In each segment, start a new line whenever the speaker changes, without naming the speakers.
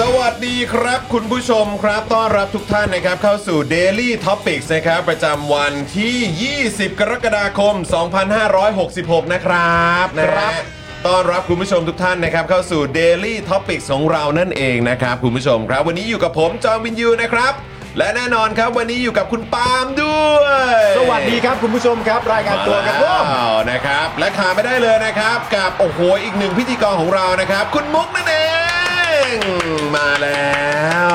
สวัสดีครับคุณผู้ชมครับต้อนรับทุกท่านนะครับเข้าสู่ Daily Topics นะครับประจำวันที่ 20 กรกฎาคม 2566 นะครับนะฮะ
ครับ
ต้อนรับคุณผู้ชมทุกท่านนะครับเข้าสู่ Daily Topics ของเรานั่นเองนะครับคุณผู้ชมครับ วันนี้อยู่กับผมจอห์นวินยูนะครับ และแน่นอนครับวันนี้อยู่กับคุณปาล์มด้วย
สวัสดีครับคุณผู้ชมครับ รายงานตัวกับผม
ว้าวนะครับ และขาดไม่ได้เลยนะครับ กับโอ้โหอีกหนึ่งพิธีกรของเรานะครับ คุณมุกนั่นเอง มาแล้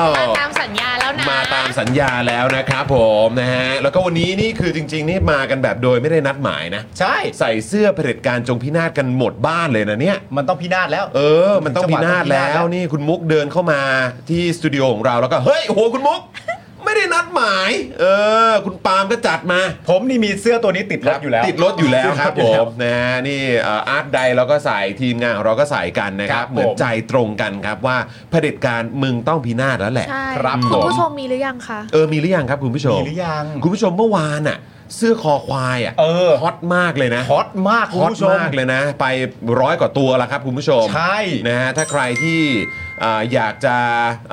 ว
มาตามสัญญาแล้วนะ
มาตามสัญญาแล้วนะครับผมนะฮะแล้วก็วันนี้นี่คือจริง ๆ นี่มากันแบบโดยไม่ได้นัดหมายนะ
ใช่
ใส่เสื้อเผด็จการจงพินาศกันหมดบ้านเลยนะเนี่ย
มันต้องพินาศแล้ว
เออ มันต้องพินาศแล้วนี่คุณมุกเดินเข้ามาที่สตูดิโอของเราแล้วก็เฮ้ยโอ้โหคุณมุก ไม่ได้นัดหมาย เออ คุณปาล์มก็จัดมา
ผมนี่มีเสื้อตัวนี้ติดรถอยู่แล้ว
ติดรถอยู่แล้วครับ
ติด
ผ
รถอยู่แล้ว
มนะฮะนี่เอ่ออาร์ตใดเราก็ใส่ทีมงานของเราก็ใส่กันนะครั
ครับ บ
เหมือน
ผม
ใจตรงกันครับว่าเผด็จการมึงต้องพินาศแล้วแหละ
ใช่
ครับ
คุณ
ผ
ผู้
ม
ชมมีหรือยังคะ
เออมีหรือยังครับคุณผู้ชม
มีหรือยัง
คุณผู้ชมเมื่อวานอ่ะ เสื้อคอควายอ่ะ
เออ
ฮอตมากเลยนะ
ฮอตมากคุณ
ฮอต
ผู้ชม
มากเลยนะ ไปร้อยกว่าตัวแล้วครับคุณผู้ชม
ใช่
นะฮะถ้าใครที่อ่าอยากจะ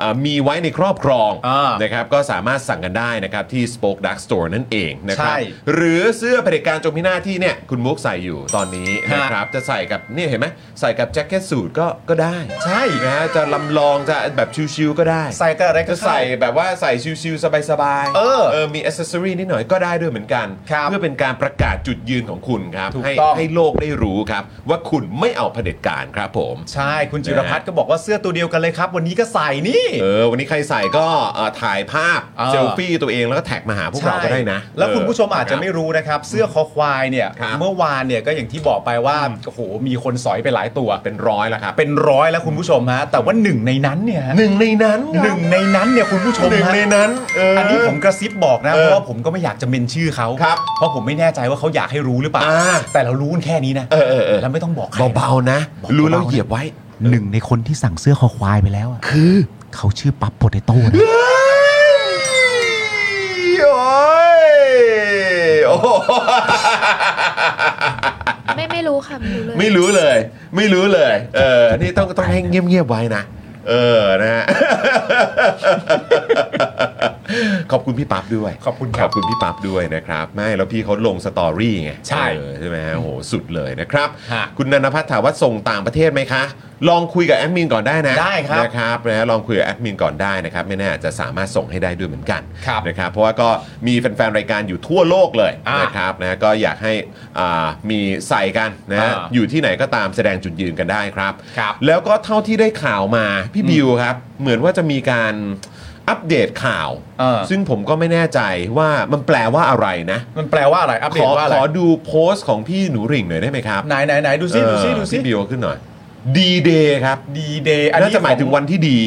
อ่ามีไว้ในครอบครอง
อ่าน
นะครับก็สามารถสั่งกันได้นะครับที่ Spoke Dark Store นั่นเองนะครับ
ใช่
หรือเสื้อเผด็จการจงพินาศที่เนี่ยคุณมุกใส่อยู่ตอนนี้
ฮะ
นะครับจะใส่กับเนี่ยเห็นไหมใส่กับแจ็คเก็ตสูทก็ก็ได้
ใช่
นะฮะจะลำลองจะแบบชิวๆก็ได้
ใส่แต่อะไรก็
จะใส่
ใส่
แบบว่าใส่ชิวๆ สบายๆ
เออ
เออมีอ c เซสซอรีนิดหน่อยก็ได้ด้วยเหมือนกัน
ครับ
เพื่อเป็นการประกาศจุดยืนของคุณครับ
ถูก
ให้
ต้อง
ให้โลกได้รู้ครับ ว่าคุณไม่เอาเผด็จการครับผม
ใช่คุณจิรพัฒน์ก็บอกว่าเสื้อตัวเดียวกันเลยครับ วันนี้ก็ใส่นี่
เออ วันนี้ใครใส่ก็เอ่อถ่ายภาพ
เออ
เซลฟี่ตัวเองแล้วก็แท็กมาหาพวกเราก็ได้นะ
ใช่แล้วคุณผู้ชมอาจจะ
เ
ไม่รู้นะครับ เสื้อคอควายเนี่ย
ครับ
เมื่อวานเนี่ยก็อย่างที่บอกไปว่าโอ้โหมีคนสอยไปหลายตัว
เป็นร้อยแล้วครับ
เป็นร้อยแล้วคุณผู้ชมฮะแต่ว่าหนึ่งในนั้นเนี่ยฮะ
หนึ่งในนั้น
หนึ่งในนั้นเนี่ยคุณผู้ชม
หนึ่ง
ฮะ
ในนั้นเออ
อั
อั
นนี้ผมกระซิบบอกนะ
เออ
เพราะว่าผมก็ไม่อยากจะเมนชื่อเขา
ครับ
เพราะผมไม่แน่ใจว่าเขาอยากให้รู้หรือเปล่า
อ่า
แต่เรารู้กันแค่นี้นะ
เออเออเออ
แล้วไม่ต้องบอกใคร
เบาๆนะ
บอก
รู้แล้ว
เบาๆนะ
เหยียบไว้
หนึ่งในคนที่สั่งเสื้อคอควายไปแล้วคือ เขาชื่อปั๊บโปเตโต้นะ
โอ้ยโอ้ย
ไม่ไม่รู้ค่ะ ไม่รู้เลย
ไม่รู้เลย ไม่รู้เลย เออ นี่ต้องต้องให้เงียบๆไว้นะ เออ นะฮ ะ ขอบคุณพี่ปั๊บด้วย
ขอบคุณค
ข
รั
อ
บบ
คุณพี่ปั๊บด้วยนะครับ ไม่ แล้วพี่เขาลงสตอรี่ไง
ใช่
เออใช่ไหมฮะโอ้โห สุดเลยนะครับ
ฮะ
คุณนันพัฒน์ถามว่าส่งต่างประเทศไหมคะ ลองคุยกับแอดมินก่อนได้นะ
ได้ครับ
นะครับนะฮะลองคุยกับแอดมินก่อนได้นะครับ ไม่แน่อาจจะสามารถส่งให้ได้ด้วยเหมือนกัน
ครับ
นะครับ เพราะว่าก็มีแฟนๆ รายการอยู่ทั่วโลกเลย
อ่าน
นะครับ นะ ก็อยากให้อ่ามีใส่กันนะฮะ
อ่า
อยู่ที่ไหนก็ตามแสดงจุดยืนกันได้ครับ
ครับ
แล้วก็เท่าที่ได้ข่าวมาพี่บิวครับ เหมือนว่าจะมีการอัปเดตข่าว
เออ
ซึ่งผมก็ไม่แน่ใจว่ามันแปลว่าอะไรนะ
มันแปลว่าอะไร อัป
ข
เดต
อ
ว่าอะ
ข
ไร
อดูโพสต์ของพี่หนูหริ่งหน่อยได้ไหมครับ
ไหนไหนไหนดูซิดูซิ
เออ
ดูซิ
พี่บิวเอาขึ้นหน่อยดีเดย์ครับ
ดีเดย์อัน
น่า
นี้
จะหมายถึงวันที่ดี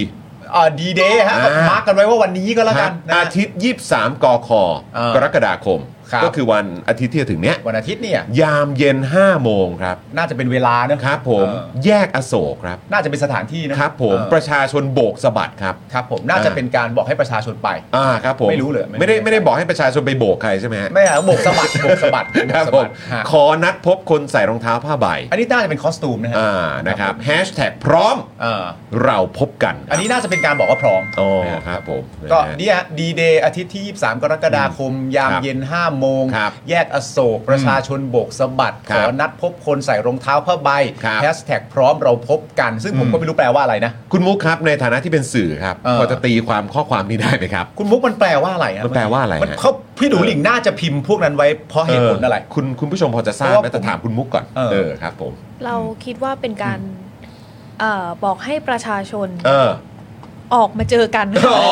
อ่าดีเดย์ฮะ
อ่าม
มาร์กกันไว้ว่าวันนี้ก็แล้วกัน
ครับ
นะ
อาทิตย์ 23 กค
เออ
กรกฎาคม
ครับ
ก็คือวันอาทิตย์ที่จะถึงเนี้ย
วันอาทิตย์เนี่ย
ยามเย็น 5 โมงครับ
น่าจะเป็นเวลาเนอะ
ครับผม
เออ
แยกอโศกครับ
น่าจะเป็นสถานที่เนอะ
ครับผม
เออ
ประชาชนโบกสะบัดครับ
ครับผมน่าจะเป็นการบอกให้ประชาชนไป
อ่าครับผม
ไม่รู้เลยไม่
ไม่
รู้
ได้ไม่ได้บอกให้ประชาชนไปโบกใครใช่ไหมฮะ
ไม่ใช่โบกสะบัดโบกสะบัด
ครับผม
โกสะดฮะ
ขอนัดพบคนใส่รองเท้าผ้าใบ
อันนี้น่าจะเป็นคอสตูมนะฮะ
อ่านะครับแฮชแท็กพร้อม
เออ
เราพบกัน
อันนี้น่าจะเป็นการบอกว่าพร้อม
อ๋อครับผม
ก็
ะฮะ
เนี่ยดีเดย์อาทิตย์ที่ 23 กรกฎาคม ยาม
ครับ
เย็น 5 โมง
ครับ
แยกอโศก ประชาชนโบกสะบัด
ค
ข
รั
อบ นัดพบคนใส่รองเท้าผ้าใบ
ครับ
แฮชแท็กพร้อมเราพบกัน ซึ่งผม
อืม
ก็ไม่รู้แปลว่าอะไรนะ
คุณมุกครับในฐานะที่เป็นสื่อครับ
เออ
พอจะตีความข้อความนี้ได้ไหมครับ
คุณมุกมันแปลว่าอะไรอะ
มันแปลว่าอะไร
มัน
ฮะ
เขาพี่ดูหลิงน่าจะพิมพ์พวกนั้นไว้เพราะเหตุผลอะไร
คุณคุณผู้ชมพอจะทราบ
เพราะว่า
ไหมแต่ถามคุณมุกก่อน
เออ
เออครับผม
เราคิดว่าเป็นการเอ่อบอกให้ประชาชน
เออ
ออกมาเจอกัน
อ๋อ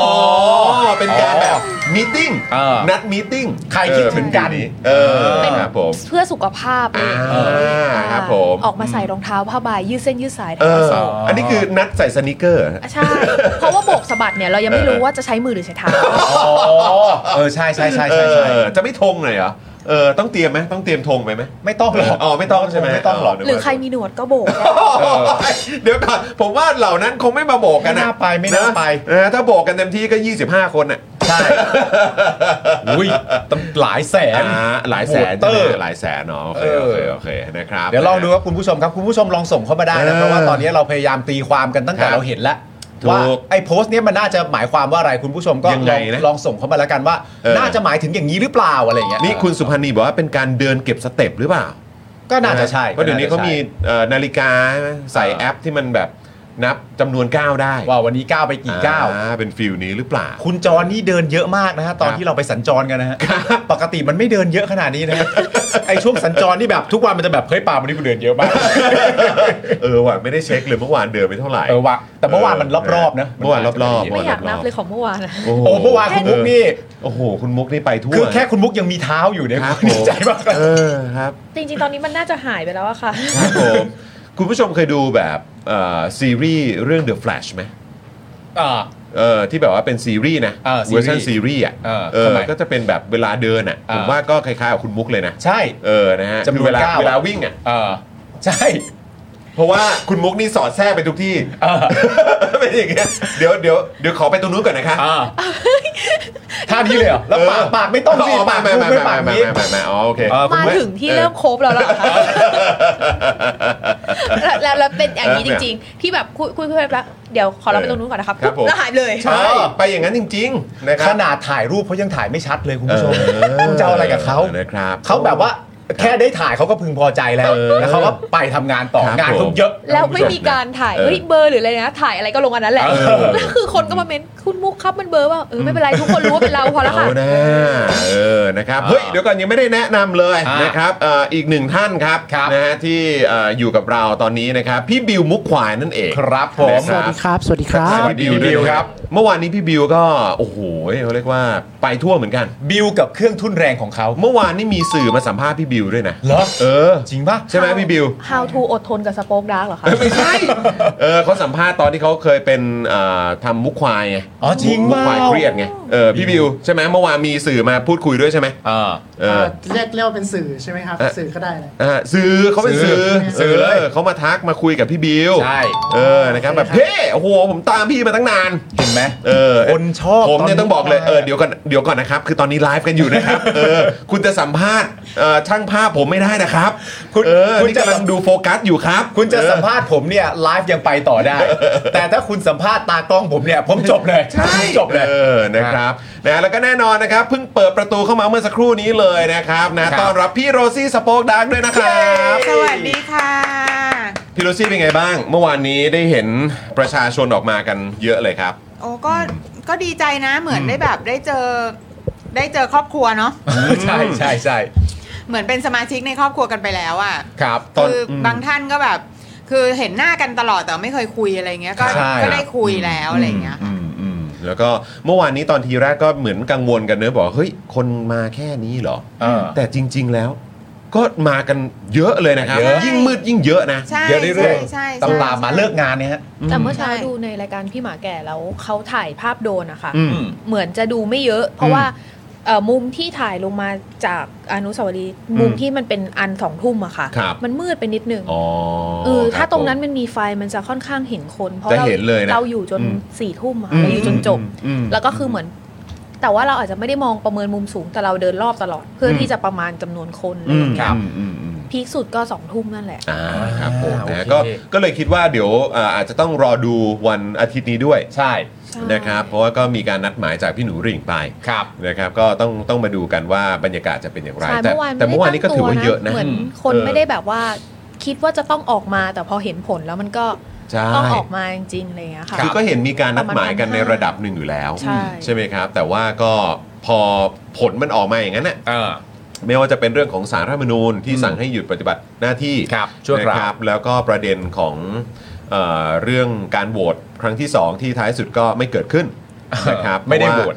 เป็นการแบบมีติ้ง
เออ
นัดมีติ้ง
ใครคิดถึงกัน
เออ
เป็น
ครับผม
เพื่อสุขภาพอะไรอย่างเงี้ย
อ่า
อ่า
ครับผม
ออกมาใส่รองเท้าผ้าใบยืดเส้นยืดสายแถ
เอ
ว
อ
โซน
อันนี้คือนัดใส่สนิเกอร์ฮะ
ใช่ เพราะว่าโบกสะบัดเนี่ยเรายังไม่รู้ว่าจะใช้มือหรือใช้เท้า
อ๋อเออใช่ใช่ใช่ใช่ใช่
เออจะไม่ทงหน่อยเหรอเออต้องเตรียมไหมต้องเตรียมธงไปไหม
ไม่ต้องหรอก
อ๋อไม่ต้องใช่ไหม
ไม่ต้องหรอก
หรือใครมีหนวดก็โบก
เออเดี๋ยวก่อนผมว่าเหล่านั้นคงไม่มาโบกกั
ไม่
นนะ
น่าไปไม่น่าไป
เออถ้าโบกกันเต็มที่ก็ 25 คนอ่ะ
ใช่อุ้ยตั้งหลายแสน
อ่าหลายแสน
โหวตเตอร์
ใช่ไหมหลายแสนเนาะโอเคโอเคโอเคนะครับ
เดี๋ยวลองดูว่าคุณผู้ชมครับคุณผู้ชมลองส่งเข้ามาได้
เออ
นะเพราะว่าตอนนี้เราพยายามตีความกันตั้งแต่
ครับ
เราเห็นแล้ว
ถูก
ว่าไอ้โพสต์เนี้ยมันน่าจะหมายความว่าอะไรคุณผู้ชมก็
ยัง
ล
ไง
อง
นะ
ลองส่งเข้ามาแล้วกันว่า
เออ
น่าจะหมายถึงอย่างนี้หรือเปล่าอะไรอย่างเงี้ย
นี่คุณสุพันธ์นีบอกว่าเป็นการเดินเก็บสเต็ปหรือเปล่า
ก็น่าจะใช่
เพราะเดี๋ยวนี้เขามีเอ่อนาฬิกาใช่ไหมใส่แอปที่มันแบบนับจำนวนก้าวได้
ว่าวันนี้ก้าวไปกี่ก้าว
อ่เป็นฟิลนี้หรือเปล่า
คุณจรนี่เดินเยอะมากนะฮะตอน
ครับ
ที่เราไปสัญจรกันนะฮะปกติมันไม่เดินเยอะขนาดนี้นะฮะไอช่วงสัญจรนี่แบบทุกวันมันจะแบบเฮ้ยป่าวันนี้กูเดินเยอะมาก
เออว่ะไม่ได้เช็คเลยเมื่อวานเดินไปเท่าไหร่
เออว่ะแต่เมื่อวานมันรอบๆนะ
เมื่อวานรอบๆ
ไม่อยากนับเลยของเมื่อวานนะ
โอ้
โอ้เมื่อวานคุณมุกนี่
โอ้โห คุณมุกนี่ไปทั่ว
คือแค่คุณมุกยังมีเท้าอยู่เนี่ย
ครับ
ผมดีใจมากเลย
เออครับ
จริงๆ ตอนนี้มันน่าจะหายไปแล้วอะค่ะ
ครับผมคุณผู้ชมเคยดูแบบเอ่อซีรีส์เรื่อง The Flash ไหม
อ่า
เออที่แบบว่าเป็นซีรีส์นะ
เออซี
เวอร์
รีส์
ชันซีรีส์อ่ะ
เออ
เออ
ทำไม
ก็จะเป็นแบบเวลาเดินอ่ะ
เออ
ผมว่าก็คล้ายๆกับคุณมุกเลยนะ
ใช่
เออนะฮะ
จำนวน
คือเวลา
ก้าวอะ
เวลาวิ่งอ่ะ
เออใช่
เพราะว่าคุณมุกนี่สอดแทรกไปทุกที่
เออ
เป็นอย่างเงี้ยเดี๋ยวเดี๋ยวเดี๋ยวขอไปตรงนู้นก่อนนะคะ
อ่าท่านี้เลยเหรอแล้วปาก
เออ
ปากไม่ต้องสิปาก
ไม่ไม่
พูด
ไม่
ปา
ไม่ไม่
กนี้
ไม่ไม่อ๋อโอเค
เออ
มาถึงที่เริ่มโคบแล้วเหรอคะแล้วแล้วแล้วเป็นอย่างนี้จริง ๆ ที่แบบคุยคุยคุยไปแล้วเดี๋ยวขอเราไปตรงนู้นก่อนนะครับ
ครับผม
แล้วหายไปเลย
ใช่ไปอย่างนั้นจริงๆนะค
ข
รับ
นาดถ่ายรูปเขายังถ่ายไม่ชัดเลยคุณผู้ชม
เออ
คุณจะเอาอะไรกับเขา
นะครับ
เขาแบบว่าแค่ได้ถ่ายเขาก็พึงพอใจแล้ว
เออ
แล้วเขาก็ไปทำงานต่อ
ครับ
งาน
ผ
เขา
ม
เยอะ
แล้วไม่มีการถ่าย
เออ
เฮ้ยเบอร์หรืออะไรนะ ถ่ายอะไรก็ลงอันนั้นแหละ
เออ
แล้วคือคนก็มาเม้นคุณมุกครับมันเบอร์ว่าเออไม่เป็นไรทุกคนรู้ว่าเป็นเราพอแล้ว
เอา
ค่ะ
นะเออนะครับ
อ่า
เฮ้ย เดี๋ยวก่อนยังไม่ได้แนะนำเลย
อ่า
นะครับเอ่ออีกหนึ่งท่านครับ
ครับ
นะฮะที่เอ่ออยู่กับเราตอนนี้นะครับ พี่บิวมุกควายนั่นเอง
ครับผม
สวัสดีครับ สวัสดีครับ สวัสดี
สวัสดี
บิว
บิว
ค
ครั
รับ
บ
เมื่อวานนี้พี่บิวก็ โอ้โหเขาเรียกว่าไปทั่วเหมือนกัน
บิวกับเครื่องทุ่นแรงของเขา
เมื่อวานนี้มีสื่อมาสัมภาษณ์พี่บิวด้วยนะ
เหรอ
เออ
จริงปะ
ใช่ไหมพี่บิว
How to อดทนกับสโป๊กดาร์กเหรอคะ
ไม่ใช่ เออเขาสัมภาษณ์ตอนที่เขาเคยเป็นเอ่อทำมุกควายไง
อ๋อจริง
มุกควาย
เปล่า
เครียดไง เออ พี่บิวใช่ไหมเมื่อวานมีสื่อมาพูดคุยด้วยใช่ไหม
อ่า
เออ
เรียกเรียกว่าเป็นสื่อใช่ไหมครับ
เอ่อ
สื่อก็ได้นะ
อ่าสื่อเขาเป็นสื่อ
สื่อเลย
อเขามาทักมาคุยกับพี่บิว
ใช่
เออนะครับแบบ
ใช่ครับ
เฮ้โอ้โหผมตามพี่มาตั้งนาน
เห็นไหม
เออ
คนชอบ
ผมเนี่ย
ตอนนี้
ต้องบอกเลย
มา
เออเดี๋ยวก่อนเดี๋ยวก่อนนะครับ คือตอนนี้ไลฟ์กันอยู่นะครับ เออ คุณจะสัมภาษณ์เอ่อช่างภาพผมไม่ได้นะครับ
คุณ
เออ
คุณ
นี่
จะ
กำลังดูโฟกัสอยู่ครับ
คุณจะ
เออ
สัมภาษณ์ผมเนี่ยไลฟ์ยังไปต่อ ได้ แต่ถ้าคุณสัมภาษณ์ตากล้องผมเนี่ย ผมจบเลย
ใช่
ผมจบเลย
เออนะครับนะแล้วก็แน่นอนนะครับเพิ่งเปิดประตูเข้ามาเมื่อสักครู่นี้เลยนะครับนะครับ ต้อนรับพี่โรซี่สโป๊กดักด้วยนะครับ
สวัสดีค่ะ
พี่โรซี่เป็นไงบ้าง เมื่อวานนี้ได้เห็นประชาชนออกมากันเยอะเลยครับ
โอ้ก็ก็ดีใจนะเหมือนได้แบบได้เจอได้เจอครอบครัวเนาะ
ใช่ใช่ใช่
เหมือนเป็นสมาชิกในครอบครัวกันไปแล้วอะ
ครับ
คือบางท่านก็แบบ คือเห็นหน้ากันตลอดแต่ไม่เคยคุยอะไรเงี้ยก็
ใช่
ก็ได้คุยแล้วอะไรเงี้ยค่ะ
อืมอืมแล้วก็เมื่อวานนี้ตอนทีแรกก็เหมือนกังวลกันเนอะบอกว่าเฮ้ย คนมาแค่นี้เหรอ
เออ
แต่จริง ๆแล้ว ก็มากันเยอะเลยนะครับ
เยอะ
ยิ่งมืดยิ่งเยอะนะ
ใช่
เดี๋ยวเรื่อย
ใช่
ๆ
ใช่
ตำลามมา
ใช่
เลิกงานเนี่ยฮะ
แต่เมื่อเช้า
ใช่
ดูในรายการพี่หมาแก่แล้วเขาถ่ายภาพโดรนนะคะ
อืม
เหมือนจะดูไม่เยอะ เพราะว่า เอ่อมุมที่ถ่ายลงมาจากอนุสาวรีย์มุม
อืม
ที่มันเป็นอันสองทุ่มอะค่ะ
ครับ
มันมืดไปนิดนึง
อ๋อ
เออถ้า
คบ
ตรงนั้น
ผม
มันมีไฟมันจะค่อนข้างเห็นคน เพราะ
จะ
เรา
เห็นเลยนะ
เราอยู่จน
อืม
สี่ทุ่มอะ
อืม
เราอยู่จนจบ
อืม
แล้วก็คือเหมือน แต่ว่าเราอาจจะไม่ได้มองประเมินมุมสูงแต่เราเดินรอบตลอด เพื่ออ
ม
ที่จะประมาณจำนวนคนอะไร
อื
อ
ม
ย่า
ค
งเงี้
รั
ย
บอืมอืม
พีคสุดก็สองทุ่มนั่นแหละ
อ่าครับผมนะ
อ่าโอเค
ก็ก็เลยคิดว่าเดี๋ยวอ่าอาจจะต้องรอดูวันอาทิตย์นี้ด้วย
ใช่
ใช่
นะครับเพราะว่าก็มีการนัดหมายจากพี่หนูริ่งไป
ครับ
นะครับก็ต้องต้องมาดูกันว่าบรรยากาศจะเป็นอย่างไร
ใช่
แต่
เมื่อวาน
แต่เมื่อวาน
ไได้
นี้ก็ถือว่าเยอะนะ
เหมือนคน
เออ
ไม่ได้แบบว่าคิดว่าจะต้องออกมาแต่พอเห็นผลแล้วมันก็
ใช่
ต้องออกมาจริงๆอะไรอย่างเลยอะค่ะ
คือก็เห็นมีการนัดหมายกัน
ประมาณ
ใน
พันห้า
ระดับหนึ่งอยู่แล้ว
ใช่
ไหมครับ แต่ว่าก็พอผลมันออกมาอย่างนั้นน่ะ
เออ
ไม่ว่าจะเป็นเรื่องของสารรัฐธรรมนูญที่
อืม
สั่งให้หยุดปฏิบัติหน้าที่
ครับชั่วคราว
นะแล้วก็ประเด็นของเอ่อเรื่องการโหวตครั้งที่สองที่ท้ายสุดก็ไม่เกิดขึ้น นะครับ
ไม่ได้โหวต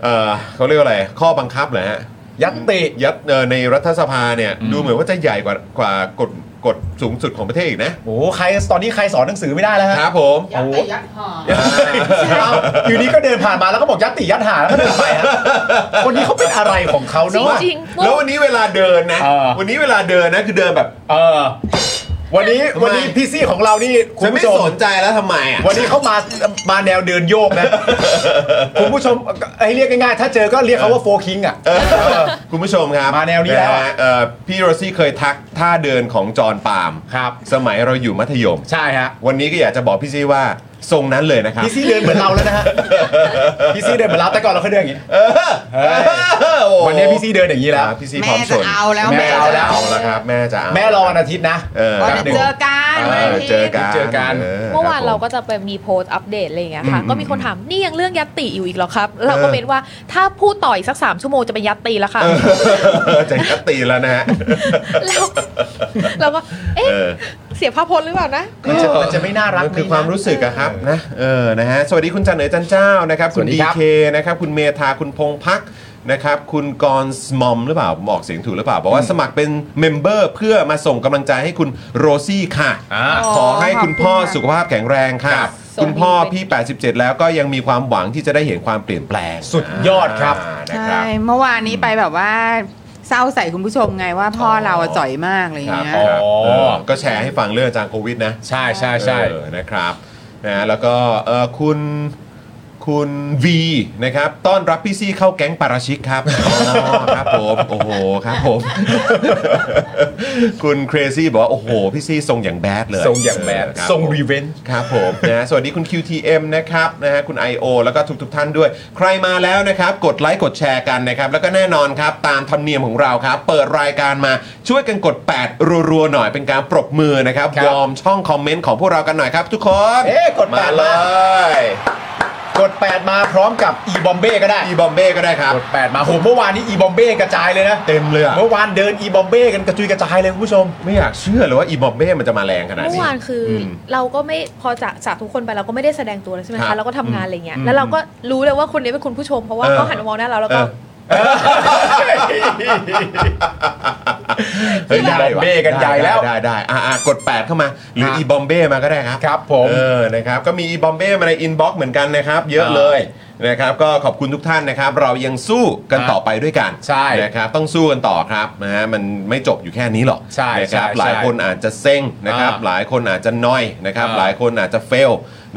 เพราะว่าเอ่อเขาเรียกว่าอะไร ข้อบังคับเหรอฮะ
ยัตติ
ยัดเอ่อในรัฐสภาเนี่ย
อืม
ดูเหมือนว่าจะใหญ่กว่ากว่ากฎกฎสูงสุดของประเทศอีกนะ
โอ้โหใครตอนนี้ใครสอนหนังสือไม่ได้แล้วฮะ
ครับผม
ยัดไปยัดหอ
เอาอยู่นี้ก็เดินผ่านมาแล้วก็บอกยัตติยัดหาแล้วก็เดินไป ฮะคนนี้เขาเป็นอะไรของเขา
จ
เนาะ
ริงๆเมื่อ
แล้ววันนี้เวลาเดินนะ
เออ
วันนี้เวลาเดินนะคือเดินแบบ
เออวันนี้
ทำไม
วันนี้พี่ซี่ของเรานี่คุณ
ฉัน
ผู้
ไม่
ชม
สนใจแล้วทำไมอ่ะ
วันนี้เขามามาแนวเดินโยก นะ คุณผู้ชมไอ้เรียกง่ายๆถ้าเจอก็เรียกเขาว่าโฟคิงอ่ะ
คุณผู้ชมครับ
มาแนวนี้แล้วอะ
ะฮะเอ่อพี่โรซี่เคยทักท่าเดินของจอห์นปาล์ม
ครับ
สมัยเราอยู่มัธยม
ใช่ฮะ
วันนี้ก็อยากจะบอกพี่ซี่ว่าทรงนั้นเลยนะครับ
พี่ซี่เดินเหมือนเราแล้วนะ ฮะพี่ซี่เดินเหมือนเราแต่ก่อนเราเคยเดินอย่างนี้
เออเออโอ้
วันนี้พี่ซี่เดินอย่างนี้แล้ว
อ่าพี่ซีพร้อมชน
แม่จะเอาแล้ว
แม่
แม่
จะ
จะ
เอา
เอา
แล้วครับ แม่จะเอา
แม่รอวันอาทิตย์นะ
เออ
ว่า
ค
เดี๋ยวเจ
รับผม
อกัน
เออเจอกัน
เจอกัน
เมื่อวานเรา
ก็
ก็จะไปมีโพสต์อัปเดตอะไรอย่างเงี้ยค่ะ
อืม
ก็มีคนถามนี่ยังเรื่องยัตติอยู่อีกเหรอครับ เราก็
เออ
เป็นว่าถ้าพูดต่ออีกสักสามชั่วโมงจะเป็นยัตติแล้วค่ะ
จะกตีแล้วนะฮะ
แล้วเราก็เอ๊ะ
เออ
เสียภาพพจน์หรือเปล่านะ
มันจะมันจะไม่น่ารัก
มันคือ
ไหะ
ความรู้สึกอะครับนะเออนะฮะสวัสดีคุณจันเหนือจันเจ้านะครับ
ส
คุ
วั
ณ
สดี
ดี
ครับ
เคนะครับ คุณเมธาคุณพงพักนะครับ คุณกรสมอมหรือเปล่าผมออกเสียงถูกหรือเปล่าบอกว่าสมัครเป็นเมมเบอร์เพื่อมาส่งกำลังใจให้คุณโรซี่ค่ะ
อ่า
ขอให้คุณพ่อสุขภาพแข็งแรงค่ะ
ครับ
คุณพ่อ
ส่งให้
พี่ 87 แล้วก็ยังมีความหวังที่จะได้เห็นความเปลี่ยนแปลง
สุดยอดครับ
านะค
ใช่
รับ
เมื่อวานนี้ไปแบบว่าเศร้าใส่คุณผู้ชมไงว่าพ่อเราอะจ่อยมากอะไรอ
ค
ย่า
รั
ง
บ
เงี้ย
ครับ
อ๋อ
เออก็แชร์ให้ฟังเรื่องอาจารย์โควิดนะ
ใช่ใช่ใช่
เออนะครับนะแล้วก็เออคุณคุณวีนะครับต้อนรับพี่ซี่เข้าแก๊งปาราชิกครับอ๋อครับผมโอ้โหครับผม คุณเครซี่บอกว่า โอ้โห พี่ซี่ทรงอย่างแบดเลย
ทรงอย่างแบด
เออคบ
ทรง
ผม
รีเวนจ์
ครับผมนะฮะสวัสดีคุณ QTM นะครับนะฮะคุณ IO แล้วก็ทุกๆทท่านด้วย ใครมาแล้วนะครับ กดไลค์กดแชร์กันนะครับ แล้วก็แน่นอนครับ ตามธรรมเนียมของเราครับ เปิดรายการมาช่วยกันกด 8 รัวๆหน่อยเป็นการปรบมือนะครับ
ครับ
ยอมช่องคอมเมนต์ของพวกเรากันหน่อยครับ ทุกคน
เอ๊ะกดแป
มา
ด
เล
มาย กดแปดมาพร้อมกับอีบอมเบ้ก็ได้
อีบอมเบ้ก็ได้ครับ
กดแปดมาโหเมื่อวานนี้อีบอมเบ้กระจายเลยนะ
เต็มเลยอะ
เมื่อวานเดินอีบอมเบ้กันกระจุยกระจายเลยคุณผู้ชม
ไม่อยากเชื่อเลยว่าอีบอมเบ้มันจะมาแรงขนาด
เมื่อ
นี้
วานคืออ
ม
เราก็ไม่พอจากจากทุกคนไปเราก็ไม่ได้แสดงตัวเลยใช่ไหม
ครั
คะ
บ
เราก็ทำงานอะไรเงี้ย
อืม
แล้วเราก็รู้เลยว่าคนนี้เป็นคุณผู้ชมเพราะว่า
เออ
เขาหันมามองหน้าเราแล้วก็
เฮ้ยได้
อีบอมเบ้กันใหญ่แล้ว
ได้ได้ได้อ่ะอ่ะกด 8 เข้ามา หรือ
ฮะ
อีบอมเบ้มาก็ได้ครับ
ครับผม
เออนะครับก็มีอีบอมเบ้มาในอินบ็อกซ์เหมือนกันนะครับ เยอะเลยนะครับ ก็ขอบคุณทุกท่านนะครับ เรายังสู้กันต่อไปด้วยกัน
ใช่
นะครับต้องสู้กันต่อครับนะฮะมันไม่จบอยู่แค่นี้หรอก
ใช่
นะครับ
ใช่
หลายคนอาจจะเซ็งนะครับ
อ่า
หลายคนอาจจะน้อยนะครับ
อ่า
หลายคนอาจจะเฟล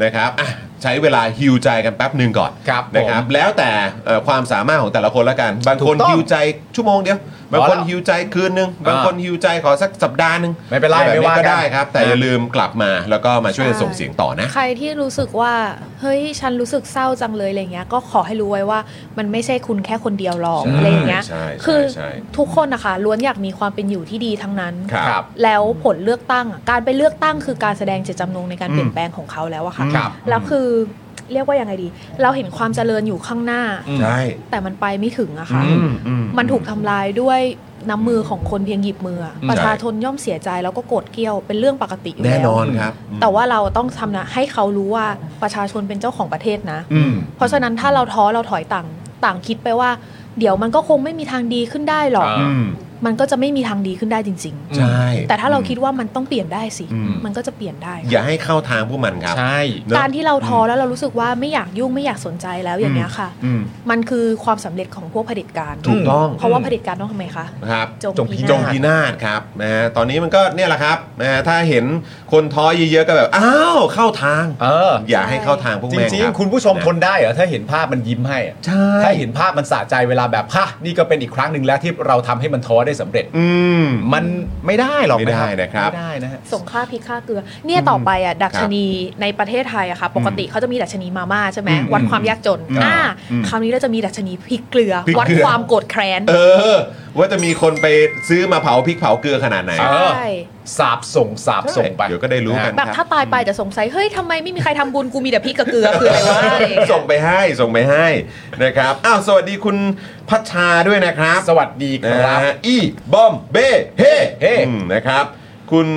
นะครับอ่ะใช้เวลาฮิวใจกันแป๊บหนึ่งก่อน
ครับผม
นะครับ แล้วแต่เอ่อความสามารถของแต่ละคนละกัน บางคน
ถูกต้อง
ฮิวใจชั่วโมงเดียวบาง
พอ
ค
แล้
น
ว
ฮิวใจคืนนึงบางคน ฮิวใจขอสักสัปดาห์หนึ่ง
ไม่เป็นไร
แบบ
ไม่ว่ากัน
ก็ได้ครับ แต่อย่าลืมกลับมาแล้วก็มาช่วยกัน
ใช่
ส่งเสียงต่อนะ
ใครที่รู้สึกว่าเฮ้ยฉันรู้สึกเศร้าจังเลยอะไรเงี้ยก็ขอให้รู้ไว้ว่ามันไม่ใช่คุณแค่คนเดียวหรอก
ใช่
อะไรอย่างเงี้ย
ใช่ใช่
คือ
ใช่
ทุกคนนะคะล้วนอยากมีความเป็นอยู่ที่ดีทั้งนั้น
ครับ
แล้วผลเลือกตั้งอะการไปเลือกตั้งคือการแสดงเจตจำนงในการเปลี่ยนแปลงของเขาแล้วอะค่ะ
ครับ
แล้วคือเรียกว่ายังไงดี เราเห็นความเจริญอยู่ข้างหน้า
ใช่
แต่มันไปไม่ถึงอะค่ะ
อืมอืม
มันถูกทำลายด้วยน้ำมือของคนเพียงหยิบมืออะ
อืม
ประชาชนย่อมเสียใจแล้วก็โกรธเกรี้ยวเป็นเรื่องปกติอยู่
แน่
แล้ว
นอนครับอืม
แต่ว่าเราต้องทำนะให้เขารู้ว่าประชาชนเป็นเจ้าของประเทศนะ
อืม
เพราะฉะนั้นถ้าเราท้อเราถอยต่างต่างคิดไปว่า เดี๋ยวมันก็คงไม่มีทางดีขึ้นได้หรอก
ม
มันก็จะไม่มีทางดีขึ้นได้จริง
ใช่
ๆ แต่ถ้าเราคิดว่ามันต้องเปลี่ยนได้สิ
อืม
มันก็จะเปลี่ยนได้
อย่าให้เข้าทางพวกมันครับ
ใช่
เนอะ
การที่เราท้อแล้วเรารู้สึกว่าไม่อยากยุ่งไม่อยากสนใจแล้วอย่างเงี้ยค่ะ
อืม
มันคือความสำเร็จของพวกเผด็จการ
ถูกต้อง
เพราะว่าเผด็จการต้องทำไมคะ
ครับ
จ
จ
ง
งพิ
จ
พินาง ศ
พินาศครับนะฮะตอนนี้มันก็เนี่ยแหละครับนะฮะถ้าเห็นคนท้อเยอะๆก็แบบ อ้าวเข้าทาง
เออ
อย่าให้เข้าทางพวก
จ
แม่ง
ริง
รับ
ๆ คุณผู้ชมทนได้เหรอ ถ้าเห็นภาพมันยิ้มให้อะ
ใช่
ถ้าเห็นภาพมันสะใจเวลาแบบฮะนี่ก็เป็นอีกครั้งหนึ่งแล้วที่เราทำให้มันท้อได้สำเร็จ
อืม
มันไม่ได้หรอก
ไม่ได้นะครับ
ไม่ได้นะฮะ
ส่งค่าพริกค่าเกลือ เนี่ยต่อไปอ่ะดัชนีในประเทศไทยอะค่ะ ปกติเขาจะมีดัชนีมาม่าใช่ไหม
อืม
วัดความยากจน
อ่า
อ่า
อืม
คราวนี้เราจะมีดัชนีพริกเกลือ
พริกเกลือ
วัดความโกรธแค้น
เออ ว่าจะมีคนไปซื้อมาเผาพริกเผาเกลือขนาดไหน
ใช
เออ
่
สาบส่งสาบส่งไป
เดี๋ยวก็ได้รู้กัน
แบบ
ครั
ถ้า
บ
ตายไปจะสงสัย เฮ้ยทำไมไม่มีใครทำบุญกูมีแต่พริกกับเกลือคืออะไรวะอะไรอย่างเงี้ย
ส่งไปให้ส่งไปให้นะครับอ้าวสวัสดีคุณพัชชาด้วยนะครับ
สวัสดีค
นะ
รับ
ฮะอีบอมเบ้เฮ่
เฮ่
อืมนะครับ คุณ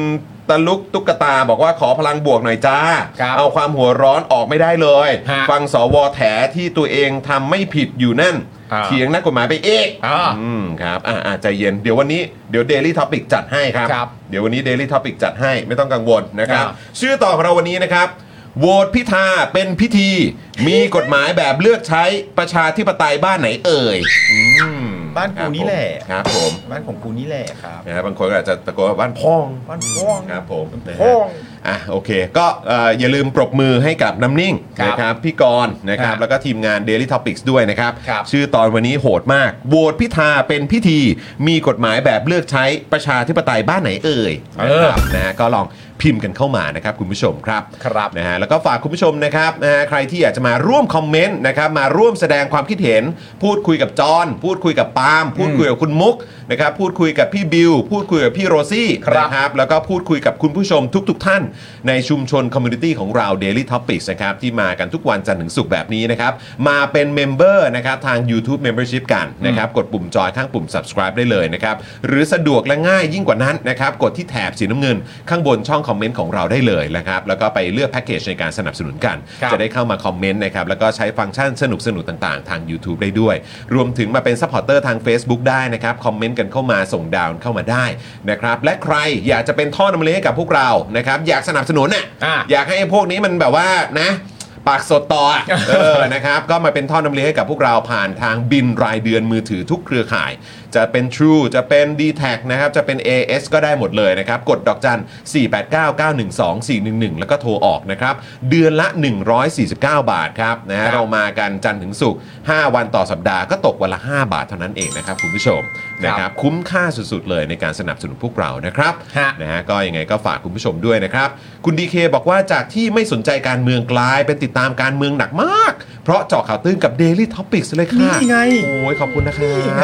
ตะลุกตุ๊กตาบอกว่าขอพลังบวกหน่อยจ้า
ครับ
เอาความหัวร้อนออกไม่ได้เลย
ฮะ
ฟังสวแถที่ตัวเองทำไม่ผิดอยู่นั่น
อ่า
เถียงนักกฎหมายไปเอก
อ่า
อืมครับอ่าอ่าใจเย็น เดี๋ยววันนี้เดี๋ยว Daily Topic จัดให้ครับ
ครับ
เดี๋ยววันนี้ Daily Topic จัดให้ไม่ต้องกังวลนะครับ
อ่า
ชื่อต่อของเราวันนี้นะครับโหวตพิธาเป็นพิธี มีกฎหมายแบบเลือกใช้ประชาธิปไตยบ้านไหนเอ่ยอืม
บ้านกูนี่แหละ
ครับผม
บ้านของกูนี่แหละครับ
นะฮะบางคนก็อาจจะตะโกนว่าบ้านพอง
บ้านพ่วง
ครับผมนะฮะ
พอง
อ่ะโอเค ก็เอ่ออย่าลืมปรบมือให้กับน้ำนิ่ง
ครับ
นะครับพี่กรณ์นะครับ
ฮะ
แล้วก็ทีมงาน Daily Topics ด้วยนะครับ
ครับ
ชื่อตอนวันนี้โหดมากโหวตพิธาเป็นพิธี มีกฎหมายแบบเลือกใช้ประชาธิปไตยบ้านไหนเอ่ยนะครับนะฮะก็ลองพิมพ์กันเข้ามานะครับคุณผู้ชมครับ
ครับ
นะฮะแล้วก็ฝากคุณผู้ชมนะครับนะฮะใครที่อยากจะมาร่วมคอมเมนต์นะครับมาร่วมแสดงความคิดเห็น พูดคุยกับจอห์นพูดคุยกับปาล์มพูดคุยกับคุณมุกนะครับพูดคุยกับพี่บิว พูดคุยกับพี่โรซี่
ครับ
นะครับแล้วก็พูดคุยกับคุณผู้ชมทุก ๆ ท่าน ในชุมชนคอมมูนิตี้ของเรา Daily Topics นะครับที่มากันทุกวันจันทร์ถึงศุกร์แบบนี้นะครับมาเป็นเมมเบอร์นะครับทาง YouTube Membership กันนะครับกดปุ่มจอยข้างปุ่ม subscribe ได้เลยนะครับหรือสะดวกและง่ายยิ่งกว่านั้นนะครับกดที่แถบสีน้ำเงิน ข้างบนช่องคอมเมนต์ของเราได้เลยนะครับแล้วก็ไปเลือกแพ็กเกจในการสนับสนุนกัน
ครับ
จะได้เข้ามาคอมเมนต์นะครับแล้วก็ใช้ฟังก์ชันสนุกสนุกๆต่างๆ ทาง YouTube ได้ด้วย รวมถึงมาเป็นซัพพอร์เตอร์ทาง Facebook ได้นะครับคอมเมนต์กันเข้ามาส่งดาวน์เข้ามาได้นะครับและใครอยากจะเป็นท่อนำเลี้ยงให้กับพวกเรานะครับอยากสนับสนุนน่ะ
อ่ะ
อยากให้พวกนี้มันแบบว่านะปากสดต่อ อ่ะ เออนะครับก็มาเป็นท่อนำเลี้ยงให้กับพวกเราผ่านทางบินรายเดือนมือถือทุกเครือข่าย จะเป็น True จะเป็น d t แทนะครับจะเป็น AS ก็ได้หมดเลยนะครับ กดดอกจัน 489912411 แล้วก็โทรออกนะครับ เดือนละ 149 บาทครับนะฮะ
ครับ
เรามากันจันทร์ถึงศุกร์5วันต่อสัปดาห์ก็ตกวันละ 5 บาทเท่านั้นเองนะครับคุณผู้ชมนะครับคุ้มค่าสุดๆเลยในการสนับสนุนพวกเรานะครับ
ฮะ
นะฮะก็ยังไงก็ฝากคุณผู้ชมด้วยนะครับ คุณดีเคบอกว่าจากที่ไม่สนใจการเมืองกลายเป็นติดตามการเมืองหนักมาก เพราะเจาะข่าวตื้นกับ Daily Topics เลยค่ะ
นี่ไง
โอ้ยขอบคุณนะครับ
ไง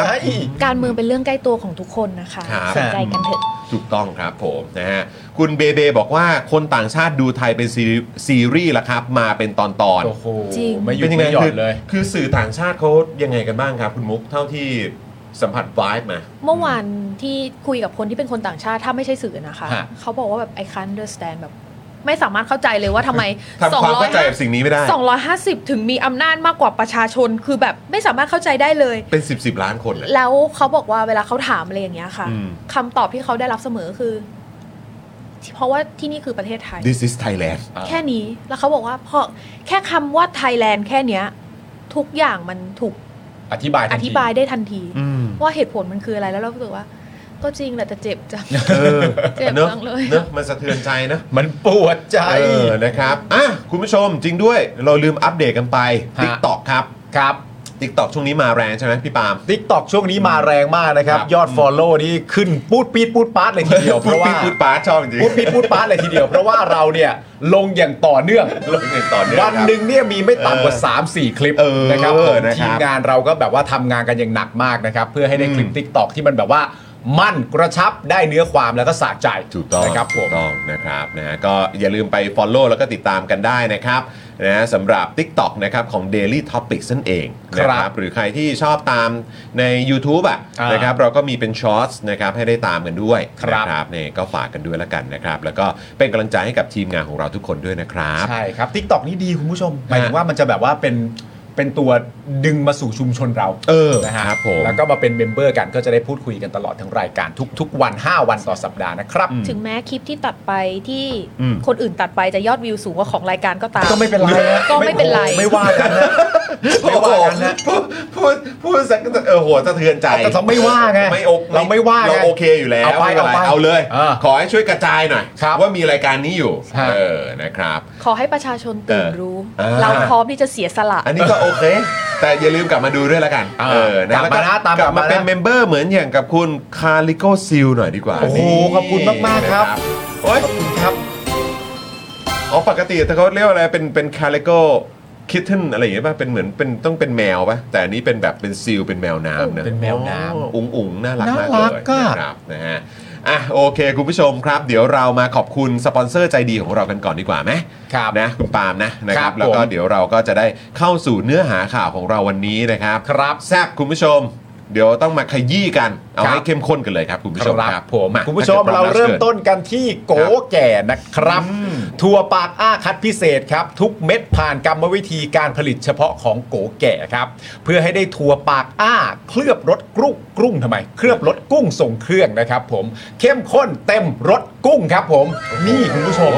การเมืองเป็นเรื่องใกล้ตัวของทุกคนนะคะ
ครับ
สนใจกันเถอะ
ถูกต้องครับผมนะฮะคุณเบเบบอกว่าคนต่างชาติดูไทยเป็นซีรีส์ซีรีส์ละครับ มาเป็นตอนตอน
โอ้โห
จริง
ไม่หยุด
เป็นยังไง
ไม่หย่อ
คื
นเลย
คือสื่อต่างชาติเขายังไงกันบ้างครับ คุณมุกเท่าที่สัมผัสวายมา
เมื่อวานที่คุยกับคนที่เป็นคนต่างชาติถ้าไม่ใช่สื่อนะคะ
ฮะ
เขาบอกว่าแบบ I can't understand แบบ ไม่สามารถเข้าใจเลยว่าทำไม
ทำความเข้าใจกับสิ่งนี้ไม่ได้
250 ถึงมีอำนาจมากกว่าประชาชนคือแบบไม่สามารถเข้าใจได้เลย
เป็น 10บสล้านคนเลย
แล้วเขาบอกว่าเวลาเขาถามอะไรอย่างเงี้ยค่ะ
อืม
คำตอบที่เขาได้รับเสมอคือ เพราะว่าที่นี่คือประเทศไทย
This is Thailand
แค่นี้แล้วเขาบอกว่าเพราะแค่คำว่าไทยแลนด์แค่เนี้ย ทุกอย่างมันถูก
อธิบายทั
อน
ที
ธิบายได้ทันที
อืม
ว่าเหตุผลมันคืออะไรแล้วเรารู้สึกว่า ก็จริงแหละแต่เจ็บจัง
เออ
เจ็บ
อะ
จังเลย
เนอะมันสะเทือนใจนะ
มันปวดใจ
เออ นะครับ อ่ะ คุณผู้ชมจริงด้วย เราลืมอัปเดตกันไป
ฮะ
t ิ k t o k ครับ
ครับ
t i k t o k ช่วงนี้มาแรงใช่ไหมพี่ปาล์ม
ทิกตอกช่วงนี้มาแรงมากนะครับ
ครับ
ยอด Follow นี่ขึ้นปูดปีดปูดปาดเลยทีเดียว เพ
พูด
ราะ
ปี
ว่า
พูดปาร์ตชอบจริง
ปูดปีดปูดปาดเลยทีเดียว เพราะว่าเราเนี่ยลงอย่างต่อเนื่อง
ลงเงินต่อเนื่อง
วัน
ครับ
หนึ่งเนี่ยมีไม่ต่ำกว่า 3 4 คลิป
เออ
นะครับผม
นะครับ
ทีมงานเราก็แบบว่าทำงานกันอย่างหนักมากนะครับ เพื่อให้ได้คลิป
อืม
ทิกตอกที่มันแบบว่ามั่นกระชับได้เนื้อความแล้วก็สะใจ
ถูกต้อง
นะครับผ
ถู
ม
กต้องนะครับนะฮะก็อย่าลืมไป Follow แล้วก็ติดตามกันได้นะครับนะฮะสำหรับ TikTok นะครับของ Daily Topics นั่นเองนะค
ครั
รับบ หรือใครที่ชอบตามใน YouTube อ่ะ
อ่า
นะครับเราก็มีเป็นช็อตนะครับให้ได้ตามกันด้วย
ครับ
นะครับนี่ก็ฝากกันด้วยแล้วกันนะครับ แล้วก็เป็นกำลังใจให้กับทีมงานของเราทุกคนด้วยนะครับ
ใช่ครับทิกตอกนี่ดีคุณผู้ชมหมายถึงว่ามันจะแบบว่าเป็น เป็นตัวดึงมาสู่ชุมชนเรา
เออ
นะฮะ
ครับผม
แล้วก็มาเป็นเมมเบอร์กันก็จะได้พูดคุยกันตลอดทั้งรายการทุกๆ วัน 5 วันต่อสัปดาห์นะครับ
ถึงแม้คลิปที่ตัดไปที่
อืม
คนอื่นตัดไปจะยอดวิวสูงกว่าของรายการก็ตาม
ก็ไม่เป็นไรนะ
ก็ไม่เป็นไร
ไม่ว่ากันนะไม่ว่ากันนะ
พูดพูดพูดสักเออโหสะเทือนใจ
แต่เราไม่ว่าไง
ไม่โอค
เราไม่ว่าไง
เราโอเคอยู่แล้ว
เอาไป
ม่นร
เอาไป
เอาเลย
เออ
ขอให้ช่วยกระจายหน่อย
ครับ
ว่ามีรายการนี้อยู่
ฮะ
เออนะครับ
ขอให้ประชาชนตื่นรู้
เออ
เราพร้อมที่จะเสียสละ
อันนี้ก็โอเค แต่อย่าลืมกลับมาดูด้วยละกัน
อ่า
เออก
ลับมานะตาม
กลับ
กลับ
มา
มานะ
เป็นเมมเบอร์เหมือนอย่างกับคุณคาริโกซิลหน่อยดีกว่า
โอ้โห
นี่
ขอบคุณมากๆครับ
นะโอ๊ย
ครับ
อ๋อปกติถ้าเขาเรียกว่าอะไรเป็นเป็นคาริโกคิทเทนอะไรอย่างเงี้ยป่ะเป็นเหมือนเป็นต้องเป็นแมวป่ะแต่อันนี้เป็นแบบเป็นซิลเป็นแมวน้ำนะ
เป็นแมวน้ำ
อุ๋งอุ๋งน่ารักมาก
น่ารั
เล
ก
ย
อะ
นะครับนะฮะอ่ะโอเค คุณผู้ชมครับ เดี๋ยวเรามาขอบคุณสปอนเซอร์ใจดีของเรากันก่อนดีกว่าไหม
ครับ
นะคุณปาล์มนะนะค
ครั
รับบ แล้วก็
ผม
เดี๋ยวเราก็จะได้เข้าสู่เนื้อหาข่าวของเราวันนี้นะครับครับแซบคุณผู้ชม เดี๋ยวต้องมาขยี้กันเอา
ครับ
ให้เข้มข้นกันเลยครับคุณผู้ชมครับ
ผม
มา
คุณผู้ชม
ถ้กิด
เรา
แล้ว
เริ่ม
ชิญ
ต้นกันที่โกแก่นะครับ ถั่วปากอ้าคัดพิเศษครับ ทุกเม็ดผ่านกรรมวิธีการผลิตเฉพาะของโกแก่ครับ เพื่อให้ได้ถั่วปากอ้า เคลือบรสกรุ้งกรุ้งทำไม เคลือบรสกุ้งส่งเครื่องนะครับผมเข้มข้นเต็มรสกุ้งครับผม นี่คุณผู้ชม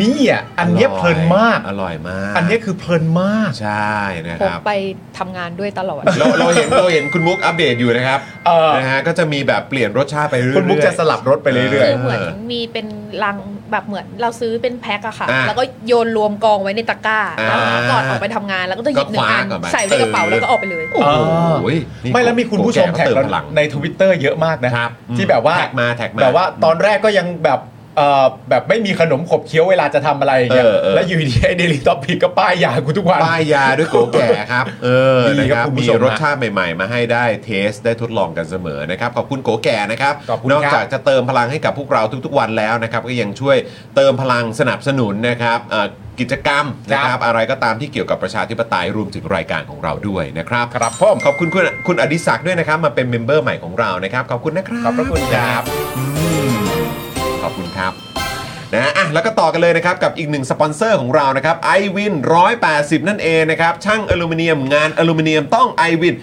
นี่อ่ะอันเนี้ยเพลินมาก
อร่อยมาก
อันเนี้ยคือเพลินมาก
ใช่นะ
ผ
ค
ม
รับ
ไปทำงานด้วยตลอด
เราเราเห็นเราเห็นคุณมุกอัปเดตอยู่นะครับ
เออ
นะฮะก็จะมีแบบเปลี่ยนรสชาติไปเรื่อยๆ
คุณมุกจะสลับรสไปเรื่อย
คือเหมือนมีเป็นลังแบบเหมือนเราซื้อเป็นแพ็คอะค่ะ
อ่า
แล้วก็โยนรวมกองไว้ในตะกร้า
อ่า
แล้วก่อนออกไปทำงานแล้วก็จะหยิบหนึ่งอัน
ก็คว้าก่อนไป
ใส่ไว้กระเป๋าแล้วก็ออกไปเลย
โอ้โหนี่
ไม่แล้วมีคุณผู้ชมแท็ก
เติ
เรา
มหลัง
ในทวิตเตอร์เยอะมากนะครับ ที่แบบว่า
แท็กมาแท็กมา
บบว่าตอนแรกก็ยังแบบเอ่อแบบไม่มีขนมขบเคี้ยวเวลาจะทำอะไรอย่างเงี้ย
เออเออ
แล้วอยู่ดีๆไอ้เดลิทอพิกก็ป้ายยากูทุกวัน
ป้ายยาด้วยโกแก่ครับ เออ
ดี
นะ
ค
ค
รั
รั
บบ คุณผู้
มี
ชม
รสชาติใหม่ ๆ มาให้ได้เทสได้ทดลองกันเสมอนะครับขอบคุณโกแก่นะครับ
ขอบคุณคน รับอก
จากจะเติมพลังให้กับพวกเราทุกๆวันแล้วนะครับก็ยังช่วยเติมพลังสนับสนุนนะครับเอ่อกิจกรรมนะค
ครั
รับบ อะไรก็ตามที่เกี่ยวกับประชาธิปไตยรวมถึงรายการของเราด้วยนะครับ
ครับพ่อม
ขอบคุณคุณคุณอดิศักดิ์ด้วยนะครับ มาเป็นเมมเบอร์ใหม่ของเรานะครับขอบคุณนะครับ
ขอบพระคุณครับ
อืมขอบคุณครับนะอ่ะแล้วก็ต่อกันเลยนะครับ กับอีกหนึ่งสปอนเซอร์ของเรานะครับ i w วิน180 นั่นเองนะครับ ช่างอลูมิเนียมงานอลูมิเนียมต้อง i w วิน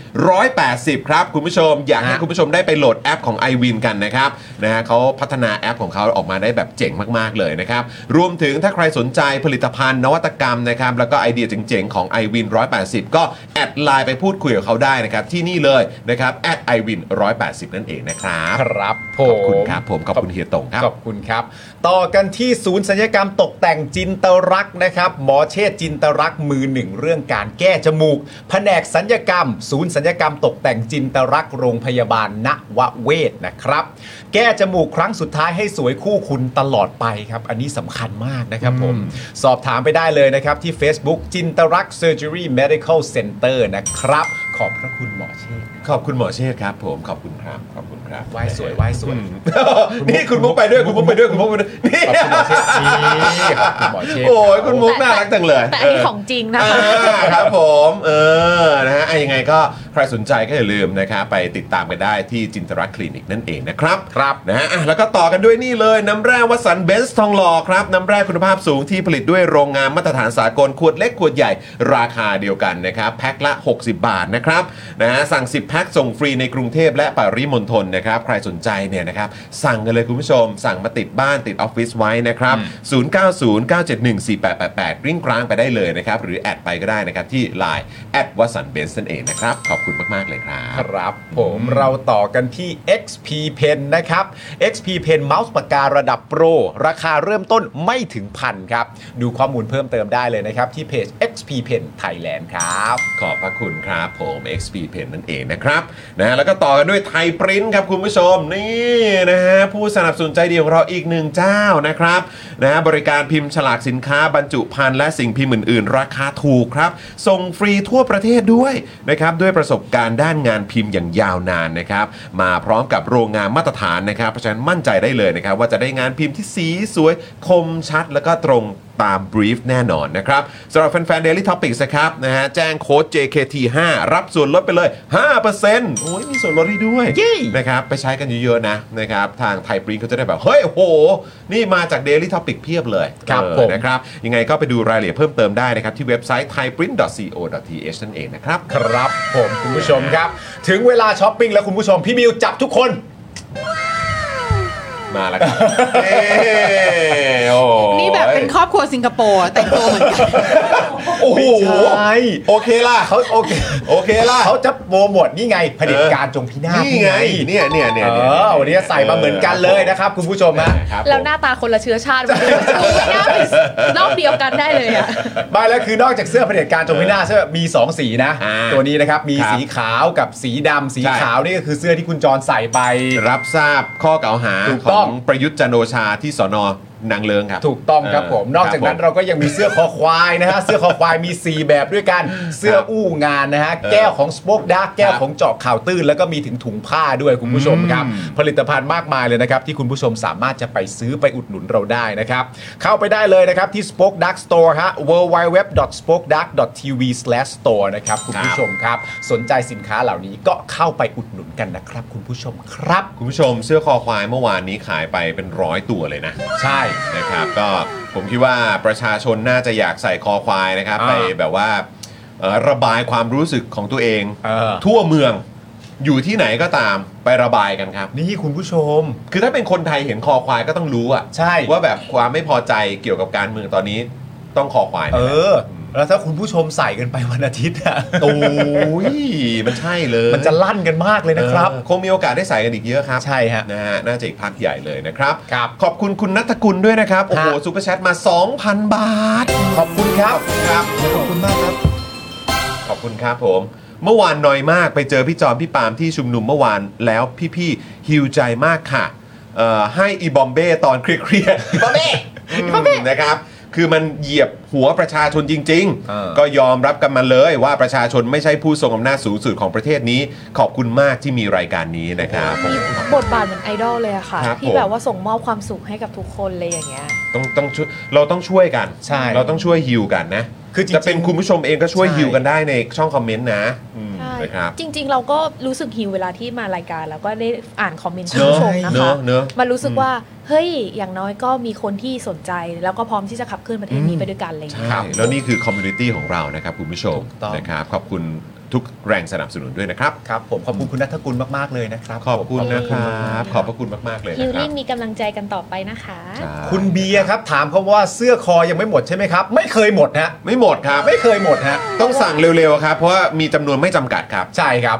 180 ครับ คุณผู้ชมอยากให้
ฮะ
คุณผู้ชมได้ไปโหลดแอปของ i w วินกันนะครับนะฮะเขาพัฒนาแอปของเขาออกมาได้แบบเจ๋งมาก ๆ เลยนะครับ รวมถึงถ้าใครสนใจผลิตภัณฑ์นวัตกรรมนะครับ แล้วก็ไอเดียเจ๋ง ๆ ของ i w วิน180 ก็แอดไลน์ไปพูดคุยกับเขาได้นะครับที่นี่เลยนะครับแอด i w วิน180 นั่นเองนะครับ
ครับผ
ข
ม
อบคุณครับผมขอบคุณเฮียตงครับ
ขอบคุณครับ ต่อกันที่ศูนย์ศัลยกรรมตกแต่งจินตรักษ์นะครับ หมอเชษจินตรักษ์มือหนึ่งเรื่องการแก้จมูก แผนกศัลยกรรม ศูนย์ศัลยกรรมตกแต่งจินตรักษ์โรงพยาบาลนวเวศนะครับ แก้จมูกครั้งสุดท้ายให้สวยคู่คุณตลอดไปครับ อันนี้สำคัญมากนะครับผม สอบถามไปได้เลยนะครับที่ Facebook จินตรักษ์ Surgery Medical Center นะครับ ขอบพระคุณหมอเชษ
ขอบคุณหมอเชษฐ์ครับผมขอบคุณครับขอบคุณครับ
ไหว้สวยไหว้สวย
อืมนี่คุณมุกไปด้วยคุณมุกไปด้วยคุณมุกไปด้วยนี่
ขอบคุณหมอเชษนี่ขอบคุณหมอเชษ
โอ้ยคุณมุกน่ารักจังเลย
แต่อันนี้ของจริงนะคะ
อ่าครับผมเออนะฮะอ่ะยังไงก็ใครสนใจก็อย่าลืมนะครับไปติดตามกันได้ที่จินตรักษณ์คลินิกนั่นเองนะครับครับนะฮะอ่ะแล้วก็ต่อกันด้วยนี่เลยน้ำแร่วัสันเบนซ์ทองหล่อครับน้ำแร่คุณภาพสูงที่ผลิตด้วยโรงงานมาตรฐานสากลขวดเล็กขวดใหญ่ราคาเดียวกันนะครับแพ็คละ 60 บาทนะครับนะฮะสั่ง 10แพ็คส่งฟรีในกรุงเทพและปริมณฑลนะครับใครสนใจเนี่ยนะครับสั่งกันเลยคุณผู้ชม สั่งมาติดบ้านติดออฟฟิศไว้นะครับ 0909714888 ริ่งกลางไปได้เลยนะครับ หรือแอดไปก็ได้นะครับที่ Line แอดวัสันเบนซ์นั่นเองนะครับ ขอบคุณมาก ๆ เลยครับ
ครับผมเราต่อกันที่ XP Pen นะครับ XP Pen เมาส์ปากการะดับโปร ราคาเริ่มต้นไม่ถึงพันครับ ดูข้อมูลเพิ่มเติมได้เลยนะครับ ที่เพจ XP Pen Thailand ครับ
ขอบพระคุณครับผม XP Pen นั่นเองนะครับนะแล้วก็ต่อกันด้วยไทยปริ้นครับคุณผู้ชมนี่นะฮะผู้สนับสนุนใจดีของเราอีกหนึ่งเจ้านะครับนะฮะบริการพิมพ์ฉลากสินค้าบรรจุภัณฑ์และสิ่งพิมพ์อื่น ๆ ราคาถูกครับ ส่งฟรีทั่วประเทศด้วยนะครับด้วยประสบการณ์ด้านงานพิมพ์อย่างยาวนานนะครับมาพร้อมกับโรงงานมาตรฐานนะครับเพราะฉะนั้นมั่นใจได้เลยนะครับว่าจะได้งานพิมพ์ที่สีสวยคมชัด แล้วก็ตรง ตามบรีฟแน่นอนนะครับสำหรับแฟนๆ Daily Topics นะครับนะฮะแจ้งโค้ด JKT5 รับส่วนลดไปเลย 5%โอ้ยมีส่วนลดให้ด้วยนะครับไปใช้กันเยอะๆนะนะครับทางไทยบรีฟเขาจะได้แบบ เฮ้ยโห นี่มาจาก Daily Topic เพียบเลย
ครับ
เออ
ผม
นะครับยังไงก็ไปดูรายละเอียดเพิ่มเติมได้นะครับ ที่เว็บไซต์ thaiprint.co.th นั่นเองนะครับ
ครับผมคุณผู้ชมครับ ถึงเวลาช้อปปิ้งแล้วคุณผู้ชม พี่มิวจับทุกคน
มาแล้วค รับเอ้โอ้ย
นี่แบบเป็นครอบครัวสิงคโปร์แต่งตัวเหมือนกัน
โอ้โห
ไม่ใช่ โอเคล่ะ
เขาโอเค
โอเคล่ะ
เขาจะโปรโมทนี่ไงเผด็จการจงพินาศ
นี่ไง เนี่ยเนี่ยเนี่ย
เอ
เนี่ย
อวันนี้ใส่มาเหมือนกันเลยนะครับ คุณผู้ชมฮะ
ครับผม
แล้วหน้าตาคนละเชื้อชาติมันดูไม่น่าเป็นนอกเดียวกันได้เลยอ่ะ
ไม่แล้วคือนอกจากเสื้อเผด็จการจงพินาศเสื้อมี 2 สีนะ
อ่า
ตัวนี้นะครับ มี
ครับ
สีขาวกับสีดำสี
ใช่
ขาวนี่ก็คือเสื้อที่คุณจรใส่ไป
รับทราบข้อกล่าวหา
ถูก
ข
ต้
อ
อง
งประยุทธ์จันทร์โอชาที่สอนนางเลิงครับ
ถูกต้องครับผม
เ
นอกจากนั้น
คบ
เราก็ยังมีเสื้อคอควายนะฮ ะ เสื้อคอควายมี 4 แบบด้วยกัน เสื้ออู้งานนะฮะ แก้วของสป o อ e ดาร์กแก้วของเจาะข่าวตื้น แล้วก็มีถึงถุงผ้าด้วยคุณผู้ชมครับ ผลิตภัณฑ์มากมายเลยนะครับ ที่คุณผู้ชมสามารถจะไปซื้อไปอุดหนุนเราได้นะครับ เข้าไปได้เลยนะครับ ที่ Spoke Dark Store ฮะ www.spokedark.tv/store นะครับ คุณผู้ชมครับ สนใจสินค้าเหล่านี้ก็เข้าไปอุดหนุนกันนะครับ คุณผู้ชมครับ
คุณผู้ชมเสื้อคอควายเมื่อวานนี้ขายไปเป็นร้อยตัวเลยนะ
ใช่
นะครับก็ผมคิดว่าประชาชนน่าจะอยากใส่คอควายนะครับ
อ่า
ไปแบบว่าเอ่อระบายความรู้สึกของตัวเอง
เออ
ทั่วเมืองอยู่ที่ไหนก็ตามไประบายกันครับ
นี่คุณผู้ชม
คือถ้าเป็นคนไทยเห็นคอควายก็ต้องรู้อะ
ใช่
ว่าแบบความไม่พอใจเกี่ยวกับการเมืองตอนนี้ต้องคอควาย
เออ แล้วถ้าคุณผู้ชมใส่กันไปวันอาทิตย์อะ
โอ้ยมันใช่เลย
มันจะลั่นกันมากเลยนะครับ
เออคงมีโอกาสได้ใส่กันอีกเยอะครับ
ใช่ฮะ
นะฮะน่าจะอีกพักใหญ่เลยนะครับ
ครับ
ขอบคุณคุณนัทกุลด้วยนะครับ โอ้โห
ฮะ
ซูเปอร์แชทมา 2,000 บาท
ขอบคุณครับ
ครับ
ขอบคุณมากครับ
ขอบคุณครับผม เมื่อวานน้อยมากไปเจอพี่จอมพี่ปาล์มที่ชุมนุมเมื่อวานแล้วพี่ๆฮิวใจมากค่ะเอ่อให้อีบอมเบ้ตอนเครียดๆอีบอมเบ้อีบอมเบ้นะครับ คือมันเหยียบหัวประชาชนจริง
เออ
ๆ ก็ยอมรับกันมาเลยว่าประชาชนไม่ใช่ผู้ทรงอำนาจสูงสุดของประเทศนี้ ขอบคุณมากที่มีรายการนี้นะครับ
มีบทบาทเหมือนไอดอลเลยอะค่ะ
ครับผ
ที่
ม
แบบว่าส่งมอบความสุขให้กับทุกคนเลยอย่างเงี้ย
ต้องต้องช่วยเราต้องช่วยกัน
ใช่
เราต้องช่วยฮิวกันนะ
คือจริงๆ
จะเป็นคุณผู้ชมเองก็ช่วย
ใช่
ฮิวกันได้ในช่องคอมเมนต์นะอืม
ใช่
นะครับ
จริง ๆ เราก็รู้สึกหิวเวลาที่มารายการ แล้วก็ได้อ่านคอมเมนต์ผู้ชมนะ
เน
คะ
อะเนอะ
มันรู้สึกว่า เฮ้ย อย่างน้อยก็มีคนที่สนใจ แล้วก็พร้อมที่จะขับเคลื่อนประเทศนี้ไปด้วยกันอะไรอย่างเงี้ย
ใช่แล้วนี่คือคอมมูนิตี้ของเรานะครับคุณผู้ชม
ถูกต้อง
นะครับขอบคุณทุกแรงสนับสนุนด้วยนะครับ
ครับ ผมขอบคุณคุณนัทกุลมากๆเลยนะครับ
ขอบคุณ
ผม
นะครับขอบพระคุณมาก ๆ เลย
ฮิ
นะ
ล
ครั
ลิ่
บ
งมีกำลังใจกันต่อไปนะคะ
ครับ
คุณเบียร์ครับ ถามเขาว่าเสื้อคอยังไม่หมดใช่ไหมครับ ไม่เคยหมดฮะ
ไม่หมดครับ
ไม่เคยหมดฮะ
ต้องสั่งเร็ว ๆ ครับ เพราะว่ามีจำนวนไม่จำกัดครับ
ใช่ครับ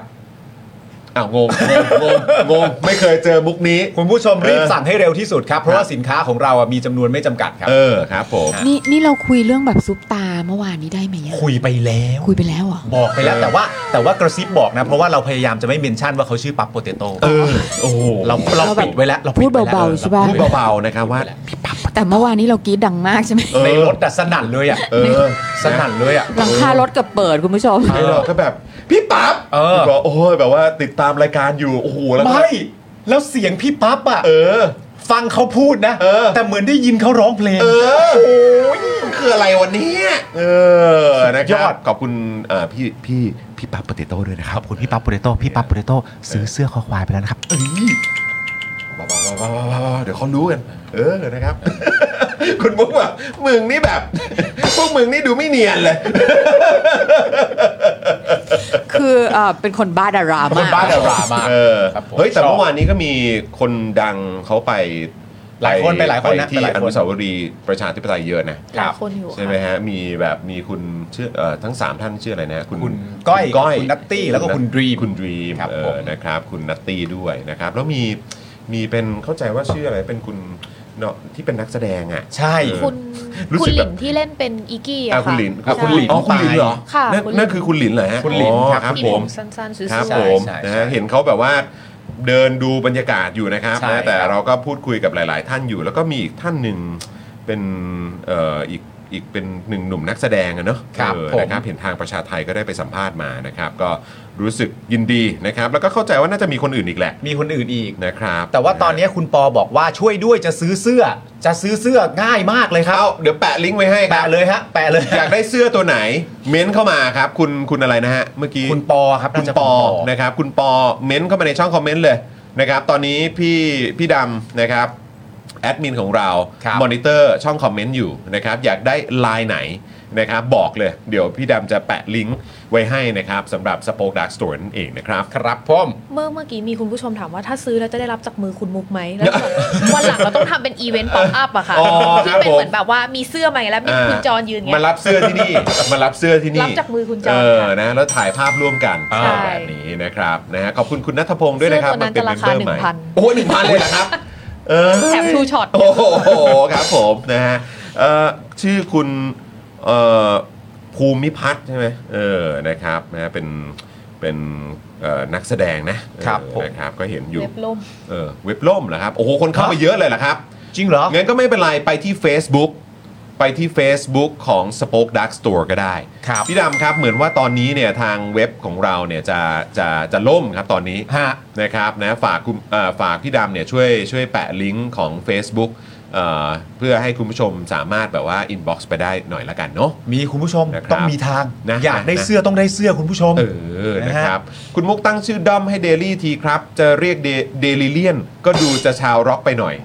อ้าวงงงงงงงงไม่เคยเจอมุกนี้
คุณผู้ชมรีบสั่งให้เร็วที่สุดครับ เพ
ค
ราะ
รับ
ว่าสินค้าของเราอะมีจำนวนไม่จำกัดครับ
เออครับผม
นี่นี่เราคุยเรื่องแบบซุปตาเมื่อวานนี้ได้ไหมอะ
คุยไปแล้ว
คุยไปแล้วเหรอ
บอกไปแล้วแต่ว่าแต่ว่ากระซิบบอกนะ เพราะว่าเราพยายามจะไม่เมนชั่นว่าเขาชื่อปั๊บโปเตโต้
เออโอ้โห
เราเราปิดไว้แล้วเรา
พู
ปิ
ด
ดไว้แล้ว
เบาๆใช่ปะ
พูด
เบาๆนะครับว่า
แต่เมื่อวานนี้เรากรีดดังมากใช่ไหม
เออ
ในรถแต่สนั่นเลยอ่ะ
เออ
สนั่นเลยอ่ะ
หลังคารถเกับเปิดคุณผู้ชม
ไม่หรอกก็แบบ พี่ปั๊บ
เออ
บอกโอ้ยแบบว่าติดตามรายการอยู่โอ้โหแล้วก็
ไม่แล้วเสียงพี่ปั๊บอ่ะ
เออ
ฟังเขาพูดนะ
เออ
แต่เหมือนได้ยินเขาร้องเพลง
เออโอ้ยมันคืออะไรวันนี้เออนะครับ
ยอด
ขอบคุณเอ่อพี่พี่พี่ปั๊บปฏิโต้ด้วยนะครับ
ขอบคุณพี่ปั๊บโปเตโต้พี่ปั๊บโปเตโต้ซื้อเสื้อคอควายไปแล้วนะครับ
เอ้ยบ้าบ้าบ้าบ้าบ้าบ้าเดี๋ยวเขารู้กัน เออนะครับ คุณมุกว่ามึงนี่แบบ พวกมึงนี่ดูไม่เนียนเลย
คือเอ่อเป็นคนบ้าดารา
ค
มาน ก
บ้านดารามา
เออ
ครับผม
เฮ้ยแต่เมื่อ
ชบ
วานนี้ก็มีคนดังเขาไป
หลายคนไปหลายคนนะ
ที่
ไปหลาย
อ
คน
นุสาวรีย์ประชาธิปไตยเยอะนะ
หลายคนอยู่
ใช่ไหมฮะ มีแบบมีคุณชื่อเอ่อทั้ง 3 ท่านชื่ออะไรนะ คุณ
คุณก้อย
คุณก้อย
คุณนัตตี้แล้วก็คุณ
นัต
Dream
คุณดรีม
ครับ
เอ
ผม
อนะครับ คุณนัตตี้ด้วยนะครับ แล้วมีมีเป็นเข้าใจว่าชื่ออะไรเป็นคุณเนาะที่เป็นนักแสดงอ่ะ
ใช่
คุณ
รู้สึก
คุณห
แบ
ลิ
บ
นที่เล่นเป็นอีกี้
อ่ะ
อะ
คุณ
ค่ะ
หลิน
อ่ะคุณหลิน
อ๋อคุณหลินเหรอ
ค่ะ
นั่น
คุณหลิ
นั่นคือคุณหลินเหรอฮะ
คุณหลิน
อ๋อ
ครับ
ครับ
ที่
ผ
ผม มสั้นๆสวย
ครับ
ใช่
ผ
ๆ
ม
ใช่
นะ
ใช่
ฮะเห็นเขาแบบว่าเดินดูบรรยากาศอยู่นะครับ
ใช่
นะแต่
ครับ
เราก็พูดคุยกับหลาย ๆ ท่านอยู่ แล้วก็มีอีกท่านหนึ่งเป็นเอ่ออีก อีกเป็นหนึ่งหนุ่มนักแสดงอะเนาะ
ครับ
เออ
ผม
นะครับเห็นทางประชาไทยก็ได้ไปสัมภาษณ์มานะครับ ก็รู้สึกยินดีนะครับ แล้วก็เข้าใจว่าน่าจะมีคนอื่นอีกแหละ
มีคนอื่นอีก
นะครับ
แต่ว่าตอนนี้คุณปอบอกว่าช่วยด้วยจะซื้อเสื้อ จะซื้อเสื้อง่ายมากเลยครับ
เดี๋ยวแปะลิงก์ไว้ให้ครับ
แปะเลยฮะ แปะเลย
อยากได้เสื้อตัวไหน เม้นเข้ามาครับ คุณคุณอะไรนะฮะเมื่อกี้
คุณปอครับ
คุ
น่า
ณ
จะ
ปอนะครับ คุณปอเม้นเข้ามาในช่องคอมเมนต์เลยนะครับ ตอนนี้พี่พี่ดำนะครับแอดมินของเรามอนิเตอร์ช่องคอมเมนต์อยู่นะครับอยากได้ลายไหนนะครับบอกเลย เดี๋ยวพี่ดำจะแปะลิงก์ไว้ให้นะครับสำหรับ Spoke Dark Store นั่นเองนะครับ
ครับผม
เมื่อเมื่อกี้มีคุณผู้ชมถามว่าถ้าซื้อแล้วจะได้รับจากมือคุณมุกไหม แล้วแบบ วันหลังเราต้องทำเป็นอีเวนต์ป๊อปอัพอะค่ะ
อ๋อค
ที่
รับ
เป็นเหมือ
ผม
นแบบว่ามีเสื้อมาอย่างเงี้ยแล้วมีคุณจรยืนอย่างเงี้
มาย รับเสื้อที่นี่ มารับเสื้อที่นี่
รับจากมือคุณจอน
เออ
ค่ะ
นะแล้วถ่ายภาพร่วมกัน
ใช่
แบบนี้นะครับนะฮะขอบคุณคุณนัทพงศ์ด้วย
เสื้อ
นะครับ
ตัวนั้นจะราคาหนึ่งพัน
โอ้หนึ่งพันเลยนะครับ เออ
แถมทูช็อต
โอ้โหครับผมนะฮะเอ่อชื่อคุณเอ่อภูมิพัฒน์ใช่ไหมเออนะครับนะฮะเป็นเป็นเอ่อนักแสดงนะครับ เออ
ผม
นะครับก็เห็นอยู่
เล็บล่ม
เออเว็บล่มเหรอครับโอ้โหคนเข้ามาเยอะเลยเหรอครับ
จริงเหรอ
งั้นก็ไม่เป็นไร ไปที่ Facebook ไปที่ Facebook ของ Spoke Dark Store ก็ได้
ครับ
พี่ดำครับ เหมือนว่าตอนนี้เนี่ยทางเว็บของเราเนี่ยจะจะจะล่มครับตอนนี้
ฮะ
นะครับนะฝากคุณเอ่อฝากพี่ดำเนี่ยช่วยช่วยแปะลิงก์ของ Facebook เอ่อเพื่อให้คุณผู้ชมสามารถแบบว่า inbox ไปได้หน่อยละกันเนาะ
มีคุณผู้ชม
นะครับ
ต้องมีทาง
นะ
อยากได้
นะ
เสื้อต้องได้เสื้อคุณผู้ชม
เออ
นะ
นะ
ฮะ
ครับ คุณมุกตั้งชื่อด้อมให้เดลี่ทีครับ จะเรียกเดลิเลียนก็ดูจะชาวร็อกไปหน่อย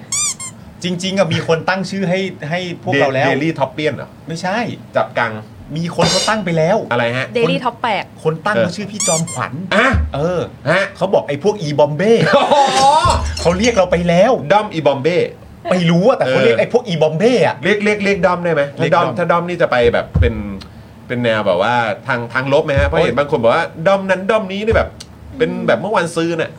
จริง ๆอะมีคนตั้งชื่อให้ให้พวกเราแล้ว
เดลี่ท็อปเปียนเหรอ
ไม่ใช่
จับกัง
มีคนเขาตั้งไปแล้ว
อะไรฮะ
เดลี่ท็อปแปด
คนตั้ง
เออ
เขาชื่อพี่จอมขวัญ
อ่ะ
เออ
ฮะ
เขาบอกไอ้พวกอีบอมเบ้เขาเรียกเราไปแล้ว
ด้อมอีบอมเบ้
ไม่รู้อะแต่เขา
เออ
เรียกไอ้พวกอีบอมเบ้อะ
เรียกเรียกเรียกด้อมได้ไหม
เรี
ถ้าย
กด้
ด้อ
อ
ม
ม
ถ้าด้อมนี่จะไปแบบเป็นเป็นแนวแบบว่าทางทางลบไหมฮะเพราะ
โอ้ย
เห็นบางคนบอกว่าด้อมนั้นด้อมนี้นี่แบบ เป็นแบบเมื่อวันซืนอ่ะ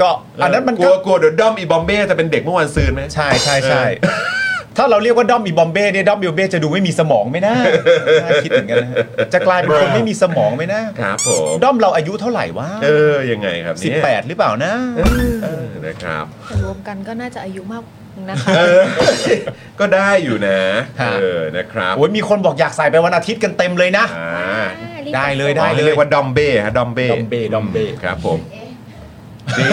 ก็อันนั้นมัน
กลั
ก็
วกลัวเดี๋ยวด้อมอีบอมเบ้จะเป็นเด็กเมื่อวันซืนไหม
ใช่ใช่ใช่ถ้าเราเรียกว่าด้อมอีบอมเบ้เนี่ยด้อมอีบอมเบ้จะดูไม่มีสมองไหมนะน่าคิดถึงกันนะจะกลายเป็นคนไม่มีสมองไหมนะครับ
ผม
ด้อมเราอายุเท่าไหร่วะ
เออยังไงครับเนี่ย
สิบแปดหรือเปล่านะ
เออนะครับ
แต่รวมกันก็น่าจะอายุมากนะคะ
เออ ก็ได้อยู่นะ
ฮะ
เออนะครับ
โอ้ยมีคนบอกอยากใส่ไปวันอาทิตย์กันเต็มเลยนะ
อ่า
ได้เลยได้
อ๋อ
เล
เรี
ย
ยกว่าด้อมเบ้ฮะด้อมเบ้
ด้อมเบ้ด้อมเบ้
ครับผมเบ้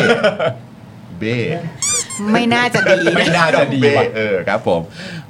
เบ้
ไม่น่าจะดี
ไม่น่าจะดีว่ะ
เออครับผม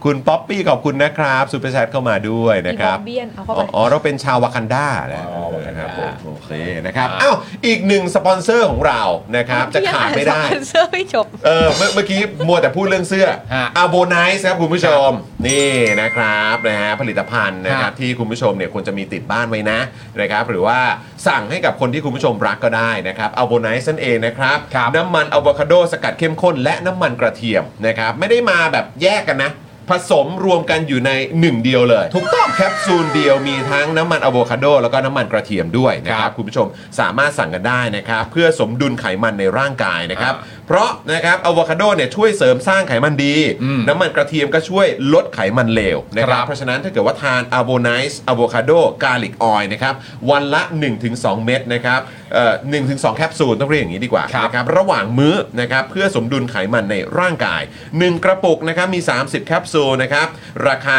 คุณป๊อปปี้ขอบคุณนะครับซูเปอร์แชทเข้ามาด้วยนะครับ
มีบอบเบี้ยนเอาเข้าไป
อ๋อเราเป็นชาววากันดาแล้ว
อ๋อวากัน
ค
ดา
รับผมโอเคนะครับอ้าวอีกหนึ่งสปอนเซอร์ของเรานะครับ จะขาดไม่ได้
ยังอ่านสปอนเซอร์ไม่จบ
เออเมื่อเมื่อกี้มัวแต่พูดเรื่องเสื้อ
ฮะ
อาโบไนส์ครับคุณผู้ชม นี่นะครับนะฮะผลิตภัณฑ์นะครับ
ฮะ
ที่คุณผู้ชมเนี่ยควรจะมีติดบ้านไว้นะนะครับหรือว่าสั่งให้กับคนที่คุณผู้ชมรักก็ได้นะครับอาโบไนส์นั่นเองนะครับ
ครับ
น้ำมันอะโวคาโดสกัดเข้มข้น และน้ำมันกระเทียมนะครับไม่ได้มาแบบแยกกันนะ ผสมรวมกันอยู่ในหนึ่งเดียวเลย ถูกต้องแคปซูลเดียวมีทั้งน้ำมันอะโวคาโดแล้วก็น้ำมันกระเทียมด้วยนะค
ครั
รับบ คุณผู้ชมสามารถสั่งกันได้นะครับเพื่อสมดุลไขมันในร่างกายนะครับ
อ่า
เพราะนะครับอะโวคาโดเนี่ยช่วยเสริมสร้างไขมันดี
อืม
น้ำมันกระเทียมก็ช่วยลดไขมันเลวนะครั
ครับ บ
เพราะฉะนั้นถ้าเกิดว่าทานอะโวไนซ์อะโวคาโดกาลิกออยนะครับ วันละ 1-2 เม็ดนะครับเอ่อหนึ่งถึงสองแคปซูลต้องเรียกอย่างนี้ดีกว่า
ครับ
นะครับ ระหว่างมื้อนะครับเพื่อสมดุลไขมันในร่างกาย 1 กระปุกนะครับมี 30 แคปซูลนะครับ ราคา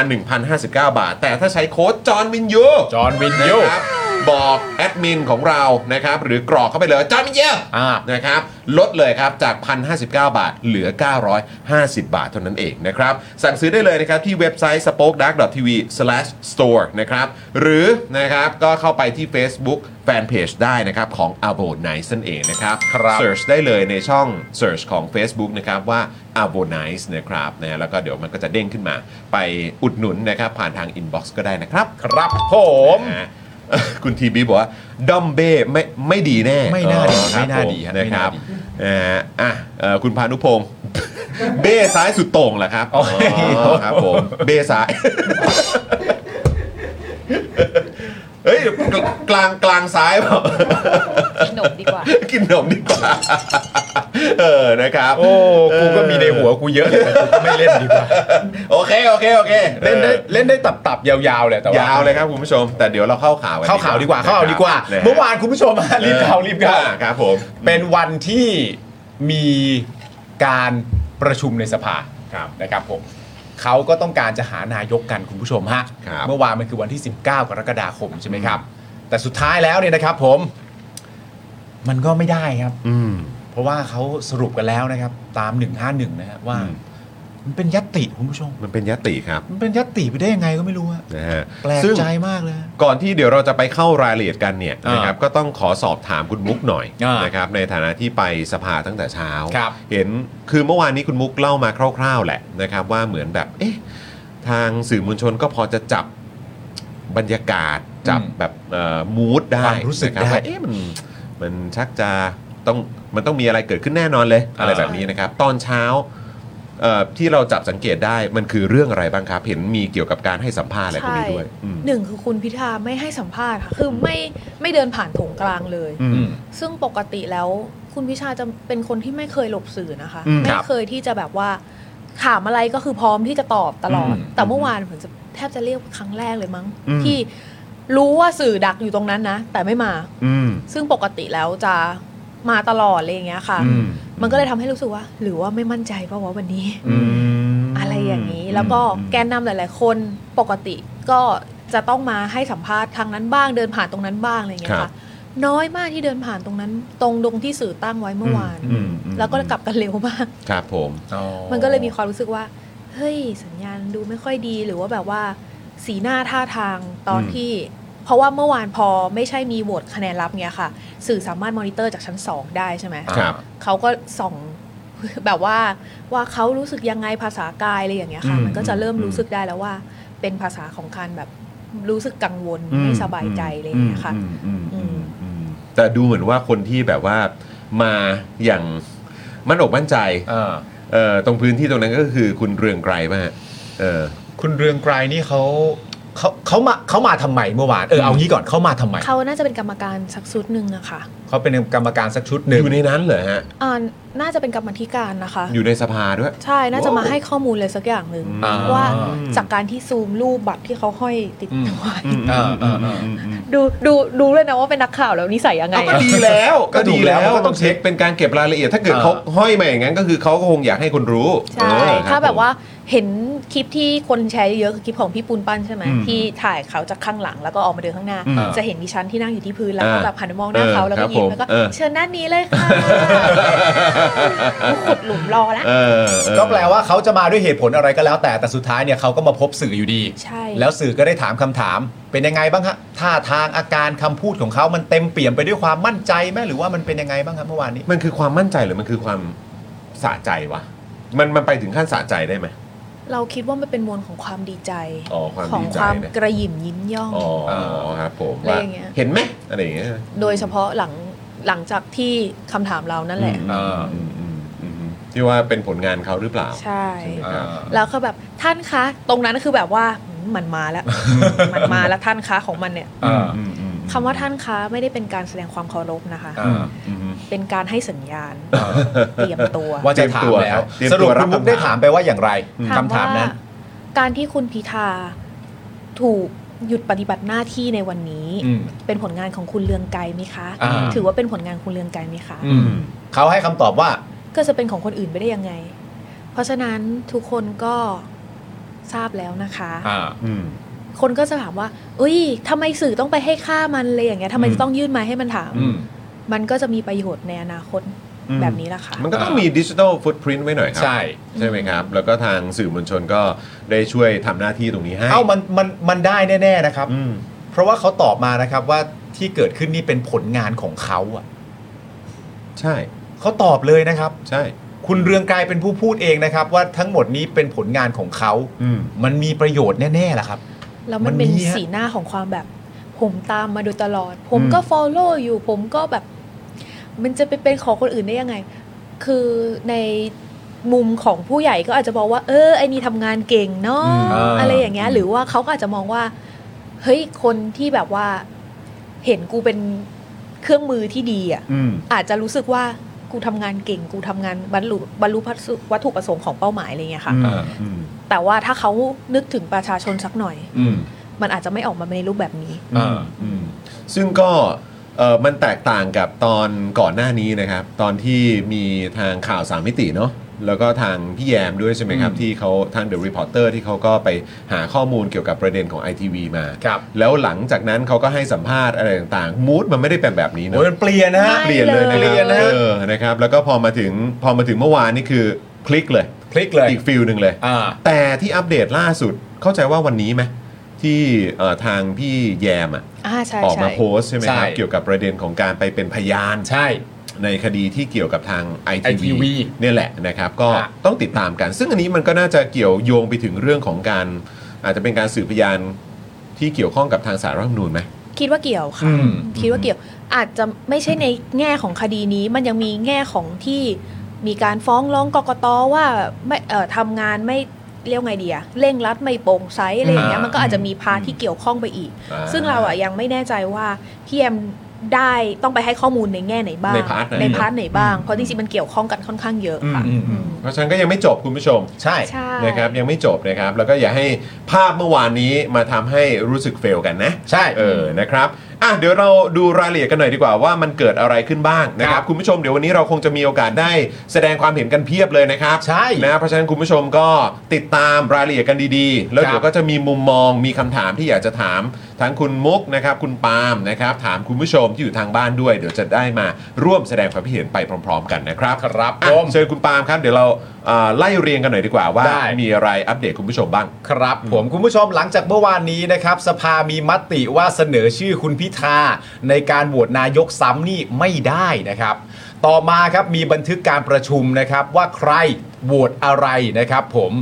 1,059 บาท แต่ถ้าใช้โค้ดจอห์นวินยู
จอห์นวิน
นะ
ยู
ครับบอกแอดมินของเรานะครับหรือกรอกเข้าไปเลยจานเยอะ
อ่า
นะครับลดเลยครับจาก 1,059 บาท เหลือ 950 บาทเท่านั้นเองนะครับ สั่งซื้อได้เลยนะครับที่เว็บไซต์ spokedark.tv/store นะครับหรือนะครับก็เข้าไปที่ Facebook แฟนเพจได้นะครับของ a b o n i c e นั่นเองนะครับ Search ได้เลยในช่อง Search ของ Facebook นะครับว่า a b o n i c e นะครับนะแล้วก็เดี๋ยวมันก็จะเด้งขึ้นมาไปอุดหนุนนะครับผ่านทาง Inbox ก็ได้นะครับ
ครับผม
นะฮะ คุณทีบีบอกว่าด้อมเบ้ไม่ไม่ดีแน่
ไม่น่าดี
อ๋อครับ
ไม่น่า
ผม
ดีฮะ
นะครับ
ไม่น่าดี
นะฮะอ่ะเอ่อคุณพานุพงศ์ เบ้ซ้ายสุดโต่งเหรอครับ
โอ้ย
อครับผมเบ้ซ้าย เฮ้ยกลางกลางซ้ายเปล่า
ขนมดีกว่า
กินขนมดีกว่า เออนะครับ
โอ้กูก็มีในหัวกูเยอะเลยแต่กูก็ไม่เล่นดีกว่า
โอเคโอเคโอเค
เล่นได้
ออ
เล่นได้ตับๆยาวๆเลยแต่ว่า
ยาวเลยครับคุณผู้ชม แต่เดี๋ยวเราเข้าข่าว
เข้าข่าวดีกว่าเข้าข่าวดีกว่า
ะฮะ
เมื่อวานคุณผู้ชม รีบข่าวรีบข่าว
ครับผม
เป็นวันที่มีการประชุมในสภานะครับผม เขาก็ต้องการจะหานายกกันคุณผู้ชมฮะ เมื่อวานมันคือวันที่ 19 กรกฎาคมใช่ไหมครับ แต่สุดท้ายแล้วเนี่ยนะครับ ผม มันก็ไม่ได้ครับ เพราะว่าเขาสรุปกันแล้วนะครับ ตาม 151 นะฮะว่า มันเป็นยัตติคุณผู้ชม
มันเป็นยติครับ
มันเป็นยัตติไปได้ยังไงก็ไม่รู้อะ
นะฮะ
แปลก
ซึ่ง
ใจมากเลย
ก่อนที่เดี๋ยวเราจะไปเข้ารายละเอียดกันเนี่ย
อ่าน
นะครับก็ต้องขอสอบถามคุณมุกหน่อย
อ่า
นะครับในฐานะที่ไปสภาตั้งแต่เช้า
ครับ
เห็นคือเมื่อวานนี้คุณมุกเล่ามาคร่าว ๆ แหละนะครับ ว่าเหมือนแบบเอ๊ะทางสื่อมวลชนก็พอจะจับบรรยากาศจับแบบมูดได้
ความรู้สึก
นะคบ
ได้
ว่าเอ๊ะมันมันชักจะต้องมันต้องมีอะไรเกิดขึ้นแน่นอนเลย อะไรแบบนี้นะครับ ตอนเช้าเอ่อที่เราจับสังเกตได้มันคือเรื่องอะไรบ้างครับ เห็นมีเกี่ยวกับการให้สัมภาษณ์อะไรพวกนี้ด้วยอืม
หนึ่งคือคุณพิธาไม่ให้สัมภาษณ์ค่ะ คือไม่ไม่เดินผ่านโถงกลางเลย
อืม
ซึ่งปกติแล้วคุณพิชาจะเป็นคนที่ไม่เคยหลบสื่อนะคะ
อืมค
ไม่
รับ
เคยที่จะแบบว่าถามอะไรก็คือพร้อมที่จะตอบตลอด
อืม
แต่เมื่อวานเหมือนจะแทบจะเรียกครั้งแรกเลยมั้ง
อืม
ที่รู้ว่าสื่อดักอยู่ตรงนั้นนะ แต่ไม่มา
อืม
ซึ่งปกติแล้วจะมาตลอดอะไรอย่างเงี้ยค่ะ
อืม
มันก็เลยทำให้รู้สึกว่า หรือว่าไม่มั่นใจป่าวะวันนี้
อืม
อะไรอย่างนี้แล้วก็แกนนำหลาย ๆ คนปกติก็จะต้องมาให้สัมภาษณ์ทางนั้นบ้างเดินผ่านตรงนั้นบ้างอะไรอย่างเงี้
ค
ย
รั
ค่ะ
บ
น้อยมากที่เดินผ่านตรงนั้น ตรงตรงที่สื่อตั้งไว้เมื่อวาน
อืมอืม
แล้วก็กลับกันเร็วมาก
ครับผม
มันก็เลยมีความรู้สึกว่า เฮ้ยสัญญาณดูไม่ค่อยดีหรือว่าแบบว่า สีหน้าท่าทางตอน
อืม
ที่ เพราะว่าเมื่อวานพอไม่ใช่มีโหวตคะแนนลับเงี้ยค่ะ สื่อสามารถมอนิเตอร์จากชั้นสองได้ใช่ไหม
ครับ
เขาก็ส่อง แบบว่าว่าเขารู้สึกยังไงภาษากายอะไรอย่างเงี้ยค่ะ
อืม
มันก็จะเริ่ม
อืม
รู้สึกได้แล้วว่า เป็นภาษาของการแบบรู้สึกกังวล
อืม
ไม่สบายใจอะไรอย่างเงี้ยค่ะ
อืมอืมอืมอืมแต่ดูเหมือนว่าคนที่แบบว่ามาอย่างมั่นอกมั่นใจเอ่อตรงพื้นที่ตรงนั้นก็คือคุณเรืองไกรมากเออ
คุณเรืองไกรนี่เขาเขาเขามาเขามาทำไมเมื่อวานเออเอางี้ก่อนเขามาทำไม
เขาน่าจะเป็นกรรมการสักชุดหนึ่งนะคะ
เขาเป็นกรรมการสักชุดหนึ่ง
อยู่ในนั้นเหรอฮะ
อ่าน่าจะเป็นกรรมธิการนะคะ
อยู่ในสภาด้วย
ใช่น่าจะมาให้ข้อมูลเลยสักอย่างหนึ่ง
อ่า
ว่าจากการที่ซูมรูปบัตรที่เขาห้อยติดตัวไว้
อืมอืมอืมอืมอืมอืม
ดูดูดูเลยนะว่าเป็นนักข่าวแล้วนิสัยยังไง
เอาก็ดีแล้วก็ดีแล้ว
ก็
ก็
ต้
ต้อ
อง
ง
เช็
เช็ค
ค
เป็นการเก็บรายละเอียดถ้าเกิด
อ่า
เขาห้อยมาอย่างนั้นก็คือเขาก็คงอยากให้คนรู้
ใช่
เออครับ
ถ้าแบบ
ผม
ว่าเห็นคลิปที่คนแชร์เยอะคือคลิปของพี่ปูนปั้นใช่ไหม
อืม
ที่ถ่ายเขาจากข้างหลังแล้วก็ออกมาเดินข้างหน้า
อืม
จะเห็นดิฉันที่นั่งอยู่ที่พื้นแล้ว
อ่า
ก็แบบหันไปมองหน้าเขา
เออ
แล้วก็
ค
ยิ้
รับผม ม
แล้วก็
เออ
เชิญด้านนี้เลย ค่ะขุดหลุมรอแล้ว
เออเออ
ก็แปลว่าเขาจะมาด้วยเหตุผลอะไรก็แล้วแต่แต่สุดท้ายเนี่ยเขาก็มาพบสื่ออยู่ดี
ใช่
แล้วสื่อก็ได้ถามคำถาม เป็นยังไงบ้างฮะท่าทางอาการคำพูดของเขามันเต็มเปี่ยมไปด้วยความมั่นใจไหมหรือว่ามันเป็นยังไงบ้างครับเมื่อวานนี้
มันคือความมั่นใจหรือมันคือความสะใจวะ มันมันไปถึงขั้นสะใจได้ไหม
เราคิดว่ามันเป็นมวลของความดีใจ
อ๋อความ
ของ
ดีใจ
ความ
นะ
กระหยิ่มยิ้มย่อง
อ๋อครับผม
อะไร
ว่า
อย่างเงี้ย
เห็นไหมอะไรอย่างเงี้ย
โดยเฉพาะหลังหลังจากที่คำถามเรานั่นแหละ
อืมอืมอืมอืมอืมที่ว่าเป็นผลงานเขาหรือเปล่า
ใช่
ไหมครับ
แล้วเขาแบบท่านคะตรงนั้นคือแบบว่าหืมมันมาแล้ว มันมาแล้วท่านคะของมันเนี่ย
อืมอืมอืม
คำว่าท่านคะไม่ได้เป็นการแสดงความเคารพนะคะ
อืมอืม
เป็นการให้สัญญาณ
อ่า
เตรียมตัว
ว่าจะถามแล้ว
เตรียม
ส
ตั
รุป
วรับ
คุณมุกได้ถามไปว่าอย่างไรคำถาม
ว่
นั้น
การที่คุณพิธาถูกหยุดปฏิบัติหน้าที่ในวันนี้
อืม
เป็นผลงานของคุณเลืองไกรไหมคะ
อ่า
ถือว่าเป็นผลงานคุณเลืองไกรไหมคะ
อืมเขาให้คำตอบว่า
ก็จะเป็นของคนอื่นไปได้ยังไง เพราะฉะนั้นทุกคนก็ทราบแล้วนะคะ
อ่า
อืม
คนก็จะถามว่าเอ้ยทำไมสื่อต้องไปให้ค่ามันเลยอย่างเงี้ยทำไม
อืม
จะต้องยื่นไมาให้มันถาม
อืม
มันก็จะมีประโยชน์ในอนาคต
อืม
แบบนี้แหละค่ะ
มันก็ต้องมีดิจิทัลฟุตพิ้นไว้หน่อยครั
ใช่
ใช่ไหมครับ แล้วก็ทางสื่อมวลชนก็ได้ช่วยทำหน้าที่ตรงนี้ให้
เอ้ามันมันมันได้แน่ ๆ นะครับ
อืม
เพราะว่าเขาตอบมานะครับว่าที่เกิดขึ้นนี่เป็นผลงานของเขาอ่ะ
ใช่
เขาตอบเลยนะครับ
ใช่
คุณเรืองไกลเป็นผู้พูดเองนะครับ ว่าทั้งหมดนี้เป็นผลงานของเขา
อืม
มันมีประโยชน์แน่ๆล่ะครับ
แล้วมัน
มัน
เป็น
มีฮะ
สีหน้าของความแบบ ผมตามมาโดยตลอด ผม
อืม
ก็ follow อยู่ผมก็แบบ มันจะไปเป็นของคนอื่นได้ยังไง คือในมุมของผู้ใหญ่ก็อาจจะบอกว่า เออไอ้นี่ทำงานเก่งเนาะ
อืม
อะไรอย่างเงี้ย หรือว่าเขาก็อาจจะมองว่า เฮ้ยคนที่แบบว่า เห็นกูเป็นเครื่องมือที่ดีอ่ะ
อืม
อาจจะรู้สึกว่ากูทำงานเก่ง กูทำงานบรรลุบรรลุวัตถุประสงค์ของเป้าหมายอะไรเงี้ยค่ะ
อืม
อ่า
อืม
แต่ว่าถ้าเขานึกถึงประชาชนสักหน่อย
อืม
มันอาจจะไม่ออกมาในรูปแบบนี้
อ่า
อืมซึ่งก็เอ่อมันแตกต่างกับตอนก่อนหน้านี้นะครับ ตอนที่มีทางข่าวสามมิติเนาะ แล้วก็ทางพี่แยมด้วยใช่ไหมครับ ที่เขาทาง The Reporter ที่เขาก็ไปหาข้อมูลเกี่ยวกับประเด็นของ ITV มา แล้วหลังจากนั้นเขาก็ให้สัมภาษณ์อะไรต่างๆมูดมันไม่ได้เป็นแบบนี้นะ
โอ้ยมันเปลี่ยนนะฮะ
เปลี่ยนเลยนะ
เปลี่ยน
ค
นะ
รับ
ฮะ
เออนะครับแล้วก็พอมาถึงพอมาถึงเมื่อวานนี่คือคลิกเลย
คลิกเลย
อีกฟิลหนึ่งเลย แต่ที่อัปเดตล่าสุดเข้าใจว่าวันนี้ไหมที่เอ่อทางพี่แยมอะ
อ่าใช่
ออกมา
ใช่
โพสต์ใช่ไหมครับ
ใช่
เกี่ยวกับประเด็นของการไปเป็นพยาน
ใช่
ในคดีที่เกี่ยวกับทาง ITV,
ITV
เนี่ยแหละนะครับ ก็
ฮะ
ต้องติดตามกัน ซึ่งอันนี้มันก็น่าจะเกี่ยวโยงไปถึงเรื่องของการ อาจจะเป็นการสืบพยานที่เกี่ยวข้องกับทางสารรัฐธรรมนูญไหม
คิดว่าเกี่ยว
อื
ค่ะ
ม
คิดว่าเกี่ยว อาจจะไม่ใช่ในแง่ของคดีนี้ มันยังมีแง่ของที่มีการฟ้องร้องกกตว่าไม่เอ่อทำงานไม่เรียกไงดีอะเร่งรัดไม่โปร่งใสอะไรอย่างเงี้ย
อ่ามั
มันก็อาจจะมีพาร์ทที่เกี่ยวข้องไปอีก
อ่า
ซึ่งเราอะยังไม่แน่ใจว่าพี่แอมได้ต้องไปให้ข้อมูลในแง่ไหนบ้าง
ในพาร์ทไหน
ในพาร์ทไหนบ้าง เพราะจริงๆมันเกี่ยวข้องกันค่อนข้างเยอะค่ะ
เพราะฉะนั้นก็ยังไม่จบคุณผู้ชมใช่
ใช่
นะครับยังไม่จบนะครับ แล้วก็อย่าให้ภาพเมื่อวานนี้มาทำให้รู้สึกเฟลกันนะ ใช่เออนะครับอ่ะเดี๋ยวเราดูรายละเอียดกันหน่อยดีกว่าว่ามันเกิดอะไรขึ้นบ้างนะครับคุณผู้ชมเดี๋ยววันนี้เราคงจะมีโอกาสได้แสดงความเห็นกันเพียบเลยนะครับใช่นะเพราะฉะนั้นคุณผู้ชมก็ติดตามรายละเอียดกันดีๆ แล้วเดี๋ยวก็จะมีมุมมองมีคำถามที่อยากจะถามทั้งคุณมุกนะครับคุณปาล์มนะครับถามคุณผู้ชมที่อยู่ทางบ้านด้วย เดี๋ยวจะได้มาร่วมแสดงความคิดเห็นไปพร้อม ๆ กันนะครับครับผมเชิญคุณปาล์มครับเดี๋ยวเราเอ่อไล่เรียงกันหน่อยดีกว่าว่า
ได้
มีอะไรอัปเดตคุณผู้ชมบ้าง
ครับผมคุณผู้ชมหลังจากเมื่อวานนี้นะครับ สภามีมติว่าเสนอชื่อคุณพิธาในการโหวตนายกซ้ำนี่ไม่ได้นะครับ ต่อมาครับมีบันทึกการประชุมนะครับว่าใครโหวตอะไรนะครับผม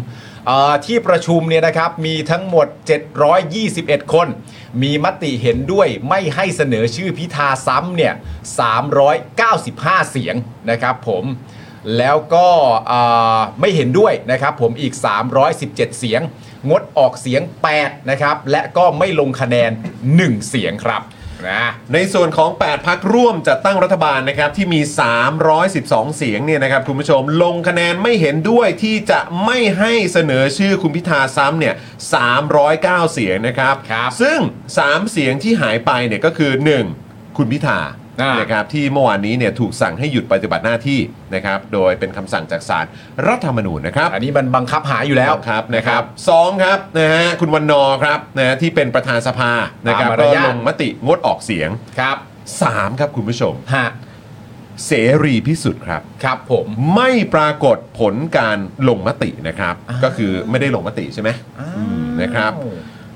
เอ่อที่ประชุมเนี่ยนะครับมีทั้งหมด 721 คน มีมติเห็นด้วยไม่ให้เสนอชื่อพิธาซ้ำเนี่ย395 เสียงนะครับผม แล้วก็อ่าไม่เห็นด้วยนะครับผมอีก 317 เสียง งดออกเสียง 8 นะครับ และก็ไม่ลงคะแนน 1 เสียงครับนะ
ในส่วนของ 8 พักร่วมจัดตั้งรัฐบาลนะครับที่มี 312 เสียงเนี่ยนะครับคุณผู้ชมลงคะแนนไม่เห็นด้วยที่จะไม่ให้เสนอชื่อคุณพิธาซ้ำเนี่ย309 เสียงนะครับครับซึ่ง 3 เสียงที่หายไปเนี่ยก็คือ 1 คุณพิธานะครับที่เมื่อวานนี้เนี่ยถูกสั่งให้หยุดปฏิบัติหน้าที่นะครับโดยเป็นคำสั่งจากศาลรัฐธรรมนูญนะครับ
อันนี้มันบังคับหาอยู่แล้ว
ครับนะครับสองครับนะฮะคุณวันนอร์ครับนะฮะที่เป็นประธานสภานะครับ
ตามมา
ก็
รยาท
ลงมติงดออกเสียง
ครับ
สามครับคุณผู้ชม
ฮะ
เสรีพิสุทธิ์ครับ
ครับผม
ไม่ปรากฏผลการลงมตินะครับ ก็คือไม่ได้ลงมติใช่ไหมอืมนะครับ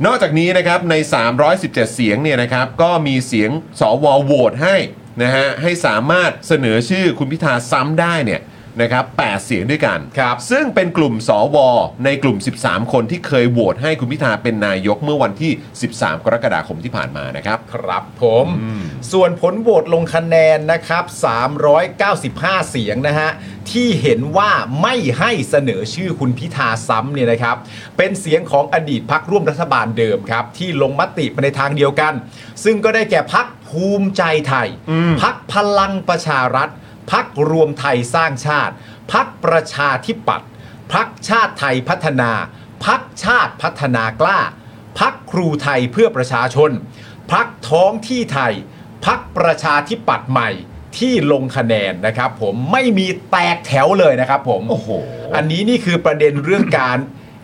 นอกจากนี้นะครับใน 317 เสียงเนี่ยนะครับ ก็มีเสียงสวโหวตให้นะฮะให้สามารถเสนอชื่อคุณพิธาซ้ำได้เนี่ยนะครับ8เสียงด้วยกันครับ ซึ่งเป็นกลุ่มสวในกลุ่ม 13 คนที่เคยโหวตให้คุณพิธาเป็นนายกเมื่อวันที่ 13 กรกฎาคมที่ผ่านมานะครับ
ครับผม ส่วนผลโหวตลงคะแนนนะครับ 395 เสียงนะฮะ ที่เห็นว่าไม่ให้เสนอชื่อคุณพิธาซ้ำเนี่ยนะครับ เป็นเสียงของอดีตพักร่วมรัฐบาลเดิมครับ ที่ลงมติไปในทางเดียวกัน ซึ่งก็ได้แก่พักภูมิใจไทย พักพลังประชารัฐ พักรวมไทยสร้างชาติ พักประชาธิปัตย์พักชาติไทยพัฒนา พักชาติพัฒนากล้า พักครูไทยเพื่อประชาชน พักท้องที่ไทย พักประชาธิปัตย์ใหม่ที่ลงคะแนนนะครับผมไม่มีแตกแถวเลยนะครับผมโอ้โหอันนี้นี่คือประเด็นเรื่องการ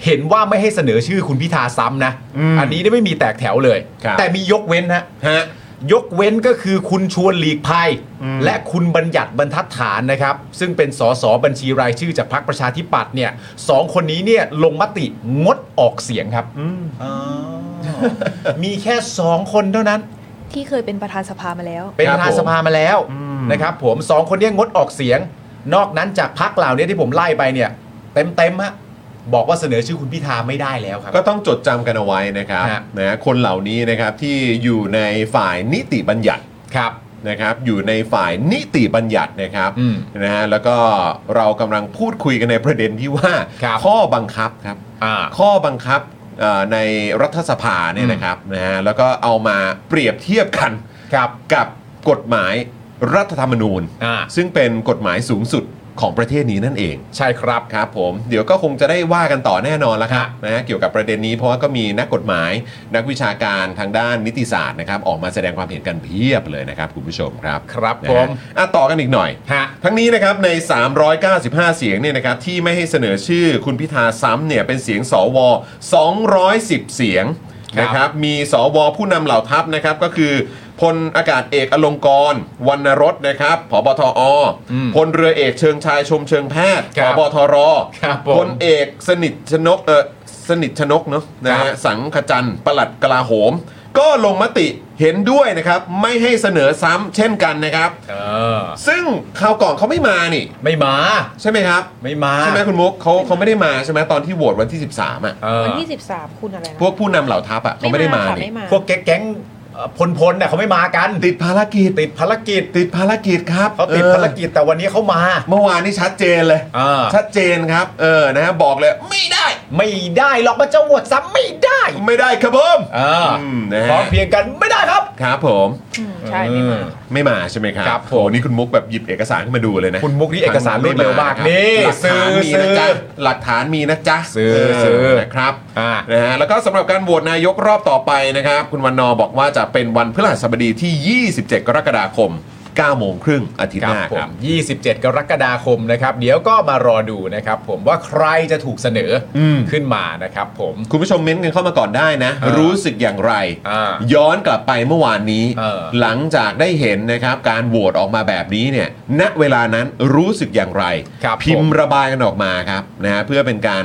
เห็นว่าไม่ให้เสนอชื่อคุณพิธาซ้ำนะ อันนี้นี่ไม่มีแตกแถวเลย
ครับ
แต่มียกเว้นนะยกเว้นก็คือคุณชวนหลีกภัย
อืม
และคุณบัญญัติบรรทัดฐานนะครับ ซึ่งเป็นสสบัญชีรายชื่อจากพรรคประชาธิปัตย์เนี่ยสองคนนี้เนี่ยลงมติงดออกเสียงครับอ๋อ มีแค่สองคนเท่านั้น
ที่เคยเป็นประธานสภามาแล้ว
เป็นประธานสภามาแล้วนะครับผมสองคนเนี้งดออกเสียง นอกนั้นจากพักเหล่านี้ที่ผมไล่ไปเนี่ย เต็มเต็มๆฮะบอกว่าเสนอชื่อคุณพิธาไม่ได้แล้วครับ
ก็ต้องจดจำกันเอาไว้นะครับนะคนเหล่านี้นะครับที่อยู่ในฝ่ายนิติบัญญัติ
ครับ
นะครับ อยู่ในฝ่ายนิติบัญญัตินะครับ
อืม
นะฮะแล้วก็เรากำลังพูดคุยกันในประเด็นที่ว่าข้อบังคับครับข้อบังคับเอ่อในรัฐสภาเนี่ยนะครับนะฮะแล้วก็เอามาเปรียบเทียบกันกับกฎหมายรัฐธรรมนูญ ซึ่งเป็นกฎหมายสูงสุด ของประเทศนี้นั่นเอง ใช่ครับครับผมเดี๋ยวก็คงจะได้ว่ากันต่อแน่นอนแล้วครับนะฮะเกี่ยวกับประเด็นนี้เพราะว่าก็มีนักกฎหมาย นักวิชาการทางด้านนิติศาสตร์นะครับออกมาแสดงความเห็นกันเพียบเลยนะครับคุณผู้ชมครับครับ
ผม
อ่ะต่อกันอีกหน่อย ทั้งนี้นะครับใน 395 เสียงเนี่ยนะครับที่ไม่ให้เสนอชื่อคุณพิธาซ้ำเนี่ยเป็นเสียงสว 210 เสียงนะครับมีสวผู้นำเหล่าทัพนะครับก็คือพลอากาศเอกอลงกรณ์วรรณรสนะครับผบทออ
ม
พลเรือเอกเชิงชายชมเชิงแพทย์
ค
ผ
รับบ
ทร
ครับผม
พลเอกสนิทชนกเออสนิทชนกเนาะนะ
ครั
ฮะ
บ
สังขจันทร์ปลัดกลาโหม ก็ลงมติเห็นด้วยนะครับไม่ให้เสนอซ้ำเช่นกันนะครับ
เออ
ซึ่งคราวก่อนเขาไม่มานี่
ไม่มา
ใช่ไหมครับ
ไม่มา
ใช่ไหมคุณมุกเขาเขาไม่ได้มาใช่ไหมตอนที่โหวตวันที่ 13อ่ะ
เออ
วันที่ 13 คุณอะไรนะ
พวกผู้นำเหล่าทัพอ่ะเขาไม่ได้มา
ไม่มาค่ะ
นี่
ไม่มา
พวกแก๊งๆเอ่อพลๆเนี่ยเขาไม่มากัน
ติดภารกิจ
ติดภารกิจ
ติดภารกิจครับ
เขาติด
ออ
ภารกิจแต่วันนี้เขามา
เมื่อวานนี่ชัดเจนเลย
เออ
ชัดเจนครับ เออนะฮะบอกเลย ไม่ได้
ไม่ได้หรอกมันจะโหวตซ้ำไม่ได้
ไม่ได้ครับผม
เอออ
มนะ
พร้อ
ฮะ
มเพรียงกันไม่ได้ครับ
ครับผม
อืมใช่ไม่มา
ไม่มาใช่ไหมครับ
ครับผม
โหนี่คุณมุกแบบหยิบเอกสารขึ้นมาดูเลยนะ
คุณมุกนี่เอกสารรวดเร็วมาก
ครับ
นี่
หลัก
ซื้อ
ฐานมีนะ
ซื้อ
จ๊ะหลักฐานมีนะจ๊ะ
ซื้อซื้อ
นะครับ
อ่า
นะฮะแล้วก็สำหรับการโหวตนายกรอบต่อไปนะครับ คุณวันนอบอกว่าจะเป็นวันพฤหัสบดีที่ 27 กรกฎาคม 9 โมงครึ่งอาทิตย์
ค
ห
รับ
น้า
ผ
ครับ
ม27 กรกฎาคมนะครับ เดี๋ยวก็มารอดูนะครับผมว่าใครจะถูกเสนออ
ม
ขึ้นมานะครับผม
คุณผู้ชมเม้นต์กันเข้ามาก่อนได้นะ
เออ
รู้สึกอย่างไร
เออ
ย้อนกลับไปเมื่อวานนี้
เออ
หลังจากได้เห็นนะครับการโหวตออกมาแบบนี้เนี่ยณเวลานั้นรู้สึกอย่างไร
ครับ
พิม
ผ
พ์ระบายกันออกมาครับนะฮะเพื่อเป็นการ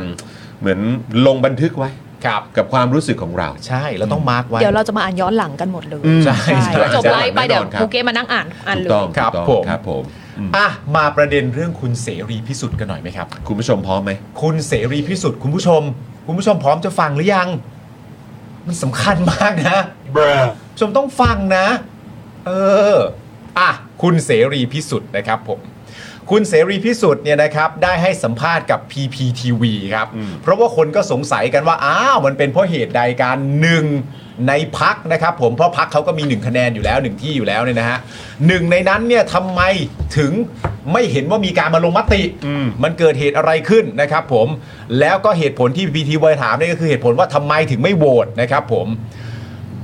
เหมือนลงบันทึกไว้
ครับ
กับความรู้สึกของเรา
ใช่เราต้องมาร์กไว้
เดี๋ยวเราจะมาอ่านย้อนหลังกันหมดเลย
อืม
ใช่
ใช่ใช่
จบไลฟ์ไป
แน่
เดี๋ย
น
ว
อนครับ
ครูเกมมานั่งอ่านอ่าน
ถู
เล
กต้อง
ย
ครับ
ถูกต้อง
ผม
ครับผมอืม
อ่ะมาประเด็นเรื่องคุณเสรีพิสุทธิ์กันหน่อยไหมครับ
คุณผู้ชมพร้อมไหม
คุณเสรีพิสุทธิ์คุณผู้ชม คุณผู้ชมพร้อมจะฟังหรือยัง มันสำคัญมากนะคุณผู้ชมต้องฟังนะ เอออ่ะคุณเสรีพิสุทธิ์นะครับผม คุณเสรีพิสุทธิ์เนี่ยนะครับได้ให้สัมภาษณ์กับ PPTV ครับ
อืม
เพราะว่าคนก็สงสัยกันว่า อ้าว มันเป็นเพราะเหตุใดการหนึ่งในพักนะครับผมเพราะพักเขาก็มีหนึ่งคะแนนอยู่แล้วหนึ่งที่อยู่แล้วเนี่ยนะฮะหนึ่งในนั้นเนี่ยทำไมถึงไม่เห็นว่ามีการมาลงมติ มันเกิดเหตุอะไรขึ้นนะครับผมแล้วก็เหตุผลที่ PPTV ถามเนี่ยก็คือเหตุผลว่าทำไมถึงไม่โหวตนะครับผม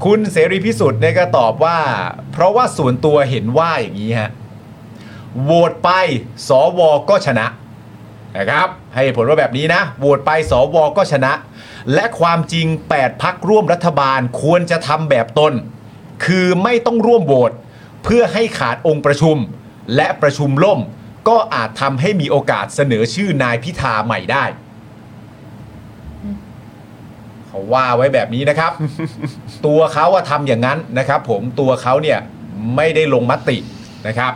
คุณเสรีพิสุทธิ์เนี่ยก็ตอบว่า เพราะว่าส่วนตัวเห็นว่าอย่างนี้ฮะ โหวตไปสวก็ชนะนะครับ ให้เหตุผลว่าแบบนี้นะ โหวตไปสวก็ชนะ และความจริง 8 พักร่วมรัฐบาลควรจะทำแบบตน คือไม่ต้องร่วมโหวตเพื่อให้ขาดองค์ประชุม และประชุมล่ม ก็อาจทำให้มีโอกาสเสนอชื่อนายพิธาใหม่ได้ เขาว่าไว้แบบนี้นะครับ ตัวเขาว่าทำอย่างนั้นนะครับ ผมตัวเขาเนี่ยไม่ได้ลงมตินะครับ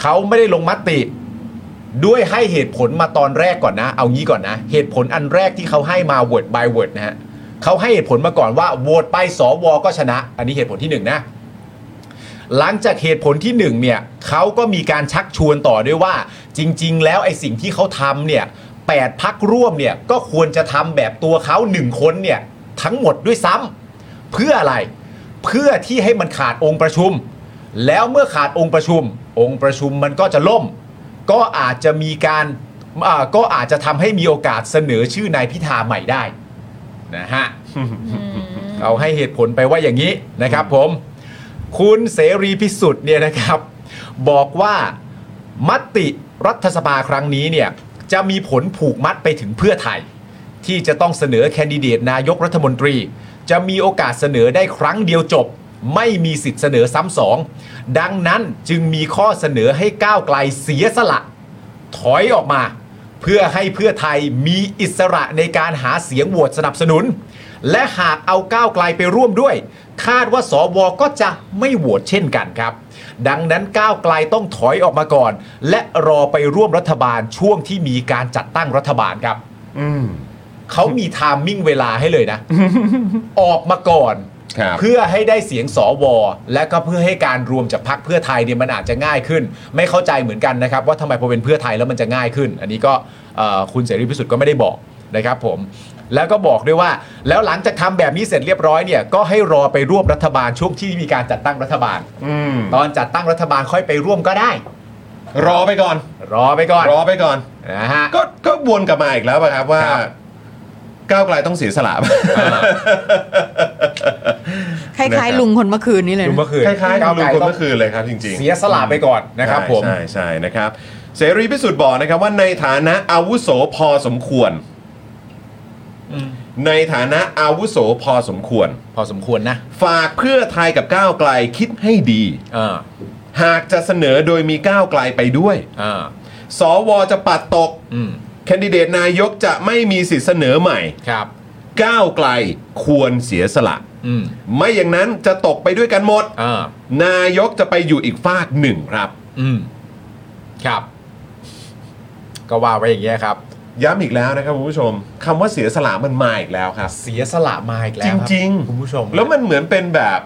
เขาไม่ได้ลงมติ ด้วยให้เหตุผลมาตอนแรกก่อนนะ เอางี้ก่อนนะ เหตุผลอันแรกที่เขาให้มา word by word นะฮะเขาให้เหตุผลมาก่อนว่าโหวตไปสวก็ชนะ อันนี้เหตุผลที่หนึ่งนะ หลังจากเหตุผลที่หนึ่งเนี่ยเขาก็มีการชักชวนต่อด้วยว่า จริง ๆ แล้วไอ้สิ่งที่เขาทำเนี่ยแปดพักร่วมเนี่ยก็ควรจะทำแบบตัวเขาหนึ่งคนเนี่ยทั้งหมดด้วยซ้ำเพื่ออะไรเพื่อที่ให้มันขาดองค์ประชุม แล้วเมื่อขาดองค์ประชุม องค์ประชุมมันก็จะล่ม ก็อาจจะมีการอ่าก็อาจจะทำให้มีโอกาสเสนอชื่อนายพิธาใหม่ได้นะฮะ เอาให้เหตุผลไปว่าอย่างนี้นะครับผม คุณเสรีพิสุทธิ์เนี่ยนะครับ บอกว่ามติรัฐสภาครั้งนี้เนี่ยจะมีผลผูกมัดไปถึงเพื่อไทย ที่จะต้องเสนอแคนดิเดตนายกรัฐมนตรี จะมีโอกาสเสนอได้ครั้งเดียวจบ ไม่มีสิทธิ์เสนอซ้ำสอง ดังนั้นจึงมีข้อเสนอให้ก้าวไกลเสียสละ ถอยออกมา เพื่อให้เพื่อไทยมีอิสระในการหาเสียงโหวตสนับสนุน และหากเอาก้าวไกลไปร่วมด้วย คาดว่าสวก็จะไม่โหวตเช่นกันครับ ดังนั้นก้าวไกลต้องถอยออกมาก่อน และรอไปร่วมรัฐบาลช่วงที่มีการจัดตั้งรัฐบาลครับเขามีไทามมิ่งเวลาให้เลยนะ ออกมาก่อน
ครับ
เพื่อให้ได้เสียงสวและก็เพื่อให้การรวมจากพักเพื่อไทยเนี่ยมันอาจจะง่ายขึ้น ไม่เข้าใจเหมือนกันนะครับ ว่าทำไมพอเป็นเพื่อไทยแล้วมันจะง่ายขึ้น อันนี้ก็เอ่อคุณเสรีพิสุทธิ์ก็ไม่ได้บอกนะครับผม แล้วก็บอกด้วยว่า แล้วหลังจากทำแบบนี้เสร็จเรียบร้อยเนี่ยก็ให้รอไปร่วมรัฐบาลช่วงที่มีการจัดตั้งรัฐบาล ตอนจัดตั้งรัฐบาลค่อยไปร่วมก็ได้
รอไปก่อน
รอไปก่อน
รอไปก่อน
นะฮะ
ก็ก็วนกลับมาอีกแล้วป่ะครับว่า ก้าวไกลต้องเสียสละป่ะ
คล้ายๆ ลุงคนเมื่อคืนนี้เลย
ลุง
นะ
เมื่อคืน
คล้ายๆกั
ก้า
บ
ว
ลุง
ไกล
คน
ต้อง
เมื่อคืนเลยครับจริงๆ
เสียสละไปก่อนนะครับผม
ใช่ใช่ใช่นะครับ เสรีพิสุทธิ์บอกนะครับว่าในฐานะอาวุโสพอสมควร ในฐานะอาวุโสพอสมควร
พอสมควรนะ
ฝากเพื่อไทยกับก้าวไกลคิดให้ดี
เออ
หากจะเสนอโดยมีก้าวไกลไปด้วย
เออ
สวจะปัดตก
อืม
แคนดิเดตนายกจะไม่มีสิทธิ์เสนอใหม่
ครับ
ก้าวไกลควรเสียสละ
อืม
ไม่อย่างนั้นจะตกไปด้วยกันหมด
เออน
ายกจะไปอยู่อีกฝากหนึ่งครับ
อืมครับ ก็ว่าไว้อย่างเงี้ยครับ
ย้ำอีกแล้วนะครับคุณผู้ชมคำว่าเสียสละมันมาอีกแล้วครับ
เสียสละมาอีกแล้วคบ
จริงๆ
คุณผู้ชม
แล้วมันเหมือนเป็นแบบ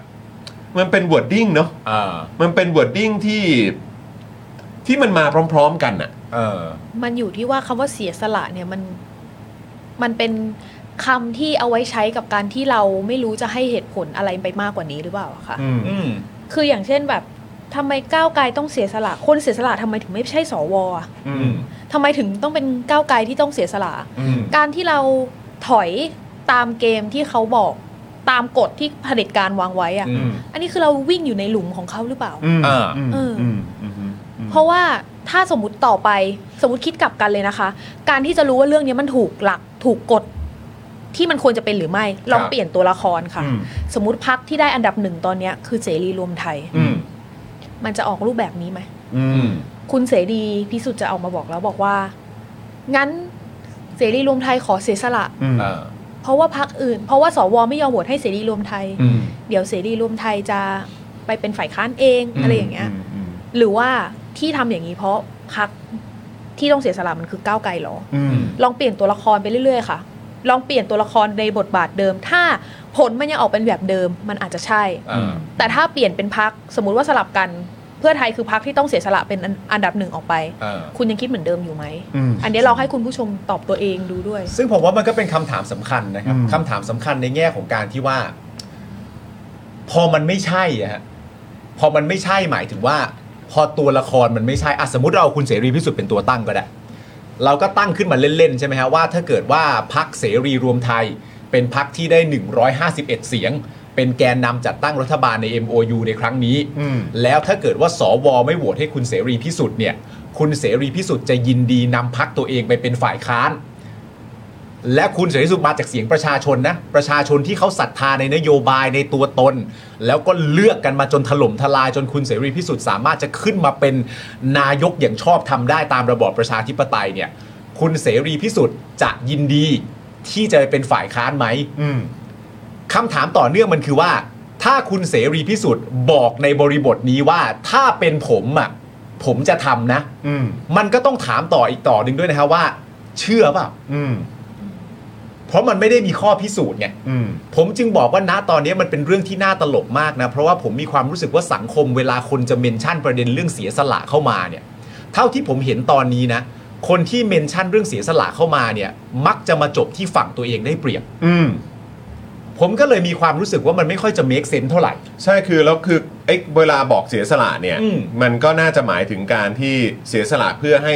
มันเป็นวอร์ดดิ้งเนาะ
เออ
มันเป็นวอร์ดดิ้งที่ที่มันมาพร้อม ๆ กันน่ะ
เออ
มันอยู่ที่ว่าคำว่าเสียสละเนี่ยมันมันเป็นคำที่เอาไว้ใช้กับการที่เราไม่รู้จะให้เหตุผลอะไรไปมากกว่านี้หรือเปล่าอะคะ
อืม
คืออย่างเช่นแบบทำไมก้าวไกลต้องเสียสละ คนเสียสละทำไมถึงไม่ใช่สวอะ
อืม
ทำไมถึงต้องเป็นก้าวไกลที่ต้องเสียสละ
อืม
การที่เราถอยตามเกมที่เขาบอกตามกฎที่เผด็จการวางไว้อะ
อืม
อันนี้คือเราวิ่งอยู่ในหลุมของเขาหรือเปล่า
เออ
เอออเพราะว่าถ้าสมมติต่อไปสมมติคิดกลับกันเลยนะคะ การที่จะรู้ว่าเรื่องนี้มันถูกหลักถูกกฎที่มันควรจะเป็นหรือไม่ ลองเปลี่ยนตัวละครค่ะ สมมติพักที่ได้อันดับหนึ่งตอนเนี้ยคือเสรีรวมไทย
อืม
มันจะออกรูปแบบนี้ไหม
อืม
คุณเสรีพิสุทธิ์จะออกมาบอกแล้วบอกว่า งั้นเสรีรวมไทยขอเสียสละ
อืม
เออ
เพราะว่าพักอื่น เพราะว่าสวไม่ยอมโหวตให้เสรีรวมไทย
อืม
เดี๋ยวเสรีรวมไทยจะไปเป็นฝ่ายค้านเองอะไรอย่างเงี้ย หรือว่าที่ทำอย่างนี้เพราะพักที่ต้องเสียสละมันคือก้าวไกลเหรอ
อืม
ลองเปลี่ยนตัวละครไปเรื่อยๆค่ะ ลองเปลี่ยนตัวละครในบทบาทเดิม ถ้าผลมันยังออกเป็นแบบเดิมมันอาจจะใช่
เออ
แต่ถ้าเปลี่ยนเป็นพักสมมุติว่าสลับกันเพื่อไทยคือพักที่ต้องเสียสละเป็นอันอันดับหนึ่งออกไป
เออ
คุณยังคิดเหมือนเดิมอยู่ไหม อันนี้เราให้คุณผู้ชมตอบตัวเองดูด้วย
ซึ่งผมว่ามันก็เป็นคำถามสำคัญนะครับคำถามสำคัญในแง่ของการที่ว่า พอมันไม่ใช่อะฮะพอมันไม่ใช่หมายถึงว่า พอตัวละครมันไม่ใช่อะสมมติเราเอาคุณเสรีพิสุทธิ์เป็นตัวตั้งก็ได้ เราก็ตั้งขึ้นมาเล่นๆใช่ไหมฮะว่าถ้าเกิดว่าพักเสรีรวมไทย เป็นพักที่ได้ 151 เสียง เป็นแกนนำจัดตั้งรัฐบาลใน MOU ในครั้งนี้ แล้วถ้าเกิดว่าสวไม่โหวตให้คุณเสรีพิสุทธิ์เนี่ย คุณเสรีพิสุทธิ์จะยินดีนำพักตัวเองไปเป็นฝ่ายค้าน และคุณเสรีพิสุทธิ์มาจากเสียงประชาชนนะ ประชาชนที่เขาศรัทธาในนโยบายในตัวตน แล้วก็เลือกกันมาจนถล่มทลาย จนคุณเสรีพิสุทธิ์สามารถจะขึ้นมาเป็นนายกอย่างชอบทำได้ตามระบอบประชาธิปไตยเนี่ย คุณเสรีพิสุทธิ์จะยินดีที่จะไปเป็นฝ่ายค้านไหม
อืม
คำถามต่อเนื่องมันคือว่า ถ้าคุณเสรีพิสุทธิ์บอกในบริบทนี้ว่าถ้าเป็นผมอ่ะผมจะทำนะ
อืม
มันก็ต้องถามต่ออีกต่อหนึ่งด้วยนะฮะว่า เชื่อเปล่า
อืม
เพราะมันไม่ได้มีข้อพิสูจน์ไง
อืม
ผมจึงบอกว่าณตอนนี้มันเป็นเรื่องที่น่าตลกมากนะ เพราะว่าผมมีความรู้สึกว่าสังคมเวลาคนจะเมนชั่นประเด็นเรื่องเสียสละเข้ามาเนี่ย เท่าที่ผมเห็นตอนนี้นะ คนที่เมนชั่นเรื่องเสียสละเข้ามาเนี่ย มักจะมาจบที่ฝั่งตัวเองได้เปรียบ
อืม
ผมก็เลยมีความรู้สึกว่ามันไม่ค่อยจะ make sense เท่าไหร่
ใช่คือแล้วคือไอ้เวลาบอกเสียสละเนี่ย
อืม
มันก็น่าจะหมายถึงการที่เสียสละเพื่อให้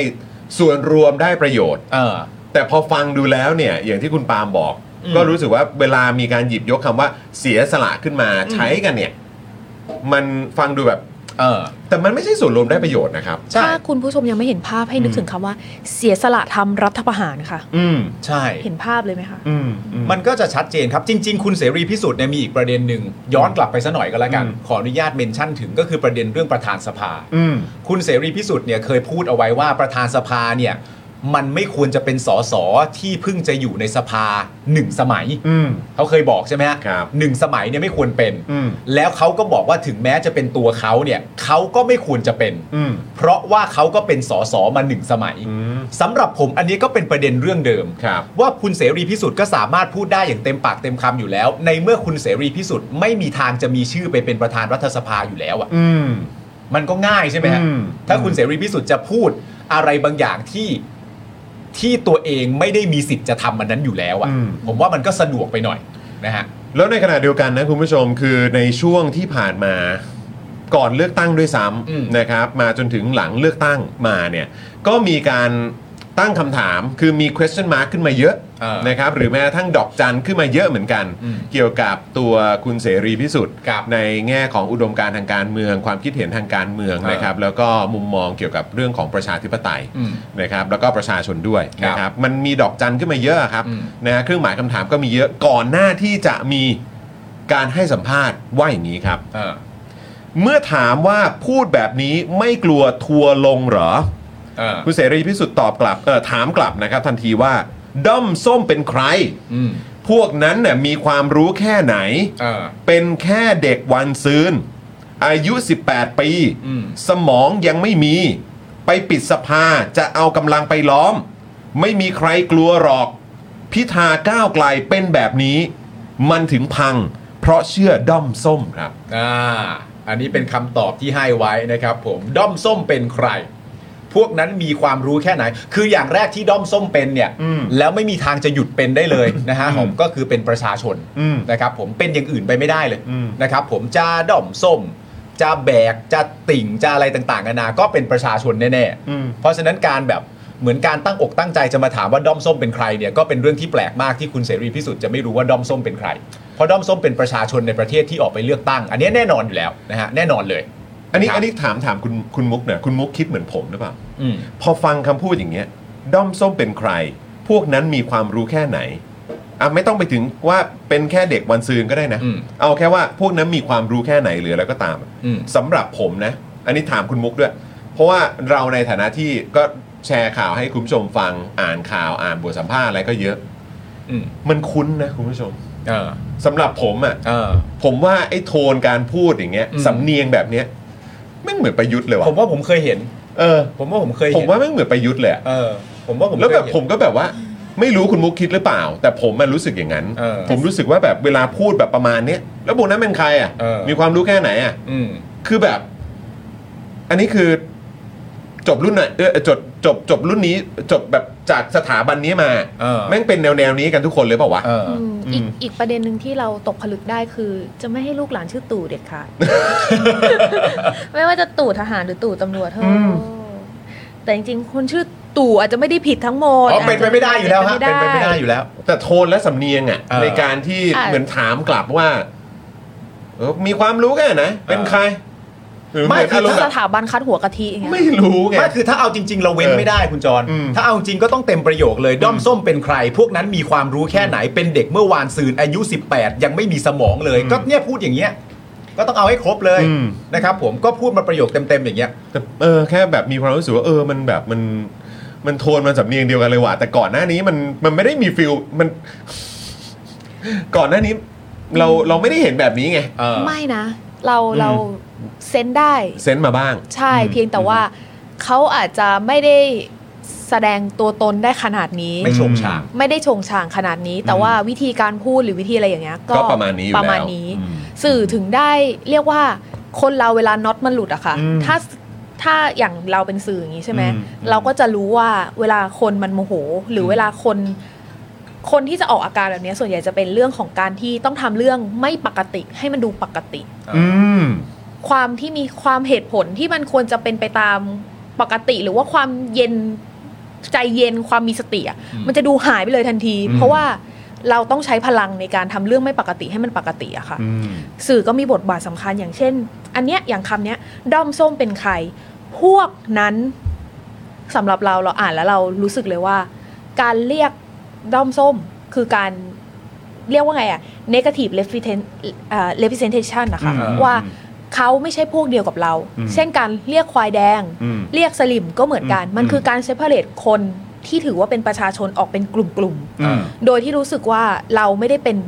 ส่วนรวมได้ประโยชน์
เออ
แต่พอฟังดูแล้วเนี่ย อย่างที่คุณปาล์มบอก
อืม
ก็รู้สึกว่าเวลามีการหยิบยกคำว่าเสียสละขึ้นมา
อืม
ใช้กันเนี่ย มันฟังดูแบบ
เออ
แต่มันไม่ใช่ส่วนรวมได้ประโยชน์นะครับ
ใช่
ถ้าคุณผู้ชมยังไม่เห็นภาพให้นึกถึงคำว่า เสียสละทำรัฐประหารค่ะ
อืม
ใช่
เห็นภาพเลยไหมคะ
อืมอืม
มันก็จะชัดเจนครับจริง ๆ คุณเสรีพิสุทธิ์เนี่ยมีอีกประเด็นหนึ่งย้อนกลับไปซะหน่อยก็แล้วกัน
อืม
ขออนุญาตเมนชั่นถึงก็คือประเด็นเรื่องประธานสภา
อืม
คุณเสรีพิสุทธิ์เนี่ยเคยพูดเอาไว้ว่าประธานสภาเนี่ยมันไม่ควรจะเป็นสสที่เพิ่งจะอยู่ในสภาหนึ่งสมัย
อืม
เขาเคยบอกใช่ไหมฮะ
ครับ
หนึ่งสมัยเนี่ยไม่ควรเป็น
อืม
แล้วเขาก็บอกว่าถึงแม้จะเป็นตัวเขาเนี่ยเขาก็ไม่ควรจะเป็น
อืม
เพราะว่าเขาก็เป็นสสมาหนึ่งสมัย
อืม
สำหรับผมอันนี้ก็เป็นประเด็นเรื่องเดิม
ครับ
ว่าคุณเสรีพิสุทธิ์ก็สามารถพูดได้อย่างเต็มปากเต็มคำอยู่แล้ว ในเมื่อคุณเสรีพิสุทธิ์ไม่มีทางจะมีชื่อไปเป็นประธานรัฐสภาอยู่แล้วอ่ะ
อืม
มันก็ง่ายใช่ไหมฮะ
อืม
ถ้าคุณเสรีพิสุทธิ์จะพูดอะไรบางอย่างที่ที่ตัวเองไม่ได้มีสิทธิ์จะทำมันนั้นอยู่แล้วอ่ะ
อืม
ผมว่ามันก็สะดวกไปหน่อยนะฮะ
แล้วในขณะเดียวกันนะคุณผู้ชมคือในช่วงที่ผ่านมา ก่อนเลือกตั้งด้วยซ้ำนะครับมาจนถึงหลังเลือกตั้งมาเนี่ยก็มีการตั้งคำถามคือมี question mark ขึ้นมาเยอะนะครับหรือแม้กระทั้งดอกจันขึ้นมาเยอะเหมือนกัน เกี่ยวกับตัวคุณเสรีพิสุทธิ์ในแง่ของอุดมการณ์ทางการเมือง ความคิดเห็นทางการเมือง
เออ
นะครับแล้วก็มุมมองเกี่ยวกับเรื่องของประชาธิปไตย
อืม
นะครับแล้วก็ประชาชนด้วย
ครับ
นะครับมันมีดอกจันขึ้นมาเยอะครับ
อืม
นะฮะเครื่องหมายคำถามก็มีเยอะก่อนหน้าที่จะมีการให้สัมภาษณ์ว่าอย่างนี้ครับ
เออ
เมื่อถามว่าพูดแบบนี้ไม่กลัวทัวร์ลงเหรอ
เออ
คุณเสรีพิสุทธิ์ตอบกลับเออถามกลับนะครับ ทันทีว่าด้อมส้มเป็นใคร
อืม
พวกนั้นน่ยมีความรู้แค่ไหน
เออ
เป็นแค่เด็กวันซืนอายุ 18 ปี
อืม
สมองยังไม่มี ไปปิดสภาจะเอากำลังไปล้อม ไม่มีใครกลัวหรอก พิธาก้าวไกลเป็นแบบนี้ มันถึงพัง เพราะเชื่อด้อมส้มครับ
อ่า อันนี้เป็นคำตอบที่ให้ไว้นะครับผม ด้อมส้มเป็นใคร พวกนั้นมีความรู้แค่ไหน คืออย่างแรกที่ด้อมส้มเป็นเนี่ย
อืม
แล้วไม่มีทางจะหยุดเป็นได้ เลยนะฮะ
อืม
ผมก็คือเป็นประชาชน
อืม
นะครับผมเป็นอย่างอื่นไปไม่ได้เลย
อืม
นะครับผมจะด้อมส้ม จะแบกจะติ่งจะอะไรต่างๆนานาก็เป็นประชาชนแน่
อืม
ๆ เพราะฉะนั้นการแบบเหมือนการตั้งอกตั้งใจจะมาถามว่าด้อมส้มเป็นใครเนี่ยก็เป็นเรื่องที่แปลกมากที่คุณเสรีพิสุทธิ์จะไม่รู้ว่าด้อมส้มเป็นใคร เพราะด้อมส้มเป็นประชาชนในประเทศที่ออกไปเลือกตั้ง อันนี้แน่นอนอยู่แล้วนะฮะแน่นอนเลย
อันนี้
ครับ
อันนี้ถามถามคุณคุณมุกหน่อยคุณมุกคิดเหมือนผมหรือเปล่า
อืม
พอฟังคำพูดอย่างเงี้ย ด้อมส้มเป็นใคร พวกนั้นมีความรู้แค่ไหนอ่ะไม่ต้องไปถึงว่าเป็นแค่เด็กวันซืนก็ได้นะ
อืม
เอาแค่ว่าพวกนั้นมีความรู้แค่ไหนหรืออะไรก็ตาม
อืม
สำหรับผมนะ อันนี้ถามคุณมุกด้วย เพราะว่าเราในฐานะที่ก็แชร์ข่าวให้คุณผู้ชมฟังอ่านข่าวอ่านบทสัมภาษณ์อะไรก็เยอะ
อืม
มันคุ้นนะคุณผู้ชม
เออ
สำหรับผมอะ่ะ
เออ
ผมว่าไอ้โทนการพูดอย่างเงี้ย
อืม
สำเนียงแบบเนี้ยไม่งเหมือนประยุทธ์เลย
ผ
ว่ะ
มว่าผมเคยเห็น
เออ
ผมว่าผมเคย
ผ
เห็
ม
น
ว่าไม่งเหมือนประยุทธ์เลยอะ
เออ ผมว่าผม
แล้วแบบ
เคย
ผ
เห็น
มก็แบบว่า ไม่รู้คุณมุกคิดหรือเปล่า แต่ผมมันรู้สึกอย่างนั้น
เออ
ผมรู้สึกว่าแบบเวลาพูดแบบประมาณเนี้ยแล้วพวกนั้นเป็นใครอ่ะ
เออ
มีความรู้แค่ไหนอ่ะ
อืม
คือแบบ อันนี้คือจบรุ่นไหนเออจบจบจบรุ่นนี้ จบแบบจากสถาบันนี้มา
เออ
แม่งเป็นแนวแนวนี้กันทุกคนเลยเปล่าวะ
เออ
อืมอีก
อืม
อีกประเด็นหนึ่งที่เราตกผลึกได้คือ จะไม่ให้ลูกหลานชื่อตู่เด็ดขาด ไม่ว่าจะตู่ทหารหรือตู่ตำรวจเท่าแต่จริงๆ คนชื่อตู่อาจจะไม่ได้ผิดทั้งหมด
อ๋อเป็นไปไม่ได้อยู่แล้วฮะ
เป็นไป
เป็นไปไม่
ไม่
ได้
ได้
อยู่แล้ว
แต่โทนและสำเนียงอ่ะ
เออ
ในการที่
อ่ะ
เหมือนถามกลับว่าเออมีความรู้แค่ไหนเป็นใครหรือ
ไม่
เหอนอารมณ์แบ
ส
บ
ถาบันคัดหัวกะทิอย่างเงี้ย
ไม่รู้ไง
ไม่คือถ้าเอาจริง ๆ เราเว้น
เออ
ไม่ได้คุณจร
อืม
ถ้าเอาจริงก็ต้องเต็มประโยคเลย ด้อมส้มเป็นใคร พวกนั้นมีความรู้แค่ไหน เป็นเด็กเมื่อวานซืนอายุ 18 ยังไม่มีสมองเลย
อืม
ก็เนี่ยพูดอย่างเงี้ย ก็ต้องเอาให้ครบเลย
อืม
นะครับผม ก็พูดมาประโยคเต็มๆอย่างเงี้ย
แต่เออแค่แบบมีความรู้สึกว่าเออมันแบบมัน มันโทนมันสำเนียงเดียวกันเลยว่ะแต่ก่อนหน้านี้มันมันไม่ได้มีฟิลมัน ก่อนหน้านี้ เราเราไม่ได้เห็นแบบนี้ไง
เออ
ไม่นะ เราเราเซนได้
เซนต์มาบ้าง
ใช่เพียงแต่ว่าเขาอาจจะไม่ได้แสดงตัวตนได้ขนาดนี้
ไม่ชงชาง
ไม่ได้ชงช่างขนาดนี้ แต่ว่าวิธีการพูดหรือวิธีอะไรอย่างเงี้ย
ก็ประมาณนี้อยู่
ประมาณ
แล้ว
นี้
อืม
สื่อถึงได้เรียกว่าคนเราเวลาน็อตมันหลุดอะค่ะ
อืม
ถ้าถ้าอย่างเราเป็นสื่ออย่างนี้ใช่ไหม
อืม
เราก็จะรู้ว่าเวลาคนมันโมโห หรือเวลาคน คนที่จะออกอาการแบบเนี้ยส่วนใหญ่จะเป็นเรื่องของการที่ต้องทำเรื่องไม่ปกติให้มันดูปกติ
อืม
ความที่มีความเหตุผลที่มันควรจะเป็นไปตามปกติ หรือว่าความเย็นใจเย็นความมีสติอะ
อืม
มันจะดูหายไปเลยทันที
อืม
เพราะว่าเราต้องใช้พลังในการทำเรื่องไม่ปกติให้มันปกติอะค่ะ
อืม
สื่อก็มีบทบาทสำคัญอย่างเช่น อันเนี้ยอย่างคำเนี้ยด้อมส้มเป็นใคร พวกนั้นสำหรับเราเราอ่านแล้วเรารู้สึกเลยว่า การเรียกด้อมส้มคือการเรียกว่าไงอะ negative represent- เอ่อ representation นะคะ
อืม
ว่าเขาไม่ใช่พวกเดียวกับเรา
อืม
เช่นการเรียกควายแดง
อืม
เรียกสลิมก็เหมือนกัน
อืม
มันคือการเซปเปอร์เรตคนที่ถือว่าเป็นประชาชนออกเป็นกลุ่มๆ
อืม
โดยที่รู้สึกว่าเราไม่ได้เป็น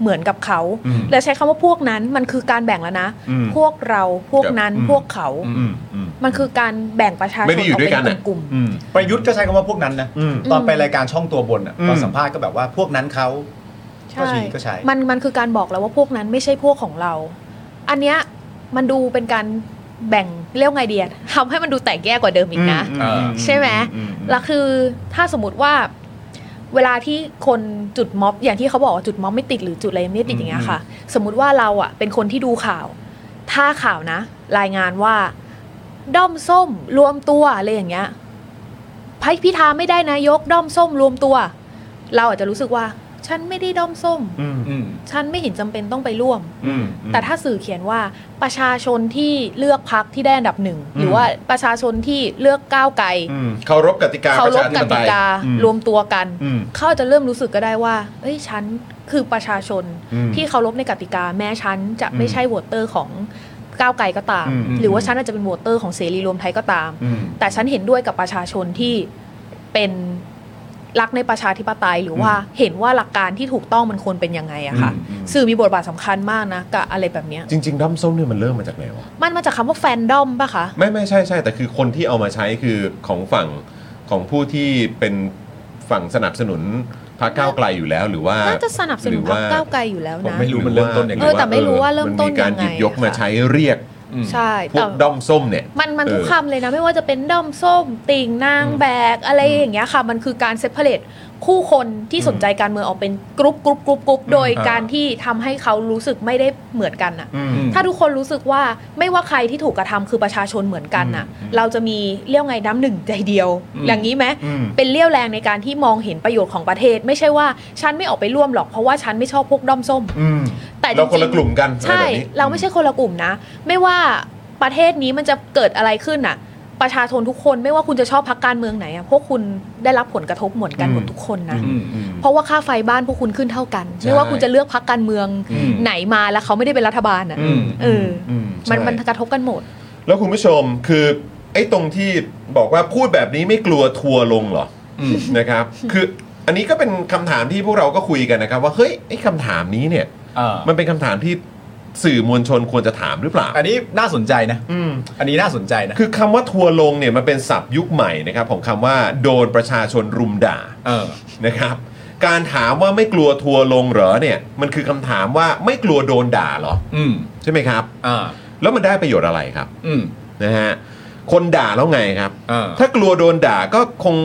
เหมือนกับเขา
อืม
และใช้คำว่าพวกนั้นมันคือการแบ่งแล้วนะ
อืม
พวกเราพวกนั้น
อืม
พวกเขา
อืมอืม
มันคือการแบ่งประชาชน
ไม่ได้อยู่
ออก
ด้วยกั
เป็นน
น่ะ
กลุ่ม
อืม
ประยุทธ์ก็ใช้คำว่าพวกนั้นนะ
อืม
ตอนไปรายการช่องตัวบนอะ
อืม
ตอนสัมภาษณ์ก็แบบว่าพวกนั้นเขา
ๆ
ก็
ใช่
ใช้ก็ใช้
มันมันคือการบอกแล้วว่าพวกนั้นไม่ใช่พวกของเรา อันเนี้ยมันดูเป็นการแบ่งเรียกว่าไงเดียทำให้มันดูแตกแยกกว่าเดิมอีกนะ
อือื
ใช่ไหม
อือื
แล้วคือถ้าสมมติว่าเวลาที่คนจุดม็อบอย่างที่เขาบอกว่าจุดม็อบไม่ติดหรือจุดอะไรไม่ติดอย่างเงี้ยค่ะ สมมติว่าเราอ่ะเป็นคนที่ดูข่าว ถ้าข่าวนะ รายงานว่า ด้อมส้มรวมตัวอะไรอย่างเงี้ยพพิธาไม่ได้นายกด้อมส้มรวมตัว เราอาจจะรู้สึกว่า ฉันไม่ได้ด้อมส้ม
อืมอืม
ฉันไม่เห็นจำเป็นต้องไปร่วม
อืม
แต่ถ้าสื่อเขียนว่าประชาชนที่เลือกพักที่ได้อันดับหนึ่ง
อืม
หรือว่าประชาชนที่เลือกก้าวไกล
อืมเคารพกติกา
เคา
ประ
ร
ชา
พ
ธิ
ก
ปไต
ติ
ย
กา
อืม
รวมตัวกัน
อืม
เขาอาจจะเริ่มรู้สึกก็ได้ว่าเอ้ยฉันคือประชาชน
อืม
ที่เคารพในกติกา แม้ฉันจะไม่ใช่โหวตเตอร์ของก้าวไกลก็ตาม
อืมอืม
หรือว่าฉันอาจจะเป็นโหวตเตอร์ของเสรีรวมไทยก็ตาม
อืม
แต่ฉันเห็นด้วยกับประชาชนที่เป็นรักในประชาธิปไตย หรือว่าเห็นว่าหลักการที่ถูกต้องมันควรเป็นยังไงอะค่ะ
อืมอืม
สื่อมีบทบาทสำคัญมากนะกับอะไรแบบเนี้ย
จริง ๆด้อมส้มเนี่ยมันเริ่มมาจากไหนวะ
มันมาจากคำว่าแฟนดอมปะคะ
ไม่ไม่ใช่ใช่แต่คือคนที่เอามาใช้คือของฝั่งของผู้ที่เป็นฝั่งสนับสนุนพรรคก้าวไกลอยู่แล้ว หรือว่า
น่าจะสนับส
ห
นุ
รื
น
อ
พรร
ว่า
คก้าวไกลอยู่แล้ว
ผม
นะ
ไม่รู้มันเริ่มต้นยังไง
เออแต่ไม่รู้ว่าเริ่มต้น
นมีการ
ยัง
ห
ไง
ยิบยกมา
ค่ะ
ใช้เรียก
ใช่
พว
แต่
กด้อมส้มเนี่ย
มันมัน
เออ
ทุกคำเลยนะ ไม่ว่าจะเป็นด้อมส้ม ติ่งนางแบก อะไรอย่างเงี้ยค่ะ มันคือการเซ p a เ a t e คู่คนที่สนใจการเมืองออกเป็นกรุ๊ปกรุ๊ปกรุ๊ปกรุ๊ปโดยการที่ทำให้เขารู้สึกไม่ได้เหมือนกันอะ
อืม
ถ้าทุกคนรู้สึกว่าไม่ว่าใครที่ถูกกระทำคือประชาชนเหมือนกันน่ะ
อืม
เราจะมีเลี้ยวไงน้ำหนึ่งใจเดียว
อืม
อย่างนี้ไหม
อืม
เป็นเลี้ยวแรงในการที่มองเห็นประโยชน์ของประเทศ ไม่ใช่ว่าฉันไม่ออกไปร่วมหรอกเพราะว่าฉันไม่ชอบพวกด้อมส้ม
อืม
แต่จ
เรา
ริงๆ
คนละกลุ่มกันอะ
ใช่
ไรแบบนี้
เราไม่ใช่คนละกลุ่มนะ ไม่ว่าประเทศนี้มันจะเกิดอะไรขึ้นน่ะ ประชาชนทุกคนไม่ว่าคุณจะชอบพักการเมืองไหนอะพวกคุณได้รับผลกระทบเหมือนกัน
อืม
หมดทุกคนนะ
อืมอืม
เพราะว่าค่าไฟบ้านพวกคุณขึ้นเท่ากัน
ใช่
ไม่ว่าคุณจะเลือกพักการเมือง
อืม
ไหนมาแล้วเขาไม่ได้เป็นรัฐบาลอ่ะ
อืม
เอออ
มใช่
มันมันกระทบกันหมด
แล้วคุณผู้ชมคือไอ้ตรงที่บอกว่าพูดแบบนี้ไม่กลัวทัวร์ลงเหรออนะครับ คืออันนี้ก็เป็นคำถามที่พวกเราก็คุยกันนะครับ ว่าเฮ้ยไอ้คำถามนี้เนี่ย
เออ
มันเป็นคำถามที่สื่อมวลชนควรจะถามหรือเปล่า
อันนี้น่าสนใจนะ
อืม
อันนี้น่าสนใจนะ
คือคำว่าทัวร์ลงเนี่ยมันเป็นศัพท์ยุคใหม่นะครับ ของคำว่าโดนประชาชนรุมด่า
เออ
นะครับ การถามว่าไม่กลัวทัวร์ลงเหรอเนี่ย มันคือคำถามว่าไม่กลัวโดนด่าเหรอ
อืม
ใช่ไหมครับ
อ่า
แล้วมันได้ประโยชน์อะไรครับ
อืม
นะฮะคนด่าแล้วไงครับ
เออ
ถ้ากลัวโดนด่าก็คง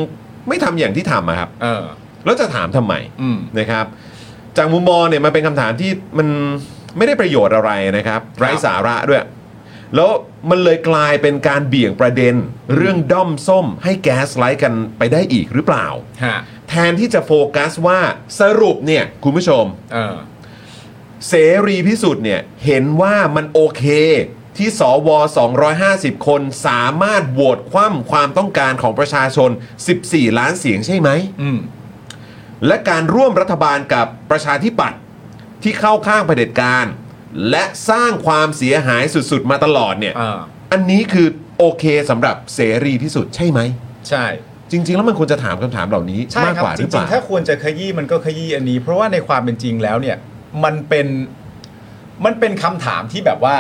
ไม่ทำอย่างที่ทำอะครับ
เออ
แล้วจะถามทำไม
อืม
นะครับ จากมุมมองเนี่ยมันเป็นคำถามที่มันไม่ได้ประโยชน์อะไรนะครับ ไร้สาระด้วย แล้วมันเลยกลายเป็นการเบี่ยงประเด็น เรื่องด้อมส้มให้แก๊สไลท์กันไปได้อีกหรือเปล่า
ฮะ
แทนที่จะโฟกัสว่าสรุปเนี่ยคุณผู้ชม
เออ
เสรีพิสุทธิ์เนี่ยเห็นว่ามันโอเคที่สว 250 คนสามารถโหวตคว่ำความต้องการของประชาชน 14 ล้านเสียงใช่ไหม
อืม
และการร่วมรัฐบาลกับประชาธิปัตย์ที่เข้าข้างเผด็จการ และสร้างความเสียหายสุดๆ มาตลอดเนี่ย
เออ
อันนี้คือโอเคสำหรับเสรีพิสุทธิ์ใช่ไหม
ใช่
จริง ๆ แล้วมันควรจะถามคำถามเหล่านี้
ใช่
มาก
ครับ
กว่าห
จ
รือเป
ริง
ล่า
ๆถ้าควรจะขยี้มันก็ขยี้อันนี้ เพราะว่าในความเป็นจริงแล้วเนี่ย มันเป็นมันเป็นคำถามที่แบบว่า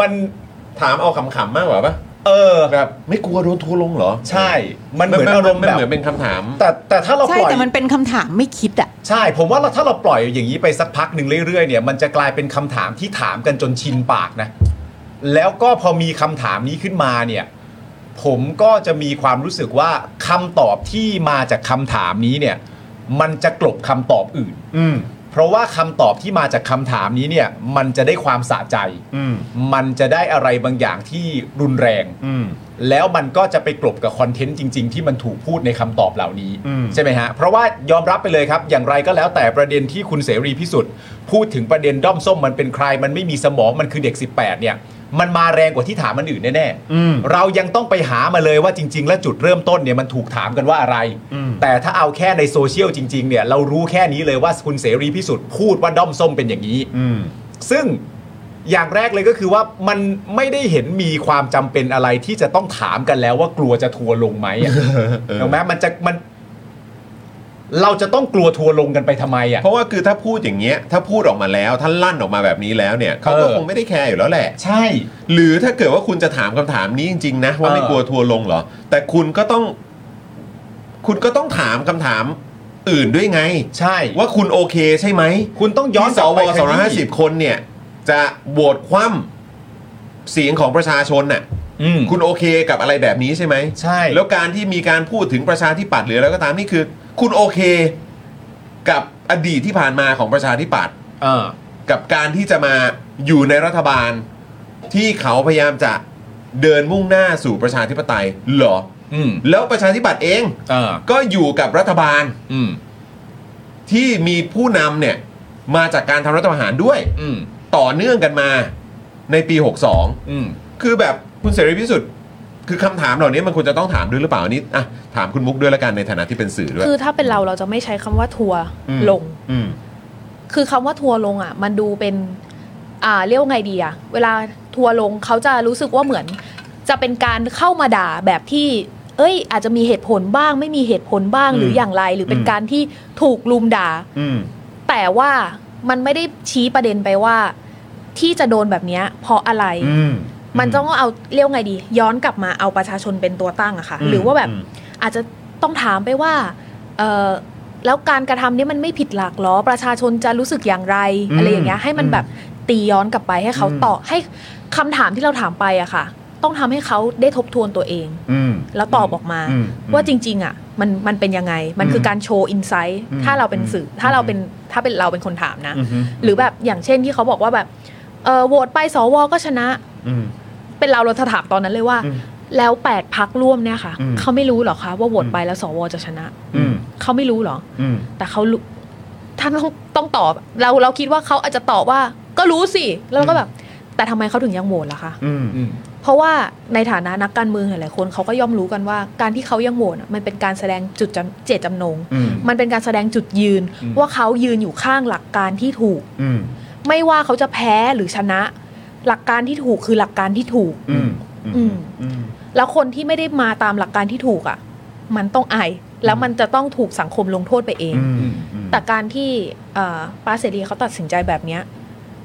มัน
ถามเอาขำๆมากกว่าปะ
เออ
แบบไม่กลัวโดนทัวร์ลงเหรอ
ใช่ มันเหมือนอารมณ์
น
แบบ
เหมือนเป็นคำถาม
แต่แต่ถ้าเรา
ใช่
ปล่อย
แต่มันเป็นคำถามไม่คิดอ่ะ
ใช่ ผมว่าเราถ้าเราปล่อยอย่างนี้ไปสักพักหนึ่งเรื่อยๆเนี่ยมันจะกลายเป็นคำถามที่ถามกันจนชินปากนะ แล้วก็พอมีคำถามนี้ขึ้นมาเนี่ย ผมก็จะมีความรู้สึกว่าคำตอบที่มาจากคำถามนี้เนี่ย มันจะกลบคำตอบอื่น
อืม
เพราะว่าคำตอบที่มาจากคำถามนี้เนี่ย มันจะได้ความสะใจ
อืม
มันจะได้อะไรบางอย่างที่รุนแรง
อืม
แล้วมันก็จะไปกลบกับคอนเทนต์จริง ๆ ที่มันถูกพูดในคำตอบเหล่านี้
อืม
ใช่ไหมฮะ เพราะว่ายอมรับไปเลยครับ อย่างไรก็แล้วแต่ประเด็นที่คุณเสรีพิสุทธิ์พูดถึงประเด็นด้อมส้มมันเป็นใคร มันไม่มีสมองมันคือเด็ก 18 เนี่ย มันมาแรงกว่าที่ถามมันอื่นแน่
อืม
ๆเรายังต้องไปหามาเลยว่าจริง ๆ แล้วจุดเริ่มต้นเนี่ยมันถูกถามกันว่าอะไร
อืม
แต่ถ้าเอาแค่ในโซเชียลจริง ๆ เนี่ยเรารู้แค่นี้เลยว่าคุณเสรีพิสุทธิ์พูดว่าด้อมส้มเป็นอย่างนี้
อืม
ซึ่งอย่างแรกเลยก็คือว่ามันไม่ได้เห็นมีความจำเป็นอะไรที่จะต้องถามกันแล้วว่ากลัวจะทัวร์ลงไหมอะถูกไหมมันจะมัน เราจะต้องกลัวทัวร์ลงกันไปทำไมอ่ะ
เพราะว่าคือถ้าพูดอย่างเงี้ย ถ้าพูดออกมาแล้ว ถ้าลั่นออกมาแบบนี้แล้วเนี่ยเขาก็
เออ
คงไม่ได้แคร์อยู่แล้วแหละ
ใช่
หรือถ้าเกิดว่าคุณจะถามคำถามนี้จริงๆนะ ว่า
เออ
ไม่กลัวทัวร์ลงเหรอ แต่คุณก็ต้อง คุณก็ต้องถามคำถามอื่นด้วยไง
ใช่ว่า
ว่าคุณโอเคใช่ไหม
คุณต้องย้
ย้
อ
อน น
ก
ส
ลับ
ว
ไป
สองร้อยห้าสิบคนเนี่ย จะโหวตคว่ำเสียงของประชาชนน่ะ
อืม
คุณโอเคกับอะไรแบบนี้ใช่ไหม
ใช่
แล้วการที่มีการพูดถึงประชาธิปัตย์หรืออะไรก็ตามนี่คือ คุณโอเค กับ อดีตที่ผ่านมาของประชาธิปัตย์กับการที่จะมาอยู่ในรัฐบาล ที่เขาพยายามจะเดินมุ่งหน้าสู่ประชาธิปไตยเหรออแล้วประชาธิปัตย์เองก็อยู่กับรัฐบาลที่มีผู้นำเนี่ย มาจากการทำรัฐประหารด้วยต่อเนื่องกันมาในปี 62 คือแบบคุณเสรีพิสุทธิ์คือคำถามเหล่านี้มันควรจะต้องถามด้วยหรือเปล่าอันนี้อ่ะถามคุณมุกด้วยละกันในฐานะที่เป็นสื่อด้วย
คือถ้าเป็นเราเราจะไม่ใช้คำว่าทัวร์
อืม
ลง
อืม
คือคำว่าทัวร์ลงอ่ะ มันดูเป็นอ่าเรียกว่าไงดีอ่ะ เวลาทัวร์ลงเขาจะรู้สึกว่าเหมือน จะเป็นการเข้ามาด่าแบบที่ เอ้ย อาจจะมีเหตุผลบ้าง ไม่มีเหตุผลบ้าง
อืม
หรืออย่างไร หรือเป็น
อืม
การที่ถูกลุมด่า
อืม
แต่ว่ามันไม่ได้ชี้ประเด็นไปว่า ที่จะโดนแบบเนี้ยเพราะอะไร
อืม
มันต้องเอาเรียกว่าไงดี ย้อนกลับมาเอาประชาชนเป็นตัวตั้งอะค่ะ
อืม
หรือว่าแบบ อาจจะต้องถามไปว่าเออแล้วการกระทำเนี้มันไม่ผิดหลักหรอ ประชาชนจะรู้สึกอย่างไร
อืม
อะไรอย่างเงี้ยให้มันแบบตีย้อนกลับไปให้เขา
อืม
ตอบให้คำถามที่เราถามไปอะค่ะ ต้องทำให้เขาได้ทบทวนตัวเอง
อืม
แล้วตอบออกมา
อืม
ว่าจริง ๆอะมันมันเป็นยังไง มันคือการโชว์อินไซต์
อืม
ถ้าเราเป็นสื่ออถ้าเราเป็นถ้าเป็นเราเป็นคนถามนะ
อือฮึ
หรือแบบอย่างเช่นที่เขาบอกว่าแบบเออโหวตไปสวก็ชนะ
อืม
เป็นเราเราจะถามตอนนั้นเลยว่า
อืม
แล้วแปดพักร่วมเนี่ยค่ะ
อืม
เขาไม่รู้เหรอคะว่าโหวตไปแล้วสวจะชนะ
อืม
เขาไม่รู้เหรอ
อืม
แต่เขารู้ท่านต้องต้องตอบเราเราคิดว่าเขาอาจจะตอบว่า ก็รู้สิแล้วเราก็แบบ แต่ทำไมเขาถึงยังโหวตล่ะคะ
อืม อืม
เพราะว่าในฐานะนักการเมืองหลายๆคนเขาก็ย่อมรู้กันว่า การที่เขายังโหวตอะมันเป็นการแสดงจุดจำเจตจำนง
อืม
มันเป็นการแสดงจุดยืน
อืม
ว่าเขายืนอยู่ข้างหลักการที่ถูก
อืม
ไม่ว่าเขาจะแพ้หรือชนะ หลักการที่ถูกคือหลักการที่ถูก
อืม
อืม
อืม
แล้วคนที่ไม่ได้มาตามหลักการที่ถูกอะ่ะ มันต้องอาย แล้วมันจะต้องถูกสังคมลงโทษไปเอง แต่การที่เอ่อป้าเสรีเขาตัดสินใจแบบเนี้ย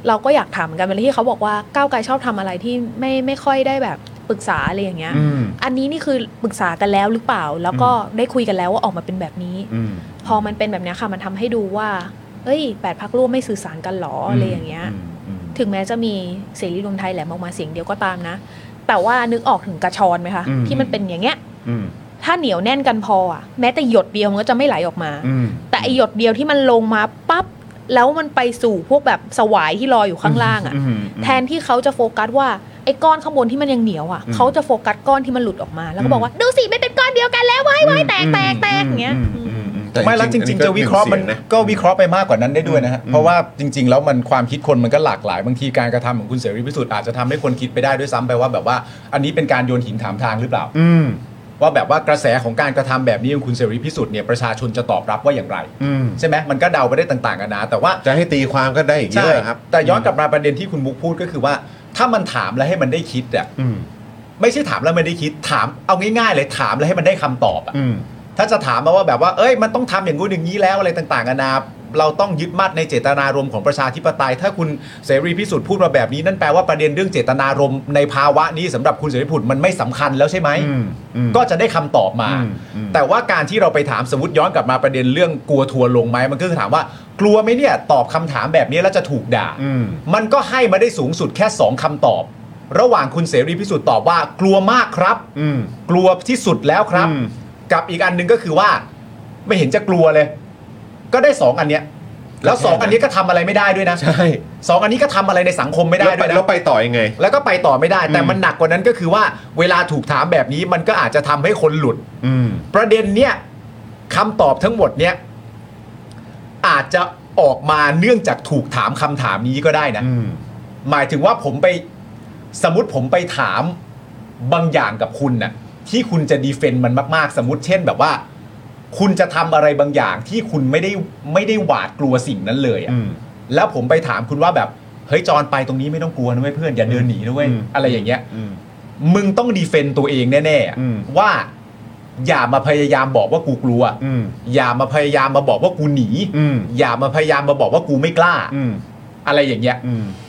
เราก็อยากถามเหมือนกันเวลาที่เขาบอกว่าก้าวไกลชอบทำอะไรที่ไม่ไม่ค่อยได้แบบปรึกษาอะไรอย่างเงี้ย
อืม
อันนี้นี่คือปรึกษากันแล้วหรือเปล่า แล้วก็ได้คุยกันแล้วว่าออกมาเป็นแบบนี้
อืม
พอมันเป็นแบบเนี้ยค่ะ มันทำให้ดูว่า เอ้ยแปดพักร่วมไม่สื่อสารกันหรออะไรอย่างเงี้ย ถึงแม้จะมีเสรีรวมไทยแหลมออกมาเสียงเดียวก็ตามนะ แต่ว่านึกออกถึงกระชอนไหมคะ
อืม
ที่มันเป็นอย่างเงี้ย
อืม
ถ้าเหนียวแน่นกันพออะแม้แต่หยดเดียวมันก็จะไม่ไหลออกมา
อืม
แต่ไอหยดเดียวที่มันลงมาปั๊บแล้วมันไปสู่พวกแบบสวายที่ลอยอยู่ข้างล่างอะ
อืม
แทนที่เขาจะโฟกัสว่าไอ้ก้อนข้างบนที่มันยังเหนียวอะ
อืม
เขาจะโฟกัสก้อนที่มันหลุดออกมา แล้วก็บอกว่า
อืม
ดูสิไม่เป็นก้อนเดียวกันแล้วไว้ไว้แตกแตกแตกอย่างเงี้ย
แต่
ไม่แล้ว
จ
จ
ริ
ริ
ง
ง
ๆ
ๆจะวิเคราะห์มัน
อันนี้ก็หนึ่งเสียงนะ
ก็วิเคราะห์ไปมากกว่านั้นได้ด้วยนะฮะเพราะว่าจริง ๆ แล้วมันความคิดคนมันก็หลากหลายบางทีการกระทำของคุณเสรีพิสุทธิ์อาจจะทำให้คนคิดไปได้ด้วยซ้ำไปว่าแบบว่า อันนี้เป็นการโยนหินถามทางหรือเปล่า
อืม
ว่าแบบว่ากระแสของการกระทำแบบนี้ของคุณเสรีพิสุทธิ์เนี่ยประชาชนจะตอบรับว่าอย่างไร
อืม
ใช่ไหมมันก็เดาไปได้ต่างๆกันานะแต่ว่า
จะให้ตีความก็ได้อีกเยอะครับ
แต่ย้อนกลับมาประเด็นที่คุณมุกพูดก็คือว่า ถ้ามันถามแล้วให้มันได้คิดอ่ะ
อืม
ไม่ใช่ถามแล้วไม่ได้คิดถามเอาง่ายๆเลยถามแล้วให้มันได้คำตอบอ่ะ
อืม
ถ้าจะถามมาว่าแบบว่า เอ้ย มันต้องทำอย่างงู้นอย่างนี้แล้วอะไรต่างๆนานา เราต้องยึดมั่นในเจตนารมณ์ของประชาธิปไตย ถ้าคุณเสรีพิสุทธิ์พูดมาแบบนี้ นั่นแปลว่าประเด็นเรื่องเจตนารมณ์ในภาวะนี้สำหรับคุณเสรีพิสุทธิ์มันไม่สำคัญแล้วใช่ไหม ก็จะได้คำตอบมา แต่ว่าการที่เราไปถามสมมติย้อนกลับมาประเด็นเรื่องกลัวทัวร์ลงไหมมันก็คือถามว่า กลัวไหมเนี่ยตอบคำถามแบบนี้แล้วจะถูกด่า
อืม
มันก็ให้มาได้สูงสุดแค่สองคำตอบ ระหว่างคุณเสรีพิสุทธิ์ตอบว่ากลัวมากครับ
อืม
กลัวที่สุดแล้วครับ
อืม
กับอีกอันหนึงก็คือว่า ไม่เห็นจะกลัวเลย ก็ได้สองอันเนี้ย แล้วสองอันนี้ก็ทำอะไรไม่ได้ด้วยนะ
ใช่
สองอันนี้ก็ทำอะไรในสังคมไม่ได้ด้วยนะ
แล้วไปต่อยังไง
แล้วก็ไปต่อไม่ได้ แต่
อืม
มันหนักกว่านั้นก็คือว่า เวลาถูกถามแบบนี้มันก็อาจจะทำให้คนหลุด
อืม
ประเด็นเนี้ยคำตอบทั้งหมดเนี้ยอาจจะออกมาเนื่องจากถูกถามคำถามนี้ก็ได้นะหมายถึงว่าผมไปสมมติผมไปถามบางอย่างกับคุณน่ะ ที่คุณจะดีเฟนต์มันมากๆ สมมติเช่นแบบว่า คุณจะทำอะไรบางอย่างที่คุณไม่ได้ไม่ได้หวาดกลัวสิ่งนั้นเลยอะแล้วผมไปถามคุณว่าแบบเฮ้ยจอนไปตรงนี้ไม่ต้องกลัวนะเว้ยเพื่อนอย่าเดินหนีนะเว้ยอะไรอย่างเงี้ย มึงต้องดีเฟนต์ตัวเองแน่ๆอะว่า อย่ามาพยายามบอกว่ากูกลัว อย่ามาพยายามมาบอกว่ากูหนี อย่ามาพยายามมาบอกว่ากูไม่กล้า อะไรอย่างเงี้ย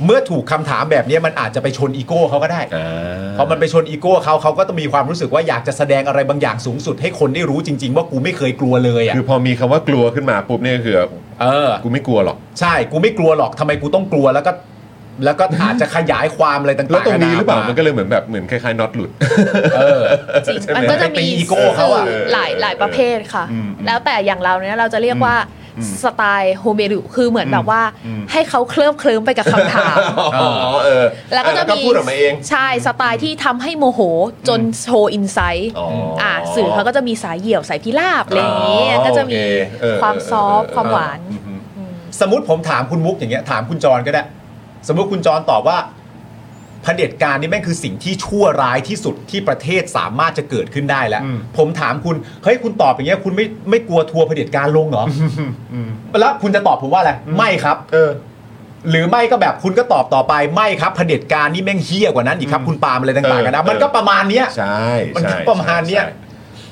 เมื่อถูกคำถามแบบเนี้ยมันอาจจะไปชนอีโก้เขาก็ได้ พอมันไปชนอีโก้เขาเขาก็ต้องมีความรู้สึกว่าอยากจะแสดงอะไรบางอย่างสูงสุด ให้คนได้รู้จริง ๆ ว่ากูไม่เคยกลัวเลยอ่ะ
คือพอมีคำว่ากลัวขึ้นมาปุ๊บเนี่ยคือ
เออ
กูไม่กลัวหรอก
ใช่ กูไม่กลัวหรอกทำไมกูต้องกลัวแล้วก็ แล้วก็อาจจะขยายความอะไรต่างๆ
แล้วตรงนี้
า
หรือเปล่า
า
มันก็เลยเหมือนแบบเหมือนคล้ายๆน็อตหลุด
เออ
จริง
ใช่ไหม
มันก็จะมี
ไปตีอีโก้
สื่อ
เขาอะ
หลายหลายประเภทค่ะ แล้วแต่อย่างเราเนี่ยเราจะเรียกว่า
อืม
สไตล์โฮเมรุคือเหมือนแบบว่า
อืม
ให้เขาเคลิ้มเคลิ้มไปกับคำถาม
อ๋อเออ
แล้วก็จะมี
พูดออกมาเอง
ใช่สไตล์ที่ทำให้โมโหจนโชว์อินไซต์
อ๋ออ่
่าสื่อเขาก็จะมีสายเหี่ยวสายพิราบอะไรอย่างนี้
อ๋อ
ก็จะมี
โอเคเออ
ความซอฟต์
เออเออ
ความหวาน
สมมติผมถามคุณมุกอย่างเงี้ยถามคุณจรก็ได้ สมมติคุณจรตอบว่าเผด็จการนี่แม่งคือสิ่งที่ชั่วร้ายที่สุดที่ประเทศสามารถจะเกิดขึ้นได้แล้ว ผมถามคุณเฮ้ยคุณตอบอย่างเงี้ยคุณไม่ไม่กลัวทัวร์เผด็จการลงเหรอ แล้วคุณจะตอบผมว่าอะไรไม่ครับหรือไม่ก็แบบคุณก็ตอบต่อไปไม่ครับเผด็จการนี่แม่งเฮี้ยกว่านั้นอีกครับ คุณปาล์มอะไรต่างๆกันนะ
เออ
มันก็ประมาณเนี้ย
ใช่
มันก็
ใช่
ประมาณเนี้ย
ใช่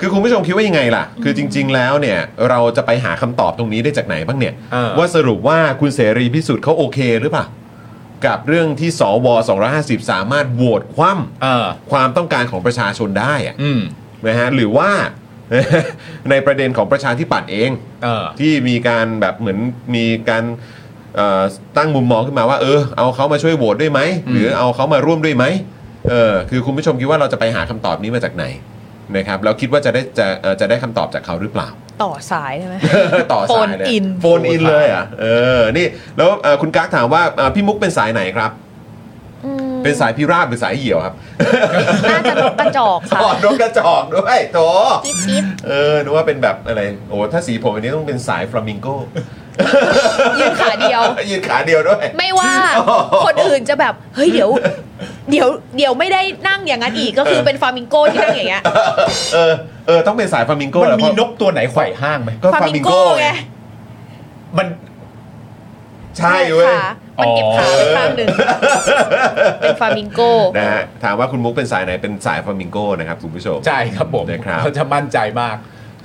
คือคุณผู้ชมคิดว่ายังไงล่ะ คือจริง ๆ แล้วเนี่ย เราจะไปหาคำตอบตรงนี้ได้จากไหนบ้างเนี่ย ว่าสรุปว่าคุณเสรีพิสุทธิ์เขาโอเคหรือเปล่า กับเรื่องที่สว250 สามารถโหวตคว่ำความต้องการของประชาชนได้อะนะฮะหรือว่า ในประเด็นของประชาธิปัตย์เองที่มีการแบบเหมือนมีการเอ่อตั้งมุมมองขึ้นมาว่า เออ เอาเขามาช่วยโหวตด้วยไหมหรือเอาเขามาร่วมด้วยไหมเออคือคุณผู้ชมคิดว่าเราจะไปหาคำตอบนี้มาจากไหนนะครับแล้วคิดว่าจะได้จะเอ่อจะได้คำตอบจากเขาหรือเปล่า
ต่อสายใช่ไหม
ต่อสายเลย
โฟนอิน
โฟนอินเลยอ่ะเออนี่แล้วเอ่อคุณกั๊กถามว่าเอ่อพี่มุกเป็นสายไหนครับ
อืม
เป็นสายพิราบหรือสายเหี่ยวครับ
น่าจะนกกระจอกค่ะ
อ๋ อนกกระจอกด้วยโถ
จิ๊บจิ๊บ
เออนึกว่าเป็นแบบอะไรโอ้ถ้าสีผมอันนี้ต้องเป็นสายฟลามิงโก
ยืนขาเดียว
ยืนขาเดียวด้วย
ไม่ว่าคนอื่นจะแบบเฮ้ยเดี๋ยว เดี๋ยวเดี๋ยวไม่ได้นั่งอย่างนั้นอีกก็คือเป็นฟามิงโกที่นั่งอย่างเงี้ย
เออเออต้องเป็นสายฟลามิงโก
มัน
แล้ว
มี
เพราะ
นกตัวไหนไขว่ห้างไหม
ก็ฟ
ฟา
ลา
มิ
มิ
ง
ง
โก
โก
ไง
ไงมันใช่
เก็บ
เว้ย
ขามันเก็บขาไปข้างหนึ่งเป็นฟามิงโก
นะฮะถามว่าคุณมุกเป็นสายไหนเป็นสายฟลามิงโกนะครับคุณผู้ชม
ใช่ครับผม
นะครับ
เขาจะมั่นใจมาก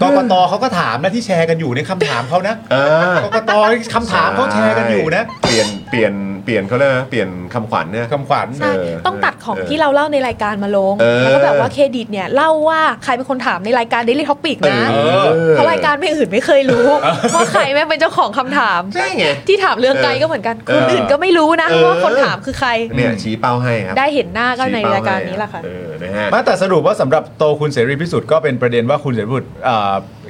กกตเขาก็ถามนะที่แชร์กันอยู่ในยคำถามเขานะ
อ่าก
กตคำถามเขาแชร์กันอยู่นะ
เปลี่ยนเปลี่ยนเปลี่ยนเขาเรียกว่าเปลี่ยนคำขวัญเนี่ย
คำขวัญ
ใช่
เออ
ต้องตัดของ
เออ
ที่เราเล่าในรายการมาลง
เออ
แล้วก็แบบว่าเครดิตเนี่ย เล่าว่าใครเป็นคนถามในรายการ Daily Topic นะ เพราะรายการไม่อื่นไม่เคยรู้ ว่าใครแม่งเป็นเจ้าของคำถาม
ใช่ไง
ที่ถามเรื่องไกลก็เหมือนกัน ค
เอ
น
ออื่
อื่นก็ไม่รู้นะ
เออ
ว่าคนถามคือใคร
เนี่ยชี้เป้าให้ครับ
ได้เห็นหน้าก็ใน
ชี้เป้
รายการนี้
ให้
แหละค่ะ
เออนะฮะ
มาแต่สรุปว่าสำหรับโตวคุณเสรีพิสุทธิ์ก็เป็นประเด็นว่าคุณเสรีพิสุทธิ์เอ่อ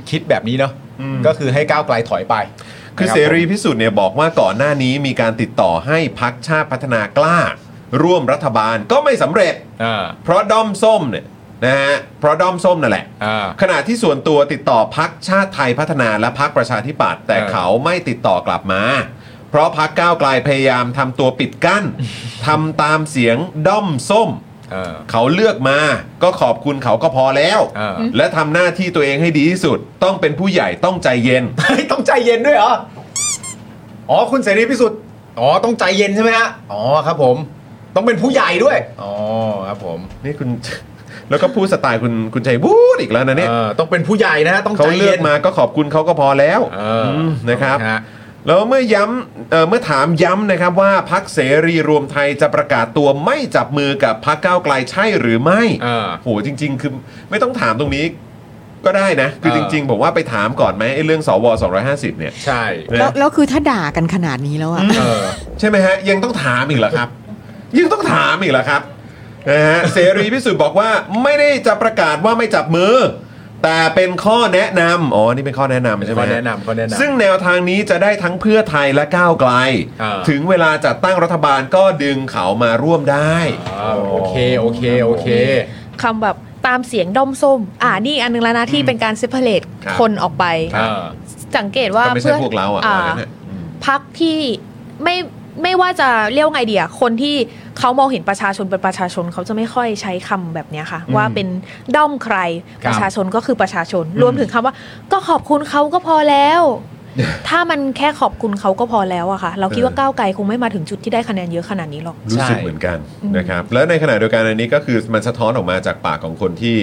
คิดแบบนี้เนาะ
อืม
ก็คือให้ก้าวไกลถอยไป
คือ
นะบ
เสรี
ผม
พิสุทธิ์เนี่ยบอกว่าก่อนหน้านี้มีการติดต่อให้พักชาติพัฒนากล้า ร่วมรัฐบาลก็ไม่สำเร็จ
อ่า
เพราะด้อมส้มเนี่ยนะฮะเพราะด้อมส้มนั่นแหละ
อ่า
ขณะที่ส่วนตัวติดต่อพักชาติไทยพัฒนาและพักประชาธิปัตย์แต่
เออ
เขาไม่ติดต่อกลับมา เพราะพักก้าวไกลพยายามทำตัวปิด กั้น ทำตามเสียงด้อมส้ม
อ่า
เขาเลือกมาก็ขอบคุณเขาก็พอแล้ว
เออ
และทำหน้าที่ตัวเองให้ดีที่สุด ต้องเป็นผู้ใหญ่ต้องใจเย็น
เฮ้ย ต้องใจเย็นด้วยเหรออ๋อคุณเสรีพิสุทธิ์อ๋อต้องใจเย็นใช่ไหมฮะอ๋อครับผม ต้องเป็นผู้ใหญ่ด้วยอ๋อครับผม
นี่คุณ แล้วก็พูดสไตล์คุณคุณชัยวูดอีกแล้วนะเนี่ย
เออต้องเป็นผู้ใหญ่นะฮะต้อง
เขา
ใจ
เลื
เย็
อก
น
มาก็ขอบคุณเขาก็พอแล้ว
เอออ
มนะครับ
ฮ
แล้วเมื่อย้ำเอ่อเมื่อถามย้ำนะครับว่าพักเสรีรวมไทยจะประกาศตัวไม่จับมือกับพักก้าวไกลใช่หรือไม่
เออ
โหจริง ๆ คือไม่ต้องถามตรงนี้ก็ได้นะ คือ
เออ
จริง ๆ ผมว่าไปถามก่อนไหมไอ้เรื่องสว250 เนี่ย
ใช่
แล้ว
นะ
แล้วคือถ้าด่ากันขนาดนี้แล้วอะ
เออ
ใช่ไหมฮะ ยังต้องถามอีกเหรอครับ ยังต้องถามอีกเหรอครับนะฮะเสรีพิสุทธิ์บอกว่าไม่ได้จะประกาศว่าไม่จับมือ แต่เป็นข้อแนะนำอ๋อนี่เป็นข้อแนะนำใช่ไหม
ข้อ
ฮะ
แนะนำข้อแนะนำ
ซึ่งแนวทางนี้จะได้ทั้งเพื่อไทยและก้าวไกล
อ่า
ถึงเวลาจัดตั้งรัฐบาลก็ดึงเขามาร่วมได้
อ่าโอเคโอเคโอเค
คำแบบตามเสียงด้อมส้ม อ่านี่อันนึงแล้วนะที่เป็นการเซปเปเลต
ครับ
คนออกไป
อ่า
สังเกตว่า
ก็ไม่ใช่พวกเราอ่ะ
า
ว่างั้นน่ะอืม
พักที่ไม่ไม่ว่าจะเรียกว่าไงเดียคนที่เขามองเห็นประชาชนเป็นประชาชนเขาจะไม่ค่อยใช้คำแบบเนี้ยค่ะ ว่าเป็นด้อมใคร
ครับ
ประชาชนก็คือประชาชน รวมถึงคำว่า ก็ขอบคุณเขาก็พอแล้ว ถ้ามันแค่ขอบคุณเขาก็พอแล้วอะค่ะ เราคิดว่า
เออ
ก้าวไกลคงไม่มาถึงจุดที่ได้คะแนนเยอะขนาดนี้หรอก
รู้สึก
ใช่
เหมือนกัน
อืม
นะครับ และในขณะเดียวกันอันนี้ก็คือมันสะท้อนออกมาจากปากของคนที่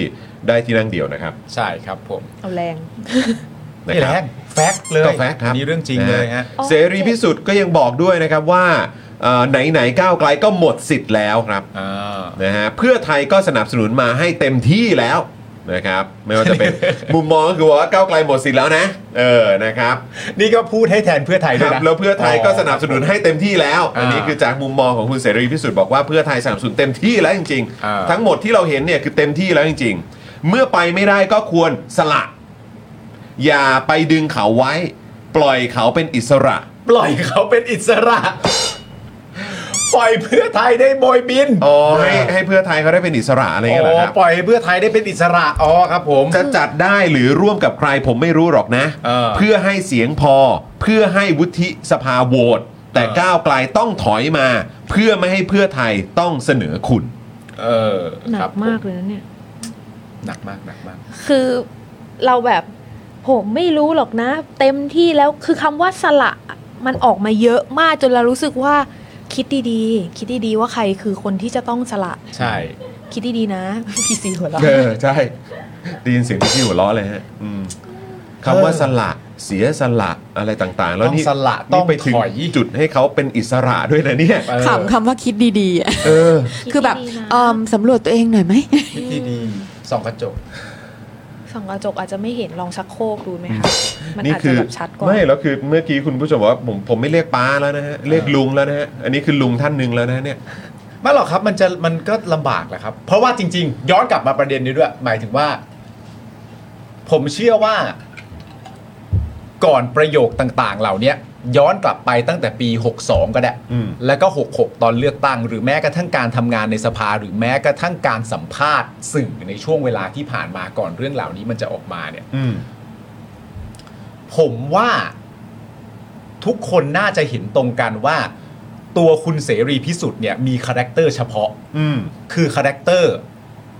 ได้ที่นั่งเดียวนะครับ
ใช่ครับผม
เอาแรง
นะ
นี่
ค
แหละ
รับ
แฟกต์เลย
ก็แฟกต์ครับ
นี่เรื่องจริงเลยฮะ
อ๋อ
เสรีพิสุทธิ์ก็ยังบอกด้วยนะครับว่าเอ่อไหนๆก้าวไกลก็หมดสิทธิ์แล้วครับ
อ่า
นะฮะเพื่อไทยก็สนับสนุนมาให้เต็มที่แล้วนะครับไม่ว่าจะเป็น มุมมองก็คือว่าก้าวไกลหมดสิทธิ์แล้วนะ เออนะครับ
นี่ก็พูดให้แทนเพื่อไทย
ค
ด้วย
รับ
นะ
แล้วเพื่อไทยก็สนับสนุนให้เต็มที่แล้ว
อ่า
อันนี้คือจากมุมมองของคุณเสรีพิสุทธิ์บอกว่าเพื่อไทยสนับสนุนเต็มที่แล้วจริง
อ่า
ๆ ทั้งหมดที่เราเห็นเนี่ยคือเต็มที่แล้วจริง ๆ เมื่อไปไม่ได้ก็ควรสละ อย่าไปดึงเขาไว้ ป ปล่อยเขาเป็นอิสระ
ปล่อยเขาเป็นอิสระ ปล่อยเพื่อไทยได้โบยบิน
อ๋อให้ให้เพื่อไทยเขาได้เป็นอิสระอะไรเงี้ยเหรอครับ
ปล่อยให้เพื่อไทยได้เป็นอิสระอ๋อครับ ผม
จะจัดได้หรือร่วมกับใครผมไม่รู้หรอกนะ
เออ
เพื่อให้เสียงพอ เพื่อให้วุฒิสภาโหวตแต่ก้าวไกลต้องถอยมา เพื่อไม่ให้เพื่อไทยต้องเสนอคุณ
เออ
หนั
ครั
ก
บ
มากเลยนะเนี่ย
หนักมากหนักมาก
คือเราแบบผมไม่รู้หรอกนะ เต็มที่แล้วคือคำว่าสละมันออกมาเยอะมากจนเรารู้สึกว่าคิดดีๆ คิดดีๆว่าใครคือคนที่จะต้องสละ
ใช่
คิดดีๆนะ พี่ซีหัวเราะ
เออ ใช่ได้ยินเสียงพี่หัวล้อเลยฮะอืมคำว่าสละเสียสละอะไรต่างๆ แล้วนี่
ต้องสละ
นี่ไป
ต้องถอย
จุดให้เขาเป็นอิสระด้วยนะเนี่ย
เออ
ขำคำว่าคิดดีๆอะ
เออ
คือแบบ
ดดีๆนะ
เอมสำรวจตัวเองหน่อยไหม
คิดดีๆส่องกระจก
ส่องกระจกอาจจะไม่เห็นลองชักโครกดูไหมคะ มัน
นี่
อาจ
คือ
จะแบบชัดกว่า
ไม่แล้วคือเมื่อกี้คุณผู้ชมบอกว่าผมผมไม่เรียกป้าแล้วนะฮะเรียกลุงแล้วนะฮะอันนี้คือลุงท่านหนึ่งแล้วนะเนี่ย
ไม่หรอกครับมันจะมันก็ลำบากแหละครับ เพราะว่าจริง ๆ ย้อนกลับมาประเด็นนี้ด้วย หมายถึงว่า ผมเชื่อว่า ก่อนประโยคต่าง ๆ เหล่าเนี้ยย้อนกลับไปตั้งแต่ปี 62 ก็ได้
อืม
แล้วก็ 66 ตอนเลือกตั้ง หรือแม้กระทั่งการทำงานในสภา หรือแม้กระทั่งการสัมภาษณ์สื่อในช่วงเวลาที่ผ่านมาก่อนเรื่องเหล่านี้มันจะออกมาเนี่ย
อืม
ผมว่าทุกคนน่าจะเห็นตรงกันว่า ตัวคุณเสรีพิสุทธิ์เนี่ยมีคาแรคเตอร์เฉพาะ
อืม
คือคาแรคเตอร์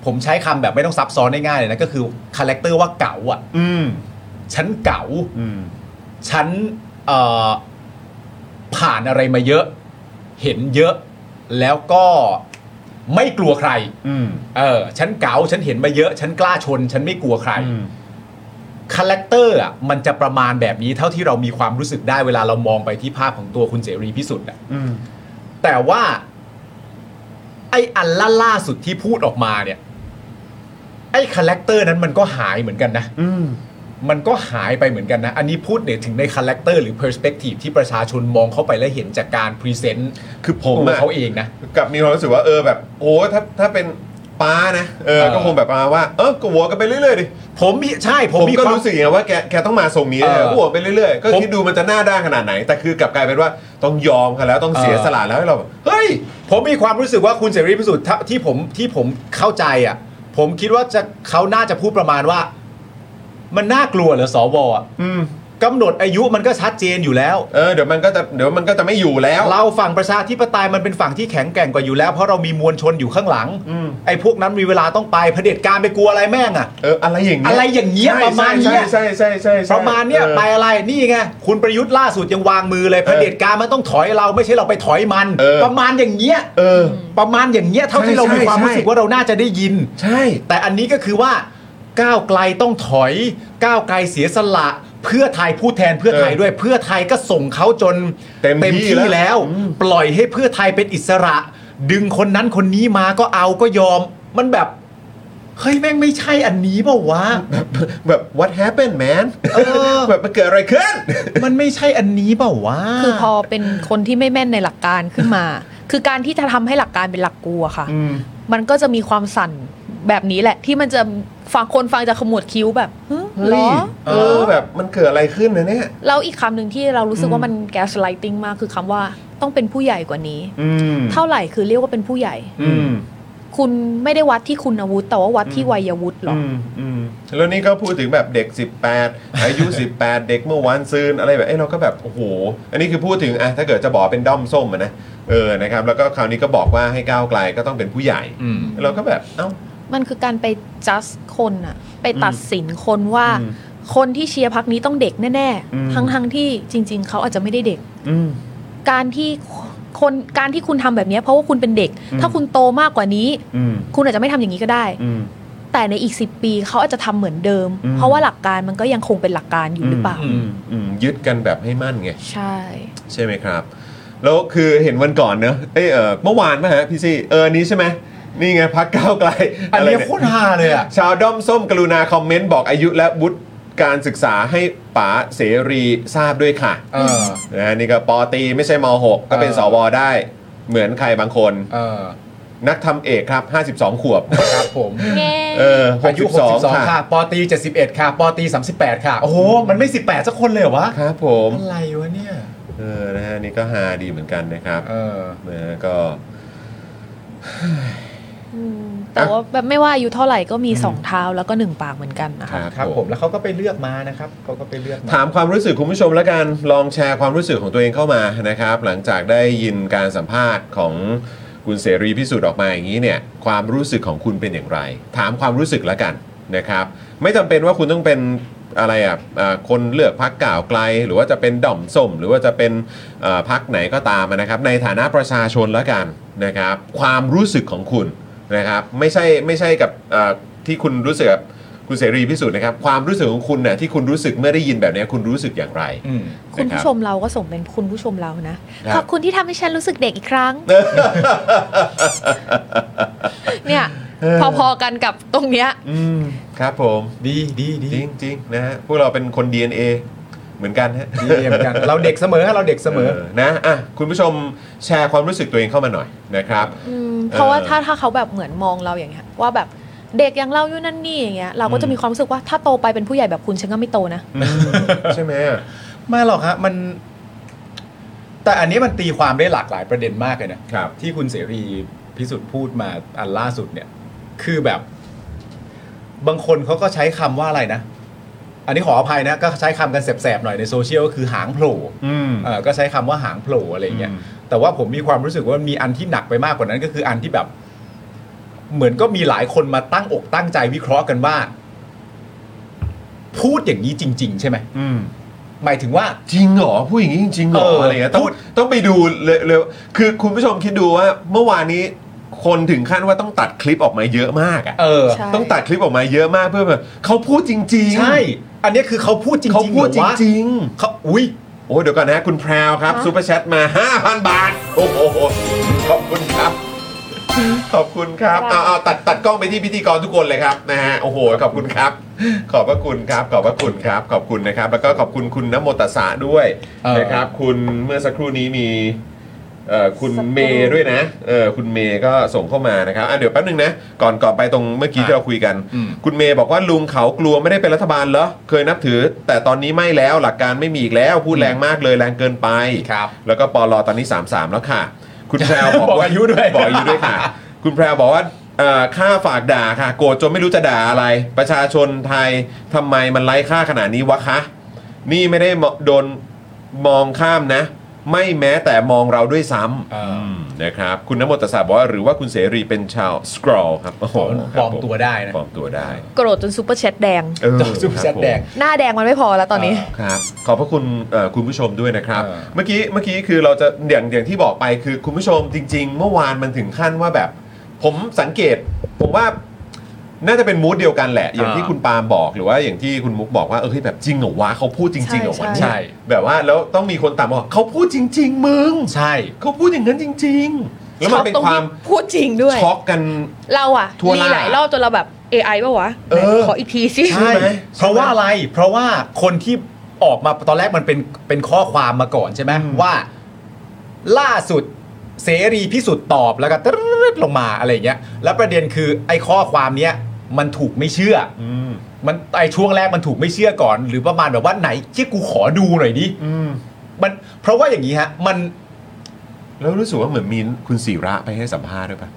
ผมใช้คำแบบไม่ต้องซับซ้อนได้ง่ายเลยนะก็คือคาแรคเตอร์ว่าเก๋าอ่ะ
อืม
ฉันเก๋า
อืม
ฉันเอ่อผ่านอะไรมาเยอะ เห็นเยอะ แล้วก็ไม่กลัวใคร
อืม
เออ ฉันเก๋าฉันเห็นมาเยอะ ฉันกล้าชน ฉันไม่กลัวใคร
อืม
คาแรคเตอร์อ่ะมันจะประมาณแบบนี้เท่าที่เรามีความรู้สึกได้เวลาเรามองไปที่ภาพของตัวคุณเสรีพิสุทธิ์อ่ะ
อืม
แต่ว่า ไอ้อันล่าล่าสุดที่พูดออกมาเนี่ย ไอ้คาแรคเตอร์นั้นมันก็หายเหมือนกันนะ
อืม
มันก็หายไปเหมือนกันนะ อันนี้พูดเนี่ยถึงในคาแรคเตอร์หรือเพอร์สเปกทีฟที่ประชาชนมองเข้าไปและเห็นจากการพรีเซนต์
คือผม
ตัว
อะ
เขาเองนะ
กลับมีความรู้สึกว่าเออแบบโอ้ถ้าถ้าเป็นป้านะเออ
เออ
ก็คงแบบประมาณว่าเออก็หัวกันไปเรื่อยๆดิ
ผมมีใช่ผ
ผม ม
มี
ก็
ความ
รู้สึกอย่างนั้นว่าแกแกต้องมาทรงนี้
เออ
เลยหัวไปเรื่อยๆก็
ผม
คิดดูมันจะหน้าด้านขนาดไหน แต่คือกลับกลายเป็นว่าต้องยอมกันแล้วต้องเสีย
เออ
สละแล้วให้เราแบบเฮ้ย
ผมมีความรู้สึกว่าคุณเสรีพิสุทธิ์ถ้าที่ผมที่ผมเข้าใจอ่ะ ผมคิดว่าจะเขาน่าจะพูดประมาณว่า มันน่ากลัวเหรอสวอะ
อืม
กำหนดอายุมันก็ชัดเจนอยู่แล้ว
เออเดี๋ยวมันก็จะเดี๋ยวมันก็จะไม่อยู่แล้ว
เราฝั่งประชาธิปไตยมันเป็นฝั่งที่แข็งแกร่งกว่าอยู่แล้ว เพราะเรามีมวลชนอยู่ข้างหลัง
อืม
ไอ้พวกนั้นมีเวลาต้องไปเผด็จการไปกลัวอะไรแม่งอ่ะ
เอออะไรอย่างเงี้ย
อะไรอย่างเงี้ย
ใช่
ประมาณเนี้ย
ใช่ใช่ใช่ใช่ใช่
ประมาณเนี้ย
ออ
ไปอะไรนี่ไงคุณประยุทธ์ล่าสุดยังวางมือเลยเผด็จการมันต้องถอยเราไม่ใช่เราไปถอยมัน ประมาณอย่างเงี้ย
เออ
ประมาณอย่างเงี้ยเท่าที่เรามีความรู้สึกว่าเราน่าจะได้ยิน
ใช่
แต่อันนี้ก็คือว่าก้าวไกลต้องถอย ก้าวไกลเสียสละ เพื่อไทยพูดแทนเพื่อไทย
เออ
ด้วยเพื่อไทยก็ส่งเขาจน
เต็มที่
แล้ว
อืม
ปล่อยให้เพื่อไทยเป็นอิสระ ดึงคนนั้นคนนี้มาก็เอาก็ยอม มันแบบเฮ้ยแม่งไม่ใช่อันนี้เป ล่าวะ
แบบ what happened man
เออ
แบบมันเกิดอะไรขึ้น
มันไม่ใช่อันนี้เปล่าวะ
คือพอเป็นคนที่ไม่แม่นในหลักการขึ้นมา คือการที่จะทำให้หลักการเป็นหลักกลัวค่ะ มันก็จะมีความสั่นแบบนี้แหละ ที่มันจะฟังคนฟังจะขมวดคิ้วแบบหึ
เฮ้
เหร
ย
อ
เออแบบมันเกิดอะไรขึ้นนะเนี่ย
แล้วอีกคำหนึ่งที่เรารู้สึกว่ามันแกสไลติงมากคือคำว่าต้องเป็นผู้ใหญ่กว่านี้
อืม
เท่าไหร่คือเรียกว่าเป็นผู้ใหญ่
อืม
คุณไม่ได้วัดที่คุณอาวุธ แต่ว่าวัดที่วัยวุฒิหรอ
อื
ก
มอืมแล้วนี่ก็พูดถึงแบบเด็ก 18 อายุ 18 เด็กเมื่อวานซืนอะไรแบบเอ้ยเราก็แบบโอ้โห อันนี้คือพูดถึงอะถ้าเกิดจะบอกเป็นด้อมส้มอะนะเออนะครับ แล้วก็คราวนี้ก็บอกว่าให้ก้าวไกลก็ต้องเป็นผู้ใหญ่
อืม
เราก็แบบเอ้า
มันคือการไป just คนอะไปตัดสินคนว่า
อืม
คนที่เชียร์พักนี้ต้องเด็กแน่
อืม
ๆ ทั้งๆที่จริง ๆ เขาอาจจะไม่ได้เด็ก
อืม
การที่คนการที่คุณทำแบบเนี้ยเพราะว่าคุณเป็นเด็ก
อืม
ถ้าคุณโตมากกว่านี้
อืม
คุณอาจจะไม่ทำอย่างนี้ก็ได้
อืม
แต่ในอีก 10 ปีเขาอาจจะทำเหมือนเดิม
อืม
เพราะว่าหลักการมันก็ยังคงเป็นหลักการอยู่หรือเปล่า
อืมอืมยึดกันแบบให้มั่นไง
ใช่
ใช่ไหมครับ แล้วคือเห็นวันก่อนเนอะเอยเออเมื่อวานป่ะฮะพี่ซี่เออนี้ใช่ไหมนี่ไงพักก้าวไกล
อันเนี้ย
ะไร
โค
เย
ตรฮาเลยอ่ะ
ชาวด้อมส้มกรุณาคอมเมนต์บอกอายุและวุฒิการศึกษาให้ป๋าเสรีทราบด้วยค่ะ
เออ
นะฮะนี่ก็ปอตรีไม่ใช่ม .6 ก็เป็น
เออ
สวได้ เหมือนใครบางคน
เออ
นักทำเอกครับ 52 ขวบ
ครับผม
เออ
อายุ
62
62
ค่ะ
ค่ะ ปอตี 71 ค่ะ ปอตี 38 ค่ะ โอ้โห มันไม่ 18 สักคนเลยเหรอวะ
ครับผม
อะไรวะเนี่ย
เออ นะฮะ นี่ก็ฮาดีเหมือนกันนะครับ
เออ
เออ ก็
อืมแต่ว่าแบบไม่ว่าอายุเท่าไหร่ก็มีสองเท้าแล้วก็หนึ่งปากเหมือนกันนะคะ
ครับผม แล้วเขาก็ไปเลือกมานะครับเขาก็ไปเลือกมา
ถามความรู้สึกคุณผู้ชมแล้วกัน ลองแชร์ความรู้สึกของตัวเองเข้ามานะครับ หลังจากได้ยินการสัมภาษณ์ของคุณเสรีพิสุทธิ์ออกมาอย่างนี้เนี่ย ความรู้สึกของคุณเป็นอย่างไร ถามความรู้สึกแล้วกันนะครับ ไม่จำเป็นว่าคุณต้องเป็นอะไรอ่ะอ่าคนเลือกพักก่าวไกล หรือว่าจะเป็นด่อมส้ม หรือว่าจะเป็นเอ่อพักไหนก็ตามนะครับ ในฐานะประชาชนแล้วกันนะครับ ความรู้สึกของคุณนะครับ ไม่ใช่ไม่ใช่กับเอ่อที่คุณรู้สึกกับ คุณเสรีพิสูจน์นะครับ ความรู้สึกของคุณน่ะที่คุณรู้สึกเมื่อได้ยินแบบเนี้ยคุณรู้สึกอย่างไร
คุณ
นะ
ผู้
รับ
ชมเราก็ส่งเป็นคุณผู้ชมเรานะ
ครับ
ขอบคุณที่ทำให้ฉันรู้สึกเด็กอีกค รั้ง เนี่ย พอๆกันกับตรงเนี้ย
อืมครับผม
ดีดีดี
จริงจริงๆนะฮะพวกเราเป็นคน DNA เหมือนกันฮะ
ดีเหมือนกัน เราเด็กเสมอฮะเราเด็กเสมอ
นะอ่ะคุณผู้ชมแชร์ความรู้สึกตัวเองเข้ามาหน่อยนะครับ
อืมเพราะว่า
เออ
ถ้าถ้าเขาแบบเหมือนมองเราอย่างเงี้ยว่าแบบเด็กอย่างเราอยู่นั่นนี่อย่างเงี้ยเราก็จะมีความรู้สึกว่าถ้าโตไปเป็นผู้ใหญ่แบบคุณฉันก็ไม่โตนะ
ใช่ไหมอ่ะ
ไม่หรอกฮะมัน แต่อันนี้มันตีความได้หลากหลายประเด็นมากเลยนะครับ ที่คุณเสรีพิสุทธิ์พูดมาอันล่าสุดเนี่ย คือแบบ บางคนเขาก็ใช้คำว่าอะไรนะ อันนี้ขออภัยนะ ก็ใช้คำกันแสบๆหน่อยในโซเชียลก็คือหางโผล่
อืม
เอ่อก็ใช้คำว่าหางโผล่อะไรเงี้ยแต่ว่าผมมีความรู้สึกว่ามีอันที่หนักไปมากกว่านั้น ก็คืออันที่แบบ เหมือนก็มีหลายคนมาตั้งอกตั้งใจวิเคราะห์กันว่า พูดอย่างนี้จริง ๆ ใช่ไหม
อืม
หมายถึงว่า
จริงเหรอพูดอย่างนี้จริงๆเหรอ
เอออ
อะไรเงี้ยต้อง
พูด
ต้องไปดูเลยเลยคือคุณผู้ชมคิดดูว่า เมื่อวานนี้คนถึงขั้นว่าต้องตัดคลิปออกมาเยอะมากอ่ะ
เออ
ใช่
ต้องตัดคลิปออกมาเยอะมากเพื่อแบบเขาพูดจริงๆ
ใช่ อันเนี้ยคือเขาพูดจริงๆ
เขาพูดจริง
ๆเขาอุ้ย
ๆ โอ้เดี๋ยวก่อนนะคุณแพรวครับ
ฮะ
ซูเปอร์แชทมา 5,000 บาท โอ้โห ขอบคุณครับ ขอบคุณครับเอาเอาตัดตัดกล้องไปที่พิธีกรทุกคนเลยครับนะฮะโอ้โห ขอบคุณครับ ขอบพระคุณครับ ขอบพระคุณครับ ขอบคุณนะครับ แล้วก็ขอบคุณคุณนโมตัสสะด้วย
เออ
นะครับ คุณเมื่อสักครู่นี้มีเอ่อคุณเมย์ด้วยนะเออคุณเมย์ก็ส่งเข้ามานะครับอ่ะเดี๋ยวแป๊บนึงนะก่อนก่อนไปตรงเมื่อกี้ที่เราคุยกัน
อืม
คุณเมย์บอกว่าลุงเขากลัวไม่ได้เป็นรัฐบาลเหรอ เคยนับถือ แต่ตอนนี้ไม่แล้วหลักการไม่มีอีกแล้ว พูดแรงมากเลยแรงเกินไป
ครับ
แล้วก็ปอลอตอนนี้ 33 แล้วค่ะ คุณแพรวบอก
บอก
ว่า
อายุด้วย
บอกอายุด้วยค่ะ คุณแพรวบอกว่าเอ่อค่าฝากด่าค่ะ โกรธจนไม่รู้จะด่าอะไร ประชาชนไทยทำไมมันไร้ค่าขนาดนี้วะคะ นี่ไม่ได้มอโดนมองข้ามนะ ไม่แม้แต่มองเราด้วยซ้ำ
เอออื
มนะครับ คุณนโมตสสาบอกว่าหรือว่าคุณเสรีเป็นชาวสครอลครับโอ้โหครับ
ปลอมตัวได้นะ
ปลอมตัวได้
โกรธจนซูเปอร์แชทแดง
เออ
จซุปแซดแดง
หน้าแดงมันไม่พอแล้วตอนนี้
ครับ ขอบพระคุณเอ่อคุณผู้ชมด้วยนะครับ
เออ
เมื่อกี้เมื่อกี้คือเราจะอย่างอย่างที่บอกไปคือคุณผู้ชมจริง ๆ เมื่อวานมันถึงขั้นว่าแบบ ผมสังเกต ผมว่าน่าจะเป็นมูดเดียวกันแหละ อย่างที่คุณปาล์มบอกหรือว่าอย่างที่คุณมุกบอกว่าเออเฮ้ยแบบจริงเหรอวะเขาพูดจริงๆเหรอวะ
ใช่
เนี่ยแบบว่าแล้วต้องมีคนตามบอกเขาพูดจริง ๆ มึง
ใช่
เขาพูดอย่างนั้นจริง ๆ แล้วมันเป็น
ช็อกตร
ค
ง
วาม
ที่พูดจริงด้วย
ช็อกกัน
เราอะ
ทั่วห
มี
น้า
หลายรอบจนเราแบบ AI ปะวะ
เออ
ขออีกทีสิ
ใช่
ใช่ไหม
เพราะว่าอะไร เพราะว่าคนที่ออกมาตอนแรกมันเป็นเป็นข้อความมาก่อนใช่ไหม
อืม
ว่าล่าสุดเสรีพิสุทธิ์ตอบแล้วก็ตึ๊ดลงมาอะไรอย่างเงี้ย แล้วประเด็นคือไอ้ข้อความเนี้ยมันถูกไม่เชื่ออ
อืม
มันไอช่วงแรกมันถูกไม่เชื่อก่อน หรือประมาณแบบว่าไหนเชี่ยกูขอดูหน่อยดิ
อืม
มัน เพราะว่าอย่างนี้ฮะ มัน
แล้วรู้สึกว่าเหมือนมีคุณศิระไปให้สัมภาษณ์ด้วยปะ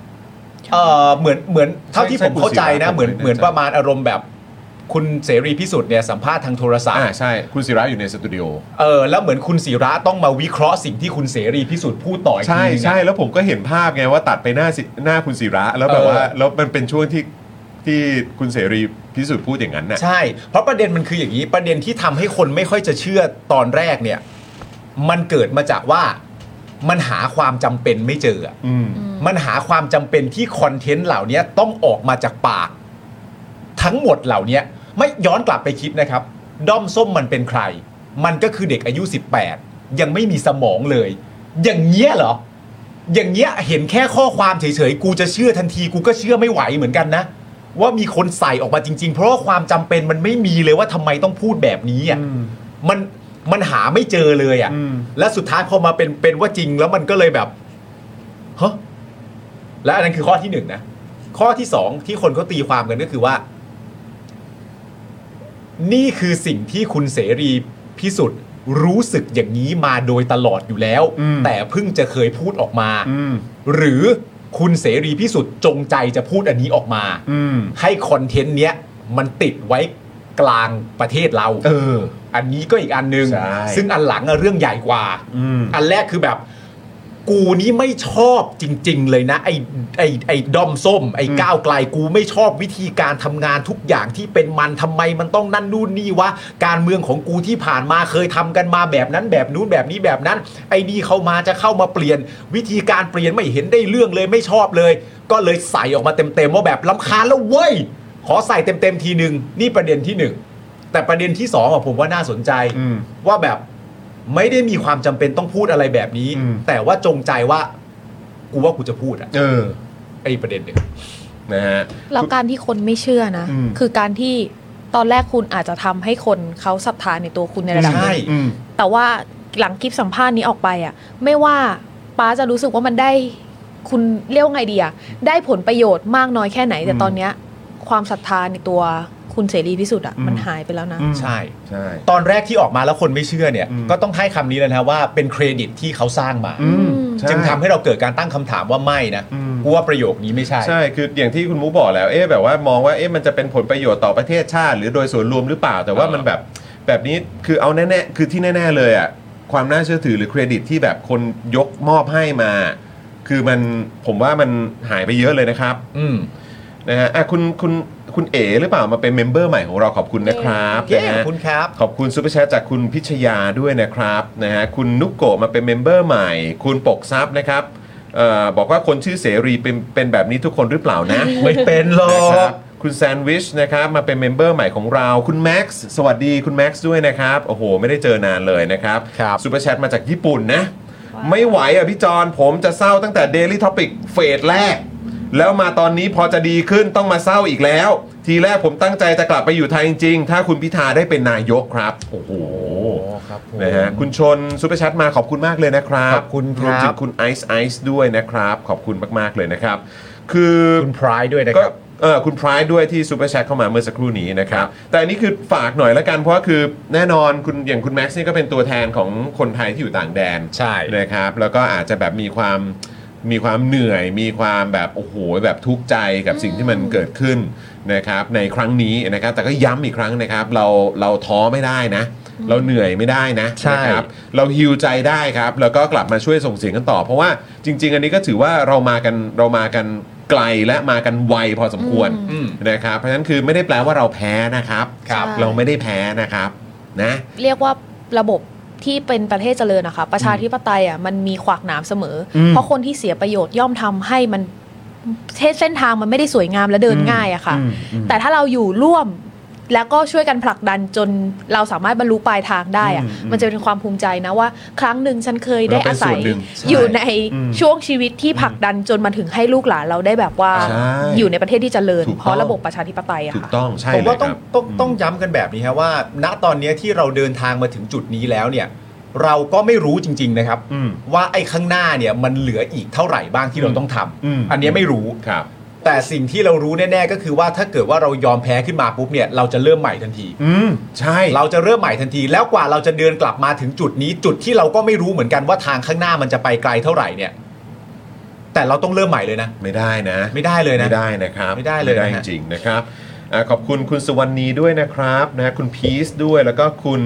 เออเหมือนเหมือนเท่าที่
ใช่
ผมเข้าใจนะ
คุณศิระ
เหมือน
ผมไม่แน่ใจ
เหมือนประมาณอารมณ์แบบคุณเสรีพิสุทธิ์เนี่ยสัมภาษณ์ทางโทรศัพท์
อ่าใช่คุณศิระอยู่ในสตูดิโอ
เออแล้วเหมือนคุณศิระต้องมาวิเคราะห์สิ่งที่คุณเสรีพิสุทธิ์พูดต่ออีกที
ใช่
นึงอะ
ใช่แล้วผมก็เห็นภาพไงว่าตัดไปหน้าสิหน้าคุณศิระ แล้วแบบ
เออ
ว่าแล้วมันเป็นช่วงที่ที่คุณเสรีพิสุทธิ์พูดอย่างนั้นน่ะ
ใช่ เพราะประเด็นมันคืออย่างนี้ประเด็นที่ทำให้คนไม่ค่อยจะเชื่อตอนแรกเนี่ย มันเกิดมาจากว่ามันหาความจำเป็นไม่เจออะ
อืม
มันหาความจำเป็นที่คอนเทนต์เหล่านี้ต้องออกมาจากปาก ทั้งหมดเหล่านี้ไม่ย้อนกลับไปคิดนะครับ ด้อมส้มมันเป็นใคร มันก็คือเด็กอายุ 18 ยังไม่มีสมองเลย อย่างเงี้ยเหรอ อย่างเงี้ยเห็นแค่ข้อความเฉยๆ กูจะเชื่อทันทีกูก็เชื่อไม่ไหวเหมือนกันนะ ว่ามีคนใส่ออกมาจริง ๆ เพราะว่าความจำเป็นมันไม่มีเลยว่าทำไมต้องพูดแบบนี้อ่ะมันมันหาไม่เจอเลยอ่ะ และสุดท้ายพอมาเป็นเป็นว่าจริงแล้วมันก็เลยแบบฮะ และอันนั้นคือข้อที่หนึ่งนะข้อที่สองที่คนเขาตีความกันก็คือว่า นี่คือสิ่งที่คุณเสรีพิสุทธิ์รู้สึกอย่างนี้มาโดยตลอดอยู่แล้ว แต่เพิ่งจะเคยพูดออกมา หรือคุณเสรีพิสุทธิ์จงใจจะพูดอันนี้ออกมา ให้คอนเทนต์เนี้ยมันติดไว้กลางประเทศเรา เออ อันนี้ก็อีกอันหนึ
ใช่
ง่งซึ่งอันหลังอะเรื่องใหญ่กว่า อันแรกคือแบบ กูนี่ไม่ชอบจริง ๆ เลยนะ ไอ้ไอ้ไอ้ดอมส้ม ไอ้ก้าวไกลกูไม่ชอบวิธีการทำงานทุกอย่างที่เป็นมันทำไมมันต้องนั่นนู่นนี่วะการเมืองของกูที่ผ่านมาเคยทำกันมาแบบนั้นแบบนู้นแบบนี้แบบนั้น ไอ้นี่เข้ามาจะเข้ามาเปลี่ยน วิธีการเปลี่ยนไม่เห็นได้เรื่องเลยไม่ชอบเลย ก็เลยใส่ออกมาเต็มๆว่าแบบลำคาญแล้วเว้ยขอใส่เต็มๆทีหนึ่งนี่ประเด็นที่หนึ่งแต่ประเด็นที่สองอะผมว่าน่าสนใจว่าแบบ ไม่ได้มีความจำเป็นต้องพูดอะไรแบบนี้ แต่ว่าจงใจว่า กูว่ากูจะพูดอะ
เออ
ไอ้ประเด็นเนี่ย
นะฮะ
แล้วการที่คนไม่เชื่อนะ
อืม
คือการที่ตอนแรกคุณอาจจะทำให้คนเขาศรัทธาในตัวคุณในระดับห
ใช่
นึงแต่ว่าหลังคลิปสัมภาษณ์นี้ออกไปอ่ะ ไม่ว่าป้าจะรู้สึกว่ามันได้คุณเรียกว่าไงดีอ่ะได้ผลประโยชน์มากน้อยแค่ไหน แต่ตอนเนี้ย ความศรัทธาในตัวคุณเสรีพิสุทธิ์อ่ะมันหายไปแล้วนะ
ใช่
ใช่
ตอนแรกที่ออกมาแล้วคนไม่เชื่อเนี่ย ก็ต้องให้คำนี้เลยนะว่าเป็นเครดิตที่เขาสร้างมา
อืมใช่
จึงทำให้เราเกิดการตั้งคำถามว่าไม่นะกูว่าประโยคนี้ไม่ใช่
ใช่ คืออย่างที่คุณมูบอกแล้ว เอ๊ะแบบว่ามองว่า เอ๊ะมันจะเป็นผลประโยชน์ต่อประเทศชาติ หรือโดยส่วนรวมหรือเปล่า แต่ว่า
เออ
มันแบบ แบบนี้ คือเอาแน่ๆ คือที่แน่ ๆ เลยอะความน่าเชื่อถือหรือเครดิตที่แบบคนยกมอบให้มา คือมัน ผมว่ามันหายไปเยอะเลยนะครับ
อืม
นะฮะอ่ะคุณคุณคุณเอ๋หรือเปล่ามาเป็นเมมเบอร์ใหม่ของเราขอบคุณนะครับ
เย้
นะฮะ
ขอบคุณครับ
ขอบคุณซูเปอร์แชทจากคุณพิชยาด้วยนะครับนะฮะคุณนุกโกะมาเป็นเมมเบอร์ใหม่ คุณปกซับนะครับเออบอกว่าคนชื่อเสรีเป็นเป็นแบบนี้ทุกคนหรือเปล่านะ
ไม่เป็นหรอ
นะครั
ก
บคุณแซนด์วิชนะครับมาเป็นเมมเบอร์ใหม่ของเราคุณแม็กซ์สวัสดีคุณแม็กซ์ด้วยนะครับ โอ้โห ไม่ได้เจอนานเลยนะครับ
ครับ
ซูเปอร์แชทมาจากญี่ปุ่นนะ ไม่ไหวอ่ะพี่จอนผมจะเศร้าตั้งแต่ Daily Topic เฟสแรก แล้วมาตอนนี้พอจะดีขึ้นต้องมาเศร้าอีกแล้ว ทีแรกผมตั้งใจจะกลับไปอยู่ไทยจริงๆ ถ้าคุณพิธาได้เป็นนายกครับ โอ้โห
ครับผม
นะฮะคุณชนซูเปอร์แชทมาขอบคุณมากเลยนะครับ
ขอบคุณครับ
รวมถึงคุณไอซ์ไอซ์ด้วยนะครับ ขอบคุณมากๆเลยนะครับ คือ
คุณพรายด้วยนะค
ก็
รับ
เออคุณพรายด้วยที่ซูเปอร์แชทเข้ามาเมื่อสักครู่นี้นะครับ แต่อันนี้คือฝากหน่อยละกัน เพราะว่าคือแน่นอนคุณอย่างคุณแม็กซ์นี่ก็เป็นตัวแทนของคนไทยที่อยู่ต่างแดน
ใช่
นะครับ แล้วก็อาจจะแบบมีความมีความเหนื่อย มีความแบบโอ้โหแบบทุกข์ใจกับสิ่งที่มันเกิดขึ้นนะครับในครั้งนี้นะครับ แต่ก็ย้ำอีกครั้งนะครับ เราเราท้อไม่ได้นะ เราเหนื่อยไม่ได้นะ
ใช่
นะครับ เราฮิวใจได้ครับ แล้วก็กลับมาช่วยส่งเสียงกันต่อ เพราะว่าจริง ๆ อันนี้ก็ถือว่าเรามากันเรามากันไกลและมากันไวพอสมควร
อืม
นะครับ เพราะฉะนั้นคือไม่ได้แปลว่าเราแพ้นะครับ
ครับ
เราไม่ได้แพ้นะครับนะ
เรียกว่าระบบที่เป็นประเทศเจริญนะคะ ประชาธิปไตยอ่ะมันมีขวากหนามเสมออ
ม
เพราะคนที่เสียประโยชน์ย่อมทำให้มันเส้นเส้นทางมันไม่ได้สวยงามและเดิน
อืม
ง่ายอะค่ะ
อืมอืม
แต่ถ้าเราอยู่ร่วมแล้วก็ช่วยกันผลักดันจนเราสามารถบรรลุปลายทางได้อะ
อืมอืม
มันจะเป็นความภูมิใจนะว่า ครั้งหนึ่งฉันเคยได้
เราเป็
อาน
ส่
ศั
วย นหนึ่งใช่
อยู่ใน
อืม
ช่วงชีวิตที่ผลักดันจนมาถึงให้ลูกหลานเราได้แบบว่า
ใช่
อยู่ในประเทศที่เจริญ
ถูกต้อง
เพราะระบบประชาธิปไตยอะ
ถูก
ค่ะ
ต้องใช่
ผม
เล
ว่าย
ค
ต้อง
รับ
ต้องต้องย้ำกันแบบนี้ฮะว่า ณตอนเนี้ยที่เราเดินทางมาถึงจุดนี้แล้วเนี่ย เราก็ไม่รู้จริง ๆ นะครับ
อืม
ว่าไอ้ข้างหน้าเนี่ยมันเหลืออีกเท่าไหร่บ้างที่เราต้องทำ
อืม
อันเนี้ยไม่รู้
ครับ
แต่สิ่งที่เรารู้แน่ๆก็คือว่าถ้าเกิดว่าเรายอมแพ้ขึ้นมาปุ๊บเนี่ยเราจะเริ่มใหม่ทันที
อืมใช่
เราจะเริ่มใหม่ทันที แล้วกว่าเราจะเดินกลับมาถึงจุดนี้จุดที่เราก็ไม่รู้เหมือนกันว่าทางข้างหน้ามันจะไปไกลเท่าไหร่เนี่ย แต่เราต้องเริ่มใหม่เลยนะ
ไม่ได้นะ
ไม่ได้เลยนะ
ไม่ได้นะครับ
ไม่ได้เลยนะฮะ
ม่จริงๆนะครับอ่าขอบคุณคุณสุวรรณีด้วยนะครับนะฮะคุณพีซด้วยแล้วก็คุณ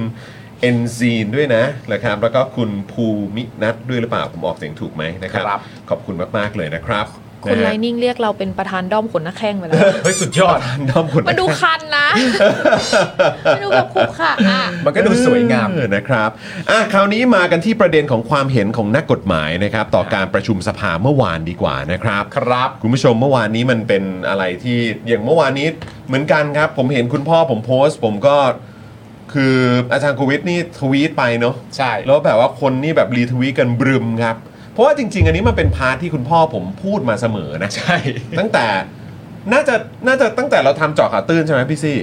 เอนซีนด้วยนะนะครับแล้วก็คุณภูมินัทด้วยหรือเปล่าผมออกเสียงถูกไหมนะครับ
ครับ
ขอบคุณมากๆเลยนะครับ
คุณไล
นะฮะ
นิ่งเรียกเราเป็นประธานด้อมขนหน้าแข้งไปแล้ว
เฮ้ยสุดยอด
ด้อมคุณ
มันดูคันนะ มันดูแบบขรุขระอ่ะ
มันก็ดูสวยงาม
เออนะครับอ่ะคราวนี้มากันที่ประเด็นของความเห็นของนักกฎหมายนะครับต่อการประชุมสภาเมื่อวานดีกว่านะครับ
ครับ
คุณผู้ชมเมื่อวานนี้มันเป็นอะไรที่อย่างเมื่อวานนี้เหมือนกันครับ ผมเห็นคุณพ่อผมโพสต์ ผมก็คืออาจารย์โควิดนี่ทวีตไปเนาะ
ใช่
แล้วแบบว่าคนนี่แบบรีทวีตกันบรึมครับ เพราะว่าจริง ๆ อันนี้มันเป็นพาร์ทที่คุณพ่อผมพูดมาเสมอนะ
ใช่
ตั้งแต่น่าจะน่าจะตั้งแต่เราทำเจาะข่าวตื้นใช่ไหมพี่ซี่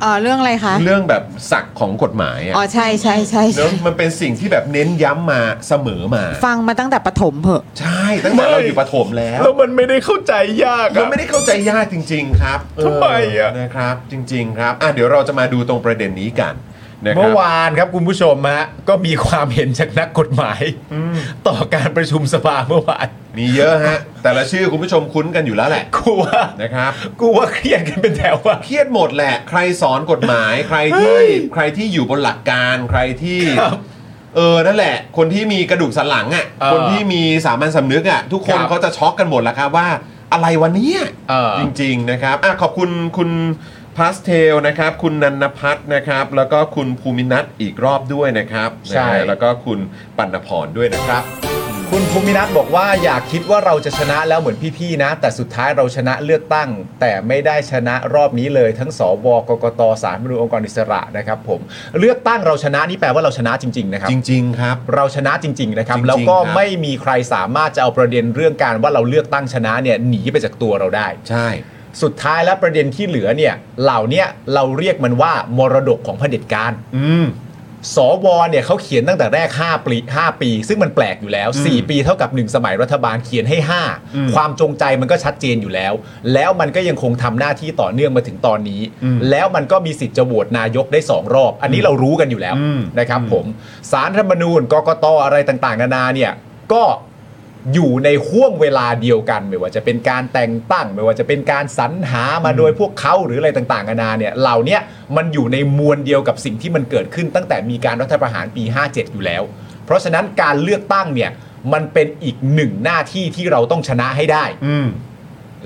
เอ่อเรื่องอะไรคะ
เรื่องแบบศักดิ์ของกฎหมายอะ
อ๋อใช่ใช่ใช่
เนอะ
ใช่
มันเป็นสิ่งที่แบบเน้นย้ำมาเสมอมา
ฟังมาตั้งแต่ปฐมเหอะ
ใช่ตั้งแต่เราอยู่ประถมแล้ว
แล้วมันไม่ได้เข้าใจยาก
มัน
อะ
ไม่ได้เข้าใจยากจริง ๆ ครับ
ทำไมอะ
เนะครับจริง ๆ ครับอ่ะเดี๋ยวเราจะมาดูตรงประเด็นนี้กันนะครับ
เมื่อวานครับคุณผู้ชมฮะก็มีความเห็นจากนักกฎหมาย ต่อการประชุมสภาเมื่อวาน
มีเยอะฮะ แต่ละชื่อคุณผู้ชมคุ้นกันอยู่แล้วแหละ
กูว่า
นะครับ
กูว่าเครียดกันเป็นแถวว่า
เครียดหมดแหละ ใครสอนกฎหมาย ใครที่ใครที่อยู่บนหลักการใครที่
ครับ
เออนั่นแหละ คนที่มีกระดูกสันหลังอ่ะ
เออ
คนที่มีสามัญสำนึกอ่ะทุกคน
ครับ
เขาจะช็อกกันหมดแล้วครับว่า อะไรวะเนี่ย
เออ
จริง ๆ นะครับอ่ะขอบคุณคุณพาสเทลนะครับ คุณนันนพัฒน์นะครับ แล้วก็คุณภูมินัทอีกรอบด้วยนะครับนะฮะแล้วก็คุณปัณณพรด้วยนะครับ
คุณภูมินัทบอกว่าอยากคิดว่าเราจะชนะแล้วเหมือนพี่ๆนะ แต่สุดท้ายเราชนะเลือกตั้ง แต่ไม่ได้ชนะรอบนี้เลยทั้งสวกกตสารมนูญองค์กรอิสระนะครับผมเลือกตั้งเราชนะนี่แปลว่าเราชนะจริงๆนะครับ
จริง ๆ ครับ
เราชนะจริง ๆ นะครับ
จริงๆ
แล้วก็
ครับ
ไม่มีใครสามารถจะเอาประเด็นเรื่องการว่าเราเลือกตั้งชนะเนี่ยหนีไปจากตัวเราได้
ใช่
สุดท้ายแล้วประเด็นที่เหลือเนี่ยเหล่าเนี้ยเราเรียกมันว่ามรดกของเผด็จการ
อืม
สวเนี่ยเขาเขียนตั้งแต่แรก 5 ปี5ปี ซึ่งมันแปลกอยู่แล้ว 4 ปีเท่ากับ 1 สมัยรัฐบาลเขียนให้
อืม
5 ความจงใจมันก็ชัดเจนอยู่แล้ว แล้วมันก็ยังคงทำหน้าที่ต่อเนื่องมาถึงตอนนี้
อืม
แล้วมันก็มีสิทธิ์จะโหวตนายกได้ 2 รอบ อันนี้เรารู้กันอยู่แล้ว
อืม
นะครับผมสารรัฐธรรมนูญกกตอะไรต่างๆ นานาเนี่ยก็อยู่ในห่วงเวลาเดียวกัน ไม่ว่าจะเป็นการแต่งตั้ง ไม่ว่าจะเป็นการสรรหามาโดยพวกเขาหรืออะไรต่างๆนานาเนี่ยเหล่าเนี้ยมันอยู่ในมวลเดียวกับสิ่งที่มันเกิดขึ้นตั้งแต่มีการรัฐประหารปี 57 อยู่แล้ว เพราะฉะนั้นการเลือกตั้งเนี่ยมันเป็นอีกหนึ่งหน้าที่ที่เราต้องชนะให้ได้
อืม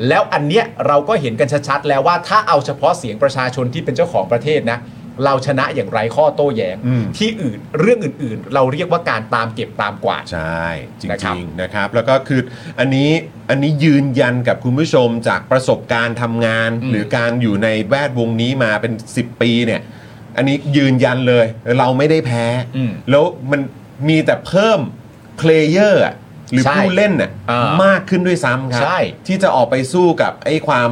แล้วอันเนี้ยเราก็เห็นกันชัดๆแล้วว่าถ้าเอาเฉพาะเสียงประชาชนที่เป็นเจ้าของประเทศนะ เราชนะอย่างไรข้อโต้แย้ง
อืม
ที่อื่นเรื่องอื่นๆ เราเรียกว่าการตามเก็บตามกวาด
ใช่จร
นะครับ
ิงๆนะครับแล้วก็คืออันนี้อันนี้ยืนยันกับคุณผู้ชมจากประสบการณ์ทำงาน
อืม
หรือการอยู่ในแวดวงนี้มาเป็น 10 ปีเนี่ยอันนี้ยืนยันเลยเราไม่ได้แพ้
อืม
แล้วมันมีแต่เพิ่มเพลเยอร์หรือ
ใช่
ผู้เล่นน่ะ
อ่าม
ากขึ้นด้วยซ้ำครั
ใช่
ที่จะออกไปสู้กับไอ้ความ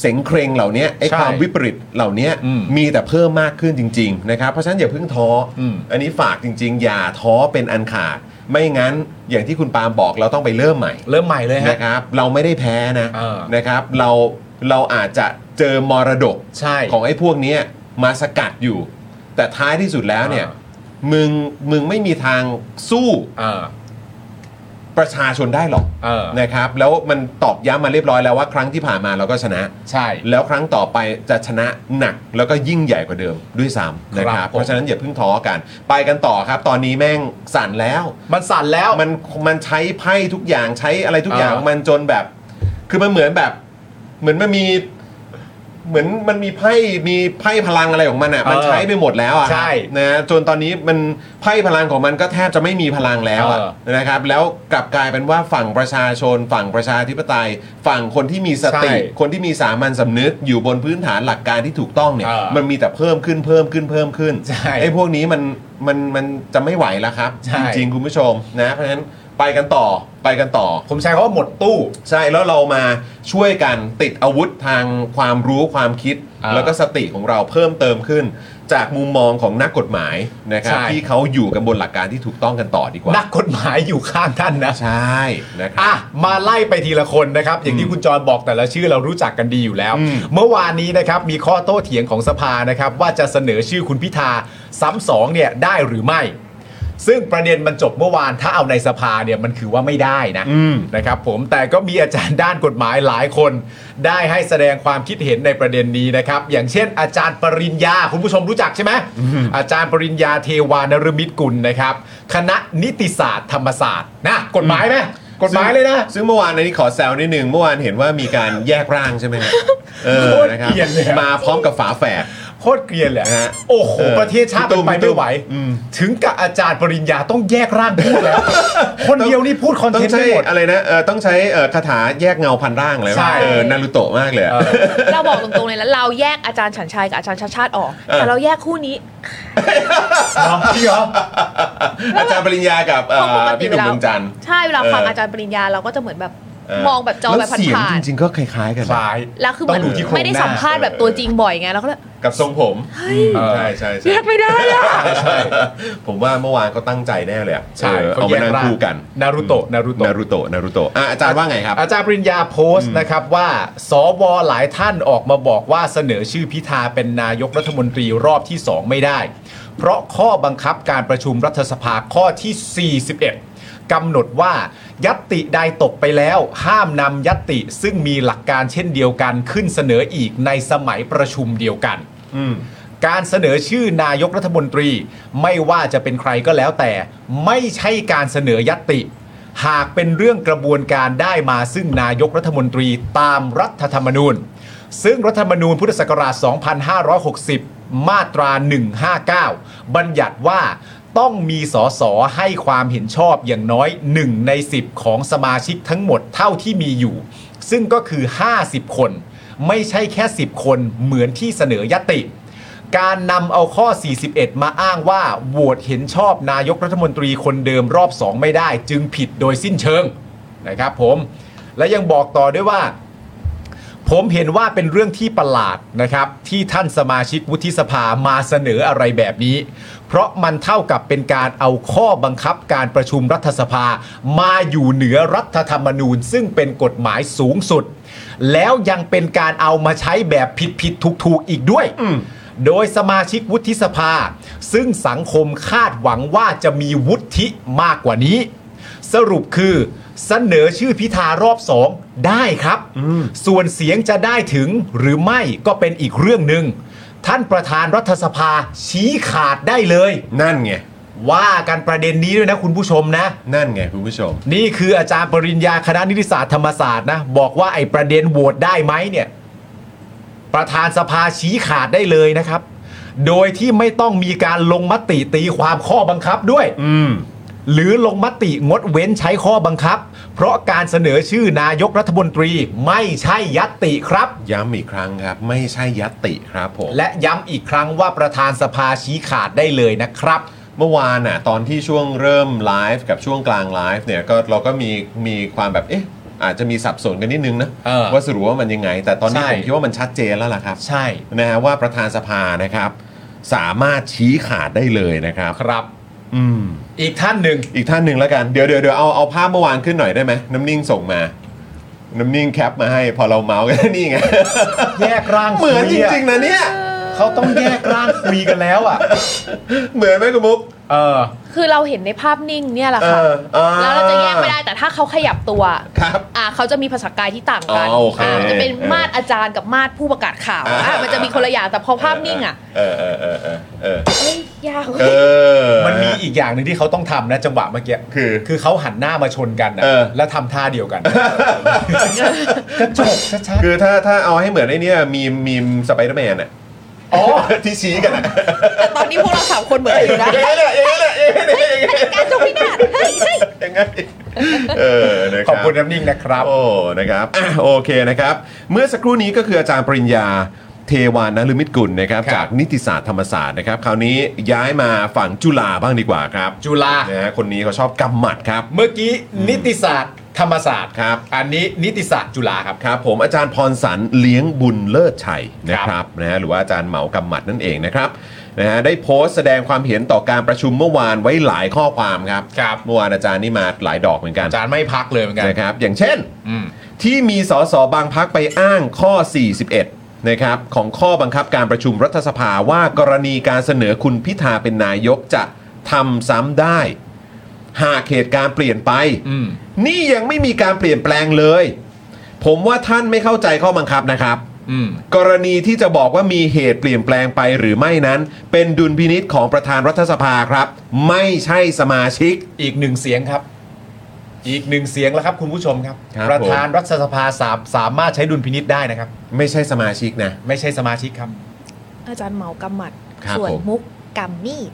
เสงเครงเหล่านี้ไอ้
ใช่
ความวิปริตเหล่านี้
อืม
มีแต่เพิ่มมากขึ้นจริงๆนะครับเพราะฉะนั้นอย่าเพิ่งท้ออ
ม
อันนี้ฝากจริง ๆ อย่าท้อเป็นอันขาด ไม่งั้นอย่างที่คุณปาล์มบอกเราต้องไปเริ่มใหม่
เริ่มใหม่เลยฮะ
นะครับ เราไม่ได้แพ้นะ
เออ
นะครับ เราเราอาจจะเจอมรดก
ใช่
ของไอ้พวกเนี้ยมาสกัดอยู่ แต่ท้ายที่สุดแล้วเนี่ย
เอ
มึงมึงไม่มีทางสู้
เออ
ประชาชนได้หรอก
เออ
นะครับ แล้วมันตอบย้ำมาเรียบร้อยแล้วว่าครั้งที่ผ่านมาเราก็ชนะ
ใช่
แล้วครั้งต่อไปจะชนะหนักแล้วก็ยิ่งใหญ่กว่าเดิมด้วยซ้ำนะค
ครั
รับบ
ผม
เพราะฉะนั้นอย่าเพิ่งท้อกัน ไปกันต่อครับ ตอนนี้แม่งสั่นแล้ว
มันสั่นแล้ว
มันมันใช้ไพ่ทุกอย่างใช้อะไรทุกอย่าง
อ่า
ของมันจนแบบ คือมันเหมือนแบบ เหมือนมันมี เหมือนมันมีไพ่มีไพ่พลังอะไรของมันอ่ะ
เออ
มันใช้ไปหมดแล้วอ่ะ
ใช่
นะจนตอนนี้มันไพ่พลังของมันก็แทบจะไม่มีพลังแล้วอ่ะ
เออ
นะครับ แล้วกลับกลายเป็นว่าฝั่งประชาชน ฝั่งประชาธิปไตย ฝั่งคนที่มีสติ
ใช่
คนที่มีสามัญสำนึกอยู่บนพื้นฐานหลักการที่ถูกต้องเนี่ย
เออ
มันมีแต่เพิ่มขึ้นเพิ่มขึ้นเพิ่มขึ้น
ใช่
ไอ้พวกนี้มันมันมันจะไม่ไหวแล้วครับ
ใช่
จริง คุณผู้ชมนะเพราะฉะนั้นไปกันต่อไปกันต่อ
ผมใช้คำว่าหมดตู้
ใช่แล้วเรามาช่วยกันติดอาวุธทางความรู้ความคิด
อ่า
แล้วก็สติของเราเพิ่มเติมขึ้น จากมุมมองของนักกฎหมายนะครับ
ใช่
ที่เขาอยู่กันบนหลักการที่ถูกต้องกันต่อดีกว่า
นักกฎหมายอยู่ข้างท่านนะ
ใช่นะครับ
อ่ะมาไล่ไปทีละคนนะครับ อย่างที่คุณจรบอกแต่ละชื่อเรารู้จักกันดีอยู่แล้ว
อืม
เมื่อวานนี้นะครับมีข้อโต้เถียงของสภานะครับ ว่าจะเสนอชื่อคุณพิธาซ้ำสองเนี่ยได้หรือไม่ ซึ่งประเด็นมันจบเมื่อวานถ้าเอาในสภาเนี่ยมันคือว่าไม่ได้นะ
อืม
นะครับผมแต่ก็มีอาจารย์ด้านกฎหมายหลายคน ได้ให้แสดงความคิดเห็นในประเด็นนี้นะครับ อย่างเช่น อาจารย์ปริญญาคุณผู้ชมรู้จักใช่ไหมอาจารย์ปริญญาเทวานรมิตกุลนะครับ คณะนิติศาสตร์ธรรมศาสตร์นะกฎหมายไหมกฎหมายเลยนะ
ซึ่งซึ่งเมื่อวานอันนี้ขอแซวนิดนึงเมื่อวานเห็นว่ามีการแยกร่างใช่ไหมฮะเออนะครับมาพร้อมกับฝาแฝด
โคตรเกรียนแหละ
ฮะ
โอ้โห
เออ
ประเทศชาติ
พี่ตุ้ม
มันไปไม่ไหว
อืม
ถึงกับอาจารย์ปริญญาต้องแยกร่างพูดแล้ว คนเดียวนี่พูดคอน
ต้อ
เทน
ง
ต์
ใช้
ไม่หมด
อะไรนะเออต้องใช้เอ่อคาถาแยกเงาพันร่างเลย
ใช่
เออนารุโตะมากเลยอะ
เราบอกตรงๆเลยแล้วเราแยกอาจารย์ฉันชัยกับอาจารย์ชาติชาติออก
เออ
แต่เราแยกคู่นี้
เนาะจริงเหรอ
อาจารย์ปริญญากับเอ่อ
เพราะปกติ
พี่หนุ่ม
เวลา
ดวงจันทร์
ใช่เวลาฟัง
เอออ
อาจารย์ปริญญาเราก็จะเหมือนแบบ มองแบบจอแบบผ่านๆ
ล้วเสียงจริงๆก็คล้ายๆกัน
คล้าย
แล้วคือเหมือน
ต้งที่โร
ไม่ได้
งหน้
สัมภาษณ์แบบตัวจริงบ่อยไงแล้วก็เลย
กับทรงผม
เฮ้ย
เออใช่ใช่ใช่
แยกไม่ได้อะ
ใช่ ผมว่าเมื่อวานเขาตั้งใจแน่เลยอะ
ใช่
เออ
เขา
เอา
แย
มาก นั่ง
ร่าง
คู่กัน
นารุโตะนารุโตะ
นารุโตะนารุโตะอ่ะอาจารย์ว่าไงครับ
อาจารย์ปริญญาโพสต์นะครับว่า สวหลายท่านออกมาบอกว่าเสนอชื่อพิธาเป็นนายกรัฐมนตรีรอบที่ 2 ไม่ได้ เพราะข้อบังคับการประชุมรัฐสภาข้อที่ 41 กำหนดว่ายัตติใดตกไปแล้ว ห้ามนำยัตติซึ่งมีหลักการเช่นเดียวกันขึ้นเสนออีกในสมัยประชุมเดียวกัน
อืม
การเสนอชื่อนายกรัฐมนตรี ไม่ว่าจะเป็นใครก็แล้วแต่ ไม่ใช่การเสนอยัตติ หากเป็นเรื่องกระบวนการได้มาซึ่งนายกรัฐมนตรีตามรัฐธรรมนูญ ซึ่งรัฐธรรมนูญพุทธศักราช 2560 มาตรา 159 บัญญัติว่าต้องมีสสให้ความเห็นชอบอย่างน้อย 1 ใน 10 ของสมาชิกทั้งหมดเท่าที่มีอยู่ ซึ่งก็คือ 50 คน ไม่ใช่แค่ 10 คนเหมือนที่เสนอยตติ การนำเอาข้อ 41 มาอ้างว่าโหวตเห็นชอบนายกรัฐมนตรีคนเดิมรอบ 2 ไม่ได้ จึงผิดโดยสิ้นเชิงนะครับผม และยังบอกต่อด้วยว่า ผมเห็นว่าเป็นเรื่องที่ประหลาดนะครับ ที่ท่านสมาชิกวุฒิสภามาเสนออะไรแบบนี้ เพราะมันเท่ากับเป็นการเอาข้อบังคับการประชุมรัฐสภา มาอยู่เหนือรัฐธรรมนูญ ซึ่งเป็นกฎหมายสูงสุด แล้วยังเป็นการเอามาใช้แบบผิดผิดถูกถูกๆอีกด้วย โดยสมาชิกวุฒิสภา ซึ่งสังคมคาดหวังว่าจะมีวุฒิมากกว่านี้ สรุปคือเสนอชื่อพิธารอบสองได้ครับ ส่วนเสียงจะได้ถึงหรือไม่ก็เป็นอีกเรื่องหนึ่ง ท่านประธานรัฐสภาชี้ขาดได้เลย
นั่นไง
ว่ากันประเด็นนี้ด้วยนะคุณผู้ชมนะ
นั่นไงคุณผู้ชม
นี่คืออาจารย์ปริญญาคณะนิติศาสตร์ธรรมศาสตร์นะ บอกว่าไอ้ประเด็นโหวตได้ไหมเนี่ย ประธานสภาชี้ขาดได้เลยนะครับ โดยที่ไม่ต้องมีการลงมติตีความข้อบังคับด้วย
อืม
หรือลงมติงดเว้นใช้ข้อบังคับ เพราะการเสนอชื่อนายกรัฐมนตรีไม่ใช่ยัตติครับ
ย้ำอีกครั้งครับ ไม่ใช่ยัตติครับผม
และย้ำอีกครั้งว่าประธานสภาชี้ขาดได้เลยนะครับ
เมื่อวานน่ะตอนที่ช่วงเริ่มไลฟ์กับช่วงกลางไลฟ์เนี่ยก็เราก็มีมีความแบบเอ๊ะอาจจะมีสับสนกันนิดนึงนะ
เออ
ว่าสรุปว่ามันยังไง แต่ตอนนี้
ใช่
ผมคิดว่ามันชัดเจนแล้วล่ะครับ
ใช่
นะฮะว่าประธานสภานะครับ สามารถชี้ขาดได้เลยนะครับ
ครับ
อืม
อีกท่านหนึ่ง
อีกท่านหนึ่งแล้วกันเดี๋ยวเดี๋ยวเดี๋ยวเอาเอาภาพเมื่อวานขึ้นหน่อยได้ไหมน้ำนิ่งส่งมา น้ำนิ่งแคปมาให้พอเราเมาส์กัน นี่ไง
แยกร่าง
เหมือนจ
คุยะ
ริงๆนะเนี่ย
เขาต้องแยกร่างคุยกันแล้วอ่ะ
เหมือนไหมคุณมุก
เออ
คือเราเห็นในภาพนิ่งเนี่ยแหละ
เอ
ค่ะ
ออ่
แล้วเราจะแยกไม่ได้แต่ถ้าเขาขยับตัว
ครับ
อ่าเขาจะมีภาษากายที่ต่างกัน
อ๋อโอเค
อ่ามันจะเป็น
เออ
มาดอาจารย์กับมาดผู้ประกาศข่าว
อ่า
อ่ามันจะมีคนละอย่างแต่พอภาพนิ่งอ่ะ
เออเออเออเออเออ
เอ้ยยาก
เออ
มันมีอีกอย่างหนึ่งที่เขาต้องทำนะจังหวะเมื่อกี้
คือ
คือเขาหันหน้ามาชนกันนะ
เออ
แล้วทำท่าเดียวกัน กระจกชัด
คือถ้าถ้าเอาให้เหมือนไอ้เนี่ยมีมมีมสไปเดอร์แมนอะ
ๆอ๋อ
ที่ชี้กันอะ
แต่ตอนนี้พวกเราสามคนเหมือนกันอยู่นะ
เอ๊ะเอ๊ะเอ๊ะเอ๊ะเอ๊ะ
การจงพินาศเฮ้ยเฮ้ย
ยังไงเออนะค
ข
รั
อบคุณน้ำนิ่งนะครับ
โอ้นะครับอ่ะโอเคนะครับ เมื่อสักครู่นี้ก็คืออาจารย์ปริญญาเทวานะลุมิตกุลนะครับ
ครับ
จากนิติศาสตร์ธรรมศาสตร์นะครับ คราวนี้ย้ายมาฝั่งจุฬาบ้างดีกว่าครับ
จุฬา
นะฮะคนนี้เขาชอบกำหมัดครับ
เมื่อกี้นิติศาสตร์ธรรมศาสตร์
ครับ
อันนี้นิติศาสตร์จุฬาครับ
ครับผมอาจารย์พรสันเลี้ยงบุญเลิศชัยนะครับนะฮะหรือว่าอาจารย์เหมากำหมัดนั่นเองนะครับนะฮะได้โพสต์แสดงความเห็นต่อการประชุมเมื่อวานไว้หลายข้อความครับ
ครับ
เมื่อวานอาจารย์นี่มาหลายดอกเหมือนกัน
อาจารย์ไม่พักเลยเหมือนกัน
นะครับอย่างเช่น
อืม
ที่มีสสบางพักไปอ้างข้อ 41 นะครับ ของข้อบังคับการประชุมรัฐสภาว่ากรณีการเสนอคุณพิธาเป็นนายกจะทำซ้ำได้ หากเหตุการณ์เปลี่ยนไป
อืม
นี่ยังไม่มีการเปลี่ยนแปลงเลย ผมว่าท่านไม่เข้าใจข้อบังคับนะครับ
อืม
กรณีที่จะบอกว่ามีเหตุเปลี่ยนแปลงไปหรือไม่นั้น เป็นดุลพินิษของประธานรัฐสภาครับ ไม่ใช่สมาชิก
อีกหนึ่งเสียงครับ อีกหนึ่งเสียงแล้วครับ คุณผู้ชมครับ
ครับ
ประธานรัฐสภาสามสามารถใช้ดุลพินิษได้นะครับ
ไม่ใช่สมาชิกนะ
ไม่ใช่สมาชิกครับ
อาจารย์เหมากำหมัด
ครับ
ส่วน
ผม
มุก กรรมมีด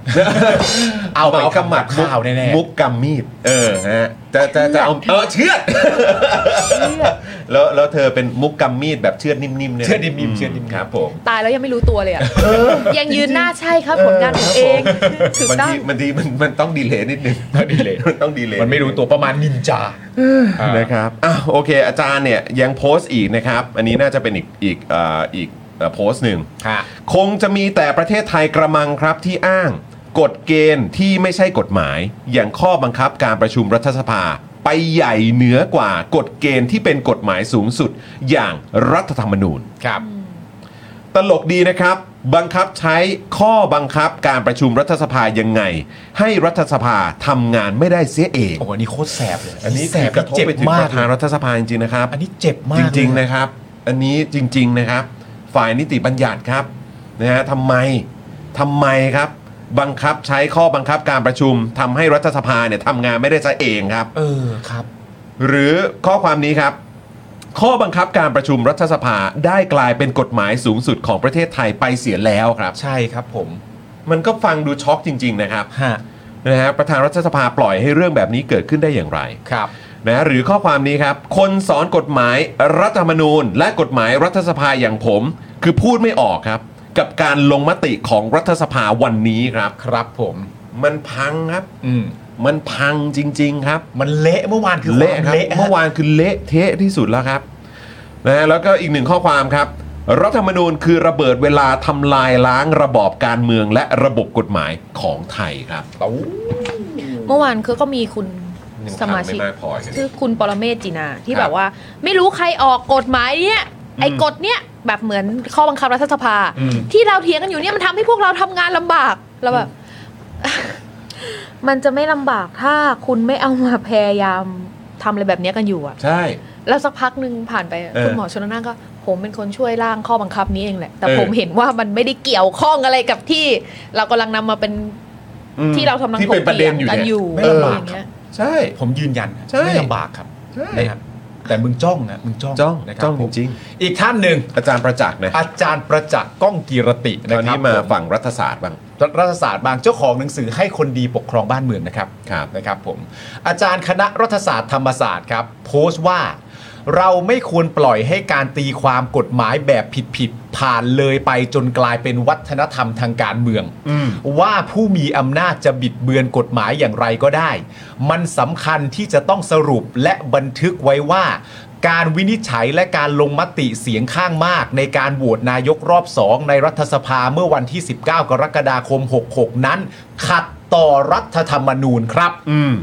เอาไป
เอา
คำหมัก
มุก
ข้าวแน่ๆ
มุกกำมีด เออฮะจะจะจะเอาเออเชือดแล้วแล้วเธอเป็นมุกกำมีดแบบเชือดนิ่มๆเนี่ย
เชือดนิ่มๆเชือดนิ่ม
ครับผม
ตายแล้วยังไม่รู้ตัวเลยอ่ะยังยืนหน้าใช่ครับผลงานผมเองถูก
มัน
ต้อง
ดีมันดีมันมันต้องดีเลยนิดนึงต้องดีเลยมันต้องดีเลย
มันไม่รู้ตัวประมาณนินจา
นะครับอ่ะโอเค อาจารย์เนี่ยยังโพสต์อีกนะครับ อันนี้น่าจะเป็นอีกอีกเอ่ออีกเอ่อโพสต์หนึ่ง
ฮะ
คงจะมีแต่ประเทศไทยกระมังครับที่อ้างกฎเกณฑ์ที่ไม่ใช่กฎหมาย อย่างข้อบังคับการประชุมรัฐสภา ไปใหญ่เหนือกว่ากฎเกณฑ์ที่เป็นกฎหมายสูงสุดอย่างรัฐธรรมนูญ
ครับ
ตลกดีนะครับ บังคับใช้ข้อบังคับการประชุมรัฐสภายังไง ให้รัฐสภาทำงานไม่ได้เสียเอง
โอ้โหอันนี้โคตรแสบเลย
อันนี้
แสบ
กระทบ
เจ็บ
ไปถึง
มา
ป
ก
ระธานรัฐสภาจริงๆนะครับ
อันนี้เจ็บมาก
จ
เลย
ริงๆนะครับ อันนี้จริง ๆนะครับ ฝ่ายนิติบัญญัติครับนะฮะทำไมทำไมครับ บังคับใช้ข้อบังคับการประชุมทำให้รัฐสภาเนี่ยทำงานไม่ได้ซะเองครับ
เออครับ
หรือข้อความนี้ครับ ข้อบังคับการประชุมรัฐสภาได้กลายเป็นกฎหมายสูงสุดของประเทศไทยไปเสียแล้วครับ
ใช่ครับผม
มันก็ฟังดูช็อกจริง ๆ นะครับ
ฮะ
นะฮะประธานรัฐสภาปล่อยให้เรื่องแบบนี้เกิดขึ้นได้อย่างไร
ครับ
นะหรือข้อความนี้ครับ คนสอนกฎหมายรัฐธรรมนูญ และกฎหมายรัฐสภาอย่างผม คือพูดไม่ออกครับ กับการลงมติของรัฐสภาวันนี้ครับ
ครับผม
มันพังครับ
อืม
มันพังจริง ๆ ครับ
มันเละเมื่อวานคือ
เละครับ
ความ
เมื่อวานคือเละเทะที่สุดแล้วครับนะแล้วก็อีกหนึ่งข้อความครับ รัฐธรรมนูญคือระเบิดเวลาทำลายล้างระบอบการเมืองและระบบกฎหมายของไทยครับ
เอ้า
เมื่อวานคือก็มีคุณ
ยัง
ส
พัง
มา
ไ
ชิก
กพอใช่ไหม
ชื่อคุณปรเมศจีนา
ค
ที่
รับ
แบบว่า ไม่รู้ใครออกกฎหมายเนี้ยไอ้กฎเนี้ยแบบเหมือนข้อบังคับรัฐสภา ที่เราเถียงกันอยู่เนี่ยมันทำให้พวกเราทำงานลำบากเราแบบ มันจะไม่ลำบากถ้าคุณไม่เอามาพยายามทำอะไรแบบเนี้ยกันอยู่อะ
ใช่
แล้วสักพักหนึ่งผ่านไป
เออ
คุณหมอชนน่านก็ ผมเป็นคนช่วยร่างข้อบังคับนี้เองแหละ แต่
เออ
ผมเห็นว่ามันไม่ได้เกี่ยวข้องอะไรกับที่ เรากำลังนำมาเป็น
อืม
ที่เรากำลัง
ที่เป็นประเด็นอยู่
กั
เนี่
น
ย
อยู่
เออ
อะไรอย่างเงี้ย
ใช่
ผมยืนยัน
ใช่
ไม่ลำบากครับ
ใช่
นะครับแต่มึงจ้องนะมึงจ้อง
จ้อง
นะครับ
จ้องจ
ผม
ริง
อีกท่านหนึ่ง
ๆอาจารย์ประจักษ์นะ
อาจารย์ประจักษ์ก้องกีรติ
ต
นะ
อน
ครั
นี้
บ
มา
ผม
ฝั่งรัฐศาสตร์บ้าง
รัฐศาสตร์บางเจ้าของหนังสือให้คนดีปกครองบ้านเมืองนะครับ
ครับ
นะครับผมอาจารย์คณะรัฐศาสตร์ธรรมศาสตร์ครับ โพสต์ว่า เราไม่ควรปล่อยให้การตีความกฎหมายแบบผิดๆผ่านเลยไปจนกลายเป็นวัฒนธรรมทางการเมือง
อืม
ว่าผู้มีอำนาจจะบิดเบือนกฎหมายอย่างไรก็ได้ มันสำคัญที่จะต้องสรุปและบันทึกไว้ว่า การวินิจฉัยและการลงมติเสียงข้างมาก ในการโหวตนายกรอบ 2 ในรัฐสภาเมื่อวันที่ 19 กรกฎาคม 66 นั้น ขัดต่อรัฐธรรมนูญครับ
อืม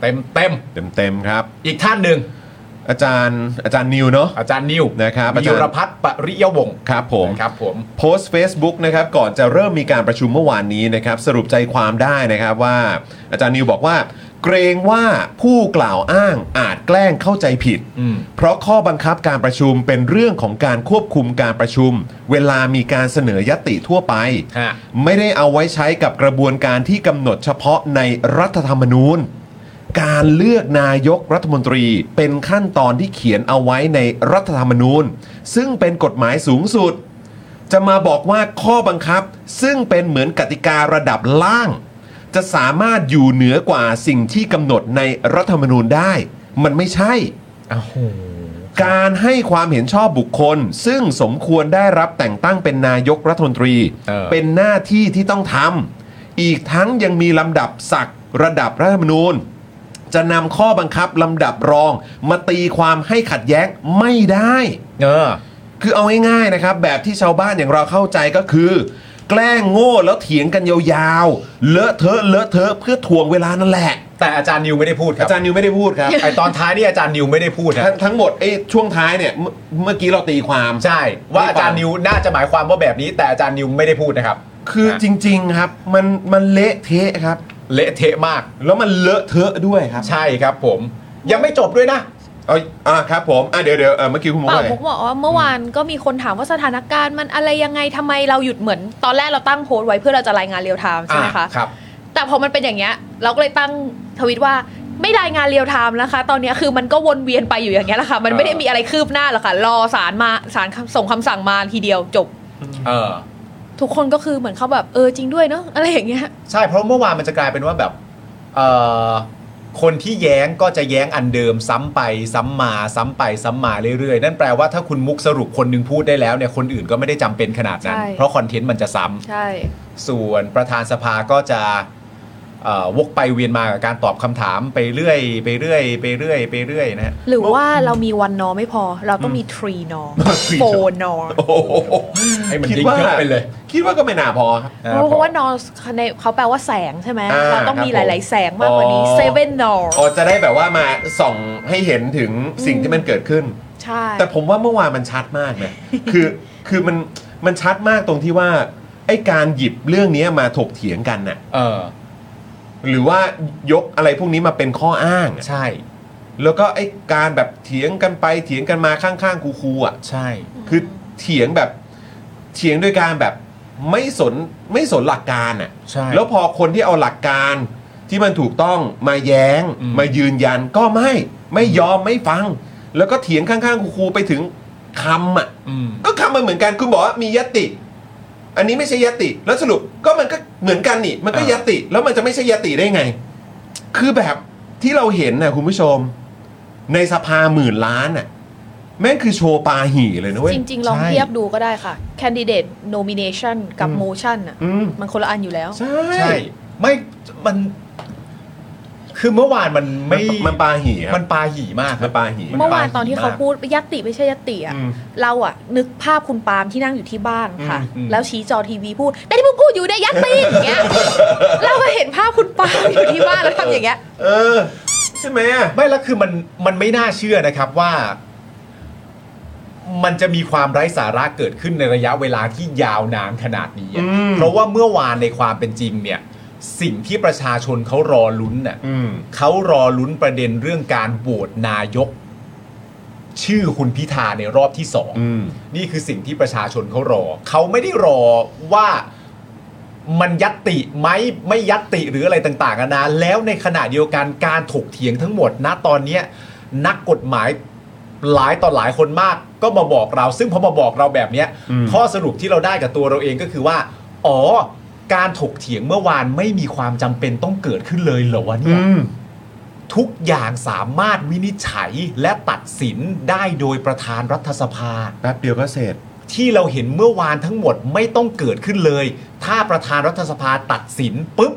เต็มเต็ม
เต็มๆครับ
ๆอีกท่านหนึ่ง
อาจารย์อาจารย์นิวเนาะ
อาจารย์นิว
นะครับอาจารย์
ยิรพัฒน์ปริยวงศ์
ครับผม
นะครับผม
โพสต์ Facebook นะครับก่อนจะเริ่มมีการประชุมเมื่อวานนี้นะครับสรุปใจความได้นะครับว่า อาจารย์นิวบอกว่า เกรงว่าผู้กล่าวอ้างอาจแกล้งเข้าใจผิด
อืม
เพราะข้อบังคับการประชุมเป็นเรื่องของการควบคุมการประชุม เวลามีการเสนอยติทั่วไป
ฮะ
ไม่ได้เอาไว้ใช้กับกระบวนการที่กำหนดเฉพาะในรัฐธรรมนูญ การเลือกนายกรัฐมนตรีเป็นขั้นตอนที่เขียนเอาไว้ในรัฐธรรมนูญ ซึ่งเป็นกฎหมายสูงสุด จะมาบอกว่าข้อบังคับ ซึ่งเป็นเหมือนกติการะดับล่าง จะสามารถอยู่เหนือกว่าสิ่งที่กำหนดในรัฐธรรมนูญได้ มันไม่ใช่
อ้าวโห
การให้ความเห็นชอบบุคคล ซึ่งสมควรได้รับแต่งตั้งเป็นนายกรัฐมนตรี
เออ
เป็นหน้าที่ที่ต้องทำ อีกทั้งยังมีลำดับศักดิ์ระดับรัฐธรรมนูญ จะนำข้อบังคับลำดับรอง มาตีความให้ขัดแย้งไม่ได้
เออ
คือเอาง่ายๆนะครับ แบบที่ชาวบ้านอย่างเราเข้าใจก็คือ แกล้งโง่แล้วเถียงกันยาวๆ เลอะเทอะเลอะเทอะเพื่อถ่วงเวลานั่นแหละ
แต่อาจารย์นิวไม่ได้พูดครั
อา
บ
จารย์นิวไม่ได้พูดครับ
ไอตอนท้ายนี่อาจารย์นิวไม่ได้พูดนะ
ทั้งทั้งหมดไอ้ช่วงท้ายเนี่ยเมื่อเมื่อกี้เราตีความ
ใช่ ว่า
ไม่
อา
ฟัง
จารย์นิวน่าจะหมายความว่าแบบนี้ แต่อาจารย์นิวไม่ได้พูดนะครับ
คือ
นะ
จริง ๆ ครับ มันมันเละเทะครับ
เละเทะมาก
แล้วมันเลอะเทอะด้วยครับ
ใช่ครับผม ยังไม่จบด้วยนะ
เอาอ่าครับผมอ่ะเดี๋ยวเดี๋ยวเอ่อเมื่อกี้คุณโม
เป
ว่า
ล่า
ไง
ผมบอกว่าเมื่อวานก็มีคนถามว่าสถานการณ์มันอะไรยังไงทำไมเราหยุดเหมือน ตอนแรกเราตั้งโพสต์ไว้เพื่อเราจะรายงานเรียลไทม์ใช่ไหมคะ
อ่ะครับ
แต่พอมันเป็นอย่างเงี้ยเราก็เลยตั้งทวิตว่าไม่รายงานเรียลไทม์นะคะ ตอนเนี้ยคือมันก็วนเวียนไปอยู่อย่างเงี้ยแหละค่ะ มันไม่ได้มีอะไรคืบหน้าหรอกค่ะ รอศาลมาศาลส่งคำสั่งมาทีเดียวจบ
เออ
ทุกคนก็คือเหมือนเขาแบบเออจริงด้วยเนาะอะไรอย่างเงี้ย
ใช่เพราะเมื่อวานมันจะกลายเป็นว่าแบบเอ่อคนที่แย้งก็จะแย้งอันเดิมซ้ำไปซ้ำมาซ้ำไปซ้ำมาเรื่อยๆ นั่นแปลว่าถ้าคุณมุกสรุปคนหนึงพูดได้แล้วเนี่ยคนอื่นก็ไม่ได้จำเป็นขนาดนั้น
ใช่
เพราะคอนเทนต์มันจะซ้ำ
ใช่
ส่วนประธานสภาก็จะเอ่อวกไปเวียนมากับการตอบคำถามไปเรื่อยไปเรื่อยไปเรื่อยไปเรื่อยนะฮะ
หรือว่าเรามีวันนอไม่พอ เราต้องมีทรีนอ
Three
โฟ
nor
นอ
โอ้โหให้มันยิ่งเยอะไปเลย
คิดว่าก็ไม่น่าพอครับ
เพราะว่านอในเขาแปลว่าแสงใช่ไหม
อ่า
เราต้องมี
ค
ห
รับผม
ลาย ๆ แสงมากกว่านี้
อ๋อ
เซเว่นนอ
อ๋อจะได้แบบว่ามาส่องให้เห็นถึงสิ่งที่มันเกิดขึ้น
ใช่
แต่ผมว่าเมื่อวานมันชัดมากนะ คือคือมันมันชัดมากตรงที่ว่าไอ้การหยิบเรื่องนี้มาถกเถียงกันน่ะ
เออ
หรือว่ายกอะไรพวกนี้มาเป็นข้ออ้างอะ
ใช่
แล้วก็ไอ้การแบบเถียงกันไปเถียงกันมาข้างๆคูๆอ่ะ
ใช่
คือเถียงแบบเถียงด้วยการแบบไม่สนไม่สนหลักการอ่ะ
ใช่
แล้วพอคนที่เอาหลักการที่มันถูกต้องมาแย้ง
อืม
มายืนยันก็ไม่ไม่ยอมไม่ฟัง แล้วก็เถียงข้างๆครูๆไปถึงคำอ่ะ
อืม
ก็คำมันเหมือนกันคุณบอกว่ามียติ อันนี้ไม่ใช่ยติ แล้วสรุปก็มันก็เหมือนกันนี่มันก็
อ่าย ย
ติ แล้วมันจะไม่ใช่ยติได้ไง คือแบบที่เราเห็นนะคุณผู้ชม ในสภาหมื่นล้านน่ะแม่งคือโชว์ปาหี่เลยนะเว้ย
จริง ๆ ลอง
ใช่
เทียบดูก็ได้ค่ะ candidate nomination กับ motion อ่ะ
อืม
มันคนละอันอยู่แล้ว
ใช่
ใช่ไม่มัน คือเมื่อวานมัน
มัน
ไม่
มันปาหี่ครับ
มันปาหี่มากค
มั
รั
น
บ
ปาหี่
เมื่อวาน
มันปาหี่
ตอนที่เขา
มาก
พูดยัตติไม่ใช่ยัตติอ่ะ
อืม
เราอ่ะ นึกภาพคุณปาล์มที่นั่งอยู่ที่บ้านค่ะ
อืม
แล้วชี้จอทีวีพูดแต่ที่มึงพูดอยู่เนี่ยยัตติอย่างเงี้ยเราก็เห็นภาพคุณปาล์มอยู่ที่บ้านแล้วทำอย่างเงี้ย
เออ ใช่ไหมอะ
ไม่และคือมันมันไม่น่าเชื่อนะครับว่า มันจะมีความไร้สาระเกิดขึ้นในระยะเวลาที่ยาวนานขนาดนี้อะเพราะว่าเมื่อวานในความเป็นจริงเนี่ย สิ่งที่ประชาชนเขารอลุ้นน่ะ
อืม
เขารอลุ้นประเด็นเรื่องการโหวตนายก ชื่อคุณพิธาในรอบที่สอง
อืม
นี่คือสิ่งที่ประชาชนเขารอ เขาไม่ได้รอว่ามันยัตติไหมไม่ยัตติหรืออะไรต่างๆนานาแล้วในขณะเดียวกันการถกเถียงทั้งหมดนะตอนเนี้ยนักกฎหมายหลายต่อหลายคนมาก ก็มาบอกเรา ซึ่งพอมาบอกเราแบบเนี้ย
อืม
ข้อสรุปที่เราได้กับตัวเราเองก็คือว่า อ๋อ การถกเถียงเมื่อวานไม่มีความจำเป็นต้องเกิดขึ้นเลยเหรอวะเนี่ย
อืม
ทุกอย่างสามารถวินิจฉัยและตัดสินได้โดยประธานรัฐสภา
แป๊บเดียวก็เสร็จ
ที่เราเห็นเมื่อวานทั้งหมดไม่ต้องเกิดขึ้นเลย ถ้าประธานรัฐสภาตัดสินปุ๊บ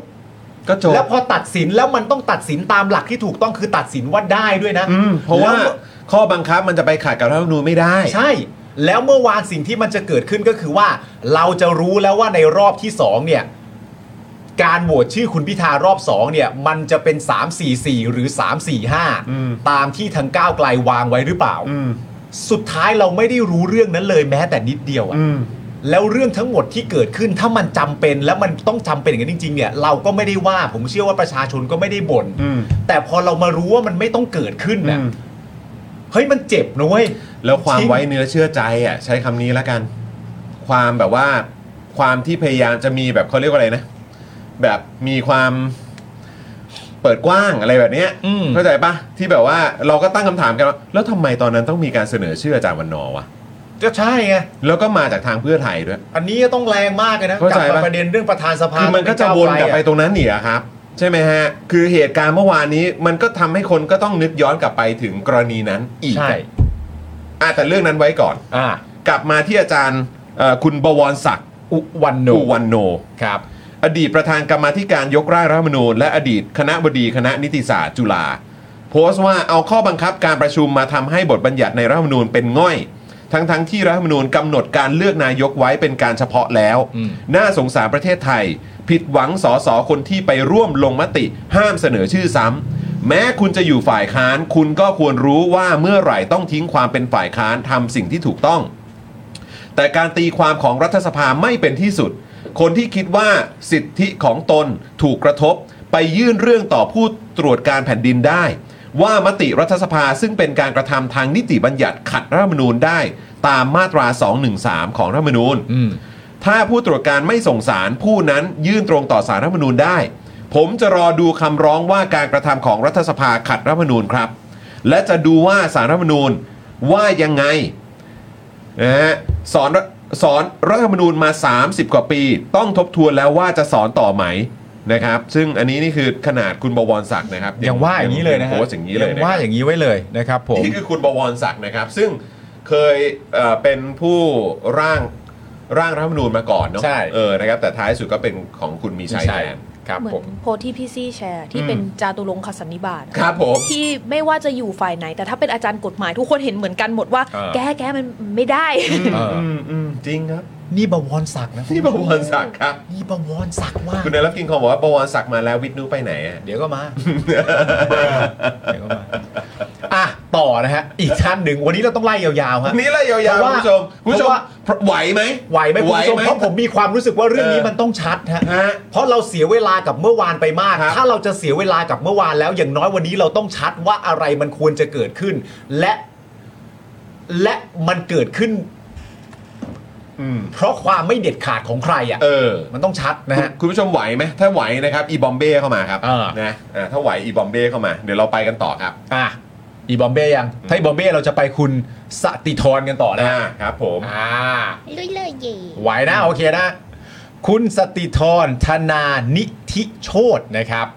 ก็จบ
แล้วพอตัดสินแล้วมันต้องตัดสินตามหลักที่ถูกต้องคือตัดสินว่าได้ด้วยนะ
อืมเพราะว่า
แล้ว
ข้อบังคับมันจะไปขัดกับรัฐธรรมนูญไม่ได้
ใช่ แล้วเมื่อวานสิ่งที่มันจะเกิดขึ้นก็คือว่า เราจะรู้แล้วว่าในรอบที่สองเนี่ย การโหวตชื่อคุณพิธารอบสองเนี่ย มันจะเป็น 344 หรือ
อืม
345 ตามที่ทางก้าวไกลวางไว้หรือเปล่า
อืม
สุดท้ายเราไม่ได้รู้เรื่องนั้นเลยแม้แต่นิดเดียวอะ
อืม
แล้วเรื่องทั้งหมดที่เกิดขึ้นถ้ามันจำเป็นและมันต้องจำเป็นอย่างนั้นจริง ๆ เนี่ย เราก็ไม่ได้ว่าผมเชื่อว่าประชาชนก็ไม่ได้บ่น
อืม
แต่พอเรามารู้ว่ามันไม่ต้องเกิดขึ้น
อื
น่ะ
ม
เฮ้ยมันเจ็บนะเว้ย
แล้วความ
จริง
ไว้เนื้อเชื่อใจอ่ะ ใช้คำนี้แล้วกัน ความแบบว่า ความที่พยายามจะมีแบบเขาเรียกว่าอะไรนะ แบบมีความเปิดกว้างอะไรแบบเนี้ย
อืม
เข้าใจปะที่แบบว่าเราก็ตั้งคำถามกันว่าแล้วทำไมตอนนั้นต้องมีการเสนอชื่ออาจารย์วันนอร์วะ
ก็ใช่ไง
แล้วก็มาจากทางเพื่อไทยด้วย
อันนี้ต้องแรงมากเลยนะ
เข้าใจ
กลัมา
ปะ
ประเด็นเรื่องประธานสภา
คือมันก็จะวนกลับไป
เอ
ตรงนั้นนี่อะครับ ใช่ไหมฮะ คือเหตุการณ์เมื่อวานนี้มันก็ทำให้คนก็ต้องนึกย้อนกลับไปถึงกรณีนั้นอี
ง
ก
ใช่
อ่ะแต่เรื่องนั้นไว้ก่อน
อ่าก
ลับมาที่อาจารย์เอ่อคุณบวรศักดิ์
อุวันโน
อุวันโน
ครับ
อดีตประธานกรรมาธิการยกร่างรัฐธรรมนูญและอดีตคณะบดีคณะนิติศาสตร์จุฬาโพสต์ว่าเอาข้อบังคับการประชุมมาทำให้บทบัญญัติในรัฐธรรมนูญเป็นง่อย ทั้งๆทที่รัฐธรรมนูญกำหนดการเลือกนายกไว้เป็นการเฉพาะแล้ว
อืม
น่าสงสารประเทศไทย ผิดหวังสอสอคนที่ไปร่วมลงมติ ห้ามเสนอชื่อซ้ำแม้คุณจะอยู่ฝ่ายค้าน คุณก็ควรรู้ว่าเมื่อไหร่ต้องทิ้งความเป็นฝ่ายค้านทำสิ่งที่ถูกต้อง แต่การตีความของรัฐสภาไม่เป็นที่สุด คนที่คิดว่าสิทธิของตนถูกกระทบ ไปยื่นเรื่องต่อผู้ตรวจการแผ่นดินได้ ว่ามติรัฐสภาซึ่งเป็นการกระทำทางนิติบัญญัติขัดรัฐธรรมนูญได้ ตามมาตรา 213 ของรัฐธรรมนูญ
อืม
ถ้าผู้ตรวจการไม่ส่งสารผู้นั้นยื่นตรงต่อสารรัฐธรรมนูญได้ ผมจะรอดูคำร้องว่าการกระทำของรัฐสภาขัดรัฐธรรมนูญครับ และจะดูว่าสารรัฐธรรมนูญว่ายังไงนะฮะสอน สอนรัฐธรรมนูญมา 30 กว่าปี ต้องทบทวนแล้วว่าจะสอนต่อไหมนะครับ ซึ่งอันนี้นี่คือขนาดคุณบวรศักดิ์นะครับ
ยังว่าอย่างนี้เลยนะฮะ
โพสต์อย่างนี้เลย
ง
นะค
ว่า
รับ
อย่างนี้ไว้เลยนะครับผม
นี่คือคุณบวรศักดิ์นะครับ ซึ่งเคยเอ่อเป็นผู้ร่างร่างรัฐธรรมนูญมาก่อนเนาะ
ใช่
เออนะครับ แต่ท้ายสุดก็เป็นของคุณมีชัยแทน
ครับ
เหมือ
ผ
น
ม
โพสต์ที่พี่ซี่แชร์ที่เป็น
อืม
จาตุรงคสันนิบาตอะ
ครับผม
ที่ไม่ว่าจะอยู่ฝ่ายไหน แต่ถ้าเป็นอาจารย์กฎหมายทุกคนเห็นเหมือนกันหมดว่า
เออ
แก้แก้มันไม่ได้
เอออื
มอืมจริงครับ
นี่บวรศักดิ์นะ
นี่บวรศักดิ์ครับ
นี่บวรศักดิ์ว่า
คุณนรับกินคองบอกว่าบวรศักดิ์มาแล้ววิทนุไปไหนอะ
เดี๋ยว ก็มา เดี๋ยวก็มาอ่ะต่อนะฮะอีกท่านหนึ่งวันนี้เราต้องไล่ยาวๆฮะ
นี่แหละยาวๆ
เพราะ
คุณ
ว่า
ผู้ชมคุณผู้ชม
เพราะว่า
ไหวไหม
ไหวไหมคุณผู้ชมเพราะผมมีความรู้สึกว่าเรื่องนี้
เออ
มันต้องชัดฮะ
ฮะ
เพราะเราเสียเวลากับเมื่อวานไปมาก
ครับ
ถ้าเราจะเสียเวลากับเมื่อวานแล้ว อย่างน้อยวันนี้เราต้องชัดว่าอะไรมันควรจะเกิดขึ้น และ และมันเกิดขึ้น
อืม
เพราะความไม่เด็ดขาดของใครอ่ะ
เออ
มันต้องชัดนะ
คุณ
ฮะ
คุณผู้ชมไหวไหมถ้าไหวนะครับอีบอมเบ้เข้ามาครับ
อ่าน
นะอ่าถ้าไหวอีบอมเบ้เข้ามา เดี๋ยวเราไปกันต่อครับ
อ่ะอีบอมเบ้ยัง ถ้าอีบอมเบ้เราจะไปคุณสติธรกันต่อนะ
อ่า
ฮะ
ครับ ผม
อ่า
ลุยเลยเย่
ไหวนะ โอเคนะ คุณสติธรธนานิธิโชตนะครับ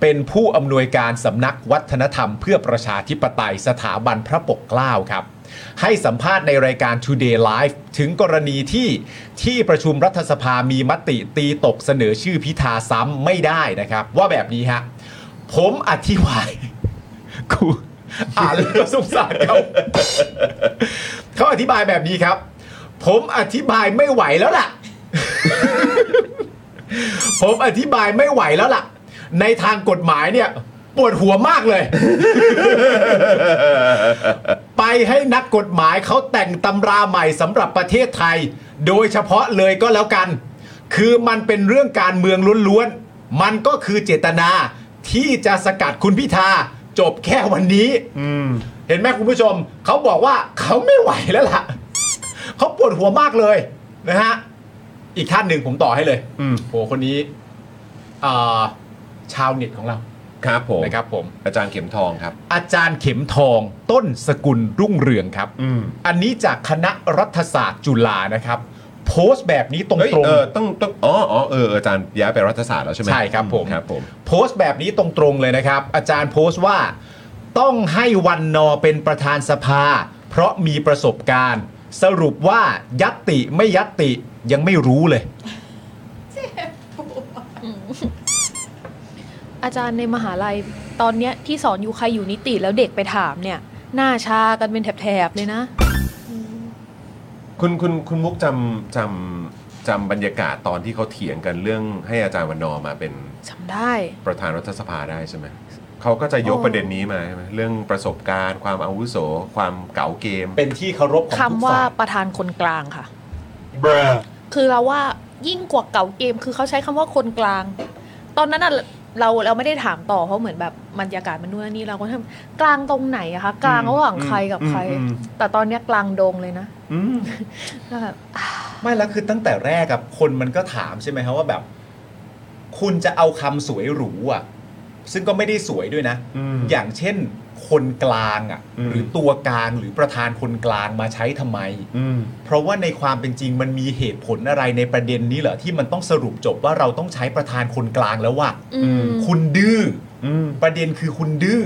เป็นผู้อำนวยการสำนักวัฒนธรรมเพื่อประชาธิปไตยสถาบันพระปกเกล้าครับ ให้สัมภาษณ์ในรายการ Today Live ถึงกรณีที่ที่ประชุมรัฐสภามีมติตีตกเสนอชื่อพิธาซ้ำไม่ได้นะครับ ว่าแบบนี้ฮะ ผมอธิบาย กูอ่านแล้วก็สงสารเขา เขาอธิบายแบบนี้ครับ ผมอธิบายไม่ไหวแล้วล่ะ ผมอธิบายไม่ไหวแล้วล่ะ ในทางกฎหมายเนี่ยปวดหัวมากเลย ไปให้นักกฎหมายเขาแต่งตำราใหม่สำหรับประเทศไทย โดยเฉพาะเลยก็แล้วกัน คือมันเป็นเรื่องการเมืองล้วนๆ มันก็คือเจตนาที่จะสกัดคุณพิธาจบแค่วันนี้ เห็นไหมคุณผู้ชม เขาบอกว่าเขาไม่ไหวแล้วล่ะ เขาปวดหัวมากเลยนะฮะ อีกท่านหนึ่งผมต่อให้เลยโหคนนี้อ่าชาวเน็ตของเรา
ครับผม
นะครับผม
อาจารย์เข็มทองครับ
อาจารย์เข็มทองต้นสกุลรุ่งเรืองครับ
อืม
อันนี้จากคณะรัฐศาสตร์จุฬานะครับ โพสต์แบบนี้ตร
เฮ้ย
ง
เออต้องต้องอ๋ออ๋อเอออาจารย์ย้ายไปรัฐศาสตร์แล้วใช่ไหม
ๆ ใช่ครับผม
ครับผม
โพสต์แบบนี้ตรงๆเลยนะครับ อาจารย์โพสต์ว่า ต้องให้วันนอเป็นประธานสภา เพราะมีประสบการณ์ สรุปว่ายัตติไม่ยัตติยังไม่รู้เลย
อาจารย์ในมหาลัยตอนเนี้ยที่สอนอยู่ใครอยู่นิติแล้วเด็กไปถามเนี่ย หน้าชากันเป็นแถบๆเลยนะ
คุณคุณคุณมุกจำจำจำบรรยากาศตอนที่เขาเถียงกันเรื่องให้อาจารย์วันนอร์มาเป็น
จำได้
ประธานรัฐสภาได้ใช่ไหมเขาก็จะยก
โอ้
ประเด็นนี้มาใช่ไหมเรื่องประสบการณ์ ความอาวุโส ความเก๋าเกม
เป็นที่เคารพของทุก
คำว่า
ฝ่าย
ประธานคนกลางค่ะ คือเราว่ายิ่งกว่าเก่าเกมคือเขาใช้คำว่าคนกลาง ตอนนั้นน่ะเราเราไม่ได้ถามต่อเพราะเหมือนแบบบรรยากาศมันนู่นนนนี่เราก็ทํกลางตรงไหนอะคะกลางระหว่างใครกับใคร
อืม
แต่ตอนเนี้ยกลางดงเลยนะ
อืม
แล้วแบบ
ไม่แล้วคือตั้งแต่แรกกับคนมันก็ถามใช่ไหมครับว่าแบบ คุณจะเอาคำสวยหรูอ่ะ ซึ่งก็ไม่ได้สวยด้วยนะ
อืม
อย่างเช่น คนกลางอ่ะ
อืม
หรือตัวกลางหรือประธานคนกลางมาใช้ทำไม
อืม
เพราะว่าในความเป็นจริงมันมีเหตุผลอะไรในประเด็นนี้เหรอที่มันต้องสรุปจบว่าเราต้องใช้ประธานคนกลางแล้วว่า
อืม
คุณดื้อ
อืม
ประเด็นคือคุณดื้อ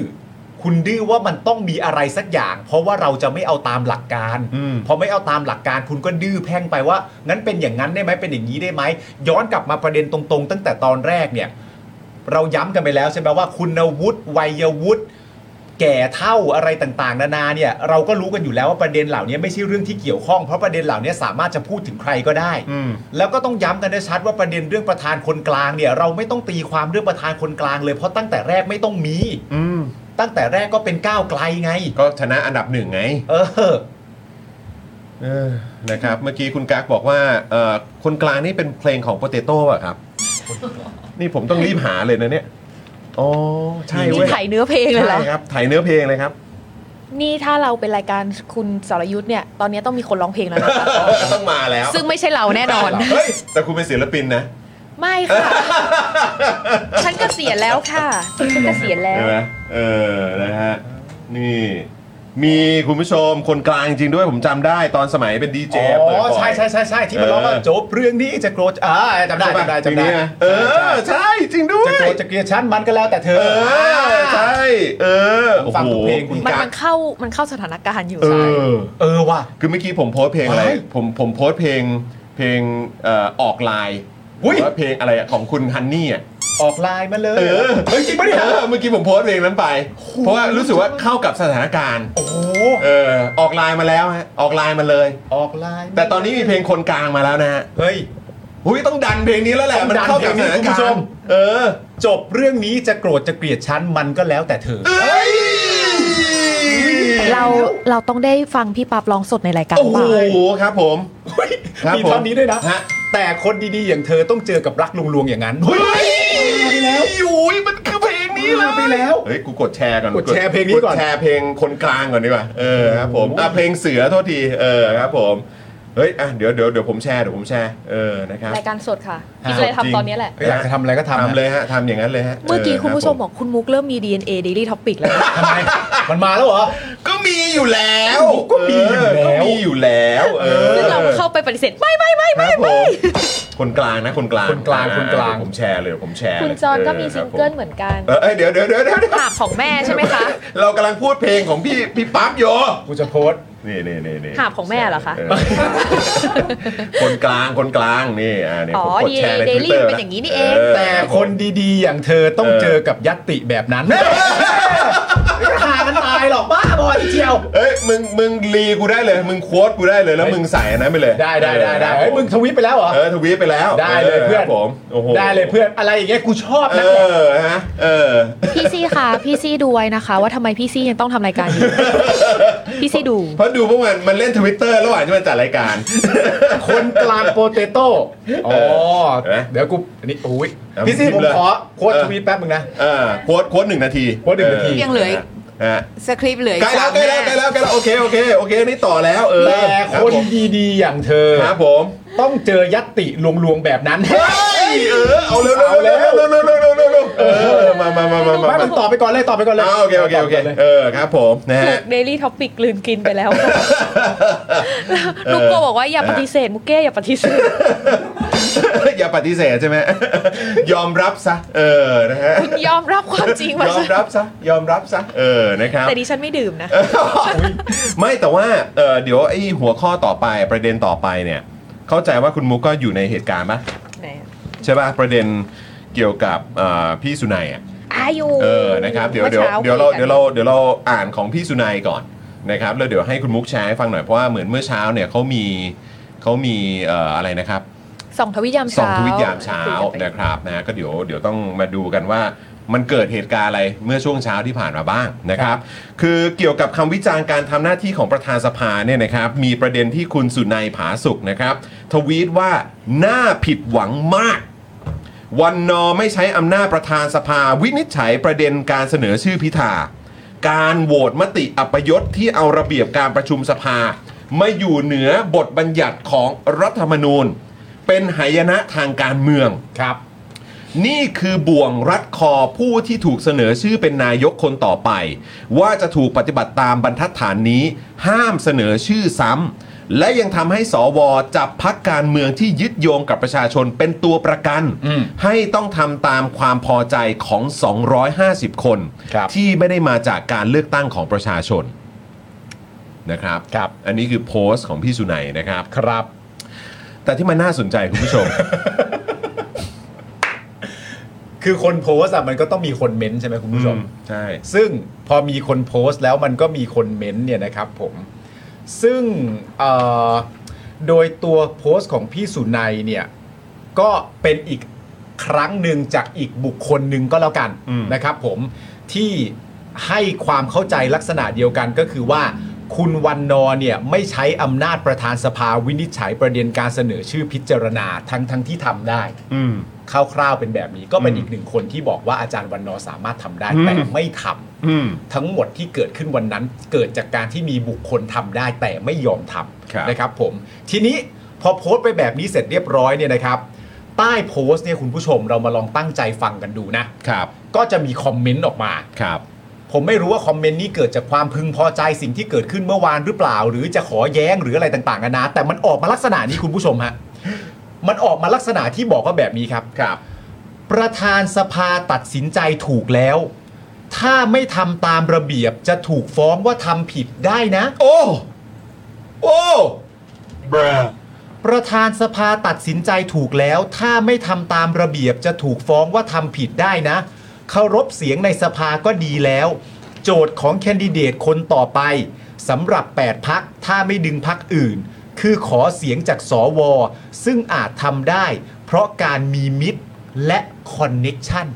คุณดื้อว่ามันต้องมีอะไรสักอย่าง เพราะว่าเราจะไม่เอาตามหลักการ
อืม
พอไม่เอาตามหลักการคุณก็ดื้อแพ่งไปว่า งั้นเป็นอย่างนั้นได้ไหมเป็นอย่างนี้ได้ไหม ย้อนกลับมาประเด็นตรงๆ ตั้งแต่ตอนแรกเนี่ย เราย้ำกันไปแล้วใช่ไหมว่า คุณวุฒิวัยวุฒิแก่เท่าอะไรต่างๆ นานาเนี่ย เราก็รู้กันอยู่แล้วว่าประเด็นเหล่านี้ไม่ใช่เรื่องที่เกี่ยวข้องเพราะประเด็นเหล่านี้สามารถจะพูดถึงใครก็ได้
อืม
แล้วก็ต้องย้ำกันได้ชัดว่าประเด็นเรื่องประธานคนกลางเนี่ยเราไม่ต้องตีความเรื่องประธานคนกลางเลยเพราะตั้งแต่แรกไม่ต้องมี
อืม
ตั้งแต่แรกก็เป็นก้าวไกลไง
ก็ชนะอันดับหนึ่งไง
เออ
เออนะครับเมื่อกี้คุณกั๊กบอกว่าเอ่อคนกลางนี่เป็นเพลงของโปเตโต้ป่ะครับ นี่ผมต้องรีบหาเลยนะเนี่ยอ๋อใช่
นี่
เว้ย
ไถเนื้อเพลงเลยเหรอ
ใช่ครับถ่ายเนื้อเพลงเลยครับ
นี่ถ้าเราเป็นรายการคุณสรยุทธ์เนี่ยตอนนี้ต้องมีคนร้องเพลงแล้วนะคะ
ต้องมาแล้ว
ซึ่งไม่ใช่เราแน่นอน
เฮ้ยแต่คุณเป็นศิลปินนะ
ไม่ค่ะ ฉันเกษียณแล้วค่ะ ฉันเกษียณแล้ว
ใช่ไหมเออนะฮะนี่ มีคุณผู้ชมคนกลางจริงด้วยผมจำได้ตอนสมัยเป็นดีเจ
อ๋
เปิด
อ
บ่ย
ใช่ใช่ใช่ใช่ที่มันร้องว่า
เออ
จบเรื่องนี้จะโกรธอ่าจำได้
ใช่ปะ
จำ
เพลง
ได้จำได้
นี้นะเออใช่จริงด้วย
จะโกรธจะเกลียดฉันมันก็แล้วแต่เธ
เอ
อ
อใช่เออโอ้
ฟัง
โห
ทุกเพลง
คุณ
มัน
กั๊
มั
ก
นเข้ามันเข้าสถานการณ์อยู่
เอ
ใช่
อ
เออว่ะ
คือเมื่อกี้ผมโพสต์เพลงอะไร
ว้าย
ผมผมโพสต์เพลงเพลงเอ่อออกลาย
อุ๊ย
หรือว่าเพลงอะไรอะของคุณฮันนี่อ่ะ
ออกไลน์มาเลย
เออ
เฮ้ยจริงปะเนี่ย
ออเมื่อกี้ผมโพสต์เพลงนั้นไป เพราะว่ารู้สึกว่าเข้ากับสถานการณ์
โอ้โห
เออออกลายมาแล้วฮะออกลายมาเลย
ออกไลน์มา
แต่ตอนนี้มีเพลงคนกลางมาแล้วนะฮะ
เฮ้ย
หุ้ยต้องดันเพลงนี้แล้วแหละ
ต้อง
มัน
ดัน
เข้ากับ
เพ
ส
ลงนี้
ถาน
คุณผู้
กา
ช
ร
ม
ณ์เออ
จบเรื่องนี้จะโกรธจะเกลียดฉันมันก็แล้วแต่เธอ
เอ้ย
เราเราต้องได้ฟังพี่ปั๊บร้องสดในรายการ
โอ้โห
ป่ะ
ครับผม
เฮ้ย
ครับ
มีท่อน
ผม
นี้ด้วยนะ
ฮะ
แต่คนดีๆ อย่างเธอต้องเจอกับรักลวงๆอย่างนั้น
เฮ้ยไปแล้วอุ้ยมันคือเพลงนี้เลย
ไปแล้ว
เฮ้ยกูกดแชร์ก่อน
กดแชร์เพลงนี้ก่อน
ดแชร์เพลงคนกลางก่อนดีกว่าเออครับผมอ่ะเพลงเสือโทษทีเออครับผมเฮ้ยอ่ะเดี๋ยวเดี๋ยวเดี๋ยวผมแชร์เดี๋ยวผมแชร์เออนะครับ
รายการสดค่ะ
อ่า
คิดเลย
จริง
ทำตอนนี้แหละ
ก็อยากจะทำอะไรก็ทำนะ
ทำเลยฮะทำอย่างนั้นเลยฮะ
เมื่อกี้คุณผู้ชม
เ
บอกคุณมุกเริ่มมี DNA Daily Topic แล้วนะ
ทำไมมันมาแล้วเหรอ
ก็มีอยู่แล้ว
ก็มีอยู่แล้ว
เก็มีอยู่แล้วเออ
ซึ่งเราเข้าไปปฏิเสธไม่ไม่ไม่
ค
ไม่
รับผมคนกลางนะคนกลาง
คนกลางคนกลาง
เดี๋ยวผมแชร์เลยเดี๋ยวผมแชร์เลย
คุณจอนก็มีซิงเกิล
ออ
เหมือนกัน
ครับผมเออเอ้ยเดี๋ยวเดี๋ยวเดี๋ยวเดี๋ยวเดี๋ยว
ปากของแม่ใช่ไหมคะ
เรากำลังพูดเพลงของพี่พี่ปั๊บอยู่
กูจะโพสต์
นี่นี่นี่นี่
หาบของแม่เหรอคะ
คนกลางคนกลางนี่อ่าเนี่ย
อ๋อ
ผมกดแชร์ในท
DNA
วิตเตอ
Daily
ร์
เป็นอย่างนี้นี่เอง
แต่คนดีๆ อย่างเธอต้องเจอกับยัตติแบบนั้นไม่หากันตายหรอกบ้าบอทีเดียว
เอ้ยมึงมึงรีกูได้เลย มึงโค้ดกูได้เลยแล้ว
เฮ้ย
มึงใส่อันนั้นไปเลย
ได้ได้ได้ได้
เออ
เฮ้ยมึงทวิตไปแล้วเหรอ
เออทวีตไปแล้ว
ได้เลยเพื่อน
ครับผมโอ้โห
ได้เลยเพื่อนอะไรอย่างเงี้ยกูชอบ
เอ
นะเนี่
อ
ย
ฮะเออ
พี่ซี่ค่ะ พี่ซี่ดูไว้นะคะ ว่าทำไมพี่ซี่ยังต้องทำรายการ อยู่ พี่ซี่ดู
เพราะดูพวกมันมันเล่นทวิตเตอร์ระหว่างที่มันจัดรายการ
คนกลางโปเตโต้อ๋อ
เห็นไหม
เดี๋ยวกูอันนี้โอ้ย
เอา
พี่ซี่
พิ
ผ
พ์
มม
เลย
ขอโค้ด
เออ
ทวีตแป๊บมึงนะ
เออโค้ดโค้ดหนึ่งนาที
โค้ดหนึ่งนาที
ยังเหลืออีก
ฮะ
สคริปต์เหลืออี
ใกล้
สา
แล้ว
ม
ใกล้แล้วใกล้แล้วใกล้แล้วโอเคโอเคโอเคนี่ต่อแล้วเออ
แต่คนดีๆ อย่างเธอ
ครับผม
ต้องเจอยัตติลวงๆ แบบนั้น
เฮ้ยเออเอาเร็วเร็วเร็วเร็วเร็วเร็วเร็วเร็วเร็วเออมามามามา
ไม่
มา
มึงตอบไปก่อนเลยตอบไปก่อนเลย
เอาโอเคโอเคโอเค
ตบไปก่นลย
เออครับผมนะ
ถู
ฮะ
ก Daily Topic ลืมกินไปแล้วลูกโกบอกว่าอย่าปฏิเสธมุกเก้อย่าปฏิเสธ
อย่าปฏิเสธใช่ไหมยอมรับซะเออนะฮะ
คุณยอมรับความจริงมาย
อมรับซะยอมรับซะเออนะครับ
แต่ดิฉันไม่ดื่มนะ
ไม่แต่ว่าเอ่อเดี๋ยวไอ้หัวข้อต่อไปประเด็นต่อไปเนี่ย เข้าใจว่าคุณมุกก็อยู่ในเหตุการณ์ปะ
ไหนอะ
ใช่ปะประเด็นเกี่ยวกับเอ่อพี่สุนัยอ่ะ
อายุ
เออ นะครับ เดี๋ยว
มื่
เดี๋ยว
อช้
เดี๋ยวเรา
คุ
เดี๋ยวเราเดี๋ยวเราอ่านของพี่สุนัยก่อนนะครับ แล้วเดี๋ยวให้คุณมุกแชร์ให้ฟังหน่อย เพราะว่าเหมือนเมื่อเช้าเนี่ยเขามีเขามีเอ่ออะไรนะครับ
สองทวิตยาม
สอ
เช้าง
ทวิตยามเช้านะครับนะ ก็เดี๋ยวเดี๋ยวต้องมาดูกันว่ามันเกิดเหตุการณ์อะไรเมื่อช่วงเช้าที่ผ่านมาบ้างนะครับ คือเกี่ยวกับคำวิจารณ์การทำหน้าที่ของประธานสภาเนี่ยนะครับ มีประเด็นที่คุณสุนัยผาสุกนะครับ ทวีตว่าน่าผิดหวังมาก วันนอไม่ใช้อำนาจประธานสภาวินิจฉัยประเด็นการเสนอชื่อพิธา การโหวตมติอัปยศที่เอาระเบียบการประชุมสภามาอยู่เหนือบทบัญญัติของรัฐธรรมนูญ เป็นหายนะทางการเมือง
ครับ
นี่คือบ่วงรัดคอผู้ที่ถูกเสนอชื่อเป็นนายกคนต่อไป ว่าจะถูกปฏิบัติตามบรรทัดฐานนี้ ห้ามเสนอชื่อซ้ำและยังทำให้สวจับพักการเมืองที่ยึดโยงกับประชาชนเป็นตัวประกัน
อืม
ให้ต้องทำตามความพอใจของ 250 คน
ครับ
ที่ไม่ได้มาจากการเลือกตั้งของประชาชนนะครับ
ครับ
อันนี้คือโพสต์ของพี่สุนัยนะครับ
ครับ
แต่ที่มันน่าสนใจคุณผู้ชม
คือคนโพสต์อะมันก็ต้องมีคนเม้นต์ใช่ไหมคุณผู้ชม
ใช่
ซึ่งพอมีคนโพสต์แล้วมันก็มีคนเม้นต์เนี่ยนะครับผม ซึ่งเอ่อโดยตัวโพสต์ของพี่สุนัยเนี่ย ก็เป็นอีกครั้งหนึ่งจากอีกบุคคลหนึ่งก็แล้วกัน
อืม
นะครับผมที่ให้ความเข้าใจลักษณะเดียวกันก็คือว่า คุณวันนอร์เนี่ยไม่ใช้อำนาจประธานสภาวินิจฉัยประเด็นการเสนอชื่อพิจารณาทั้งทั้งๆที่ทำได้
อืม
คร่าวๆเป็นแบบนี้ก็เป็น
อืม
อีกหนึ่งคนที่บอกว่าอาจารย์วันนอร์สามารถทำได้
อืม
แต่ไม่ทำ
อืม
ทั้งหมดที่เกิดขึ้นวันนั้นเกิดจากการที่มีบุคคลทำได้แต่ไม่ยอมท
ครับ
ำนะครับผม ทีนี้พอโพสต์ไปแบบนี้เสร็จเรียบร้อยเนี่ยนะครับ ใต้โพสต์เนี่ยคุณผู้ชมเรามาลองตั้งใจฟังกันดูนะ
ครับ
ก็จะมีคอมเมนต์ออกมา
ครับ
ผมไม่รู้ว่าคอมเมนต์นี้เกิดจากความพึงพอใจสิ่งที่เกิดขึ้นเมื่อวานหรือเปล่า หรือจะขอแย้งหรืออะไรต่างๆนานาแต่มันออกมาลักษณะนี้คุณผู้ชมฮะมันออกมาลักษณะที่บอกว่าแบบนี้ครับ
ครับ
ประธานสภาตัดสินใจถูกแล้ว ถ้าไม่ทำตามระเบียบจะถูกฟ้องว่าทำผิดได้นะ
โอ้ โอ้
ประธานสภาตัดสินใจถูกแล้ว ถ้าไม่ทำตามระเบียบจะถูกฟ้องว่าทำผิดได้นะ เคารพเสียงในสภาก็ดีแล้ว โจทย์ของแคนดิเดตคนต่อไปสำหรับ 8 พักถ้าไม่ดึงพักอื่น คือขอเสียงจากสอวอซึ่งอาจทำได้ เพราะการมีมิตรและคอนเน็กชัน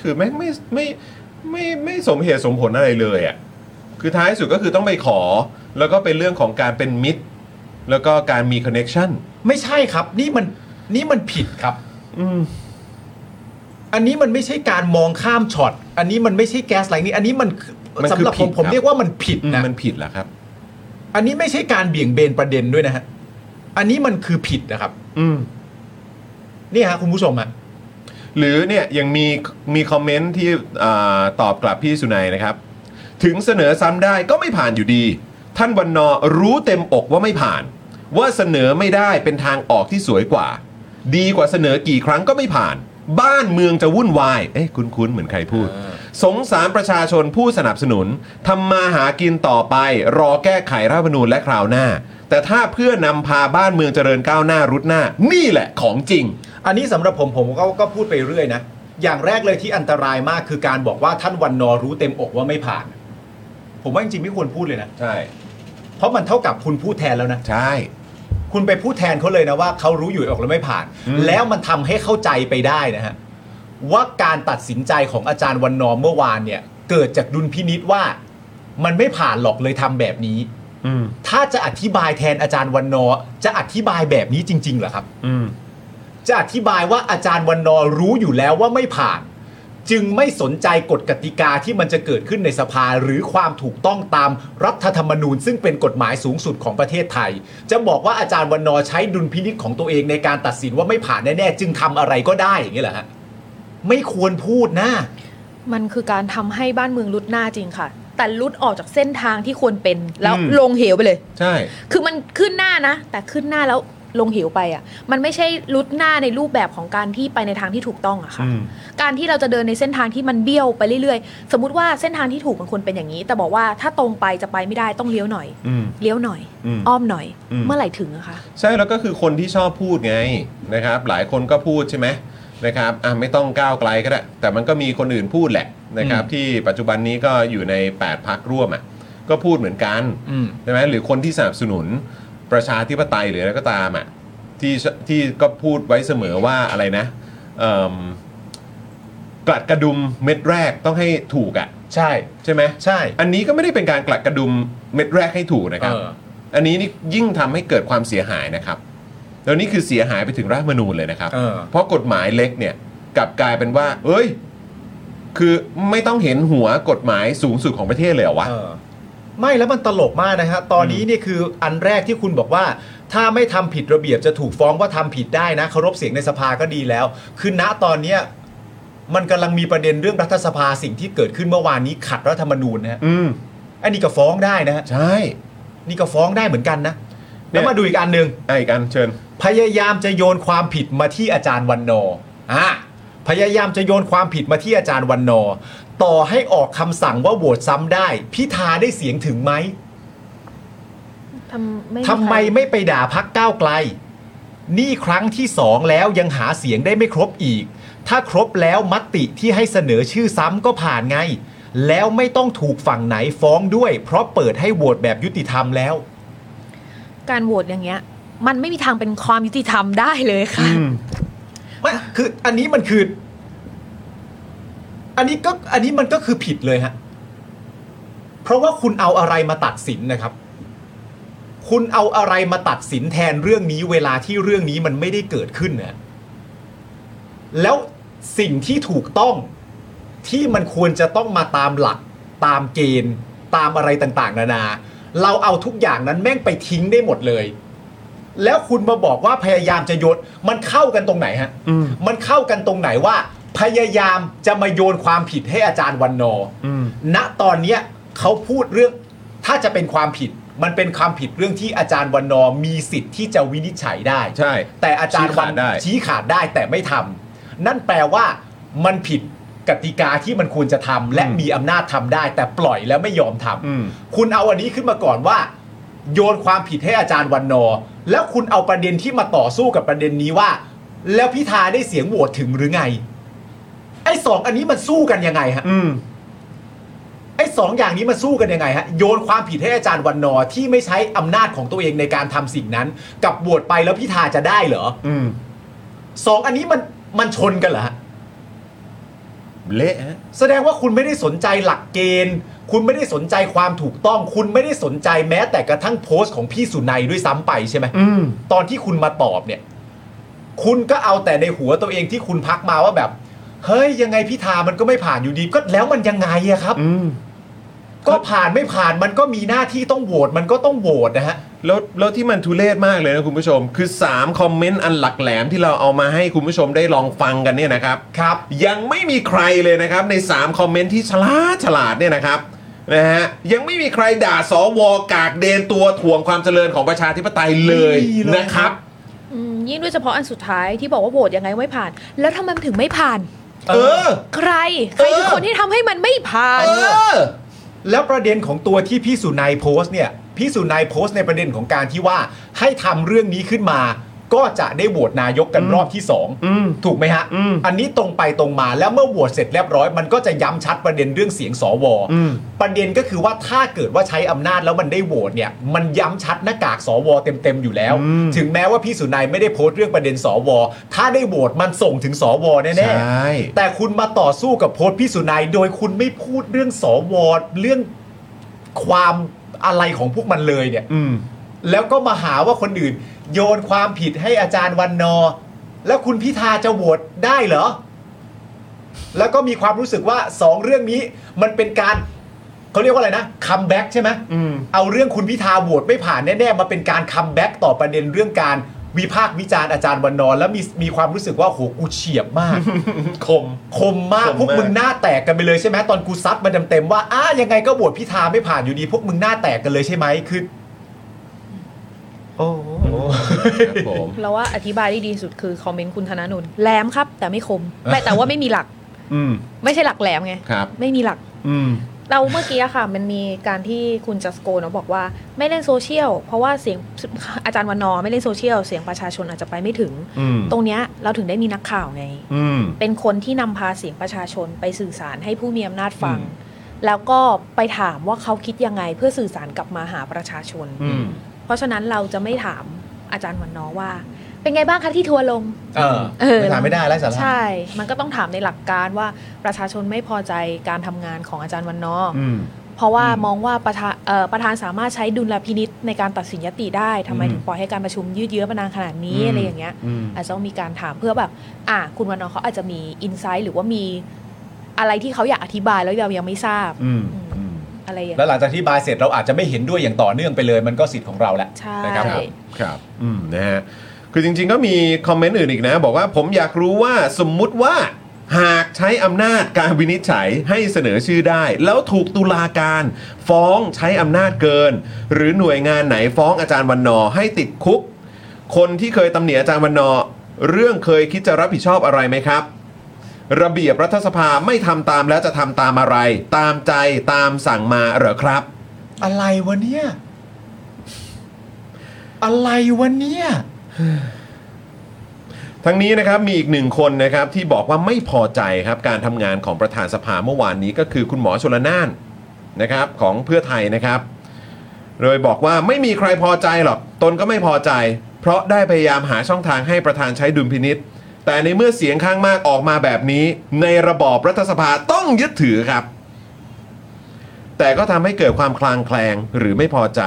คือแม่งไม่ไม่ไม่ไม่ไม่สมเหตุสมผลอะไรเลยอ่ะคือท้ายสุดก็คือต้องไปขอ แล้วก็เป็นเรื่องของการเป็นมิตร แล้วก็การมีคอนเน็ชัน
ไม่ใช่ครับ นี่มันนี่มันผิดครับ
อืม
อันนี้มันไม่ใช่การมองข้ามช็อต อันนี้มันไม่ใช่แก๊สไลน์นี่อันนี้มันคือ
มันคือ
สำหรับ
ผิ
ผ
ด
มผม
ครับ
เรียกว่ามันผิด
อืม
นะ
มันผิดเหรอครับ
อันนี้ไม่ใช่การเบี่ยงเบนประเด็นด้วยนะฮะ อันนี้มันคือผิดนะครับ
อืม
นี่ฮะคุณผู้ชมอะ
หรือเนี่ยยังมีมีคอมเมนต์ที่อาตอบกลับพี่สุนัยนะครับ ถึงเสนอซ้ำได้ก็ไม่ผ่านอยู่ดี ท่านวันนอร์รู้เต็มอกว่าไม่ผ่าน ว่าเสนอไม่ได้เป็นทางออกที่สวยกว่า ดีกว่าเสนอกี่ครั้งก็ไม่ผ่าน บ้านเมืองจะวุ่นวาย เอ๊ะคุ้นๆเหมือนใครพูด สงสารประชาชนผู้สนับสนุนทำมาหากินต่อไป รอแก้ไขรัฐธรรมนูญและคราวหน้า แต่ถ้าเพื่อนำพาบ้านเมืองเจริญก้าวหน้ารุดหน้า นี่แหละของจริง
อันนี้สำหรับผมผมก็ก็พูดไปเรื่อยนะ อย่างแรกเลยที่อันตรายมากคือการบอกว่าท่านวันนอร์รู้เต็มอกว่าไม่ผ่าน ผมว่าจริงๆไม่ควรพูดเลยนะ
ใช่
เพราะมันเท่ากับคุณพูดแทนแล้วนะ
ใช่
คุณไปพูดแทนเขาเลยนะว่าเขารู้อยู่ออกแล้วไม่ผ่าน
อืม
แล้วมันทำให้เข้าใจไปได้นะฮะว่าการตัดสินใจของอาจารย์วันนอร์เมื่อวานเนี่ย เกิดจากดุลพินิษว่ามันไม่ผ่านหรอกเลยทำแบบนี้
อืม
ถ้าจะอธิบายแทนอาจารย์วันนอร์จะอธิบายแบบนี้จริงๆเหรอครับ
อืม
จะอธิบายว่าอาจารย์วันนอร์รู้อยู่แล้วว่าไม่ผ่าน จึงไม่สนใจกฎกติกาที่มันจะเกิดขึ้นในสภาหรือความถูกต้องตามรัฐธรรมนูญ ซึ่งเป็นกฎหมายสูงสุดของประเทศไทย จะบอกว่าอาจารย์วันนอร์ใช้ดุลพินิษของตัวเองในการตัดสินว่าไม่ผ่านแน่ๆจึงทำอะไรก็ได้อย่างนี้ยเหรอฮะไม่ควรพูดนะ
มันคือการทำให้บ้านเมืองลุดหน้าจริงค่ะ แต่ลุดออกจากเส้นทางที่ควรเป็นแล้ว
อืม
ลงเหวไปเลย
ใช่
คือมันขึ้นหน้านะ แต่ขึ้นหน้าแล้วลงเหวไปอ่ะ มันไม่ใช่ลุดหน้าในรูปแบบของการที่ไปในทางที่ถูกต้องอะค่ะ การที่เราจะเดินในเส้นทางที่มันเบี้ยวไปเรื่อยๆ สมมติว่าเส้นทางที่ถูกมันควรเป็นอย่างนี้ แต่บอกว่าถ้าตรงไปจะไปไม่ได้ต้องเลี้ยวหน่อย
อืม
เลี้ยวหน่อย
อืม
อ้อมหน่อย
อืม
เมื่อไหร่ถึงอะคะ
ใช่แล้วก็คือคนที่ชอบพูดไงนะครับ หลายคนก็พูดใช่ไหมนะครับอ่ะไม่ต้องก้าวไกลก็ได้ แต่มันก็มีคนอื่นพูดแหละนะครับ ที่ปัจจุบันนี้ก็อยู่ใน 8พักร่วมอ่ะก็พูดเหมือนกัน
อืม
ใช่ไหมหรือคนที่สนับสนุนประชาธิปไตยหรืออะไรก็ตามอ่ะที่ที่ก็พูดไว้เสมอว่าอะไรนะเอิ่มกลัดกระดุมเม็ดแรกต้องให้ถูกอ่ะ
ใช่
ใช่ไหม
ใช่
อันนี้ก็ไม่ได้เป็นการกลัดกระดุมเม็ดแรกให้ถูกนะครับ
เออ
อันนี้นี่ยิ่งทำให้เกิดความเสียหายนะครับ แล้วนี่คือเสียหายไปถึงรัฐธรรมนูญเลยนะครับ
เออ
เพราะกฎหมายเล็กเนี่ยกลับกลายเป็นว่า เอ้ย คือไม่ต้องเห็นหัวกฎหมายสูงสุดของประเทศเลยเหรอวะ
เออไม่แล้วมันตลกมากนะฮะตอนนี้เนี่ยคืออันแรกที่คุณบอกว่า ถ้าไม่ทำผิดระเบียบจะถูกฟ้องว่าทำผิดได้นะเคารพเสียงในสภาก็ดีแล้วคือณตอนเนี้ยมันกำลังมีประเด็นเรื่องรัฐสภาสิ่งที่เกิดขึ้นเมื่อวานนี้ขัดรัฐธรรมนูญนะฮะ
อืม
อันนี้ก็ฟ้องได้นะฮะ
ใช่
นี่ก็ฟ้องได้เหมือนกันนะ
เนี่ย
แล้วมาดูอีกอันหนึ่ง
ไอะอีกอันเชิญ
พยายามจะโยนความผิดมาที่อาจารย์วันนอร์อ่ะพยายามจะโยนความผิดมาที่อาจารย์วันนอร์ต่อให้ออกคำสั่งว่าโหวตซ้ำได้ พิธาได้เสียงถึงไหม
ทำไม่
ทำไมไม่ไปด่าพักก้าวไกล นี่ครั้งที่สองแล้วยังหาเสียงได้ไม่ครบอีก ถ้าครบแล้วมติที่ให้เสนอชื่อซ้ำก็ผ่านไง แล้วไม่ต้องถูกฝั่งไหนฟ้องด้วย เพราะเปิดให้โหวตแบบยุติธรรมแล้ว
การโหวตอย่างเงี้ย มันไม่มีทางเป็นความยุติธรรมได้เลยค่ะ
ไม่คืออันนี้มันคือ อันนี้ก็อันนี้มันก็คือผิดเลยฮะ เพราะว่าคุณเอาอะไรมาตัดสินนะครับ คุณเอาอะไรมาตัดสินแทนเรื่องนี้เวลาที่เรื่องนี้มันไม่ได้เกิดขึ้นนะแล้วสิ่งที่ถูกต้องที่มันควรจะต้องมาตามหลัก ตามเกณฑ์ ตามอะไรต่างๆ นานา เราเอาทุกอย่างนั้นแม่งไปทิ้งได้หมดเลย แล้วคุณมาบอกว่าพยายามจะโยนมันเข้ากันตรงไหนฮะ มันเข้ากันตรงไหนว่า พยายามจะมาโยนความผิดให้อาจารย์วันนอร์ณตอนเนี้ยเขาพูดเรื่อง ถ้าจะเป็นความผิด มันเป็นความผิดเรื่องที่อาจารย์วันนอร์มีสิทธิ์ที่จะวินิจฉัยได้
ใช่
แต่อาจารย์วัน
ชี้ขาดได้
ชี้ขาดได้แต่ไม่ทำนั่นแปลว่ามันผิดกติกาที่มันควรจะทำและมีอำนาจทำได้ แต่ปล่อยแล้วไม่ยอมทำคุณเอาอันนี้ขึ้นมาก่อนว่า โยนความผิดให้อาจารย์วันนอร์แล้วคุณเอาประเด็นที่มาต่อสู้กับประเด็นนี้ว่า แล้วพิธาได้เสียงโหวตถึงหรือไง ไอ้สองอันนี้มันสู้กันยังไงฮะไอ้สองอย่างนี้มันสู้กันยังไงฮะโยนความผิดให้อาจารย์วันนอร์ที่ไม่ใช้อำนาจของตัวเองในการทำสิ่งนั้น กับโหวตไปแล้วพิธาจะได้เหรอ
อืม
สองอันนี้มันมันชนกันเหรอฮะ
เละฮะ
แสดงว่าคุณไม่ได้สนใจหลักเกณฑ์ คุณไม่ได้สนใจความถูกต้อง คุณไม่ได้สนใจแม้แต่กระทั่งโพสต์ของพี่สุนัยด้วยซ้ำไปใช่ไหมตอนที่คุณมาตอบเนี่ย คุณก็เอาแต่ในหัวตัวเองที่คุณพักมาว่าแบบ เฮ้ยยังไงพิธามันก็ไม่ผ่านอยู่ดี ก็แล้วมันยังไงอะครับก็ผ่านไม่ผ่านมันก็มีหน้าที่ต้องโหวตมันก็ต้องโหวตนะฮะ
แล้วแล้วที่มันทุเรศมากเลยนะคุณผู้ชม คือ 3 คอมเมนต์อันหลักแหลมที่เราเอามาให้คุณผู้ชมได้ลองฟังกันเนี่ยนะครับ
ครับ
ยังไม่มีใครเลยนะครับใน 3 คอมเมนต์ที่ฉลาดฉลาดเนี่ยนะครับนะฮะยังไม่มีใครด่าสวกากเดนตัวถ่วงความเจริญของประชาธิปไตยเลย
ไม่มีเลย
นะครับ
อืมยิ่งด้วยเฉพาะอันสุดท้ายที่บอกว่าโหวตยังไงไม่ผ่าน แล้วทำไมมันถึงไม่ผ่าน
เออ
ใคร ใครคือ
เออ
คนที่ทำให้มันไม่ผ่าน
เออ
แล้วประเด็นของตัวที่พี่สุนัยโพสต์เนี่ยพี่สุนัยโพสต์ในประเด็นของการที่ว่าให้ทำเรื่องนี้ขึ้นมา ก็จะได้โหวตนายกกันรอบที่สองถูกไหมฮะอันนี้ตรงไปตรงมาแล้วเมื่อโหวตเสร็จเรียบร้อยมันก็จะย้ำชัดประเด็นเรื่องเสียงสวประเด็นก็คือว่าถ้าเกิดว่าใช้อำนาจแล้วมันได้โหวตเนี่ย มันย้ำชัดหน้ากากสวเต็มๆอยู่แล้ว ถึงแม้ว่าพี่สุนัยไม่ได้โพสต์เรื่องประเด็นสวถ้าได้โหวตมันส่งถึงสวแน่
ใช่
ๆ แต่คุณมาต่อสู้กับโพสต์พี่สุนัยโดยคุณไม่พูดเรื่องสวเรื่องความอะไรของพวกมันเลยเนี่ยแล้วก็มาหาว่าคนอื่น โยนความผิดให้อาจารย์วันนอร์แล้วคุณพิธาจะโหวตได้เหรอ แล้วก็มีความรู้สึกว่าสองเรื่องนี้มันเป็นการเขาเรียกว่าอะไรนะคัมแบ็กใช่ไหมเอาเรื่องคุณพิธาโหวตไม่ผ่านแน่ๆมาเป็นการคัมแบ็กต่อประเด็นเรื่องการวิพากษ์วิจารณ์อาจารย์วันนอร์แล้วมีมีความรู้สึกว่าโหกูเฉียบมาก
คม
คมมาก
คมมาก
พวกมึงหน้าแตกกันไปเลยใช่ไหมตอนกูซัดมันเต็มๆว่าอ้ายังไงก็บวชพิธาไม่ผ่านอยู่ดีพวกมึงหน้าแตกกันเลยใช่ไหมคือโอ้โห
ครับผม
เราว่าอธิบายได้ดีสุดคือคอมเมนต์คุณธนาโนนแหลมครับ แต่ไม่คมไม่แต่ว่าไม่มีหลัก
อืม
ไม่ใช่หลักแหลมไง
ครับ
ไม่มีหลัก
อืม
เราเมื่อกี้อะค่ะ มันมีการที่คุณจัสโกเนาะบอกว่าไม่เล่นโซเชียล เพราะว่าเสียงอาจารย์วันนอร์ไม่เล่นโซเชียล เสียงประชาชนอาจจะไปไม่ถึง
อืม
ตรงเนี้ยเราถึงได้มีนักข่าวไง
อืม
เป็นคนที่นำพาเสียงประชาชนไปสื่อสารให้ผู้มีอำนาจฟัง แล้วก็ไปถามว่าเขาคิดยังไงเพื่อสื่อสารกลับมาหาประชาชน
อืม
เพราะฉะนั้นเราจะไม่ถามอาจารย์วันนอว่า เป็นไงบ้างคะที่ทัวร์ลง
เออ
เออ
ไม่ถามไม่ได้แล้วสาระ
ใช่ มันก็ต้องถามในหลักการว่าประชาชนไม่พอใจการทำงานของอาจารย์วันนออ
อืม
เพราะว่ามองว่าประธานเอ่อประธานสามารถใช้ดุลพินิษในการตัดสินยติได้ทำไม
อืม
ถึงปล่อยให้การประชุมยืดเยื้อมานานขนาดนี้
อืม
อะไรอย่างเงี้ย
อืม
อาจจะต้องมีการถามเพื่อแบบ อ่ะคุณวันนอเขาอาจจะมีอินไซต์หรือว่ามีอะไรที่เขาอยากอธิบายแล้วเรายังไม่ทราบ
อืม
อืมอะไรอย่าง
แล้ว
เงี้ย
หลังจากที่บายเสร็จเราอาจจะไม่เห็นด้วยอย่างต่อเนื่องไปเลย มันก็สิทธิ์ของเราแหละ
ใช่
นะครับผม
ครับ อืม นะฮะ คือจริง ๆ ก็มีคอมเมนต์อื่นอีกนะ บอกว่าผมอยากรู้ว่าสมมุติว่า หากใช้อำนาจการวินิจฉัยให้เสนอชื่อได้ แล้วถูกตุลาการ ฟ้องใช้อำนาจเกิน หรือหน่วยงานไหนฟ้องอาจารย์วันนอร์ให้ติดคุก คนที่เคยตำหนิอาจารย์วันนอร์เรื่องเคยคิดจะรับผิดชอบอะไรไหมครับ ระเบียบรัฐสภาไม่ทำตามแล้วจะทำตามอะไร ตามใจตามสั่งมาเหรอครับ
อะไรวะเนี่ย อะไรวะเนี่ย
ทั้งนี้นะครับมีอีกหนึ่งคนนะครับที่บอกว่าไม่พอใจครับการทำงานของประธานสภาเมื่อวานนี้ก็คือคุณหมอชลน่านนะครับของเพื่อไทยนะครับ โดยบอกว่าไม่มีใครพอใจหรอกตนก็ไม่พอใจ เพราะได้พยายามหาช่องทางให้ประธานใช้ดุลพินิษแต่ในเมื่อเสียงข้างมากออกมาแบบนี้ ในระบอบรัฐสภาต้องยึดถือครับ แต่ก็ทำให้เกิดความคลางแคลงหรือไม่พอใจ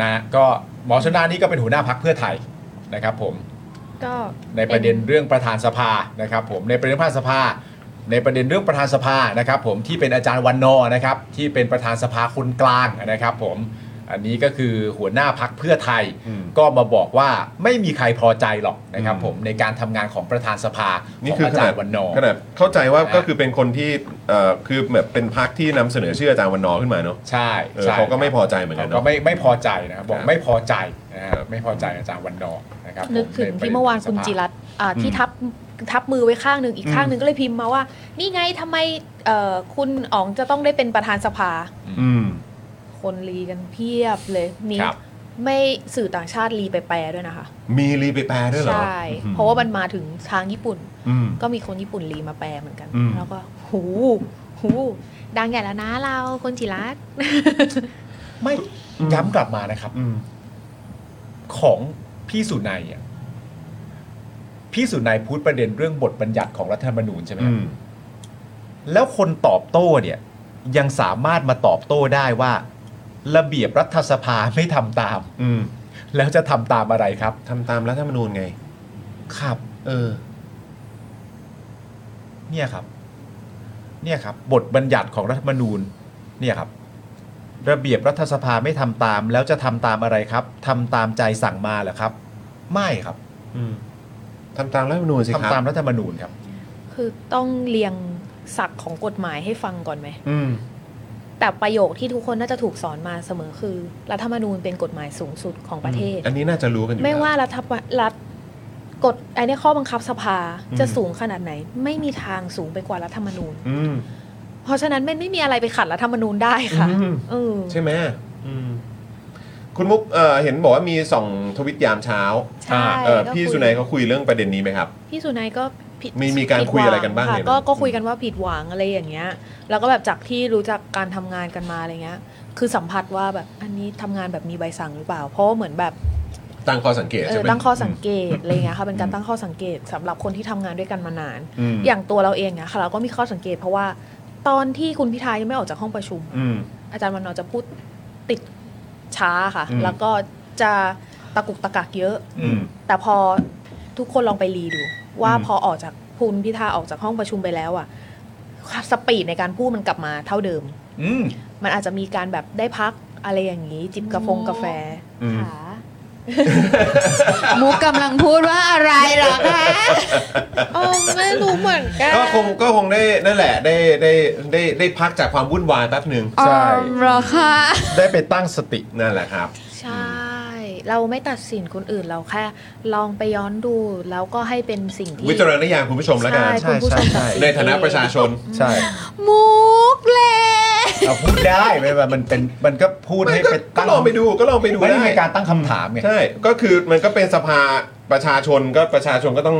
นะก็หมอชนน่านนี่ก็เป็นหัวหน้าพักเพื่อไทยนะครับผม
ก็
ในประเด็นเรื่องประธานสภานะครับผมในประเด็นประธานสภา ในประเด็นเรื่องประธานสภานะครับผมที่เป็นอาจารย์วันนอร์นะครับที่เป็นประธานสภาคนกลางนะครับผม อันนี้ก็คือหัวหน้าพักเพื่อไทย ก็มาบอกว่าไม่มีใครพอใจหรอกนะครับผมในการทำงานของประธานสภา
นี่
ของ
คือ
อา
ข
จาร
นาด
ย์วันนอร์
ขนาดเข้าใจว่าก็คือเป็นคนที่เอ่อคือแบบเป็นพักที่นำเสนอชื่ออาจารย์วันนอร์ขึ้นมาเนอะ
ใช่
เออ
ใช่
เขาก็
ครับ
ไม่พอใจเหมือนกัน
ก็
เนาะ
ไม่ไม่พอใจนะครับบอก
ครับ
ไม่พอใจนะฮะไม่พอใจอาจารย์วันนอร์นะครับ
นึกถึง
ผ
ที่เมื่อวาน
ไป
คุณ
สัภ
จิ
ษณ์
รัตน์อ่า
อืม
ที่ทับทับมือไว้ข้างหนึ่งอีก
อืม
ข้างหนึ่งก็เลยพิมพ์มาว่า นี่ไงทำไมเอ่อคุณอ๋องจะต้องได้เป็นประธานสภา
อืม
คนรีกันเพียบเลยมี
ครับ
ไม่สื่อต่างชาติรีไปแปลด้วยนะคะ
มีรีไปแปลด้วยเหรอ
ใช่
อืม
เพราะว่ามันมาถึงทางญี่ปุ่น
อืม
ก็มีคนญี่ปุ่นรีมาแปลเหมือนกัน
อืม
แล้วก็หูหูดังใหญ่แล้วนะเราคนจิรัตน์
ไม่ย้ำกลับมานะครับของพี่สุนัยอ่ะพี่สุนัยพูดประเด็นเรื่องบทบัญญัติของรัฐธรรมนูญใช่ไหมครับแล้วคนตอบโต้เนี่ย ยังสามารถมาตอบโต้ได้ว่า ระเบียบรัฐสภาไม่ทำตาม
อืม
แล้วจะทำตามอะไรครับ
ทำตามรัฐธรรมนูญไง
ครับ
เออ
เนี่ยครับ เนี่ยครับ บทบัญญัติของรัฐธรรมนูญ เนี่ยครับ ระเบียบรัฐสภาไม่ทำตาม แล้วจะทำตามอะไรครับทำตามใจสั่งมาเหรอครับ ไม่ครับ
อืมทำตามรัฐธรรมนูญสิค
ทำ
รับ
ตามรัฐธรรมนูญครับ
คือต้องเรียงศักดิ์ของกฎหมายให้ฟังก่อนไหม
อืม
แต่ประโยคที่ทุกคนน่าจะถูกสอนมาเสมอคือ รัฐธรรมนูญเป็นกฎหมายสูงสุดของประเทศ
อันนี้น่าจะรู้กันอยู่
ไม่
แล้ว
ว่ารัฐบาลรัฐกฎไอ้เนี่ยข้อบังคับสภา
อืม
จะสูงขนาดไหน ไม่มีทางสูงไปกว่ารัฐธรรมนูญ
อืม
เพราะฉะนั้นมันไม่มีอะไรไปขัดรัฐธรรมนูญได้ค่ะ
อืม
เออ
ใช่ไหมอืม คุณมุกเอ่อเห็นบอกว่ามีส่องทวิตยามเช้า
ใช่
เอ่อ
ก็คุ
พี่สุนัยเขาคุยเรื่องประเด็นนี้ไหมครับ
พี่สุนัยก็ผิด
มีมีการคุยอะไรกันบ้าง
ผิดหวั
เนี่ย
ค่ะก็ก็คุยกันว่าผิดหวังอะไรอย่างเงี้ย แล้วก็แบบจากที่รู้จักการทำงานกันมาอะไรเงี้ย คือสัมผัสว่าแบบอันนี้ทำงานแบบมีใบสั่งหรือเปล่า เพราะว่าเหมือนแบบ
ตั้งข้อสังเกต
เอ
ใช่
อ
ไหม
ตั้งข้อสังเกตอะไรเงี้ยค่ะเป็นการตั้งข้อสังเกตสำหรับคนที่ทำงานด้วยกันมานาน
อืม
อย่างตัวเราเองอะค่ะ เราก็มีข้อสังเกตเพราะว่า ตอนที่คุณพิธายังไม่ออกจากห้องประชุม
อืม
อาจารย์วันนอร์จะพูดติดช้าค่ะ
อืม
แล้วก็จะตะกุกตะกักเยอะ
อืม
แต่พอทุกคนลองไปรีดู ว่า
อืม
พอออกจากคุณพิธาออกจากห้องประชุมไปแล้วอะสปีดในการพูดมันกลับมาเท่าเดิม
อืม
มันอาจจะมีการแบบได้พักอะไรอย่างนี้ จิบกาแฟงกาแฟ
อืม
ค่ะ
มุกกำลังพูดว่าอะไรเหรอคะ
โอ้ไม่รู้เหมือนกัน
ก็คงก็คงได้นั่นแหละได้ได้ได้ได้พักจากความวุ่นวายแป๊บหนึ่ง
อ๋อเหรอคะ
ได้ไปตั้งสติ
นั่นแหละครับ
ใช่ เราไม่ตัดสินคนอื่นเราแค่ ลองไปย้อนดูแล้วก็ให้เป็นสิ่งที่
วิจารณญาณคุณผู้ชมแล้วกัน
ใช่คุณผู้ชม
ใช่
ตัดสิ
ในฐานะประชาชน
ใช่
มุกเลย
เราพูดได้ไม่ว่ามันเป็นมันก็พูด
ไม่
ให้
ก็
ไป
ก็
ตั้ง
ลองไปดูก็ลองไปดู
ไม่ได้
ได้
มีการตั้งคำถามไง
ใช่ ก็คือมันก็เป็นสภาประชาชนก็ประชาชนก็ต้อง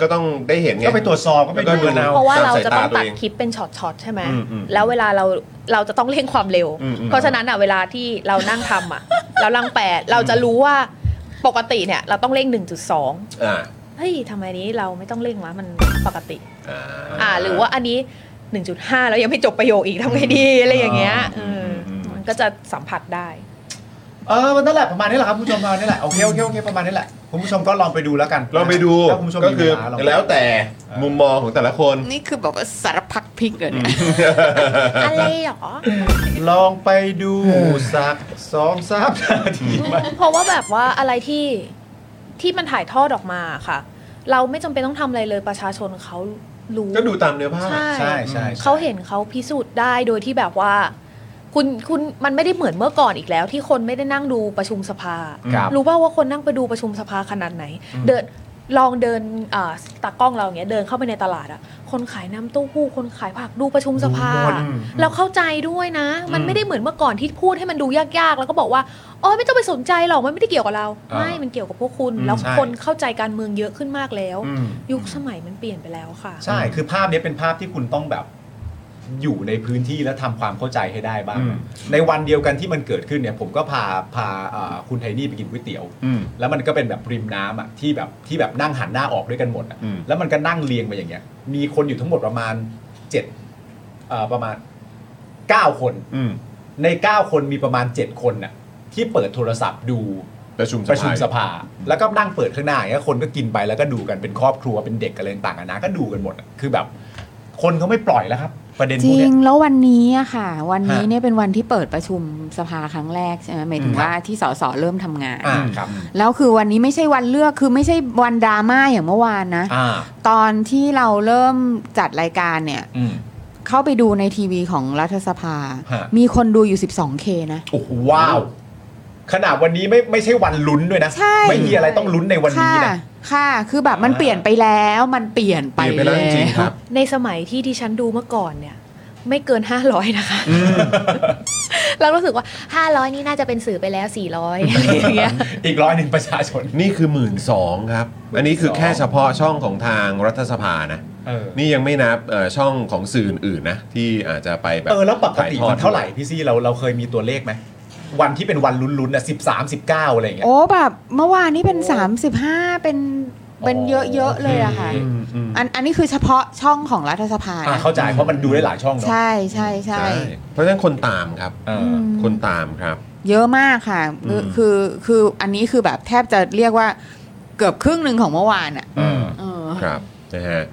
ก็ต้องได้เห็นไง
ก็ไปตรวจสอบก็ไป
ก็
ดู
ดู
นะ
เพราะว่าเราจะต้อ
ตาม
ง
สายตาตัว
ตัด
เอง
คลิปเป็นช็อตๆใช่ไหม
อืมอืม
แล้วเวลาเราเราจะต้องเร่งความเร็ว
อืมอืม
เพราะฉะนั้นอ่ะเวลาที่เรานั่งทำอ่ะ เราลังแปดเราจะรู้ว่าปกติเนี่ย เราต้องเร่ง 1.2
อ่า
เฮ้ยทำไมนี้เราไม่ต้องเร่งวะมันปกติ
อ่า
อ่า หรือว่าอันนี้ 1.5 แล้วยังไม่จบประโยคอีกทำไงดีอะไรอย่างเงี้ยเอออ
มอืม
มันก็จะสัมผัสได้
เออมันนั่นแหละประมาณนี้แหละครับคุณผู้ชมประมาณนี้แหละโอเคโอเคโอเคประมาณนี้แหละคุณผู้ชมก็ลองไปดูแล้วกัน
ลองไปดู
ถ้าคุณผู้ชม
ก็
มี
คือ
เวาลงไปดู
แล้วแต่มุมมองของแต่ละ คน
นี่คือแบบว่าสารพัดพริกเลยเนี่ย
อะไรหรอ
ลองไปดูสักสองสามนาทีไหม
เพราะว่าแบบว่าอะไรที่ที่มันถ่ายทอดออกมาค่ะ เราไม่จำเป็นต้องทำอะไรเลยประชาชนเขารู้
ก็ดูตามเนื้อผ้า
ใช่
ใช่ใช่ใช่
เขาเห็นเขาพิสูจน์ได้โดยที่แบบว่า คุณคุณมันไม่ได้เหมือนเมื่อก่อนอีกแล้ว ที่คนไม่ได้นั่งดูประชุมสภา
ครับ
รู้ป่าวว่าคนนั่งไปดูประชุมสภาขนาดไหน เดินลองเดินอ่าตากล้องเราอย่างเงี้ยเดินเข้าไปในตลาดอะคนขายน้ำเต้าหู้คนขายผักดูประชุมสภา เราเข้าใจด้วยนะ มันไม่ได้เหมือนเมื่อก่อนที่พูดให้มันดูยากๆ แล้วก็บอกว่าอ๋อไม่ต้องไปสนใจหรอกมันไม่ได้เกี่ยวกับเรา
อ่า
ไม่มันเกี่ยวกับพวกคุณ
อืม
แล้ว
ใช่
คนเข้าใจการเมืองเยอะขึ้นมากแล้ว
อืม
ยุคสมัยมันเปลี่ยนไปแล้วค่ะ
ใช่คือภาพนี้เป็นภาพที่คุณต้องแบบอยู่ในพื้นที่และทำความเข้าใจให้ได้บ้าง
อืม
ในวันเดียวกันที่มันเกิดขึ้นเนี่ย ผมก็พาพาเอ่อคุณไทนี่ไปกินก๋วยเตี๋ยว
อืม
แล้วมันก็เป็นแบบริมน้ำอ่ะที่แบบที่แบบนั่งหันหน้าออกด้วยกันหมดอ่ะ
อืม
แล้วมันก็นั่งเรียงไปอย่างเงี้ย มีคนอยู่ทั้งหมดประมาณเจ็ดเอ่อประมาณเก้าคน
อืม
ใน 9 คนมีประมาณ 7 คนน่ะที่เปิดโทรศัพท์ดู
ประชุมส
ประชุ
ภาม
สภา แล้วก็นั่งเปิดข้างหน้าอย่างเงี้ยคนก็กินไปแล้วก็ดูกันเป็นครอบครัวเป็นเด็กกันเลยต่างกันนะก็ดูกันหมดอะคือแบบ คนเขาไม่ปล่อยแล้วครับ ประเด็น
จ
พวก
ริ
เนี้
ง
ย
แล้ววันนี้อะค่ะ วันนี้
ฮะ
เนี่ยเป็นวันที่เปิดประชุมสภาครั้งแรกใช่ไหมหมายถึง
อืมครับ
ว่าที่สสเริ่มทำงาน
อ่าครับ
แล้วคือวันนี้ไม่ใช่วันเลือกคือไม่ใช่วันดราม่าอย่างเมื่อวานนะ
อ่า
ตอนที่เราเริ่มจัดรายการเนี่ย
อืม
เข้าไปดูในทีวีของรัฐสภา
ฮะ
มีคนดูอยู่ 12K นะ
โอ้โหว้าว ขนาดวันนี้ไม่ไม่ใช่วันลุ้นด้วยนะ
ใช่
ไม่มีอะไรต้องลุ้นในวันนี้
ค่ะ
นะ
ค่ะ คือแบบมันเปลี่ยนไปแล้ว มันเปลี่ยนไป
เปลี่ยนไปแล้วจริงๆครับ
ในสมัยที่ดิฉันดูเมื่อก่อนเนี่ย ไม่เกิน 500 นะคะ เรารู้สึกว่า 500 นี่น่าจะเป็นสื่อไปแล้ว 400อะไรอย่างเงี้ย
อีกร้อยหนึ่งประชาชน
นี่คือหมื่นสองครับ อันนี้คือแค่เฉพาะช่องของทางรัฐสภานะ
เออ
นี่ยังไม่นับเอ่อช่องของสื่ออื่นๆนะ ที่อาจจะไปแบบ
เออแล้วปกติ
ถ่ยทอ
มั
ด
นเท่าไหร่พี่ซี่เราเราเคยมีตัวเลขไหมวันที่เป็นวันลุ้นๆอ่ะสิบสามสิบเก้าอะไรอย่างเงี้ย
โอ้แบบเมื่อวานนี้เป็น 35 เป็นเป็นเยอะ ๆ เลยอะค่ะ
อืมอืม
อันอันนี้คือเฉพาะช่องของรัฐสภา
อ่า
นะ
เข้าใจเพราะมันดูได้หลายช่องเนาะ
ใช่ใช่ใช่
ใช่เพราะฉะนั้นคนตามครับ
ม
คนตามครับ
เยอะมากค่ะ คือ
อืม
คือคืออันนี้คือแบบแทบจะเรียกว่าเกือบครึ่งหนึ่งของเมื่อวานอะเออ
ครับนะฮะ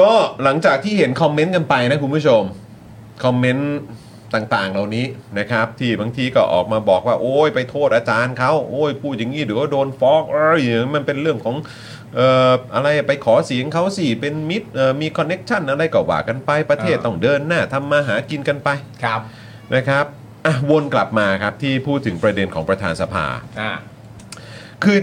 ก็หลังจากที่เห็นคอมเมนต์กันไปนะคุณผู้ชม คอมเมนต์ต่างๆ เหล่านี้นะครับ ที่บางทีก็ออกมาบอกว่า โอ้ยไปโทษอาจารย์เขาโอ้ยพูดอย่างนี้เดี๋ยวก็โดนฟ้องเอยมันเป็นเรื่องของเอ่ออะไรไปขอเสียงเขาสิเป็นมิตรเอ่อมีคอนเน็กชันอะไรก็ว่ากันไปประเทศ
อ่า
ต้องเดินหน้าทำมาหากินกันไป
ครับ
นะครับอ่ะวนกลับมาครับที่พูดถึงประเด็นของประธานสภา
อ่า
คือ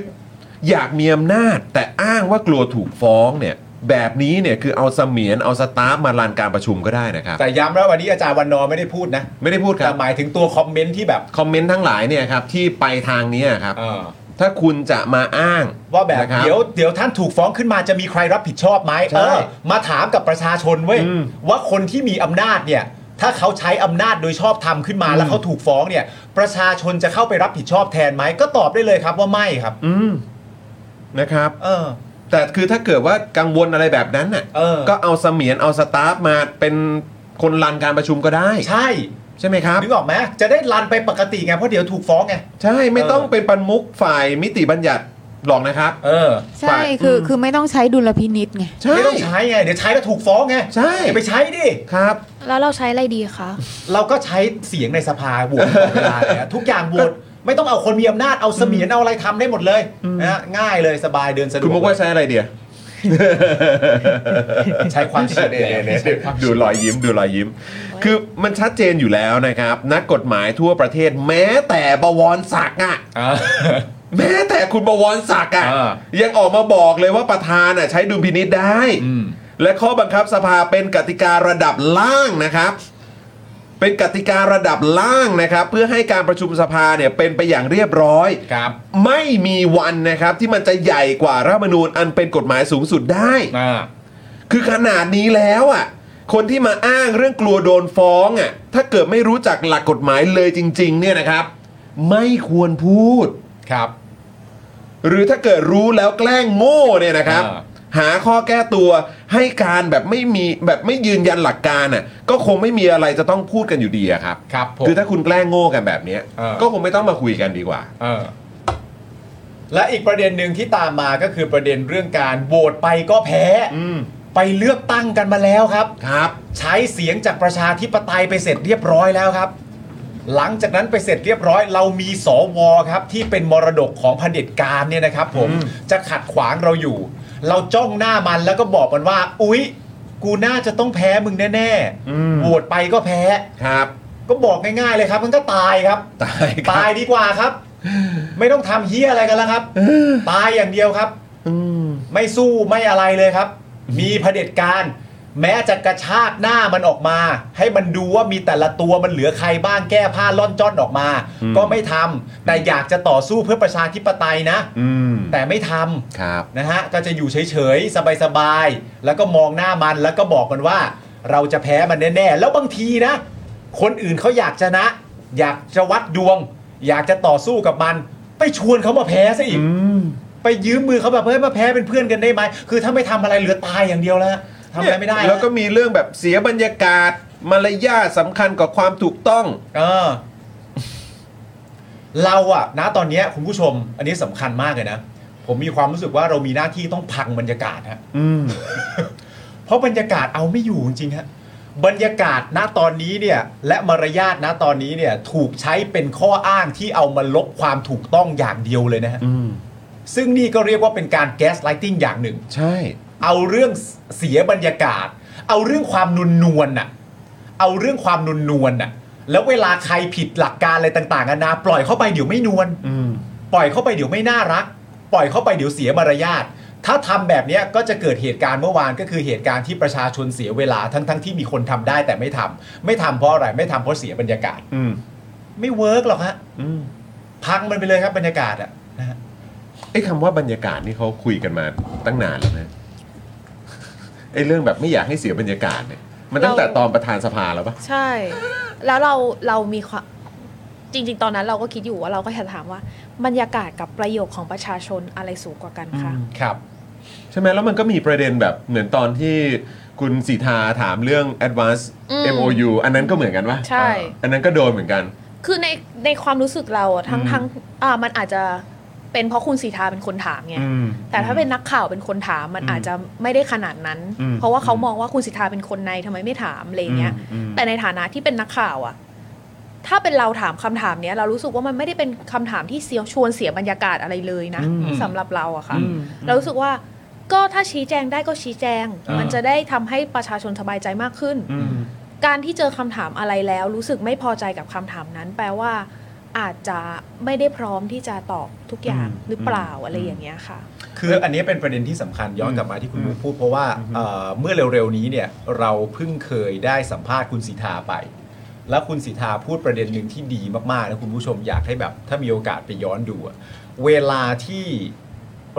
อยากมีอำนาจแต่อ้างว่ากลัวถูกฟ้องเนี่ย แบบนี้เนี่ยคือเอาเสมียนเอาสตาฟมาลานการประชุมก็ได้นะครับ
แต่ย้ำแล้ววันนี้อาจารย์วันนอร์ไม่ได้พูดนะ
ไม่ได้พูดครั
แต่
บ
หมายถึงตัวคอมเมนต์ที่แบบ
คอมเมนต์ทั้งหลายเนี่ยครับ ที่ไปทางเนี้ยครับ
เออ
ถ้าคุณจะมาอ้าง
ว่าแบบ
นะครั
เดี๋ยวเดี๋ยวท่านถูกฟ้องขึ้นมาจะมีใครรับผิดชอบไหม
ใช่
เออมาถามกับประชาชนเว้ย
อืม
ว่าคนที่มีอำนาจเนี่ย ถ้าเขาใช้อำนาจโดยชอบทำขึ้นมา
อืม
แล้วเขาถูกฟ้องเนี่ย ประชาชนจะเข้าไปรับผิดชอบแทนไหมก็ตอบได้เลยครับว่าไม่ครับ
อืมนะครับ
เออ
แต่คือถ้าเกิดว่ากังวลอะไรแบบนั้นน่ะ
เออ
ก็เอาเสมียนเอาสตาฟมาเป็นคนลานการประชุมก็ได้
ใช่
ใช่ไหมครับ
นึกออกไหมจะได้รันไปปกติไงเพราะเดี๋ยวถูกฟ้องไง
ใช่ไม่
เออ
ต้องเป็นปันมุกฝ่ายมิติบัญญัติหรอกนะครับ
เออ
ใช่คือคือไม่ต้องใช้ดุลพินิษไง
ใช่
ไม่ต้องใช้ไง เดี๋ยวใช้แล้วถูกฟ้องไง
ใช่
อย่าไปใช้ดิ
ครับ
แล้วเราใช้อะไรดีคะ
เราก็ใช้เสียงในสภาโหวตตลอดเวลาเลยนะทุกอย่างโหวตไม่ต้องเอาคนมีอำนาจเอาเสมียนเอาอะไรทำได้หมดเลยนะง่ายเลยสบายเดินสะดวก
คุณบอกว่าใช้อะไรเดีย
ใช้ความเฉียดแหลมใช้ความ
ดูรอยยิ้มดูรอยยิ้ม คือมันชัดเจนอยู่แล้วนะครับ นักกฎหมายทั่วประเทศ แม้แต่บวรศักดิ์อ่ะ
อ่า
แม้แต่คุณบวรศักดิ์อ่ะ
อ่า
ยังออกมาบอกเลยว่าประธานอ่ะใช้ดุลพินิษได้
อืม
และข้อบังคับสภาเป็นกติการะดับล่างนะครับ เป็นกติการะดับล่างนะครับ เพื่อให้การประชุมสภาเนี่ยเป็นไปอย่างเรียบร้อย
ครับ
ไม่มีวันนะครับที่มันจะใหญ่กว่ารัฐธรรมนูญอันเป็นกฎหมายสูงสุดได้
อ่า
คือขนาดนี้แล้วอ่ะ คนที่มาอ้างเรื่องกลัวโดนฟ้องอ่ะ ถ้าเกิดไม่รู้จักหลักกฎหมายเลยจริง ๆ เนี่ยนะครับ ไม่ควรพูด
ครับ
หรือถ้าเกิดรู้แล้วแกล้งโง่เนี่ยนะครับ
อ่า
หาข้อแก้ตัวให้การแบบไม่มีแบบไม่ยืนยันหลักการอ่ะก็คงไม่มีอะไรจะต้องพูดกันอยู่ดีอะครับ
ครับผม
คือถ้าคุณแกล้งโง่กันแบบเนี้ย
เออ
ก็คงไม่ต้องมาคุยกันดีกว่า
เออและอีกประเด็นหนึ่งที่ตามมาก็คือประเด็นเรื่องการโหวตไปก็แพ้
อืม
ไปเลือกตั้งกันมาแล้วครับ
ครับ
ใช้เสียงจากประชาธิปไตยไปเสร็จเรียบร้อยแล้วครับ หลังจากนั้นไปเสร็จเรียบร้อย เรามีสวครับ ที่เป็นมรดกของเผด็จการเนี่ยนะครับ ผมจะขัดขวางเราอยู่ เราจ้องหน้ามันแล้วก็บอกมันว่า อุ๊ย กูน่าจะต้องแพ้มึงแน่
อืม
ๆโหวตไปก็แพ้
ครับ
ก็บอกง่ายๆเลยครับ มันก็ตายครับ
ตายครับ
ตายดีกว่าครับ ไม่ต้องทำเฮี้ยอะไรกันแล้วครับ ตายอย่างเดียวครับ ไม่สู้ไม่อะไรเลยครับ มีเผด็จการ แม้จะกระชากหน้ามันออกมา ให้มันดูว่ามีแต่ละตัวมันเหลือใครบ้างแก้ผ้าล่อนจ้อนออกมา
อืม
ก็ไม่ทำแต่อยากจะต่อสู้เพื่อประชาธิปไตยนะ
อืม
แต่ไม่ทำ
ครับ
นะฮะก็จะอยู่เฉยๆ สบายๆ แล้วก็มองหน้ามันแล้วก็บอกมันว่า เราจะแพ้มันแน่ๆ แล้วบางทีนะ คนอื่นเขาอยากชนะ อยากจะวัดดวง อยากจะต่อสู้กับมัน ไปชวนเขามาแพ้ซะอีก
อืม
ไปยืมมือเขาแบบเฮ้ยมาแพ้เป็นเพื่อนกันได้ไหมคือถ้าไม่ทำอะไรเหลือตายอย่างเดียวแล้วฮะทำอะไรไม่ได้
แล้วก็มีเรื่องแบบเสียบรรยากาศมารยาทสำคัญกว่าความถูกต้อง
เออ เราอะนะตอนเนี้ยคุณผู้ชม อันนี้สำคัญมากเลยนะ ผมมีความรู้สึกว่าเรามีหน้าที่ต้องพังบรรยากาศฮะ
อืม
เพราะบรรยากาศเอาไม่อยู่จริงๆฮะ บรรยากาศณตอนนี้เนี่ยและมารยาทณตอนนี้เนี่ยถูกใช้เป็นข้ออ้างที่เอามาลบความถูกต้องอย่างเดียวเลยนะฮะซึ่งนี่ก็เรียกว่าเป็นการแก๊สไลติงอย่างหนึ่ง
ใช่
เอาเรื่องเสียบรรยากาศ เอาเรื่องความนุนนวลน่ะ เอาเรื่องความนุนนวลน่ะ แล้วเวลาใครผิดหลักการอะไรต่างๆนานาปล่อยเข้าไปเดี๋ยวไม่นวล ปล่อยเข้าไปเดี๋ยวไม่น่ารัก ปล่อยเข้าไปเดี๋ยวเสียมารยาท ถ้าทำแบบเนี้ยก็จะเกิดเหตุการณ์เมื่อวานก็คือเหตุการณ์ที่ประชาชนเสียเวลาทั้งๆทที่มีคนทำได้แต่ไม่ทำไม่ทำเพราะอะไรไม่ทำเพราะเสียบรรยากาศ ไม่เวิร์กหรอกฮะพังมันไปเลยครับบรรยากาศอะนะฮะ
ไอ้คำว่าบรรยากาศนี่เขาคุยกันมาตั้งนานแล้วนะไอ้เรื่องแบบไม่อยากให้เสียบรรยากาศเนี่ย มันตั้งแต่ตอนประธานสภาแล้วปะ
ใช่ แล้วเราเรามีความจริง ๆ ตอนนั้นเราก็คิดอยู่ว่าเราก็จะถามว่า บรรยากาศกับประโยคของประชาชนอะไรสูงกว่ากันคะ
ครับ
ใช่ไหมแล้วมันก็มีประเด็นแบบเหมือนตอนที่คุณสีทาถามเรื่อง advance
อืม
MOU อันนั้นก็เหมือนกันปะ
ใช่
อันนั้นก็โดนเหมือนกัน
คือในในความรู้สึกเราอะทั้ง
อืม
ทั้งอ่ามันอาจจะเป็นเพราะคุณสีทาเป็นคนถามไง
อืม
แต่ถ้าเป็นนักข่าวเป็นคนถามมัน
อืม
อาจจะไม่ได้ขนาดนั้น
อืม
เพราะว่าเขามองว่าคุณสิทธาเป็นคนในทำไมไม่ถามอะไรเงี้ย
อืมอืม
แต่ในฐานะที่เป็นนักข่าวอะถ้าเป็นเราถามคำถามเนี้ยเรารู้สึกว่ามันไม่ได้เป็นคำถามที่เสียวชวนเสียบรรยากาศอะไรเลยนะ
อืม
สำหรับเราอะค่ะ
อืม
เรารู้สึกว่าก็ถ้าชี้แจงได้ก็ชี้แจง
อ่ามั
มันจะได้ทำให้ประชาชนสบายใจมากขึ้น การที่เจอคำถามอะไรแล้ว รู้สึกไม่พอใจกับคำถามนั้น แปลว่า อาจจะไม่ได้พร้อมที่จะตอบทุกอย่างหรือเปล่าอะไรอย่างเงี้ยค่ะ
คืออันนี้เป็นประเด็นที่สำคัญย้อนกลับมาที่คุณมุกพูดเพราะว่าเอ่อเมื่อเร็วๆนี้เนี่ยเราเพิ่งเคยได้สัมภาษณ์คุณสิทธาไป แล้วคุณสิทธาพูดประเด็นหนึ่งที่ดีมากๆนะคุณผู้ชมอยากให้แบบ ถ้ามีโอกาสไปย้อนดูอะเวลาที่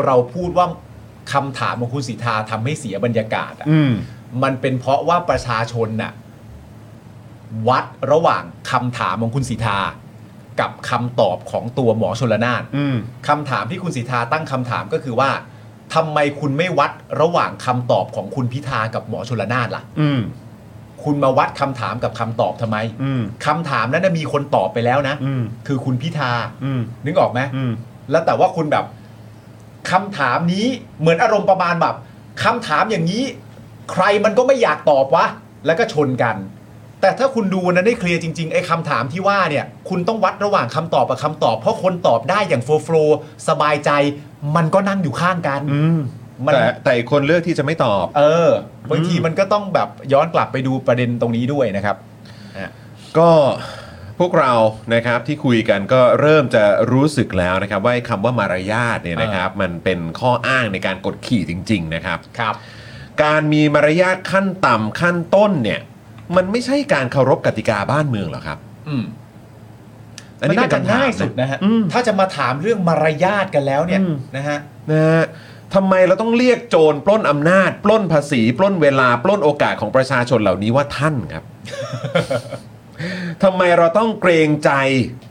เราพูดว่าคำถามของคุณสิทธาทำให้เสียบรรยากาศอะ
อืม
มันเป็นเพราะว่าประชาชนน่ะวัดระหว่างคำถามของคุณสิทธา กับคำตอบของตัวหมอชนละนาน
อืม
คำถามที่คุณสิทธาตั้งคำถามก็คือว่าทำไมคุณไม่วัดระหว่างคำตอบของคุณพิธากับหมอชลนานล่ะ
อืม
คุณมาวัดคำถามกับคำตอบทำไม
อืม
คำถามนั้นนะมีคนตอบไปแล้วนะ
อืม
คือคุณพิธา
อืม
นึกออกไหม
อืม
แล้วแต่ว่าคุณแบบคำถามนี้เหมือนอารมณ์ประมาณแบบคำถามอย่างนี้ ใครมันก็ไม่อยากตอบวะ แล้วก็ชนกัน แต่ถ้าคุณดูวันนั้นได้เคลียร์จริงๆไอ้คำถามที่ว่าเนี่ย คุณต้องวัดระหว่างคำตอบกับคำตอบ เพราะคนตอบได้อย่างโฟล์โฟล์สบายใจ มันก็นั่งอยู่ข้างกัน
อืม
มัน
แต่แต่อีกคนเลือกที่จะไม่ตอบ
เออบางทีมันก็ต้องแบบย้อนกลับไปดูประเด็นตรงนี้ด้วยนะครับ
ก็พวกเรานะครับที่คุยกันก็เริ่มจะรู้สึกแล้วนะครับ ว่าไอ้คำว่ามารยาทเนี่ยนะครับ มันเป็นข้ออ้างในการกดขี่จริง ๆ นะครับ การมีมารยาทขั้นต่ำขั้นต้นเนี่ย มันไม่ใช่การเคารพกติกาบ้านเมืองหรอครับ
อืม
อัน
มัน
นี้เป็
น่านจะ
คำถาม
ง่ายสุดนะฮะถ้าจะมาถามเรื่องมารยาทกันแล้วเนี่ยนะฮะ
นะฮะทำไมเราต้องเรียกโจรปล้นอำนาจ ปล้นภาษี ปล้นเวลา ปล้นโอกาสของประชาชนเหล่านี้ว่าท่านครับ ทำไมเราต้องเกรงใจ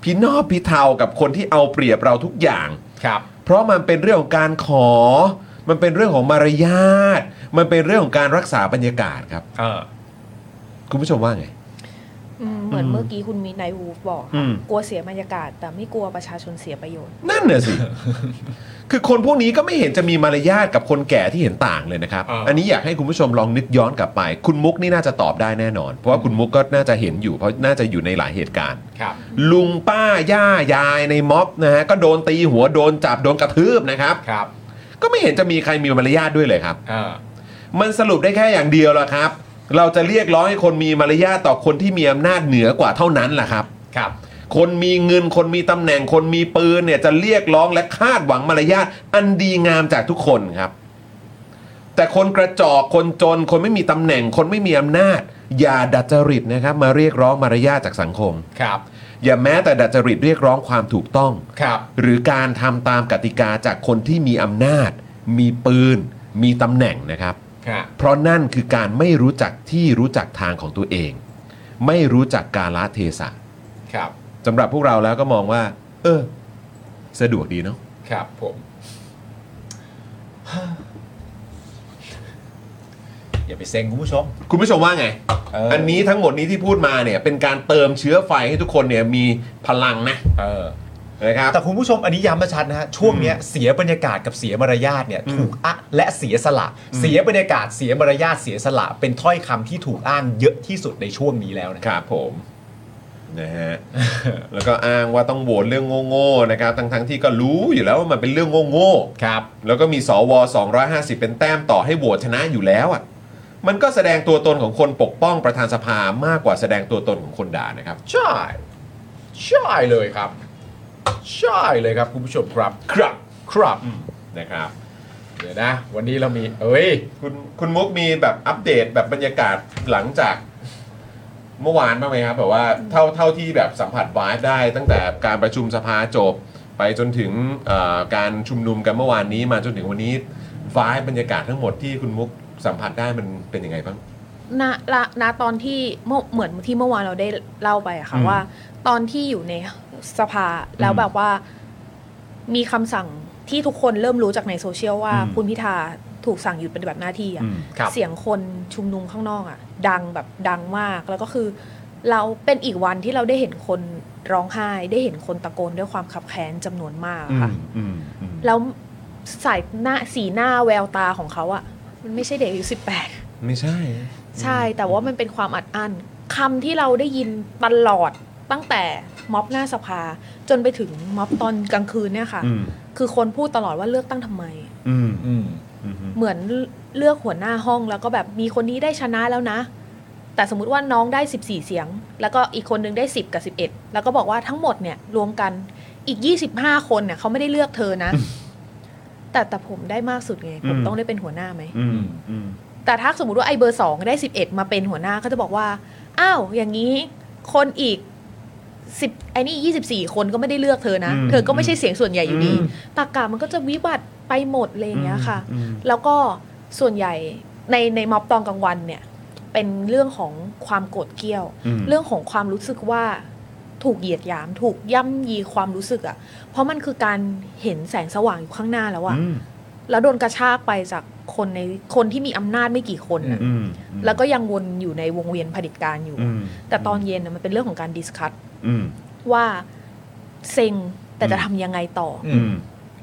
พินอบพิเทากับคนที่เอาเปรียบเราทุกอย่าง
ครับ
เพราะมันเป็นเรื่องของการขอ มันเป็นเรื่องของมารยาท มันเป็นเรื่องของการรักษาบรรยากาศครับคุณผู้ชมว่าไง
อืมเหมือน
อืม
เมื่อกี้คุณมีนายวูฟบอก
อื
ค่ะ
ม
กลัวเสียบรรยากาศ แต่ไม่กลัวประชาชนเสียประโยชน์
นั่นน่ะสิ คือคนพวกนี้ก็ไม่เห็นจะมีมารยาทกับคนแก่ที่เห็นต่างเลยนะครับ อันนี้อยากให้คุณผู้ชมลองนึกย้อนกลับไป คุณมุกนี่น่าจะตอบได้แน่นอน เพราะว่าคุณมุกก็น่าจะเห็นอยู่ เพราะน่าจะอยู่ในหลายเหตุการณ์
ครับ
ลุงป้า ย่า ยายในม็อบนะฮะ ก็โดนตีหัวโดนจับ โดนกระทืบนะครับ
ครับ
ก็ไม่เห็นจะมีใครมีมารยาทด้วยเลยครับ
อ่า
มันสรุปได้แค่อย่างเดียวละครับ เราจะเรียกร้องให้คนมีมารยาทต่อคนที่มีอำนาจเหนือกว่าเท่านั้นแหละครับ
ครับ
คนมีเงิน คนมีตำแหน่ง คนมีปืนเนี่ยจะเรียกร้องและคาดหวังมารยาทอันดีงามจากทุกคนครับ แต่คนกระจอก คนจน คนไม่มีตำแหน่ง คนไม่มีอำนาจ อย่าดัดจริตนะครับ มาเรียกร้องมารยาทจากสังคม
ครับ
อย่าแม้แต่ดัดจริตเรียกร้องความถูกต้อง
ครับ
หรือการทำตามกติกาจากคนที่มีอำนาจ มีปืน มีตำแหน่งนะครับ
ครับ
เพราะนั่นคือการไม่รู้จักที่รู้จักทางของตัวเอง ไม่รู้จักกาลเทศะ
ครับ
สำหรับพวกเราแล้วก็มองว่า เออ สะดวกดีเนาะ
ครับผม อย่าไปเซ็งคุณผู้ชม
คุณผู้ชมว่าไง
เอออั
นนี้ทั้งหมดนี้ที่พูดมาเนี่ย เป็นการเติมเชื้อไฟให้ทุกคนเนี่ยมีพลังนะ
เออ
นะครับ
แต่คุณผู้ชมอันนี้ย้ำมาชัดนะฮะช่วงเนี้ยเสียบรรยากาศกับเสียมารยาทเนี่ยถูกอะและเสียสละ
อืม
เสียบรรยากาศเสียมารยาทเสียสละ เป็นถ้อยคำที่ถูกอ้างเยอะที่สุดในช่วงนี้แล้วนะครับ
ผมนะฮะ แล้วก็อ้างว่าต้องโหวตเรื่องโง่ๆนะครับ ทั้งๆที่ก็รู้อยู่แล้วว่ามันเป็นเรื่องโง่ๆ
ครับ
แล้วก็มีสว250 เป็นแต้มต่อให้โหวตชนะอยู่แล้วอ่ะ มันก็แสดงตัวตนของคนปกป้องประธานสภามากกว่าแสดงตัวตนของคนด่านะครับ
ใช่ใช่เลยครับ ใช่เลยครับคุณผู้ชมครับ ครับครับ
นะครับ
เดี๋ยวนะ วันนี้เรามี เอ้ย
คุณคุณมุกมีแบบอัปเดตแบบบรรยากาศหลังจากเมื่อวานบ้างไหมครับแบบว่าเท่าเท่าที่แบบสัมผัสวายได้ ตั้งแต่การประชุมสภาจบ ไปจนถึงเอ่อการชุมนุมกันเมื่อวานนี้มาจนถึงวันนี้วายบรรยากาศทั้งหมดที่คุณมุกสัมผัสได้มันเป็นยังไงบ้าง
ณละณตอนที่เมื่อเหมือนที่เมื่อวานเราได้เล่าไปอะค่ะ
อืม
ว่า ตอนที่อยู่ในสภาแล้วแบบว่า มีคำสั่งที่ทุกคนเริ่มรู้จากในโซเชียลว่า
อืม
คุณพิธาถูกสั่งหยุดปฏิบัติหน้าที่อะ
อืมครับ
เสียงคนชุมนุมข้างนอกอะดังแบบดังมาก แล้วก็คือ เราเป็นอีกวันที่เราได้เห็นคนร้องไห้ ได้เห็นคนตะโกนด้วยความขับแค้นจำนวนมากอะค่ะ แล้วสายหน้าสีหน้าแววตาของเขาอะมันไม่ใช่เด็กอายุสิบแปด
ไม่ใช่
ใช่แต่ว่ามันเป็นความอัดอั้นคำที่เราได้ยินตลอดตั้งแต่ม็อบหน้าสภา จนไปถึงม็อบตอนกลางคืนเนี่ยค่ะ
อืม
คือคนพูดตลอดว่าเลือกตั้งทำไม
อืม
อืม
เหมือนเลือกหัวหน้าห้องแล้วก็แบบมีคนนี้ได้ชนะแล้วนะ แต่สมมติว่าน้องได้ 14 เสียง แล้วก็อีกคนนึงได้ 10 กับ 11 แล้วก็บอกว่าทั้งหมดเนี่ยรวมกันอีก 25 คนเนี่ยเขาไม่ได้เลือกเธอนะ แต่แต่ผมได้มากสุดไงผม
อืม
ต้องได้เป็นหัวหน้าไหม
อืมอืม
แต่ถ้าสมมติว่าไอ้เบอร์สองได้สิบเอ็ดมาเป็นหัวหน้าเขาจะบอกว่า อ้าว อย่างนี้คนอีกสิบไอ้นี่ยี่สิบสี่คนก็ไม่ได้เลือกเธอนะ
อืม
เธอก็ไม่ใช่เสียงส่วนใหญ่อยู่ดี
อืม
ตากามันก็จะวิบัติไปหมดเลยอย่างเงี้ยค่ะ แล้วก็ส่วนใหญ่ในในม็อบตอนกลางวันเนี่ย เป็นเรื่องของความโกรธเกรี้ยว
อืม
เรื่องของความรู้สึกว่าถูกเหยียดหยาม ถูกย่ำยีความรู้สึกอะ่ะ เพราะมันคือการเห็นแสงสว่างอยู่ข้างหน้าแล้วอ่ะ แล้วโดนกระชากไปจากคนในคนที่มีอำนาจไม่กี่คนน่ะแล้วก็ยังวนอยู่ในวงเวียนเผด็จการอยู่
อืม
แต่ตอนเย็นน่ะมันเป็นเรื่องของการดิสคัต
อืม
ว่าเซ็งแต่จะทำยังไงต่ออ
อืม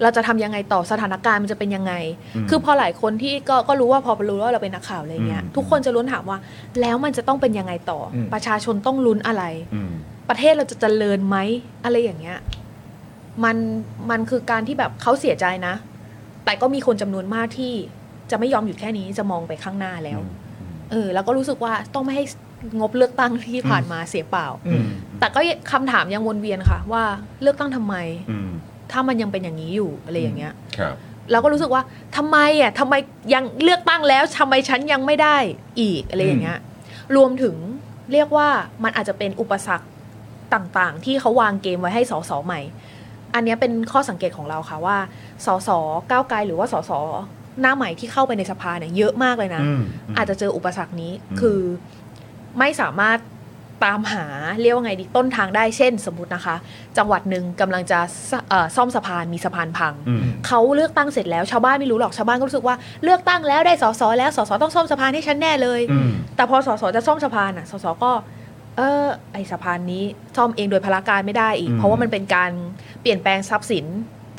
เราจะทำยังไงต่อสถานการณ์มันจะเป็นยังไง
อืม
คือพอหลายคนที่ก็ก็รู้ว่าพอรู้ว่าเราเป็นนักข่าวอะไรเงี้ย
อืม
ทุกคนจะล้วนถามว่า แล้วมันจะต้องเป็นยังไงต่ออ
ม
ประชาชนต้องลุ้นอะไร
อืม
ประเทศเราจะเจริญไหมอะไรอย่างเงี้ยมันมันคือการที่แบบเขาเสียใจนะ แต่ก็มีคนจำนวนมากที่จะไม่ยอมหยุดแค่นี้จะมองไปข้างหน้าแล้ว เออ แล้วก็รู้สึกว่าต้องไม่ให้งบเลือกตั้งที่ผ่านมาเสียเปล่า
อืม
แต่ก็คำถามยังวนเวียนค่ะ ว่าเลือกตั้งทำไม
อืม
ถ้ามันยังเป็นอย่างนี้อยู่อะไรอย่างเงี้ย
ครับ
เราก็รู้สึกว่าทำไมอ่ะทำไมยังเลือกตั้งแล้วทำไมฉันยังไม่ได้อีกอะไรอย่างเงี้ยรวมถึงเรียกว่ามันอาจจะเป็นอุปสรรคต่างๆ ที่เขาวางเกมไว้ให้สสใหม่ อันเนี้ยเป็นข้อสังเกตของเราค่ะว่าสสก้าวไกลหรือว่าสสหน้าใหม่ที่เข้าไปในสภาเนี่ยเยอะมากเลยนะ
อืม
อาจจะเจออุปสรรคนี้คือไม่สามารถตามหาเรียกว่าไงดีต้นทางได้เช่น สมมตินะคะ จังหวัดหนึ่งกำลังจะสเอ่อซ่อมสะพานมีสะพานพัง
อืม
เขาเลือกตั้งเสร็จแล้วชาวบ้านไม่รู้หรอกชาวบ้านก็รู้สึกว่าเลือกตั้งแล้วได้สสแล้วสสต้องซ่อมสะพานให้ฉันแน่เลย
อืม
แต่พอสสจะซ่อมสะพานอ่ะสสก็ เออไอสะพานนี้ซ่อมเองโดยพลาการไม่ได้อีก
อืม
เพราะว่ามันเป็นการเปลี่ยนแปลงทรัพย์สิน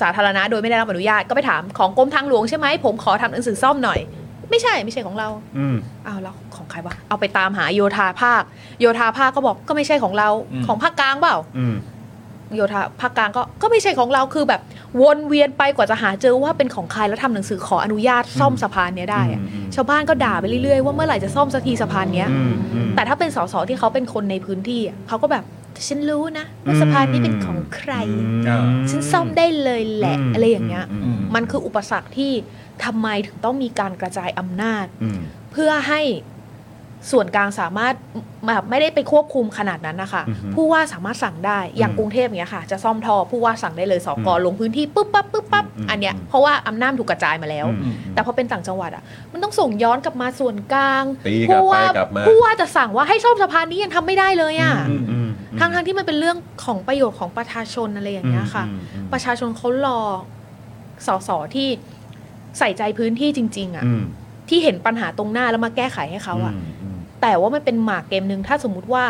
สาธารณะโดยไม่ได้รับอนุญาตก็ไปถามของกรมทางหลวงใช่ไหมผมขอทำหนังสือซ่อมหน่อย ไม่ใช่ไม่ใช่ของเรา
อืม
อ้าวแล้วของใครวะเอาไปตามหาโยธาภาค โยธาภาคก็บอกก็ไม่ใช่ของเรา
อืม
ของภาคกลางเปล่า
อืม
โยธาภาคกลางก็ก็ไม่ใช่ของเราคือแบบวนเวียนไปกว่าจะหาเจอว่าเป็นของใครแล้วทำหนังสือขออนุญาตซ่อมสะพานเนี้ยได้อะชาวบ้านก็ด่าไปเรื่อยๆว่าเมื่อไหร่จะซ่อมสักทีสะพานเนี้ย แต่ถ้าเป็นสสที่เขาเป็นคนในพื้นที่อะเขาก็แบบฉันรู้นะว่าสะพานนี้เป็นของใคร ฉันซ่อมได้เลยแหละ
อืม
อะไรอย่างเงี้ย มันคืออุปสรรคที่ทำไมถึงต้องมีการกระจายอำนาจ
อืม
เพื่อให้ส่วนกลางสามารถแบบไม่ได้ไปควบคุมขนาดนั้นนะคะ
อือฮึ
ผู้ว่าสามารถสั่งได้อย่าง
อืม
กรุงเทพอย่างเงี้ยค่ะ จะซ่อมท่อผู้ว่าสั่งได้เลยสกลงพื้นที่ปุ๊บปั๊บปุ๊บปั๊บอันเนี้ยเพราะว่าอำนาจถูกกระจายมาแล้ว
อืม
แต่พอเป็นต่างจังหวัดอ่ะมันต้องส่งย้อนกลับมาส่วนกลาง
ตีกลับ
ผู้ว่า
ไปกลับมา
ผู้ว่าจะสั่งว่าให้ซ่อมสะพานนี้ยังทำไม่ได้เลยอ่ะ
อืม
ทั้งทั้งๆที่มันเป็นเรื่องของประโยชน์ของประชาชนอะไรอย่างเงี้ยค่ะ
อืมอืม
ประชาชนเขารอสสที่ใส่ใจพื้นที่จริง ๆอ่ะ
อืม
ที่เห็นปัญหาตรงหน้าแล้วมาแก้ไขให้เขาอะแต่ว่ามันเป็นหมากเกมหนึ่งถ้าสมมุติว่า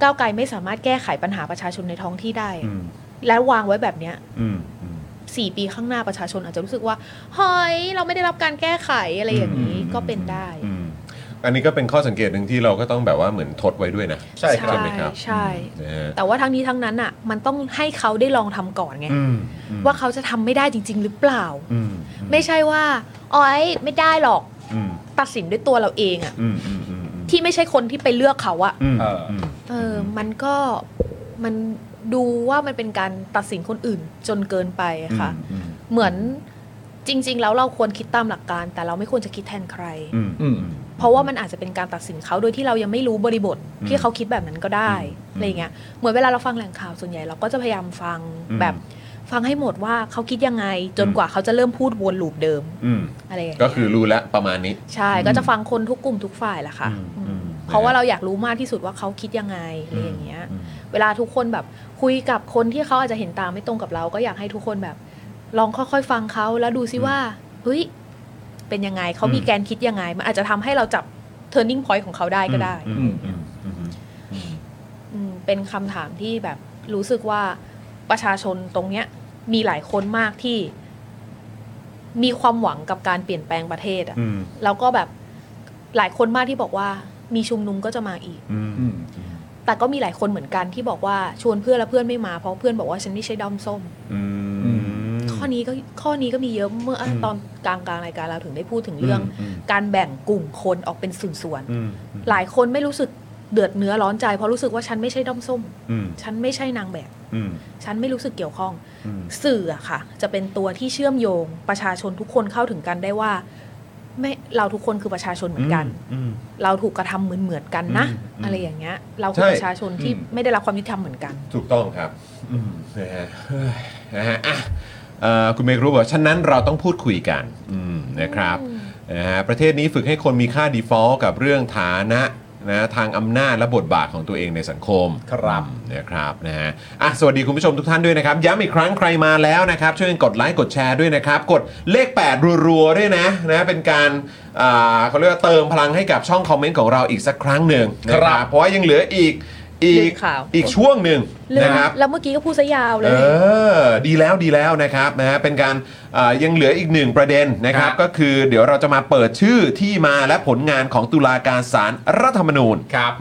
ก้าวไกลไม่สามารถแก้ไขปัญหาประชาชนในท้องที่ได้อะ
อืม
และวางไว้แบบเนี้ย
อืม
สี่ปีข้างหน้าประชาชนอาจจะรู้สึกว่าเฮ้ยเราไม่ได้รับการแก้ไขอะไรอย่างนี้ก็เป็นได้
อืมอันนี้ก็เป็นข้อสังเกตหนึ่งที่เราก็ต้องแบบว่าเหมือนทดไว้ด้วยนะ
ใช่ครับ
ไหมครับ
ใช่
นะฮะ
แต่ว่าทั้งนี้ทั้งนั้นอ่ะ มันต้องให้เขาได้ลองทำก่อนไง
อืม
ว่าเขาจะทำไม่ได้จริง ๆ หรือเปล่า
อืม
ไม่ใช่ว่าอ๋อยไม่ได้หรอก
อืม
ตัดสินด้วยตัวเราเองอ่ะ
อืมอืมอืม
ที่ไม่ใช่คนที่ไปเลือกเขาอ่ะ
อืม
เออ มันก็มันดูว่ามันเป็นการตัดสินคนอื่นจนเกินไปอะค่ะ เหมือนจริง ๆ แล้วเราควรคิดตามหลักการ แต่เราไม่ควรจะคิดแทนใคร
อืมอืม
เพราะว่ามันอาจจะเป็นการตัดสินเขาโดยที่เรายังไม่รู้บริบท
อืม
ที่เขาคิดแบบนั้นก็ได้อะไรเงี้ยเหมือนเวลาเราฟังแหล่งข่าวส่วนใหญ่เราก็จะพยายามฟัง
อืม
แบบฟังให้หมดว่าเขาคิดยังไง จนกว่าเขาจะเริ่มพูดวนลูปเดิม
อืม
อะไรอย่าง
ก็
เงี้ย
คือรู้แล้วประมาณนี้
ใช่ก็จะฟังคนทุกกลุ่มทุกฝ่ายแหละค่ะอืมเพราะว่าเราอยากรู้มากที่สุดว่าเขาคิดยังไงอะไรอย่างเงี้ย เวลาทุกคนแบบคุยกับคนที่เขาอาจจะเห็นตามไม่ตรงกับเรา ก็อยากให้ทุกคนแบบ ลองค่อยๆฟังเขาแล้วดูซิว่าเฮ้ยเป็นยังไงเขามีแกนคิดยังไง มันอาจจะทำให้เราจับ turning point ของเขาได้ก็ได้
อืมอืมอืม
อืมเป็นคำถามที่แบบรู้สึกว่าประชาชนตรงเนี้ย มีหลายคนมากที่ มีความหวังกับการเปลี่ยนแปลงประเทศอะ
อืม
แล้วก็แบบหลายคนมากที่บอกว่ามีชุมนุมก็จะมาอีก
อืมอืม
แต่ก็มีหลายคนเหมือนกันที่บอกว่าชวนเพื่อนแล้วเพื่อนไม่มาเพราะเพื่อนบอกว่าฉันไม่ใช่ด้อมส้ม
อืม
ข้อนี้ก็ข้อนี้ก็มีเยอะเมื่ออ่ะตอนกลางกลางๆรายการเราถึงได้พูดถึงเรื่อง
อืม
การแบ่งกลุ่มคนออกเป็นส่วน
อืม
ๆหลายคนไม่รู้สึกเดือดเนื้อร้อนใจเพราะรู้สึกว่าฉันไม่ใช่ด้อมส้ม
อืม
ฉันไม่ใช่นางแบบ
อืม
ฉันไม่รู้สึกเกี่ยวข้อง
อืม
สื่ออะค่ะ จะเป็นตัวที่เชื่อมโยง ประชาชนทุกคนเข้าถึงกันได้ว่า ไม่เราทุกคนคือประชาชนเหมือนกัน เราถูกกระทำเหมือนเหมือนๆกันนะ
อืม
อะไรอย่างเงี้ย เราคือ
ใช่
ประชาชนที่
อืม
ไม่ได้รับความยุติธรรมเหมือนกัน
ถูกต้องครับอืมนะฮะเฮ้ยนะฮะอ่ะเอ่อคุณเมย์รู้บอกฉะนั้นเราต้องพูดคุยกันอืมนะครับนะฮะประเทศนี้ฝึกให้คนมีค่า default กับเรื่องฐานะนะทางอำนาจและบทบาทของตัวเองในสังคมครับนะครับนะฮะอ่ะสวัสดีคุณผู้ชมทุกท่านด้วยนะครับย้ำอีกครั้งใครมาแล้วนะครับ ช่วยกันกดไลค์กดแชร์ด้วยนะครับ กดเลข 8 รัวๆด้วยนะนะเป็นการอ่าเขาเรียกว่าเติมพลังให้กับช่องคอมเมนต์ของเราอีกสักครั้งหนึ่งนะค
ครั
รับบ เพราะว่ายังเหลืออีกอีก
เรื่องข่าว
อีกช่วงหนึ่ง
เรื่อง
นะครับ
แล้วเมื่อกี้ก็พูดซะยาวเล
เอย อ ดีแล้วดีแล้วนะครับนะฮะเป็นการเอ่อยังเหลืออีกหนึ่งประเด็นนะครับ ก็คือเดี๋ยวเราจะมาเปิดชื่อที่มาและผลงานของตุลาการศาลรัฐธรรมนูญ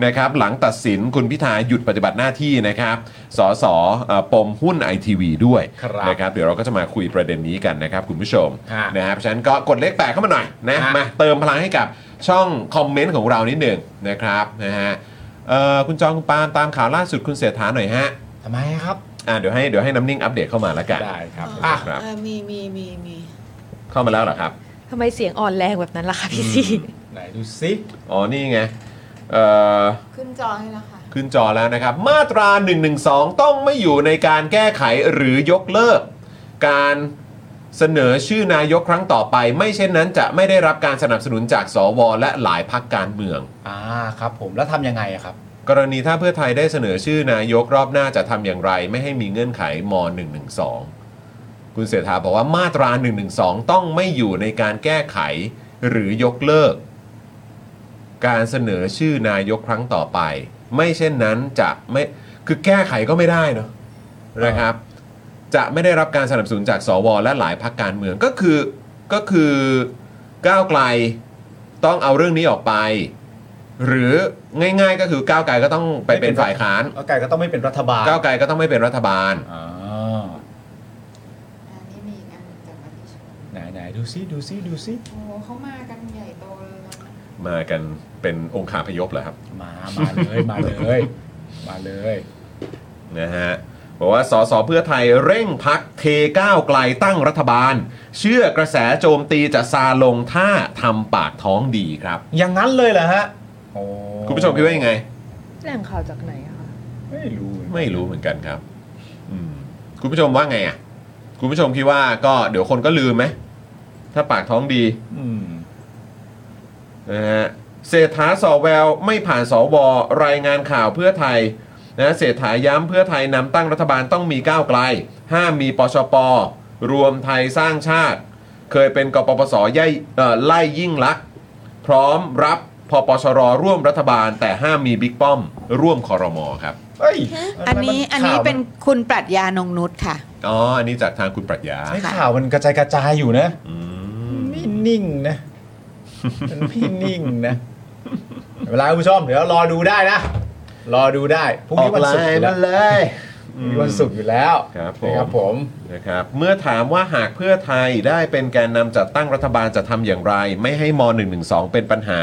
นะครับ หลังตัดสินคุณพิธาหยุดปฏิบัติหน้าที่นะครับสสเอ่อปมหุ้นไอทีวีด้วยนะครับ เดี๋ยวเราก็จะมาคุยประเด็นนี้กันนะครับคุณผู้ชม
ฮะ
นะครับฉะนั้นก็กดเลขแปดเข้ามาหน่อยนะมาเติมพลังให้กับช่องคอมเมนต์ของเรานิดหนึ่งนะครับนะฮะเอ่อคุณจองคุณปาล์มตามข่าวล่าสุดคุณเสถาหน่อยฮะ
ทำไมครับ
อ่าเดี๋ยวให้เดี๋ยวให้น้ำนิ่งอัปเดตเข้ามาแล้วกัน
ได้ครับ
อ่ะ
เออมีมีมีมี
เข้ามาแล้วเหรอครับ
ทำไมเสียงอ่อนแรงแบบนั้นล่ะคะพี่ซี
ไหนดูซิ
อ๋อนี่ไงเอ่อ
ขึ้นจอให้แล้วค่ะ
ขึ้นจอแล้วนะครับ มาตรา 112 ต้องไม่อยู่ในการแก้ไขหรือยกเลิก การเสนอชื่อนายกครั้งต่อไป ไม่เช่นนั้นจะไม่ได้รับการสนับสนุนจากสวและหลายพักการเมือง
อ่าครับ ผมแล้วทำยังไงอะครับ
กรณีถ้าเพื่อไทยได้เสนอชื่อนายกรอบหน้าจะทำอย่างไร ไม่ให้มีเงื่อนไขม .112 คุณเสถาบอกว่ามาตรา 112 ต้องไม่อยู่ในการแก้ไขหรือยกเลิก การเสนอชื่อนายกครั้งต่อไป ไม่เช่นนั้นจะไม่คือแก้ไขก็ไม่ได้เนอะนะครับ จะไม่ได้รับการสนับสนุนจากสวและหลายพักการเมืองก็คือก็คือก้าวไกลต้องเอาเรื่องนี้ออกไป หรือง่าย ๆ ก็คือก้าวไกลก็ต้องไปเป็นฝ่ายค้าน
ก้าวไกลก็ต้องไม่เป็นรัฐบาล
ก้าวไกลก็ต้องไม่เป็นรัฐบาล
อ่าไหนไหนดูซิดูซิดูซิ
โอ้โหเขามากันใหญ่โตเลยนะ
มากันเป็นองค์ขาพยพเหรอครับ
มามาเลยมาเลย มาเลย
นะฮะบอกว่าสสเพื่อไทยเร่งพักเทก้าวไกลตั้งรัฐบาล เชื่อกระแสโจมตีจะซาลงถ้าทำปากท้องดีครับ
อย่างนั้นเลยเหรอฮะโอ้
คุณผู้ชมคิดว่ายังไง
แหล่งข่าวจากไหนอะคะ
ไม่รู้
ไม่รู้เหมือนกันครับอืมคุณผู้ชมว่าไงอ่ะคุณผู้ชมคิดว่าก็เดี๋ยวคนก็ลืมไหมถ้าปากท้องดี
อืม
นะฮะเศรษฐาสอแววไม่ผ่านสวรายงานข่าวเพื่อไทยนะเศรษฐาย้ำเพื่อไทยนำตั้งรัฐบาลต้องมีก้าวไกล ห้ามมีปชป รวมไทยสร้างชาติ เคยเป็นกปปสย่ายเอ่อไล่ยิ่งลักษณ์พร้อมรับ พอปชรร่วมรัฐบาล แต่ห้ามมีบิ๊กป้อม ร่วมคอรมอครับ
อันนี้อันนี้เป็นคุณปรัชญานงนุชค่ะ
อ๋ออันนี้จากทางคุณปรัชญา
ใช่ข่าวมันกระจายกระจายอยู่นะไม่นิ่ง นะมันไม่นิ่งนะเวลาคุณผู้ชมเดี๋ยวรอดูได้นะ รอดูได้พรุ่งนี้วันศุกร์อยู่แล้
ออกไลน์มา
ว
เลย
พรุ่งนี้วันศุกร์อยู่แล้ว
ครับผ
นะครับผม
นะครับเมื่อถามว่าหากเพื่อไทยได้เป็นแกนนำจัดตั้งรัฐบาลจะทำอย่างไร ไม่ให้ม .112 เป็นปัญหา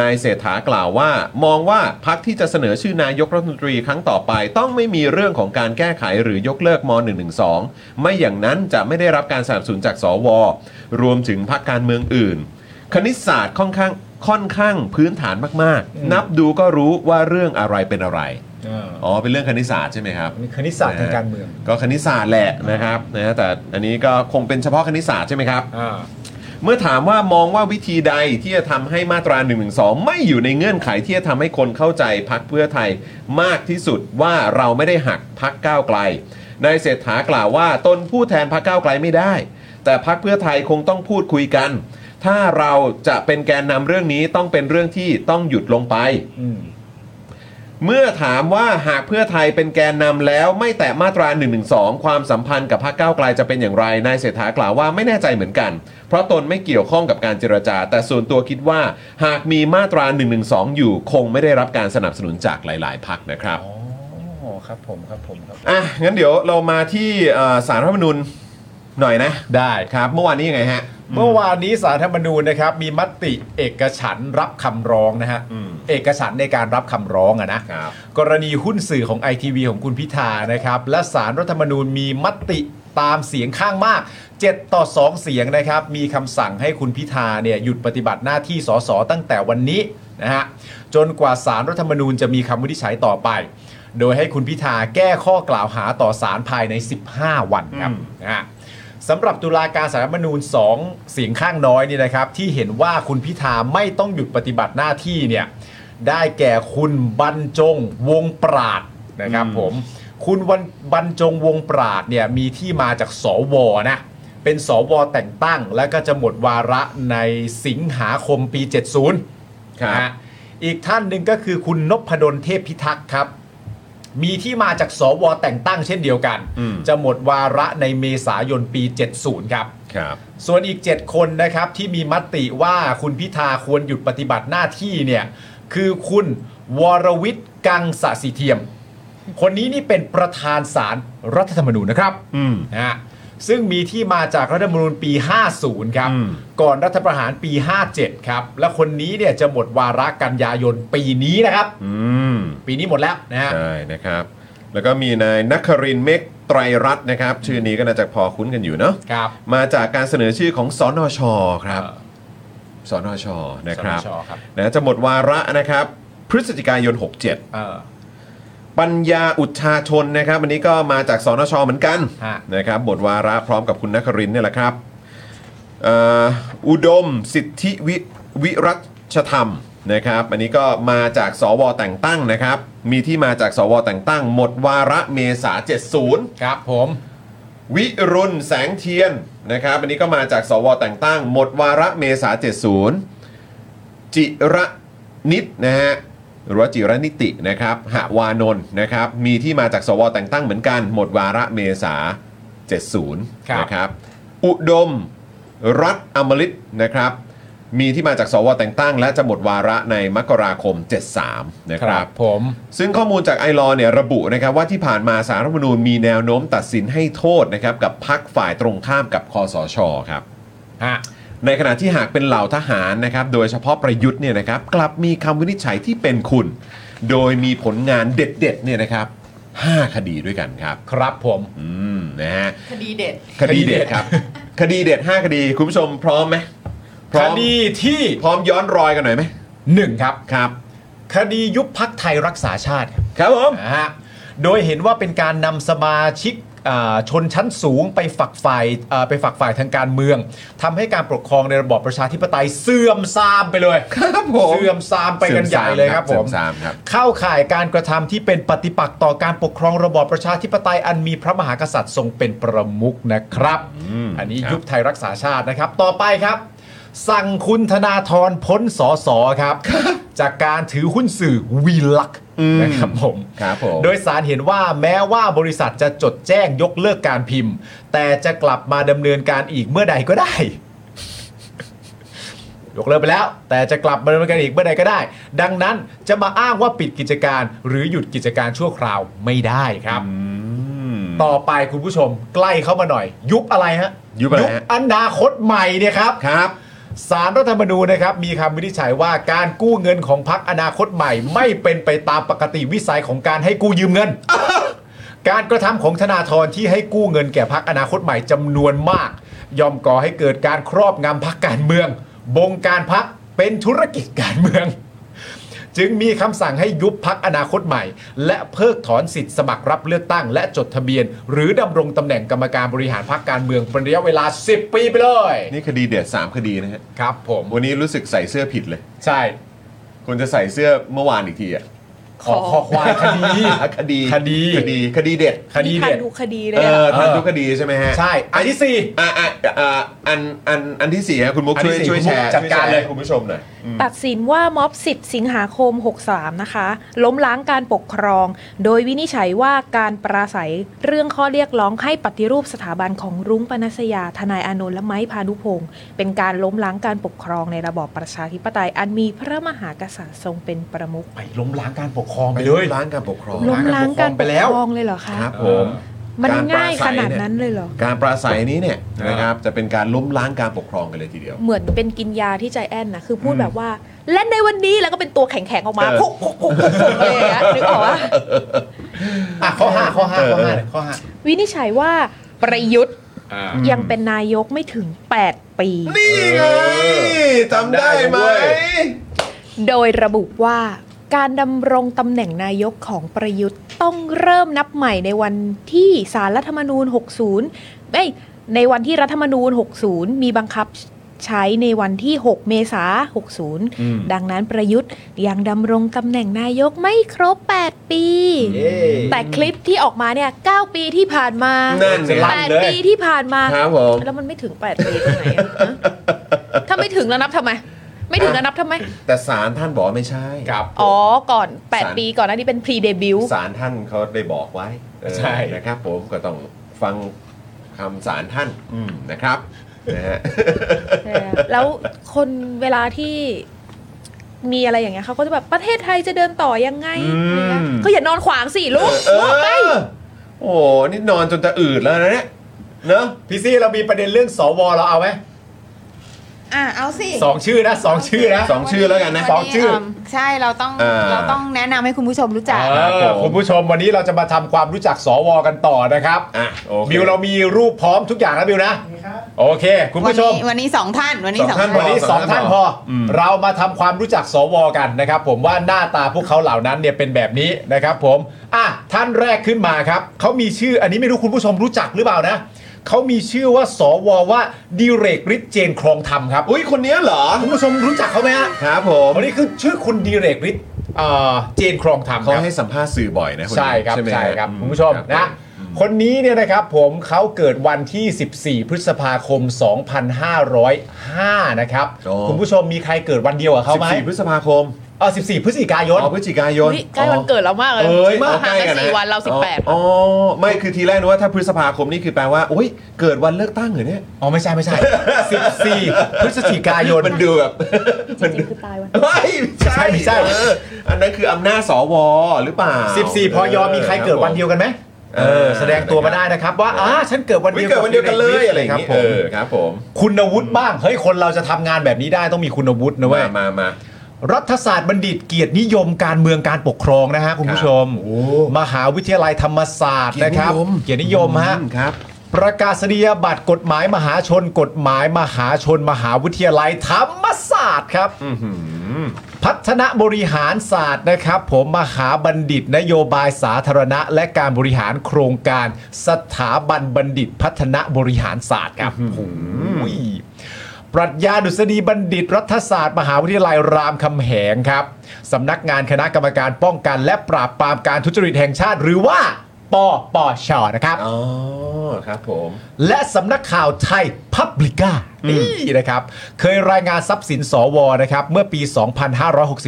นายเศรษฐากล่าวว่า มองว่าพักที่จะเสนอชื่อนายกรัฐมนตรีครั้งต่อไป ต้องไม่มีเรื่องของการแก้ไขหรือยกเลิกม .112 ไม่อย่างนั้นจะไม่ได้รับการสนับสนุนจากสว รวมถึงพักการเมืองอื่น คณิตศาสตร์ค่อนข้างค่อนข้างพื้นฐานมาก
อืม
ๆ นับดูก็รู้ว่าเรื่องอะไรเป็นอะไร อ๋อ เป็นเรื่องคณิตศาสตร์ใช่ไหมครับ
คณิตศาสตร์ทางการเมือง
ก็คณิตศาสตร์แหละนะครับนะแต่อันนี้ก็คงเป็นเฉพาะคณิตศาสตร์ใช่ไหมครับ เมื่อถามว่ามองว่าวิธีใดที่จะทำให้มาตรา1นึไม่อยู่ในเงื่อนไขที่จะทำให้คนเข้าใจพักเพื่อไทยมากที่สุดว่าเราไม่ได้หักพักก้าวไกลนายเศรษฐากล่าวว่าตนผู้แทนพักก้าวไกลไม่ได้ แต่พักเพื่อไทยคงต้องพูดคุยกัน ถ้าเราจะเป็นแกนนำเรื่องนี้ต้องเป็นเรื่องที่ต้องหยุดลงไป เมื่อถามว่าหากเพื่อไทยเป็นแกนนำแล้วไม่แตะมาตรา1นึความสัมพันธ์กับพรรคก้าวไกลจะเป็นอย่างไรนายเศรษฐากล่าวว่าไม่แน่ใจเหมือนกัน เพราะตนไม่เกี่ยวข้องกับการเจรจา แต่ส่วนตัวคิดว่า หากมีมาตรา1นึอยู่คงไม่ได้รับการสนับสนุนจากหลาย ๆพรรคนะครับ
อ๋อครับผมครับผมครับ
อ่ะงั้นเดี๋ยวเรามาที่เอ่อสารรัฐธรรมนูญหน่อยนะ
ได้
ครับ เมื่อวานนี้ยังไงฮะ
เมื่อวานนี้สารธรรมนูญนะครับ มีมติเอกฉันท์รับคำร้องนะฮะเอกฉันท์ในการรับคำร้องอะนะกรณีหุ้นสื่อของไอทีวีของคุณพิธานะครับ และสารรัฐธรรมนูญมีมติตามเสียงข้างมาก 7 ต่อ 2 เสียงนะครับ มีคำสั่งให้คุณพิธาเนี่ยหยุดปฏิบัติหน้าที่สสตั้งแต่วันนี้นะฮะจนกว่าสารรัฐธรรมนูญจะมีคำวินิจฉัยต่อไป โดยให้คุณพิธาแก้ข้อกล่าวหาต่อศาลภายใน 15 วันครับนะฮะ สำหรับตุลาการสารรัฐธรรมนูญ 2 เสียงข้างน้อยเนี่ยนะครับ ที่เห็นว่าคุณพิธาไม่ต้องหยุดปฏิบัติหน้าที่เนี่ยได้แก่คุณบรรจงวงปราดนะครับผมคุณวันบรรจงวงปราดเนี่ยมีที่มาจากสวนะเป็นสวแต่งตั้ง และก็จะหมดวาระในสิงหาคมปี 70
ครับ
นะฮะอีกท่านหนึ่งก็คือคุณนพดลเทพพิทักษ์ครับ มีที่มาจากสวแต่งตั้งเช่นเดียวกัน
อืม
จะหมดวาระในเมษายนปี 70 ครับ
ครับ
ส่วนอีก 7 คนนะครับที่มีมติว่าคุณพิธาควรหยุดปฏิบัติหน้าที่เนี่ยคือคุณวรวิทย์กังสะสิเทียม คนนี้นี่เป็นประธานสารรัฐธรรมนูญนะครับนะฮะซึ่งมีที่มาจากรัฐธรรมนูญปี 50 ครับ ก่อนรัฐประหารปี 57 ครับ และคนนี้เนี่ยจะหมดวาระกันยายนปีนี้นะครับ
อืม
ปีนี้หมดแล้วนะฮะ
ใช่นะครับ แล้วก็มีนายนักครินทร์เมฆไตรรัตน์นะครับ ชื่อนี้ก็น่าจะพอคุ้นกันอยู่เนาะ
ครับ
มาจากการเสนอชื่อของสนชครับสนชนะครับ
สนชครับ
นะจะหมดวาระนะครับ พฤศจิกายน
เออ
67 ปัญญาอุทชาชนนะครับอันนี้ก็มาจากสนชเหมือนกันนะครับหมดวาระพร้อมกับคุณนักครินทร์เนี่ยแหละครับเอ่ออุดมสิทธิวิวรัชธรรมนะครับ อันนี้ก็มาจากสวแต่งตั้งนะครับ มีที่มาจากสวแต่งตั้ง หมดวาระเมษา70
ครับผม
วิรุณแสงเทียนนะครับ อันนี้ก็มาจากสวแต่งตั้ง หมดวาระเมษา70 จิระนิตนะฮะหรือว่าจิระนิตินะครับหาวานนท์นะครับ มีที่มาจากสวแต่งตั้งเหมือนกัน หมดวาระเมษา70
ครับ
นะครับ อุดมรัฐอมฤตนะครับ มีที่มาจากสวแต่งตั้ง และจะหมดวาระในมกราคม 73 นะครับ
ผม
ซึ่งข้อมูลจากไอรอเนี่ยระบุนะครับว่าที่ผ่านมาสารรัฐธรรมนูญมีแนวโน้มตัดสินให้โทษนะครับกับพักฝ่ายตรงข้ามกับคอสชครับ ในขณะที่หากเป็นเหล่าทหารนะครับโดยเฉพาะประยุทธ์เนี่ยนะครับกลับมีคำวินิจฉัยที่เป็นคุณ โดยมีผลงานเด็ดๆเนี่ยนะครับ 5 คดีด้วยกันครับ
ครับผม
อืมนะฮะ
คดีเด็ด
คดีเด็ดครับ คดีเด็ด 5 คดี คุณผู้ชมพร้อมไหมพร้อม
คดีที่
พร้อมย้อนรอยกันหน่อยไหม
หนึ่งครับ
ครับ
คดียุบพักไทยรักษาชาติ
ครับผม
นะฮะโดยเห็นว่าเป็นการนำสมาชิกอ่าชนชั้นสูงไปฝักฝ่ายอ่าไปฝักฝ่ายทางการเมืองทำให้การปกครองในระบอบประชาธิปไตยเสื่อมทรามไปเลย
ครับผม
เสื่อมทรามไปกันใหญ่เลยครับผม
สามครับ
เข้าข่ายการกระทำที่เป็นปฏิปักษ์ต่อการปกครองระบอบประชาธิปไตยอันมีพระมหากษัตริย์ทรงเป็นประมุขนะครับ อันนี้ยุบไทยรักษาชาตินะครับ ต่อไปครับ สั่งคุณธนาธรพ้นสอสอครับ จากการถือหุ้นสื่อวีลักษณ์นะครับผม
ครับผม
โดยสารเห็นว่าแม้ว่าบริษัทจะจดแจ้งยกเลิกการพิมพ์ แต่จะกลับมาดำเนินการอีกเมื่อใดก็ได้ ยกเลิกไปแล้ว แต่จะกลับมาดำเนินการอีกเมื่อใดก็ได้ ดังนั้นจะมาอ้างว่าปิดกิจการ หรือหยุดกิจการชั่วคราวไม่ได้ครับ ต่อไปคุณผู้ชมใกล้เข้ามาหน่อย ยุบอะไรฮะ
ยุบอะไรฮะ
อนาคตใหม่เนี่ยครับ
ครับ
สารรัฐธรรมนูญนะครับมีคำวินิจฉัยว่าการกู้เงินของพักอนาคตใหม่ ไม่เป็นไปตามปกติวิสัยของการให้กู้ยืมเงิน การกระทำของธนาธรที่ให้กู้เงินแก่พักอนาคตใหม่จำนวนมาก ย่อมก่อให้เกิดการครอบงำพักการเมือง บงการพักเป็นธุรกิจการเมือง จึงมีคำสั่งให้ยุบพักอนาคตใหม่ และเพิกถอนสิทธิ์สมัครรับเลือกตั้ง และจดทะเบียน หรือดำรงตำแหน่งกรรมการบริหารพักการเมืองเป็นระยะเวลา 10 ปีไปเลย
นี่คดีเด็ด3คดีนะฮะ
ครับผม
วันนี้รู้สึกใส่เสื้อผิดเลย
ใช่
คุณจะใส่เสื้อเมื่อวานอีกทีอ่ะ
ขอขอควายคดี
คดี
คดี
คดีคดีเด็ด
คดี
ทัน
เด็ด
ทุกคดีเลย
เอ
อะ
อทันทุกคดีใช่ไหมฮะ
ใช่อันที่สี่
อ่ะอ่ะอ่ะอันอันอันที่สี่ฮะคุณมุก
อันที่
ช่วยช่วย
สี่
แชร์
จัดการเล
ช่
ย
วแชให้คุณผู้ชมหน่อยอืม
ตัดสินว่าม็อบ 10 สิงหาคม 63 นะคะ ล้มล้างการปกครอง โดยวินิจฉัยว่าการปราศัยเรื่องข้อเรียกร้องให้ปฏิรูปสถาบันของรุ้งปนัสยาทนายอานนท์และไม้พานุพงศ์เป็นการล้มล้างการปกครองในระบอบประชาธิปไตยอันมีพระมหากษัตริย์ทรงเป็นประมุข
ไปล้มล้างการปกครอง
ไป
ไป
เล
เลย ย
ล้างการปกครอง
ล้มล้างการป
ไป
ก
แล้ว
ครองเลยเหรอคะ
ครับผม
มัน
กรปร
ง่าย
ศั
ขนาด
เย
นั้นเลยเหรอ
การปราศัยนี้เนี่ยนะครับจะเป็นการล้มล้างการปกครองกันเลยทีเดียว
เหมือนเป็นกินยาที่ใจแอนนะคือพูดแบบว่า เล่นในวันนี้แล้วก็เป็นตัวแข็งๆออกมา
เออ
พุกพุกพุกพุกพุกอะไรอย่างเงี้ยนึกออกว่า
อ่ะข้อห้าข้อห้าข้อ
เอ
ห้า
อ
เนี่ยข้อห้า
วินิจฉัยว่าประยุทธ์ยังเป็นนายกไม่ถึง 8 ปี
นี่ไงจำได้ไหม
โดยระบุว่าการดำรงตำแหน่งนายกของประยุทธ์ต้องเริ่มนับใหม่ในวันที่สารรัฐธรรมนูญ 60เอ้ยในวันที่รัฐธรรมนูญ 60 มีบังคับใช้ในวันที่ 6 เมษา
อืม
60 ดังนั้นประยุทธ์ยังดำรงตำแหน่งนายกไม่ครบ 8 ปี
เย้
แต่คลิปที่ออกมาเนี่ย 9 ปีที่ผ่านมา
นั่นไง
จะลั่นเลย
8ปีที่ผ่านมา
ครับผม
แล้วมันไม่ถึง 8 ปีตรงไหนอะฮะถ้าไม่ถึงแล้วนับทำไม ไม่ถึงแล้วนับทำไม
แต่ศาลท่านบอกว่าไม่ใช่
ครับ
อ๋อ ก่อน
ศาล
8 ปีก่อนหน้านี้เป็น pre debut
ศาลท่านเขาได้บอกไว้เออ
ใช่
นะครับผมก็ต้องฟังคำศาลท่านอืมนะครับนะฮะ
แล้วคนเวลาที่มีอะไรอย่างเงี้ยเขาก็จะแบบประเทศไทยจะเดินต่อยังไง
อืม
อะไรเงี้ยก็อย่านอนขวางสิลูก
เอ
ลุกไป
อโอ้โหนี่นอนจนจะอืดแล้วนะเนี่ยเนอะ
พี่ซี่เรามีประเด็นเรื่องสวเราเอาไหม
อ่ะเอาสิ
สองชื่อนะสองชื่อนะ
สองชื่อแล้วกันนะ
สองชื่อ
ใช่เราต้อง
อ่า
เราต้องแนะนำให้คุณผู้ชมรู้จัก
เออคุณผู้ชมวันนี้เราจะมาทำความรู้จักสวกันต่อนะครับ
อ่ะโอเค
บิวเรามีรูปพร้อมทุกอย่างแล้วบิวนะ โอเค คุณ
วั
ผู้ชม
นี้วันนี้สองท่านวันนี้สองท่าน
วันนี้สองท่านพออเรามาทำความรู้จักสวกันนะครับ ผมว่าหน้าตาพวกเขาเหล่านั้นเนี่ยเป็นแบบนี้นะครับผมอ่ะท่านแรกขึ้นมาครับเขามีชื่ออันนี้ไม่รู้คุณผู้ชมรู้จักหรือเปล่านะเขามีชื่อว่าสวว่าดิเรกฤทธิ์เจนครองธรรมครับ
อุ้ยคนเนี้ยเหรอ
คุณผู้ชมรู้จักเขาไหมฮะ
ครับผม
วันนี้คือชื่อคุณดิเรกฤทธิ์เอ่อเจนครองธรรมค
เขา
รับ
ให้สัมภาษณ์สื่อบ่อยนะนนี้
ใช่ครับ
ไหมฮะ
ใช่ครับ
อื
คุณผู้ชม
ครั
นะ
บ
คนนี้เนี่ยนะครับผมเขาเกิดวันที่ 14 พฤษภาคม 2505 นะครับ
โอ้
คุณผู้ชมมีใครเกิดวันเดียวกับเขา
สิบ
ไหม
สี่พฤษภาคม
เออ14 พฤศจิกายน
อ๋อพฤศจิกายน
อุ๊ยใกล้วันเกิดเรามากเลย
เอ้ย
มา
เอ
ห่างกัน
ใล้ะ
สี่วันเราสิบแปด
อ๋ออ๋อไม่คือทีแรกนึกว่าถ้าพฤษภาคมนี่คือแปลว่าอุ้ยเกิดวันเลือกตั้งเหรอเนี่ย
อ๋อ ไม่ใช่ไม่ใช่ 14 พฤศจิกายน
มันดู แบบ
จริงๆคือตายวัน
เฮ้ยไม่ใช่
ไม่
ไม่
ใช่
ใช่เอออันนั้นคืออำนาจสวหรือเปล่า
14 พอยอมีใครเกิดวันเดียวกันไหมเออแสดงตัวมาได้นะครับ ว่าอ่าฉันเกิดวัน
ไม่
เดียว
เกิดวันเดียวกันเลยอะไร
ค
ค
รั
รับบ ผ
ผม ม
ครับผม
คุณวุฒิบ้างเฮ้ยคนเราจะทำงานแบบนี้ได้ต้องมีคุณวุฒินะเว้
มาย มามา
รัฐศาสตร์บัณฑิตเกียรตินิยมการเมืองการปกครองนะฮะคุณผู้ชม มหาวิทยาลัยธรรมศาสตร์นะครับ เกียรตินิยมฮะ
อืมครับ
ประกาศนียบัตรกฎหมายมหาชน กฎหมายมหาชน มหาวิทยาลัยธรรมศาสตร์ครับ พัฒนบริหารศาสตร์นะครับ ผมมหาบัณฑิต นโยบายสาธารณะ และการบริหารโครงการ สถาบันบัณฑิต พัฒนบริหารศาสตร์ครับโอ้ยปรัชญาดุษฎีบัณฑิต รัฐศาสตร์ มหาวิทยาลัยรามคำแหงครับสำนักงานคณะกรรมการป้องกัน และปราบปรามการทุจริตแห่งชาติ หรือว่าปปชนะครับ
อ๋อ ครับผม
และสำนักข่าวไทยพับลิก้านะครับ เคยรายงานทรัพย์สินสวนะครับ เมื่อปี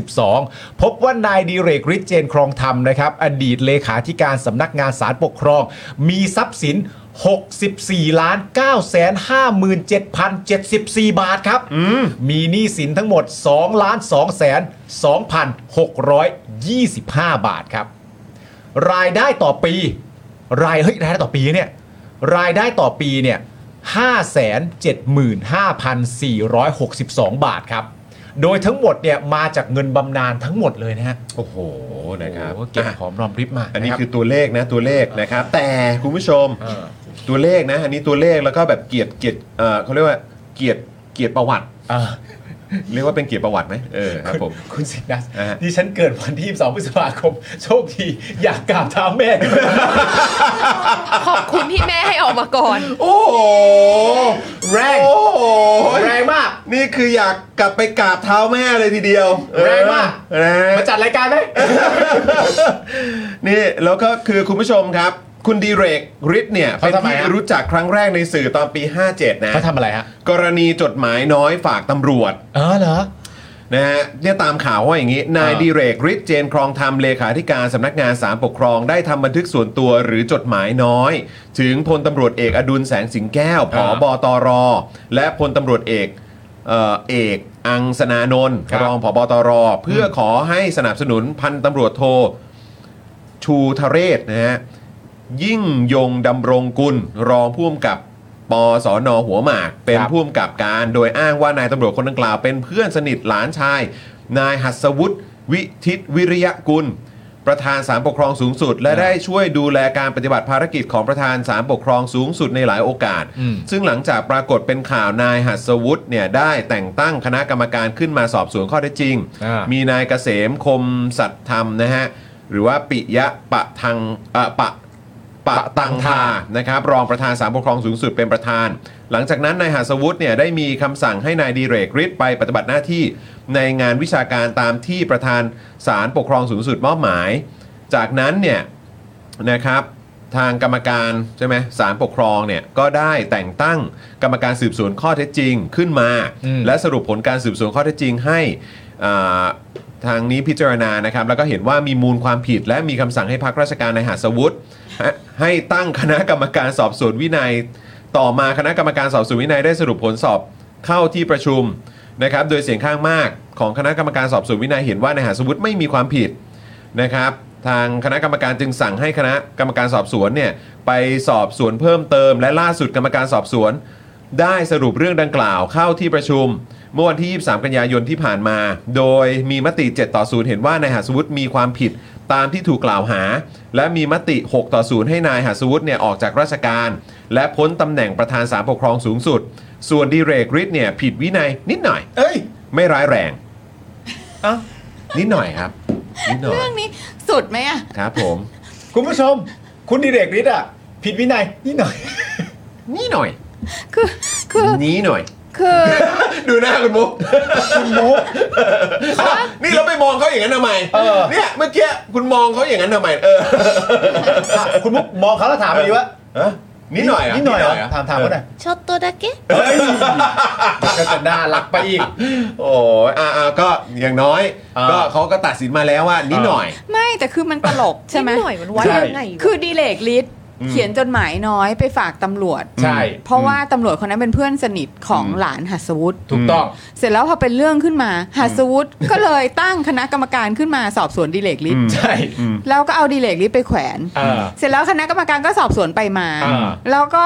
2562 พบว่านายดีเรกฤทธิ์เจนครองธรรมนะครับ อดีตเลขาธิการสำนักงานสารปกครอง มีทรัพย์สิน 64ล้าน9 5 7 7 4 บาทครับ มีหนี้สินทั้งหมด 2 2 2 625 บาทครับ รายได้ต่อปี รายเฮ้ยรายได้ต่อปีเนี่ยรายได้ต่อปีเนี่ย575,462 บาทครับ โดยทั้งหมดเนี่ยมาจากเงินบำนาญทั้งหมดเลยนะฮะ
โอ้โห นะครับ
เก็บหอมรอมริบมา
อันนี้
นะครับ
คือตัวเลขนะตัวเลขนะครับ แต่คุณผู้ชมตัวเลขนะ อันนี้ตัวเลขแล้วก็แบบเกียรติเกียรติเอ่อเขาเรียกว่าเกียรติเกียรติประวัติเรียกว่าเป็นเกียรติประวัติไหมเออครับผม
คุณสิงห์นะดิฉันเกิดวันที่ 22พฤษภาคม โชคดี อยากกราบเท้าแม่
ขอบคุณที่แม่ให้ออกมาก่อน
โอ้โห
แรง
โอ้โห
แรงมาก
นี่คืออยากกลับไปกราบเท้าแม่เลยทีเดียว
แรงมาก
เออนะ
มาจัดรายการไหม
นี่แล้วก็คือคุณผู้ชมครับ คุณดีเรกฤทธิ์เนี่ย
เขา
เป็น
ทำไม
ที่
ฮะ
รู้จักครั้งแรกในสื่อตอนปี 57 นะ
เขาทำอะไรฮะ
กรณีจดหมายน้อยฝากตำรวจ
เออเหรอ
นะฮะเนี่ยตามข่าวว่าอย่างนี้ นาย
อ่า
ดีเรกฤทธิ์เจนครองธรรมเลขาธิการสำนักงานสารปกครองได้ทำบันทึกส่วนตัวหรือจดหมายน้อย ถึงพลตำรวจเอกอดุลแสงสิงแก้วผอบอตร และพลตำรวจเอกเอ่อเอกอังสนานนท์รองผอบอตร เพื่อขอให้สนับสนุนพันตำรวจโท ชูทะเรศนะฮะยิ่งยงดำรงกุล รองผู้กำกับปสอนอหัวหมาก เป็นผู้กำกับการโดยอ้างว่านายตำรวจคนดังกล่าวเป็นเพื่อนสนิทหลานชาย นายหัสวุฒิวิทิตวิริยกุล ประธานสารปกครองสูงสุด และได้ช่วยดูแลการปฏิบัติภารกิจของประธานสารปกครองสูงสุดในหลายโอกาส
อืม
ซึ่งหลังจากปรากฏเป็นข่าวนายหัสวุฒิเนี่ยได้แต่งตั้งคณะกรรมการขึ้นมาสอบสวนข้อเท็จจริง
อ่ามี
มีนายเกษมคมสัตย์ธรรมนะฮะ หรือว่าปิยะปะทังเอ่อปะปะตังทานะครับ รองประธานสารปกครองสูงสุดเป็นประธาน หลังจากนั้นนายหาสวุฒิเนี่ยได้มีคำสั่งให้นายดีเรกฤทธิ์ไปปฏิบัติหน้าที่ในงานวิชาการตามที่ประธานสารปกครองสูงสุดมอบหมาย จากนั้นเนี่ย นะครับทางกรรมการใช่ไหมสารปกครองเนี่ยก็ได้แต่งตั้งกรรมการสืบสวนข้อเท็จจริงขึ้นมา และสรุปผลการสืบสวนข้อเท็จจริงให้อ่าทางนี้พิจารณานะครับ แล้วก็เห็นว่ามีมูลความผิด และมีคำสั่งให้พักราชการในหาดสวุฒิให้ให้ตั้งคณะกรรมการสอบสวนวินัย ต่อมาคณะกรรมการสอบสวนวินัยได้สรุปผลสอบเข้าที่ประชุมนะครับ โดยเสียงข้างมากของคณะกรรมการสอบสวนวินัยเห็นว่านายหาดสวุฒิไม่มีความผิด นะครับทางคณะกรรมการจึงสั่งให้คณะกรรมการสอบสวนเนี่ยไปสอบสวนเพิ่มเติม และล่าสุดกรรมการสอบสวน ได้สรุปเรื่องดังกล่าวเข้าที่ประชุม เมื่อวันที่ 23 กันยายนที่ผ่านมา โดยมีมติ 7 ต่อ 0 เห็นว่านายหัสวุฒิมีความผิดตามที่ถูกกล่าวหา และมีมติ 6 ต่อ 0 ให้นายหัสวุฒิเนี่ยออกจากราชการ และพ้นตำแหน่งประธานศาลปกครองสูงสุด ส่วนดีเรกฤทธิ์เนี่ยผิดวินัยนิดหน่อย
เอ้ย
ไม่ร้ายแรงนิดหน่อยครับนิดหน่อย
เรื่องนี้สุดไหมอะ
ครับผม
คุณผู้ชม คุณดิเรกฤทธิ์อ่ะ ผิดวินัยนิดหน่อย
นี่ หน่อย
คือ
นี้หน่อย
คือ
ดูหน้าคุณมุก
คุณมุก
นี่เราไป มองเขาอย่างนั้นทำไม
เออ
เนี่ยเมื่อกี้คุณมองเขาอย่างนั้นทำไมเออ
คุณมุกมองเขาแล้วถามไปดีว่า
เอ้อนิดหน่อยเร
นิดหน่อยเหรอ
เ
ถามถามเขาหน่อย
ชอบตัวดักเก้
เฮ้ยก็จะน่ารักไปอีก
โอ้ยอ่าก็อย่างน้อย ก็เขาก็ตัดสินมาแล้วว่านิดหน่อย
ไม่แต่คือมันต ลกใช่ไหม
นิดหน่อยมันไว้ยังไงวะ
คือดีเลกลิ์
อืม
เขียนจดหมายน้อยไปฝากตำรวจ
ใช่
เพราะว่าตำรวจคนนั้นเป็นเพื่อนสนิทของหลานหัสวุฒิ
ถูกต้อง
เสร็จแล้วพอเป็นเรื่องขึ้นมาหัสวุฒิก็เลยตั้งคณะกรรมการขึ้นมาสอบสวนดีเลกลิ์
ใช่
แล้วก็เอาดีเลกลิ์ไปแขวน
เออ
เสร็จแล้วคณะกรรมการก็สอบสวนไปมา
อ่า
แล้วก็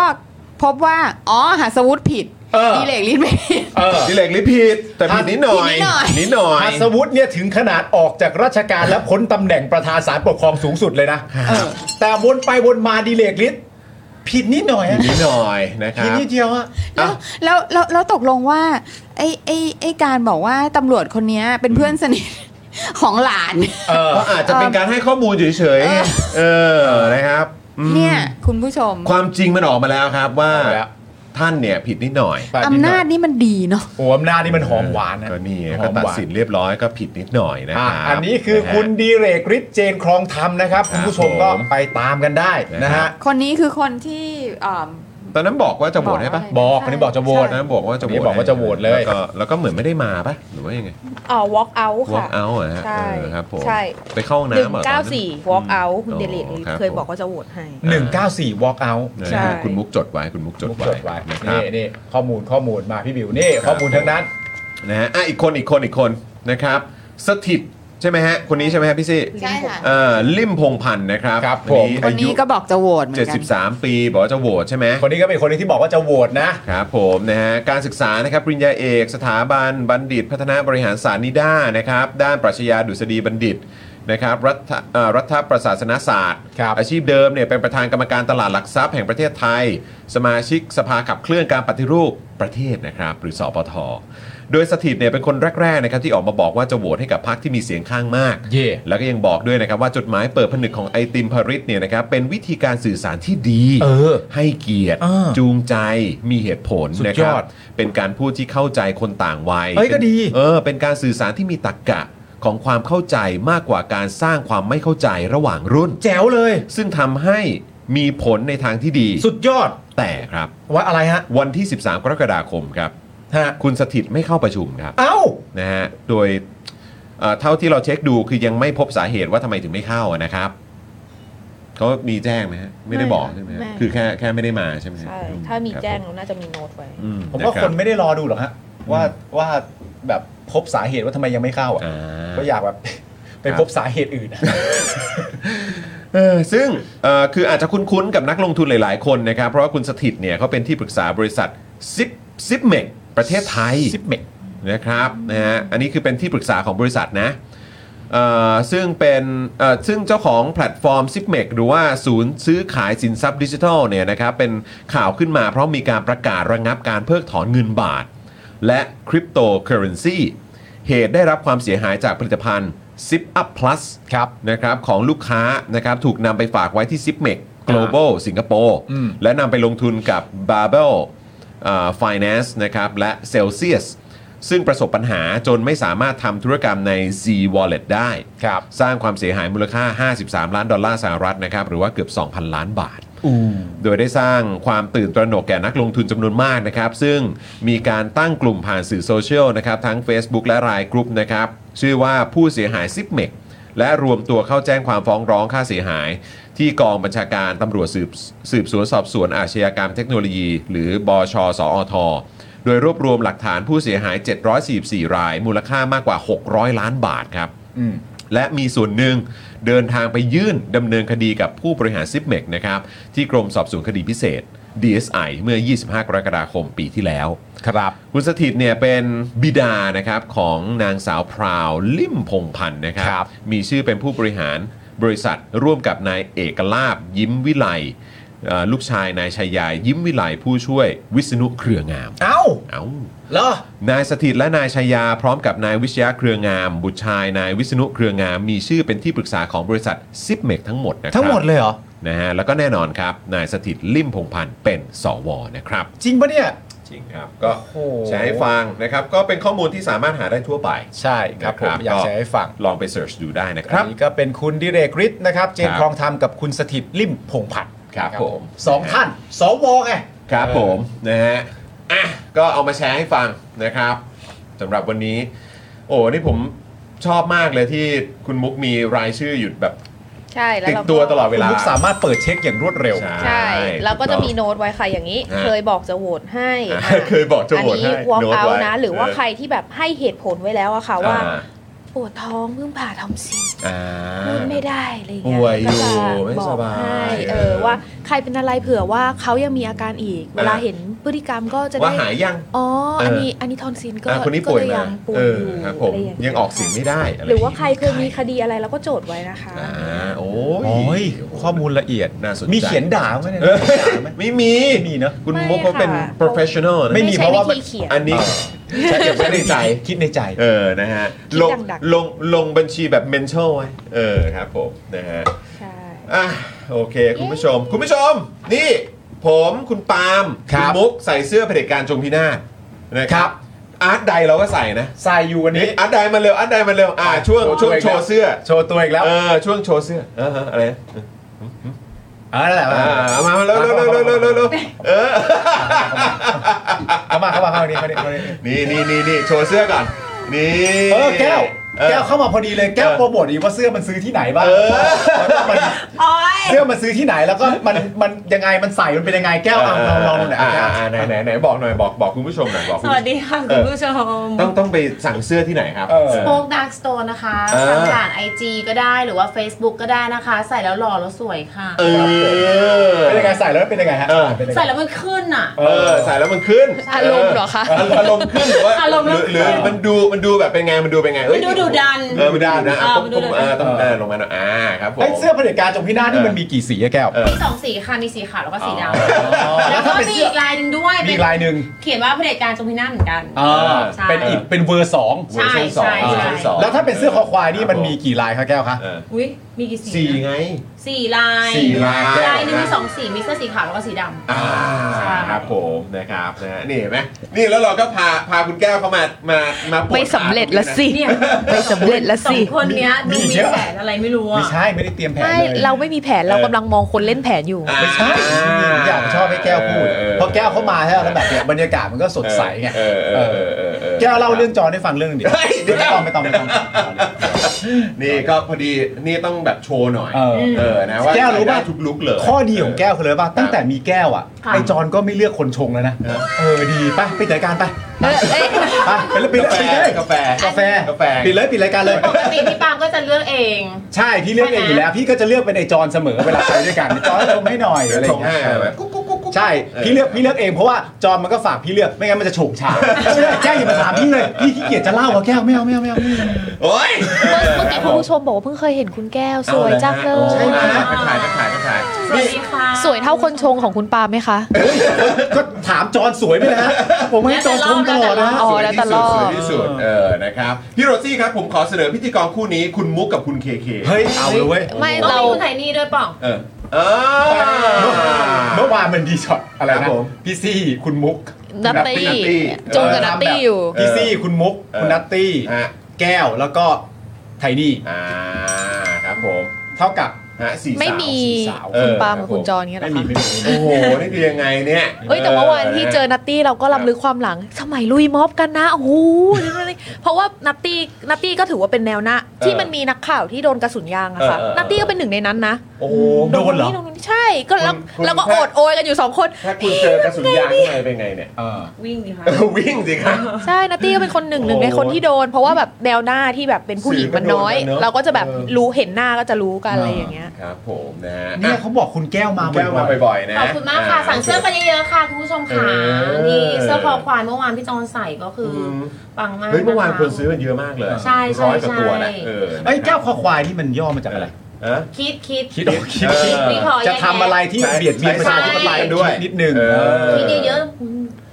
พบว่า อ๋อหัสวุฒิผิด
เออ
ดีเลกลิ์ไม่ผิด
เออ
ดิเรกลิผิดแต่ผิดนิดหน่อย
ผิดนิดหน่อย
นิดหน่อย
พัสวุฒิเนี่ยถึงขนาดออกจากราชการและพ้นตำแหน่งประธานศาลปกครองสูงสุดเลยนะ แต่วนไปวนมาดีเลกฤทธิ์ผิดนิดหน่อยอะ
นิดหน่อยนะค
ผิด
รับ
นิดเดียวอะ
แล้วแล้วแล้วแล้วตกลงว่าไอ้ไอ้ไอ้การบอกว่าตำรวจคนเนี้ยเป็นเพื่อนสนิท ของหลาน
เออ
ก็อาจจะเป็นการให้ข้อมูลเฉยๆ เออนะครับอืม
เนี่ย คุณผู้ชม
ความจริงมันออกมาแล้วครับว่า
ออกมาแล้ว
ท่านเนี่ยผิดนิดหน่อย
ไปด
อำ
หย
นาจนี่มันดีเนาะ
โอ้อำนาจนี่มันหอมหวานนะ
ก็นี่ไง
ห
ก็
อม
ตัด
หวาน
สินเรียบร้อยก็ผิดนิดหน่อยนะค
อ่ะ
รับ
อันนี้คือคุณ
นะฮะ
ดีเรกฤทธิ์เจนครองธรรมนะครับ
ครับ
คุณผู้ชมก็
ผม
ไปตามกันได้นะ
นะครั
ฮะ
บ
คนนี้คือคนที่
อ่า
ตอนนั้นบอกว่าจะโหวตให้ปะ
บอกอันนี้บอกจะโหวต
ตอนนั้นบอกว่าจะโหว
อันนี้
ต
บอกว่าจะโหวตเลย
แวก็แล้วก็เหมือนไม่ได้มาปะหรือว่ายังไง
อ๋อ walk out ค่ะ
walk out เหรอฮะ
ใช่
เออครับผม
ใช่
ไปเข้าห้อง
หนึ่ง
น้ำเหรอตอน
เก้า
นั้น
สี่ walk out คุณเดลิท
อ๋อครับ
เคยบอกว่าจะโหวตให้
194 walk out
ใช่
คุณมุกจดไว้คุณมุกจดไว้นะครับ
นี่นี่ข้อมูลข้อมูลมาพี่บิวนี่ข้อมูลทั้งนั้น
นะฮะอ่ะอีกคนอีกคนอีกคนนะครับ สถิตใช่ไหมฮะ คนนี้ใช่ไหมฮะพี่ซี่
ใช่ค่ะ
เอ่อลิมพงพันธ์นะครับครับ
ผม
คนนี้ก็บอกจะโหวตเหมือนกัน
73 ปีบอกว่าจะโหวตใช่ไหมคน
นี้ก็เป็นคนนึงที่บอกว่าจะโหวตนะครับ
ผมนะฮะการศึกษานะครับปริญญาเอก สถาบันบัณฑิต พัฒนาบริหารศาสตร์นิด้านะครับ ด้านปรัชญาดุษฎีบัณฑิตนะครับรัฐเอ่อรัฐประศาสนศาสตร์ อาชีพเดิมเนี่ยเป็นประธานกรรมการตลาดหลักทรัพย์แห่งประเทศไทย สมาชิกสภาขับเคลื่อนการปฏิรูปประเทศนะครับ หรือสปท โดยสถิตเนี่ยเป็นคนแรกๆนะครับที่ออกมาบอกว่าจะโหวตให้กับพรรคที่มีเสียงข้างมาก แล้วก็ยังบอกด้วยนะครับว่าจดหมายเปิดผนึกของไอติมพริตเนี่ยนะครับเป็นวิธีการสื่อสารที่ดี ให้เกียรติ
เออ
จูงใจมีเหตุผล
สุด
นะ
ย
ครั
อด
บเป็นการพูดที่เข้าใจคนต่างวัย
เอ้ยก็ดี
เออเป็นการสื่อสารที่มีตรรกะของความเข้าใจมากกว่าการสร้างความไม่เข้าใจระหว่างรุ่น
แจ๋วเลย
ซึ่งทำให้มีผลในทางที่ดี
สุดยอด
แต่ครับ
ว่าอะไรฮะ
วันที่ 13 กรกฎาคมครับคุณสถิตไม่เข้าประชุมครับ
เอ้า
นะฮะ โดยเอ่อเท่าที่เราเช็คดูคือยังไม่พบสาเหตุว่าทำไมถึงไม่เข้าอะนะครับ เขามีแจ้งไหมฮะ ไม่ได้บอกใช่ไหมฮะ
ไม่
คือแค่แค่ไม่ได้มาใช่ไหมฮะ
ใช่ ถ้ามี
ครับ
แจ้งน่าจะมีโน้ตไว้
อื
ผมว่า
ะ
ค
รั
น
บ
ไม่ได้รอดูหรอกฮะว่าว่าแบบพบสาเหตุว่าทำไมยังไม่เข้าอ่ะก็อยากแบบ ไปพบสาเหตุอื่นอะ
เออซึ่งเอ่อคืออาจจะคุ้นๆกับนักลงทุนหลายๆคนนะครับ เพราะว่าคุณสถิตเนี่ยเขาเป็นที่ปรึกษาบริษัทซิปซิปเมกประเทศไทยซิปเมกนะครับนะฮะอันนี้คือเป็นที่ปรึกษาของบริษัทนะเอ่อซึ่งเป็นเอ่อซึ่งเจ้าของแพลตฟอร์ม s i p m e หรือว่าศูนย์ซื้อขายสินทรัพย์ดิจิทัลเนี่ยนะครับเป็นข่าวขึ้นมาเพราะมีการประกาศระงงับการเพิกถอนเงินบาท และคริปโตเคอเรนซีเหตุได้รับความเสียหายจากผลิตภัณฑ์ Zip Up Plus ครับนะครับของลูกค้านะครับถูกนำไปฝากไว้ที่ Zipmec Global สิงคโปร์
อืม
และนำไปลงทุนกับ b a r b e l Finance นะครับและ Celsius ซึ่งประสบปัญหาจนไม่สามารถทำธุรกรรมใน Z Wallet ได้ สร้างความเสียหายมูลค่า 53 ล้านดอลลาร์สหรัฐนะครับหรือว่าเกือบ 2,000 ล้านบาท
อืม
โดยได้สร้างความตื่นตระหนกแก่นักลงทุนจำนวนมากนะครับ ซึ่งมีการตั้งกลุ่มผ่านสื่อโซเชียลนะครับ ทั้ง Facebook และรายกรุ๊ปนะครับ ชื่อว่าผู้เสียหายซิปเมกและรวมตัวเข้าแจ้งความฟ้องร้องค่าเสียหาย ที่กองบัญชาการตำรวจสืบสืบสวนสอบสวนอาชญากรรมเทคโนโลยี หรือบอชสอท โดยรวบรวมหลักฐานผู้เสียหาย 744 ราย มูลค่ามากกว่า 600 ล้านบาทครับ
อืม
และมีส่วนหนึ่งเดินทางไปยื่นดำเนินคดีกับผู้บริหารซิปเมกนะครับ ที่กรมสอบสวนคดีพิเศษ DSI เมื่อ 25 กรกฎาคมปีที่แล้ว
ครับ
คุณสถิตเนี่ยเป็นบิดานะครับของนางสาวพราวลิมพงพันธ์นะครับ มีชื่อเป็นผู้บริหารบริษัทร่วมกับนายเอกลาบยิ้มวิไลเอ่อลูกชายนายชัยยายิ้มวิไลผู้ช่วยวิษณุเครืองาม
เอ้า
เอ้า
เหรอ
นายสถิตและนายชายาพร้อมกับนายวิชยะเครืองาม บุตรชายนายวิษณุเครืองาม มีชื่อเป็นที่ปรึกษาของบริษัทซิปเมกทั้งหมดนะครับ
ทั้งหมดเลยเหรอ
นะฮะแล้วก็แน่นอนครับ นายสถิตลิมพงษ์พันธ์เป็นสวนะครับ
จริงปะเนี่ย
จริงครับ ก็ใช้ให้ฟังนะครับ ก็เป็นข้อมูลที่สามารถหาได้ทั่วไป
ใช่ครับผมอยากแชร์ให้ฟัง
ลองไปเสิร์ชดูได้นะค
อั
รับ
นนี้ก็เป็นคุณดิเรกฤทธิ์นะครับ เจน
ครับ
ครองธรรมกับคุณสถิตลิ่มพงษ์พันธ์
ครับผม
สองท่านสวไง
ครับผมนะฮะอ่ะก็เอามาแชร์ให้ฟังนะครับสำหรับวันนี้ โอ้นี่ผมชอบมากเลยที่คุณมุกมีรายชื่ออยู่แบบ
ใช่แล้ว
ติด
เราก็
ตัวตลอดเวลา
คุณมุกสามารถเปิดเช็คอย่างรวดเร็ว
ใช่ แล้วก็จะมี
ถูต้อง
โน้ตไว้ค่ะอย่างนี้
ฮะ
เคยบอกจะโหวตให้อ่ะ
เคยบอกจะ
อัน
โหวต
นี้
ให้
walk
โน้ต
out
ไว้
นะ หรือว่าใครที่แบบให้เหตุผลไว้แล้วอะค่ะว่า
อ่
ปวดท้องเพิ่งผ่าทอมซิน
อ่า
พูดไม่ได้อะไรอย่างเงี้
ป่วยอยู่
ก็จะ
ไม่สบาย
อกให้เอ
เออ
อว่าใครเป็นอะไรเผื่อว่าเขายังมีอาการอีก เวลาเห็นพฤติกรรมก็จะได้
ว่าหายยัง
อ๋อ
เอออั
อันนี้อันนี้ทอนซินก็
อ่ะคนนี้
ก็
ป่วย
จะ
มา
ยังป่ว
เอย อ
อยู่
ครับผมยังออกเสียงไม่ได้ะ
หรือว่า
ย่งเงี้ย
ใครเคยมีคดีอะไรเราก็โจทย์ไว้นะคะ
อ่าโอ้
โอ้ย
ย
ข้อมูลละเอียด
น่าสนใจ
มีเขียนด่าไหมเนี่ย
เออไม่มีไม่มี
เนอะ
คุณมุกเขาเป็น
ไม่ค่ะ
professional นะ
ไม่มีเพราะว่า
ไม่ใช่วิธีเขียน
อันนี้ใช่เก็บไว้ในใจ
คิดในใจ
เออ นะฮะ
คิด
ลง
ดัง
ลง ลงบัญชีแบบ mental ไว้ เออ ครับผม นะฮะ
ใช่
อ่ะ โอเค คุณผู้ชม คุณผู้ชม นี่ ผมคุณปาล์มคุณมุก ใส่เสื้อเผด็จการจงพินาศนะครับ อาร์ตใดเราก็ใส่นะ
ใส่อยู่วันนี้
อาร์ตใดมาเร็ว อาร์ตใดมาเร็ว อ่าช่วง ช่วงโชว์เสื้อ
โชว์ตัวอีกแล้ว
เออ ช่วงโชว์เสื้อเออเอออะไรนะ
เออนั่นแหละ
อ่ามาเร็วเร็วเร็วเร็วเร็วเร็วเร็วเออ
เข้ามาเข้ามาเข้ามานี่มานี่มานี่
นี่นี่นี่นี่โชว์เสื้อก่อน นี่
เออแก้ว แก้วเข้ามาพอดีเลยแก้วโปรโมทอีกว่าเสื้อมันซื้อที่ไหนบ้างมันเสื้อมันซื้อที่ไหนแล้วก็มันมันยังไงมันใส่มันเป็นยังไงแก้วเอาลองลองหน่อย
อ่า
แก้ว
อ่าไหนไหนไหนบอกหน่อยบอกบอกคุณผู้ชมหน่อยบอก
ส
คุณผู้ชม
วัสดีค่ะ
เอ
คุ
อ
ณผู้ชม
ต้องต้องไปสั่งเสื้อที่ไหนครับ
สโปกดักสโตนนะคะ
เออ
สั่งผ่านไอจีก็ได้หรือว่า Facebook ก็ได้นะคะ ใส่แล้วหล่อแล้วสวยค่ะ
เออ
เป็นยังไงใส่แล้วเป็นยังไงฮะ
ใส่แล้วมันขึ้นอ่ะ
เออใส่แล้วมันขึ้น
อารมณ์เหรอคะ
าอารมณ์ขึ้นหรือว่า
อารมณ์
ห
แล้
รื
ว
อหรือมันดูมันดูแบบเป็นไงมันดูเป็นไงเอ้ย
มันดูดุดัน
เออมันดูดุดันอ่ะ
เออ
ต้อ
มั
ง
นดู
ต้อง
ดุดัน
เออต้องเออลงมาหน่อยอ่าครับผม
ไอ้เสื้อเผด็จการจงพินาศนี่มันมีกี่สีอะแก้ว
มีสองสีค่ะ มีสีขาวแล้วก็สีดำ
แล้
แล้ว ว
ถ้า
ก็
เป็น
มี
เสื้อ
อีกลายหนึงด้วย
มีอีกลายหนึ่ง
เขียนว่าเผด็จการจงพินาศเหมือนกัน
อ่า
ใช่
เป็นอีกเป็นเวอร์สอง
ใช่ใช่ใช่
เวอร์ชันสองแล้วถ้าเป็นเสื้อคอควายนี่มันมีกี่ลายครับแก้วคะ
อุ้ยมีกี่สี
สี่ไง
สี่ลาย
สี่ลาย
ลายหนึงมีสองสีมีเสื้อสีขาวแล้วก็สีดำ
อ่าครับผมนะครับนะฮะนี่เห็นไหมนี่แล้วเราก็พาพาคุณแก้วเข้ามามามาปวด
ไม่สำเร็จละสิ
เนี่ย
ไม่สำเร็จละสิ
สองคนเนี้ยดูมีมีเยอะ
แผนอะไรไม่รู้
ไม่ใช่ไม่ได้เตรียมแผน
ไม่
เลย
เราไม่มีแผนเรากำลังมองคนเล่นแผนอยู่
ไม่ใช่อยากชอบให้แก้วพูดเพราะแก้วเข้ามาใช่ไหมแล้วแบบเนี้ยบรรยากาศมันก็สดใสไง
เออเออเออเออออ
แก้วเล่าเรื่องจอให้ฟังเรื่องหนึงดิไม่ต้องไม่ต้องไม่ต้อง
นี่ก็พอดีนี่ต้องแบบโชว์หน่อย
เออ
นะว่า
แก้วรู้ป่ะ
ได้ทุกลุกเลย
ข้อดีของแก้วคือเลยป่ะตั้งแต่มีแก้วอ่ะ
ครับ
ไอจอนก็ไม่เลือกคนชงแล้วนะเออดีป่ะไปจัดการไปไปไปเลยไป
กาแฟ
เลย
กาแฟ
กาแฟ
กาแฟ
ปิดเลยปิดรายการเลย
ปกติพี่ปาล์มก็จะเลือกเอง
ใช่ พี่เลือกเองอยู่แล้ว พี่ก็จะเลือกเป็นไอจอนเสมอเวลาไปด้วยกันจอนชงให้หน่อยอะไรอย่างเงี้ย
ชงให้แบบ
ใช่พี่เลือกพี่เลือกเองเพราะว่าจอนมันก็ฝากพี่เลือกไม่งั้นมันจะโฉงฉางไม่ได้แก้วอย่ามาถามพี่เลยพี่ขี้เกียจจะเล่าว่าแก้วไม่เอาไม่เอาไม่เอาไม่เอา
โอ้ย
เมื่อกี้คุณผู้ชมบอกว่าเพิ่งเคยเห็นคุณแก้วสวยจังเล
ใช่
ย
ไหมทักทายทักทายทักทาย
สวัสดีค่ะ
สวยเท่าคนชงของคุณปาไหมคะ
ก็ถามจอนสวยไหมนะฮะผมไม่ให้จอนชมตลอดนะฮะ
อ๋อแล้วแต่รอบ
สวยที่สุดสวยที่สุดเออนะครับพี่โรซี่ครับผมขอเสนอพิธีกรคู่นี้คุณมุกกับคุณเคเค
เฮ้ยเอาเลยเว้ย
ไม่
ต้อง
เรา
มีคุณไทยนี่ด้วยเปล่อง
เออเออ
เมื่อวานมันดีช็อตอะไร
ครั
นะ
บผม
พี่ซี่คุณมุก
นัตตี้
นัตตี้
จงกับนัตตี้อยู่
เออ
พี่ซี่คุณมุก คุณนัตตี้
ฮะ
แก้วแล้วก็ไทนี่
อ่าครับผม
เท่ากับ
ฮะสี่สาว
ไม่มี
สี่สาว
คุณ
เออ
ปาล์มกับคุณจ
รั
อนเงี้ยเหร
ไม่
อ
มี
คะ
ไม่
บผม
มี
โอ้โหนี่คือยังไงเนี่ย
เอ้ยแต่เมื่อวานที่เจอนัตตี้เราก็ลำลึกความหลัง สมัยลุยม็อบกันนะโอ้โหเพราะว่านัตตี้นัตตี้ก็ถือว่าเป็นแนวหน้าที่มันมีนักข่าวที่โดนกระสุนยางอะค่ะนัตตี้ก็เป็นหนึ่งในนั้นนะ
โอ้โห
โดนเหรอ
โดนใช่ก็แล้ว
คุณ
แล้วก็
คุณ
โอดโอยกันอยู่สองคน
ถ้าคุณเจอกระสุนยางข้างในเป็นไงเนี่ย
เออ
วิ่งดิคะ
เออวิ่งสิครับ
ใช่นัตตี้ก็เป็นคนหนึ่ง
โอ้
หนึ่งในคนที่โดน เพราะว่าแบบแนวหน้าที่แบบเป็นผู้หญิงมันน้อย
สื่อก็โดนกันเนอะ
เราก็จะแบบรู้เห็นหน้าก็จะรู้กันอะไรอย่างเงี้ย
ครับผมนะฮะ
เนี่ยเขาบอกคุณแก้วมา
แก้วมา
บ่อย
บ่อยๆนะ
ขอบคุณมากค่ะ สั่งเสื้อกันเยอะๆค่ะคุณผู้ชมค่ะ
เออ
นี่เสื้อคอควายเมื่อวานพี่จอนใส่ก็คืออ
ม
ปังมาก
เฮ้ยเมื่อวานะ
ะ
คนซื้อมันเยอะมากเลย
ใช่ใช่
ร้อยกว่าตัวนะ
ใช่
เออ
ๆไอ้ยแก้วคอควายนี่มันย่อมาจากอะไร
เออ
คิดคิด
คิดออกคิด
เออ
คิด
มีขอแยก
จะทำอะไรที่เบียดเบียนประชาธิปไตยด้วยนิดนึง
เออ
คิดเยอะ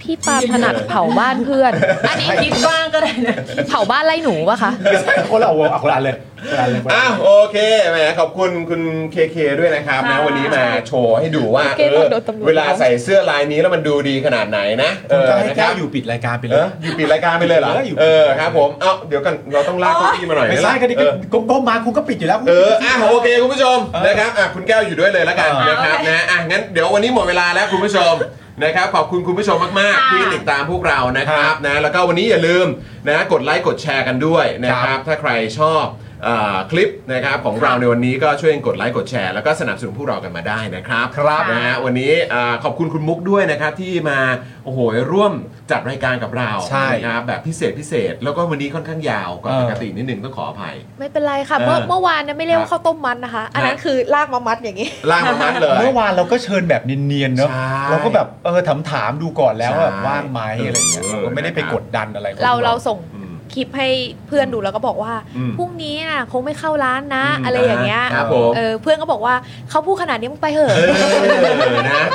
พี่ปาล์มถนัดเผาบ้านเพื่อน อันนี้
ๆคิดบ้างก็ได้นะ
เผาบ้านไล่หนูปะคะ
ไม่ใช่คนละวงเอาคนละอันเลยคนละอันเลยคนละ
อ้า
อั
วน โอเคแหมขอบคุณคุณเคเคด้วยนะครับ
ค่ะ
นะวันนี้มาโชว์ให้ดูว่า
เค
เออ
โดนตำรวจ
เวลาใส่เสื้อลายนี้แล้วมันดูดีขนาดไหนนะเออ
คุณก็ให้
นะค
แก้
รั
ว
บ
อยู่ปิดรายการไป
เอ
เลย
ออยู่ปิดรายการไปเลยเหรอ
เอออยู่ปิด
เออครับผมเอ้าเดี๋ยวกันเราต้องลากเก้าอี้มาหน่อย
ไม่ใช่
ห
ก็ดิ
เออ
ก้มๆมาคุณก็ปิดอยู่แล้ว
เอออ่ะโอเคคุณผู้ชม
เออ
นะครับอ่ะคุณแก้วอยู่ด้วยเลยแล้วกัน
เออ
นะครับนะอ่ะงั้นเดี๋ยววันนี้หมดเวลาแล้วคุณผู้ชมนะครับขอบคุณคุณผู้ชมมากๆ
ค่ะ
ที่ติดตามพวกเรานะครับนะแล้วก็วันนี้อย่าลืมนะกดไลค์กดแชร์กันด้วยนะครับ ถ้าใครชอบเอ่อคลิปนะครับของเราในวันนี้ก็ช่วยกดไลค์กดแชร์แล้วก็สนับสนุนพวกเรากันมาได้นะครับ
ครับ
นะฮะวันนี้เอ่อขอบคุณคุณมุกด้วยนะครับที่มาโอ้โหร่วมจัดรายการกับเรา
ใช่
นะครับแบบพิเศษพิเศษ แล้วก็วันนี้ค่อนข้างยาวกว่า
เออ
ปกตินิดนึงต้องขออภัย
ไม่เป็นไรค่ะ เมื่อ
เออ
เมื่อวานเนี่ยไม่เรียกว่าข้าวต้มมัดนะคะ อันนั้น
ฮะ
คือลากมามัดอย่างงี้
ล่างมันเลย
เมื่อวานเราก็เชิญแบบเนียนๆเนอะ
ใช่
เราก็แบบเออถามถามๆดูก่อนแล้วว่าแบบว่างไหม
ใช่
อะไรอย่างเงี้ย
เออ
เราก็ไม่ได้ไปกดดันอะไรข
เราเราส่ง
อืม
คลิปให้เพื่อนดูแล้วก็บอกว่า
อืม
พรุ่งนี้น่ะคงไม่เข้าร้านนะ
อืม
อะไรอย่างเงี้ย
ครับผม
เออเพื่อนก็บอกว่าเขาพูดขนาดนี้มึงไปเถอะ
เออนะ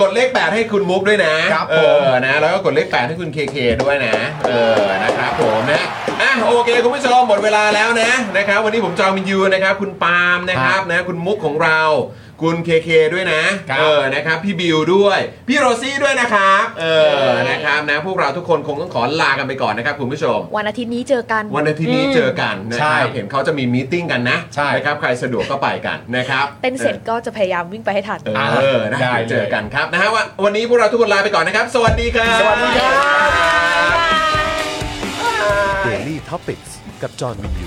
กดเลข 8 ให้คุณมุกด้วยนะครับ เอ
ผม
อนะแล้วก็กดเลข 8 ให้คุณเคเคด้วยนะ เออนะครับผมนะอ่ะ โอเคคุณผู้ชมหมดเวลาแล้วนะนะครับวันนี้ผมจองมินยูนะครับคุณปาล์มนะครับนะคุณมุกของเรา คุณเคเคด้วยนะเออนะครับพี่บิวด้วย พี่โรซี่ด้วยนะครับเออนะครับนะพวกเราทุกคนคงต้องขอลากันไปก่อนนะครับคุณผู้ชม
วันอาทิตย์นี้เจอกัน
วันอาทิตย์นี้เจอกันนะ
ใช่
ครับเห็นเขาจะมีมีตติ้งกันนะนะครับใครสะดวกก็ไปกันนะครับ
เต้นเสร็จก็จะพยายามวิ่งไปให้ทัน
เออนะได้เจอกันครับนะฮะว่าวันนี้พวกเราทุกคนลาไปก่อนนะครับ สวัสดีครับ สวัสดีครับ
Daily Topics กับจอห์นวินยู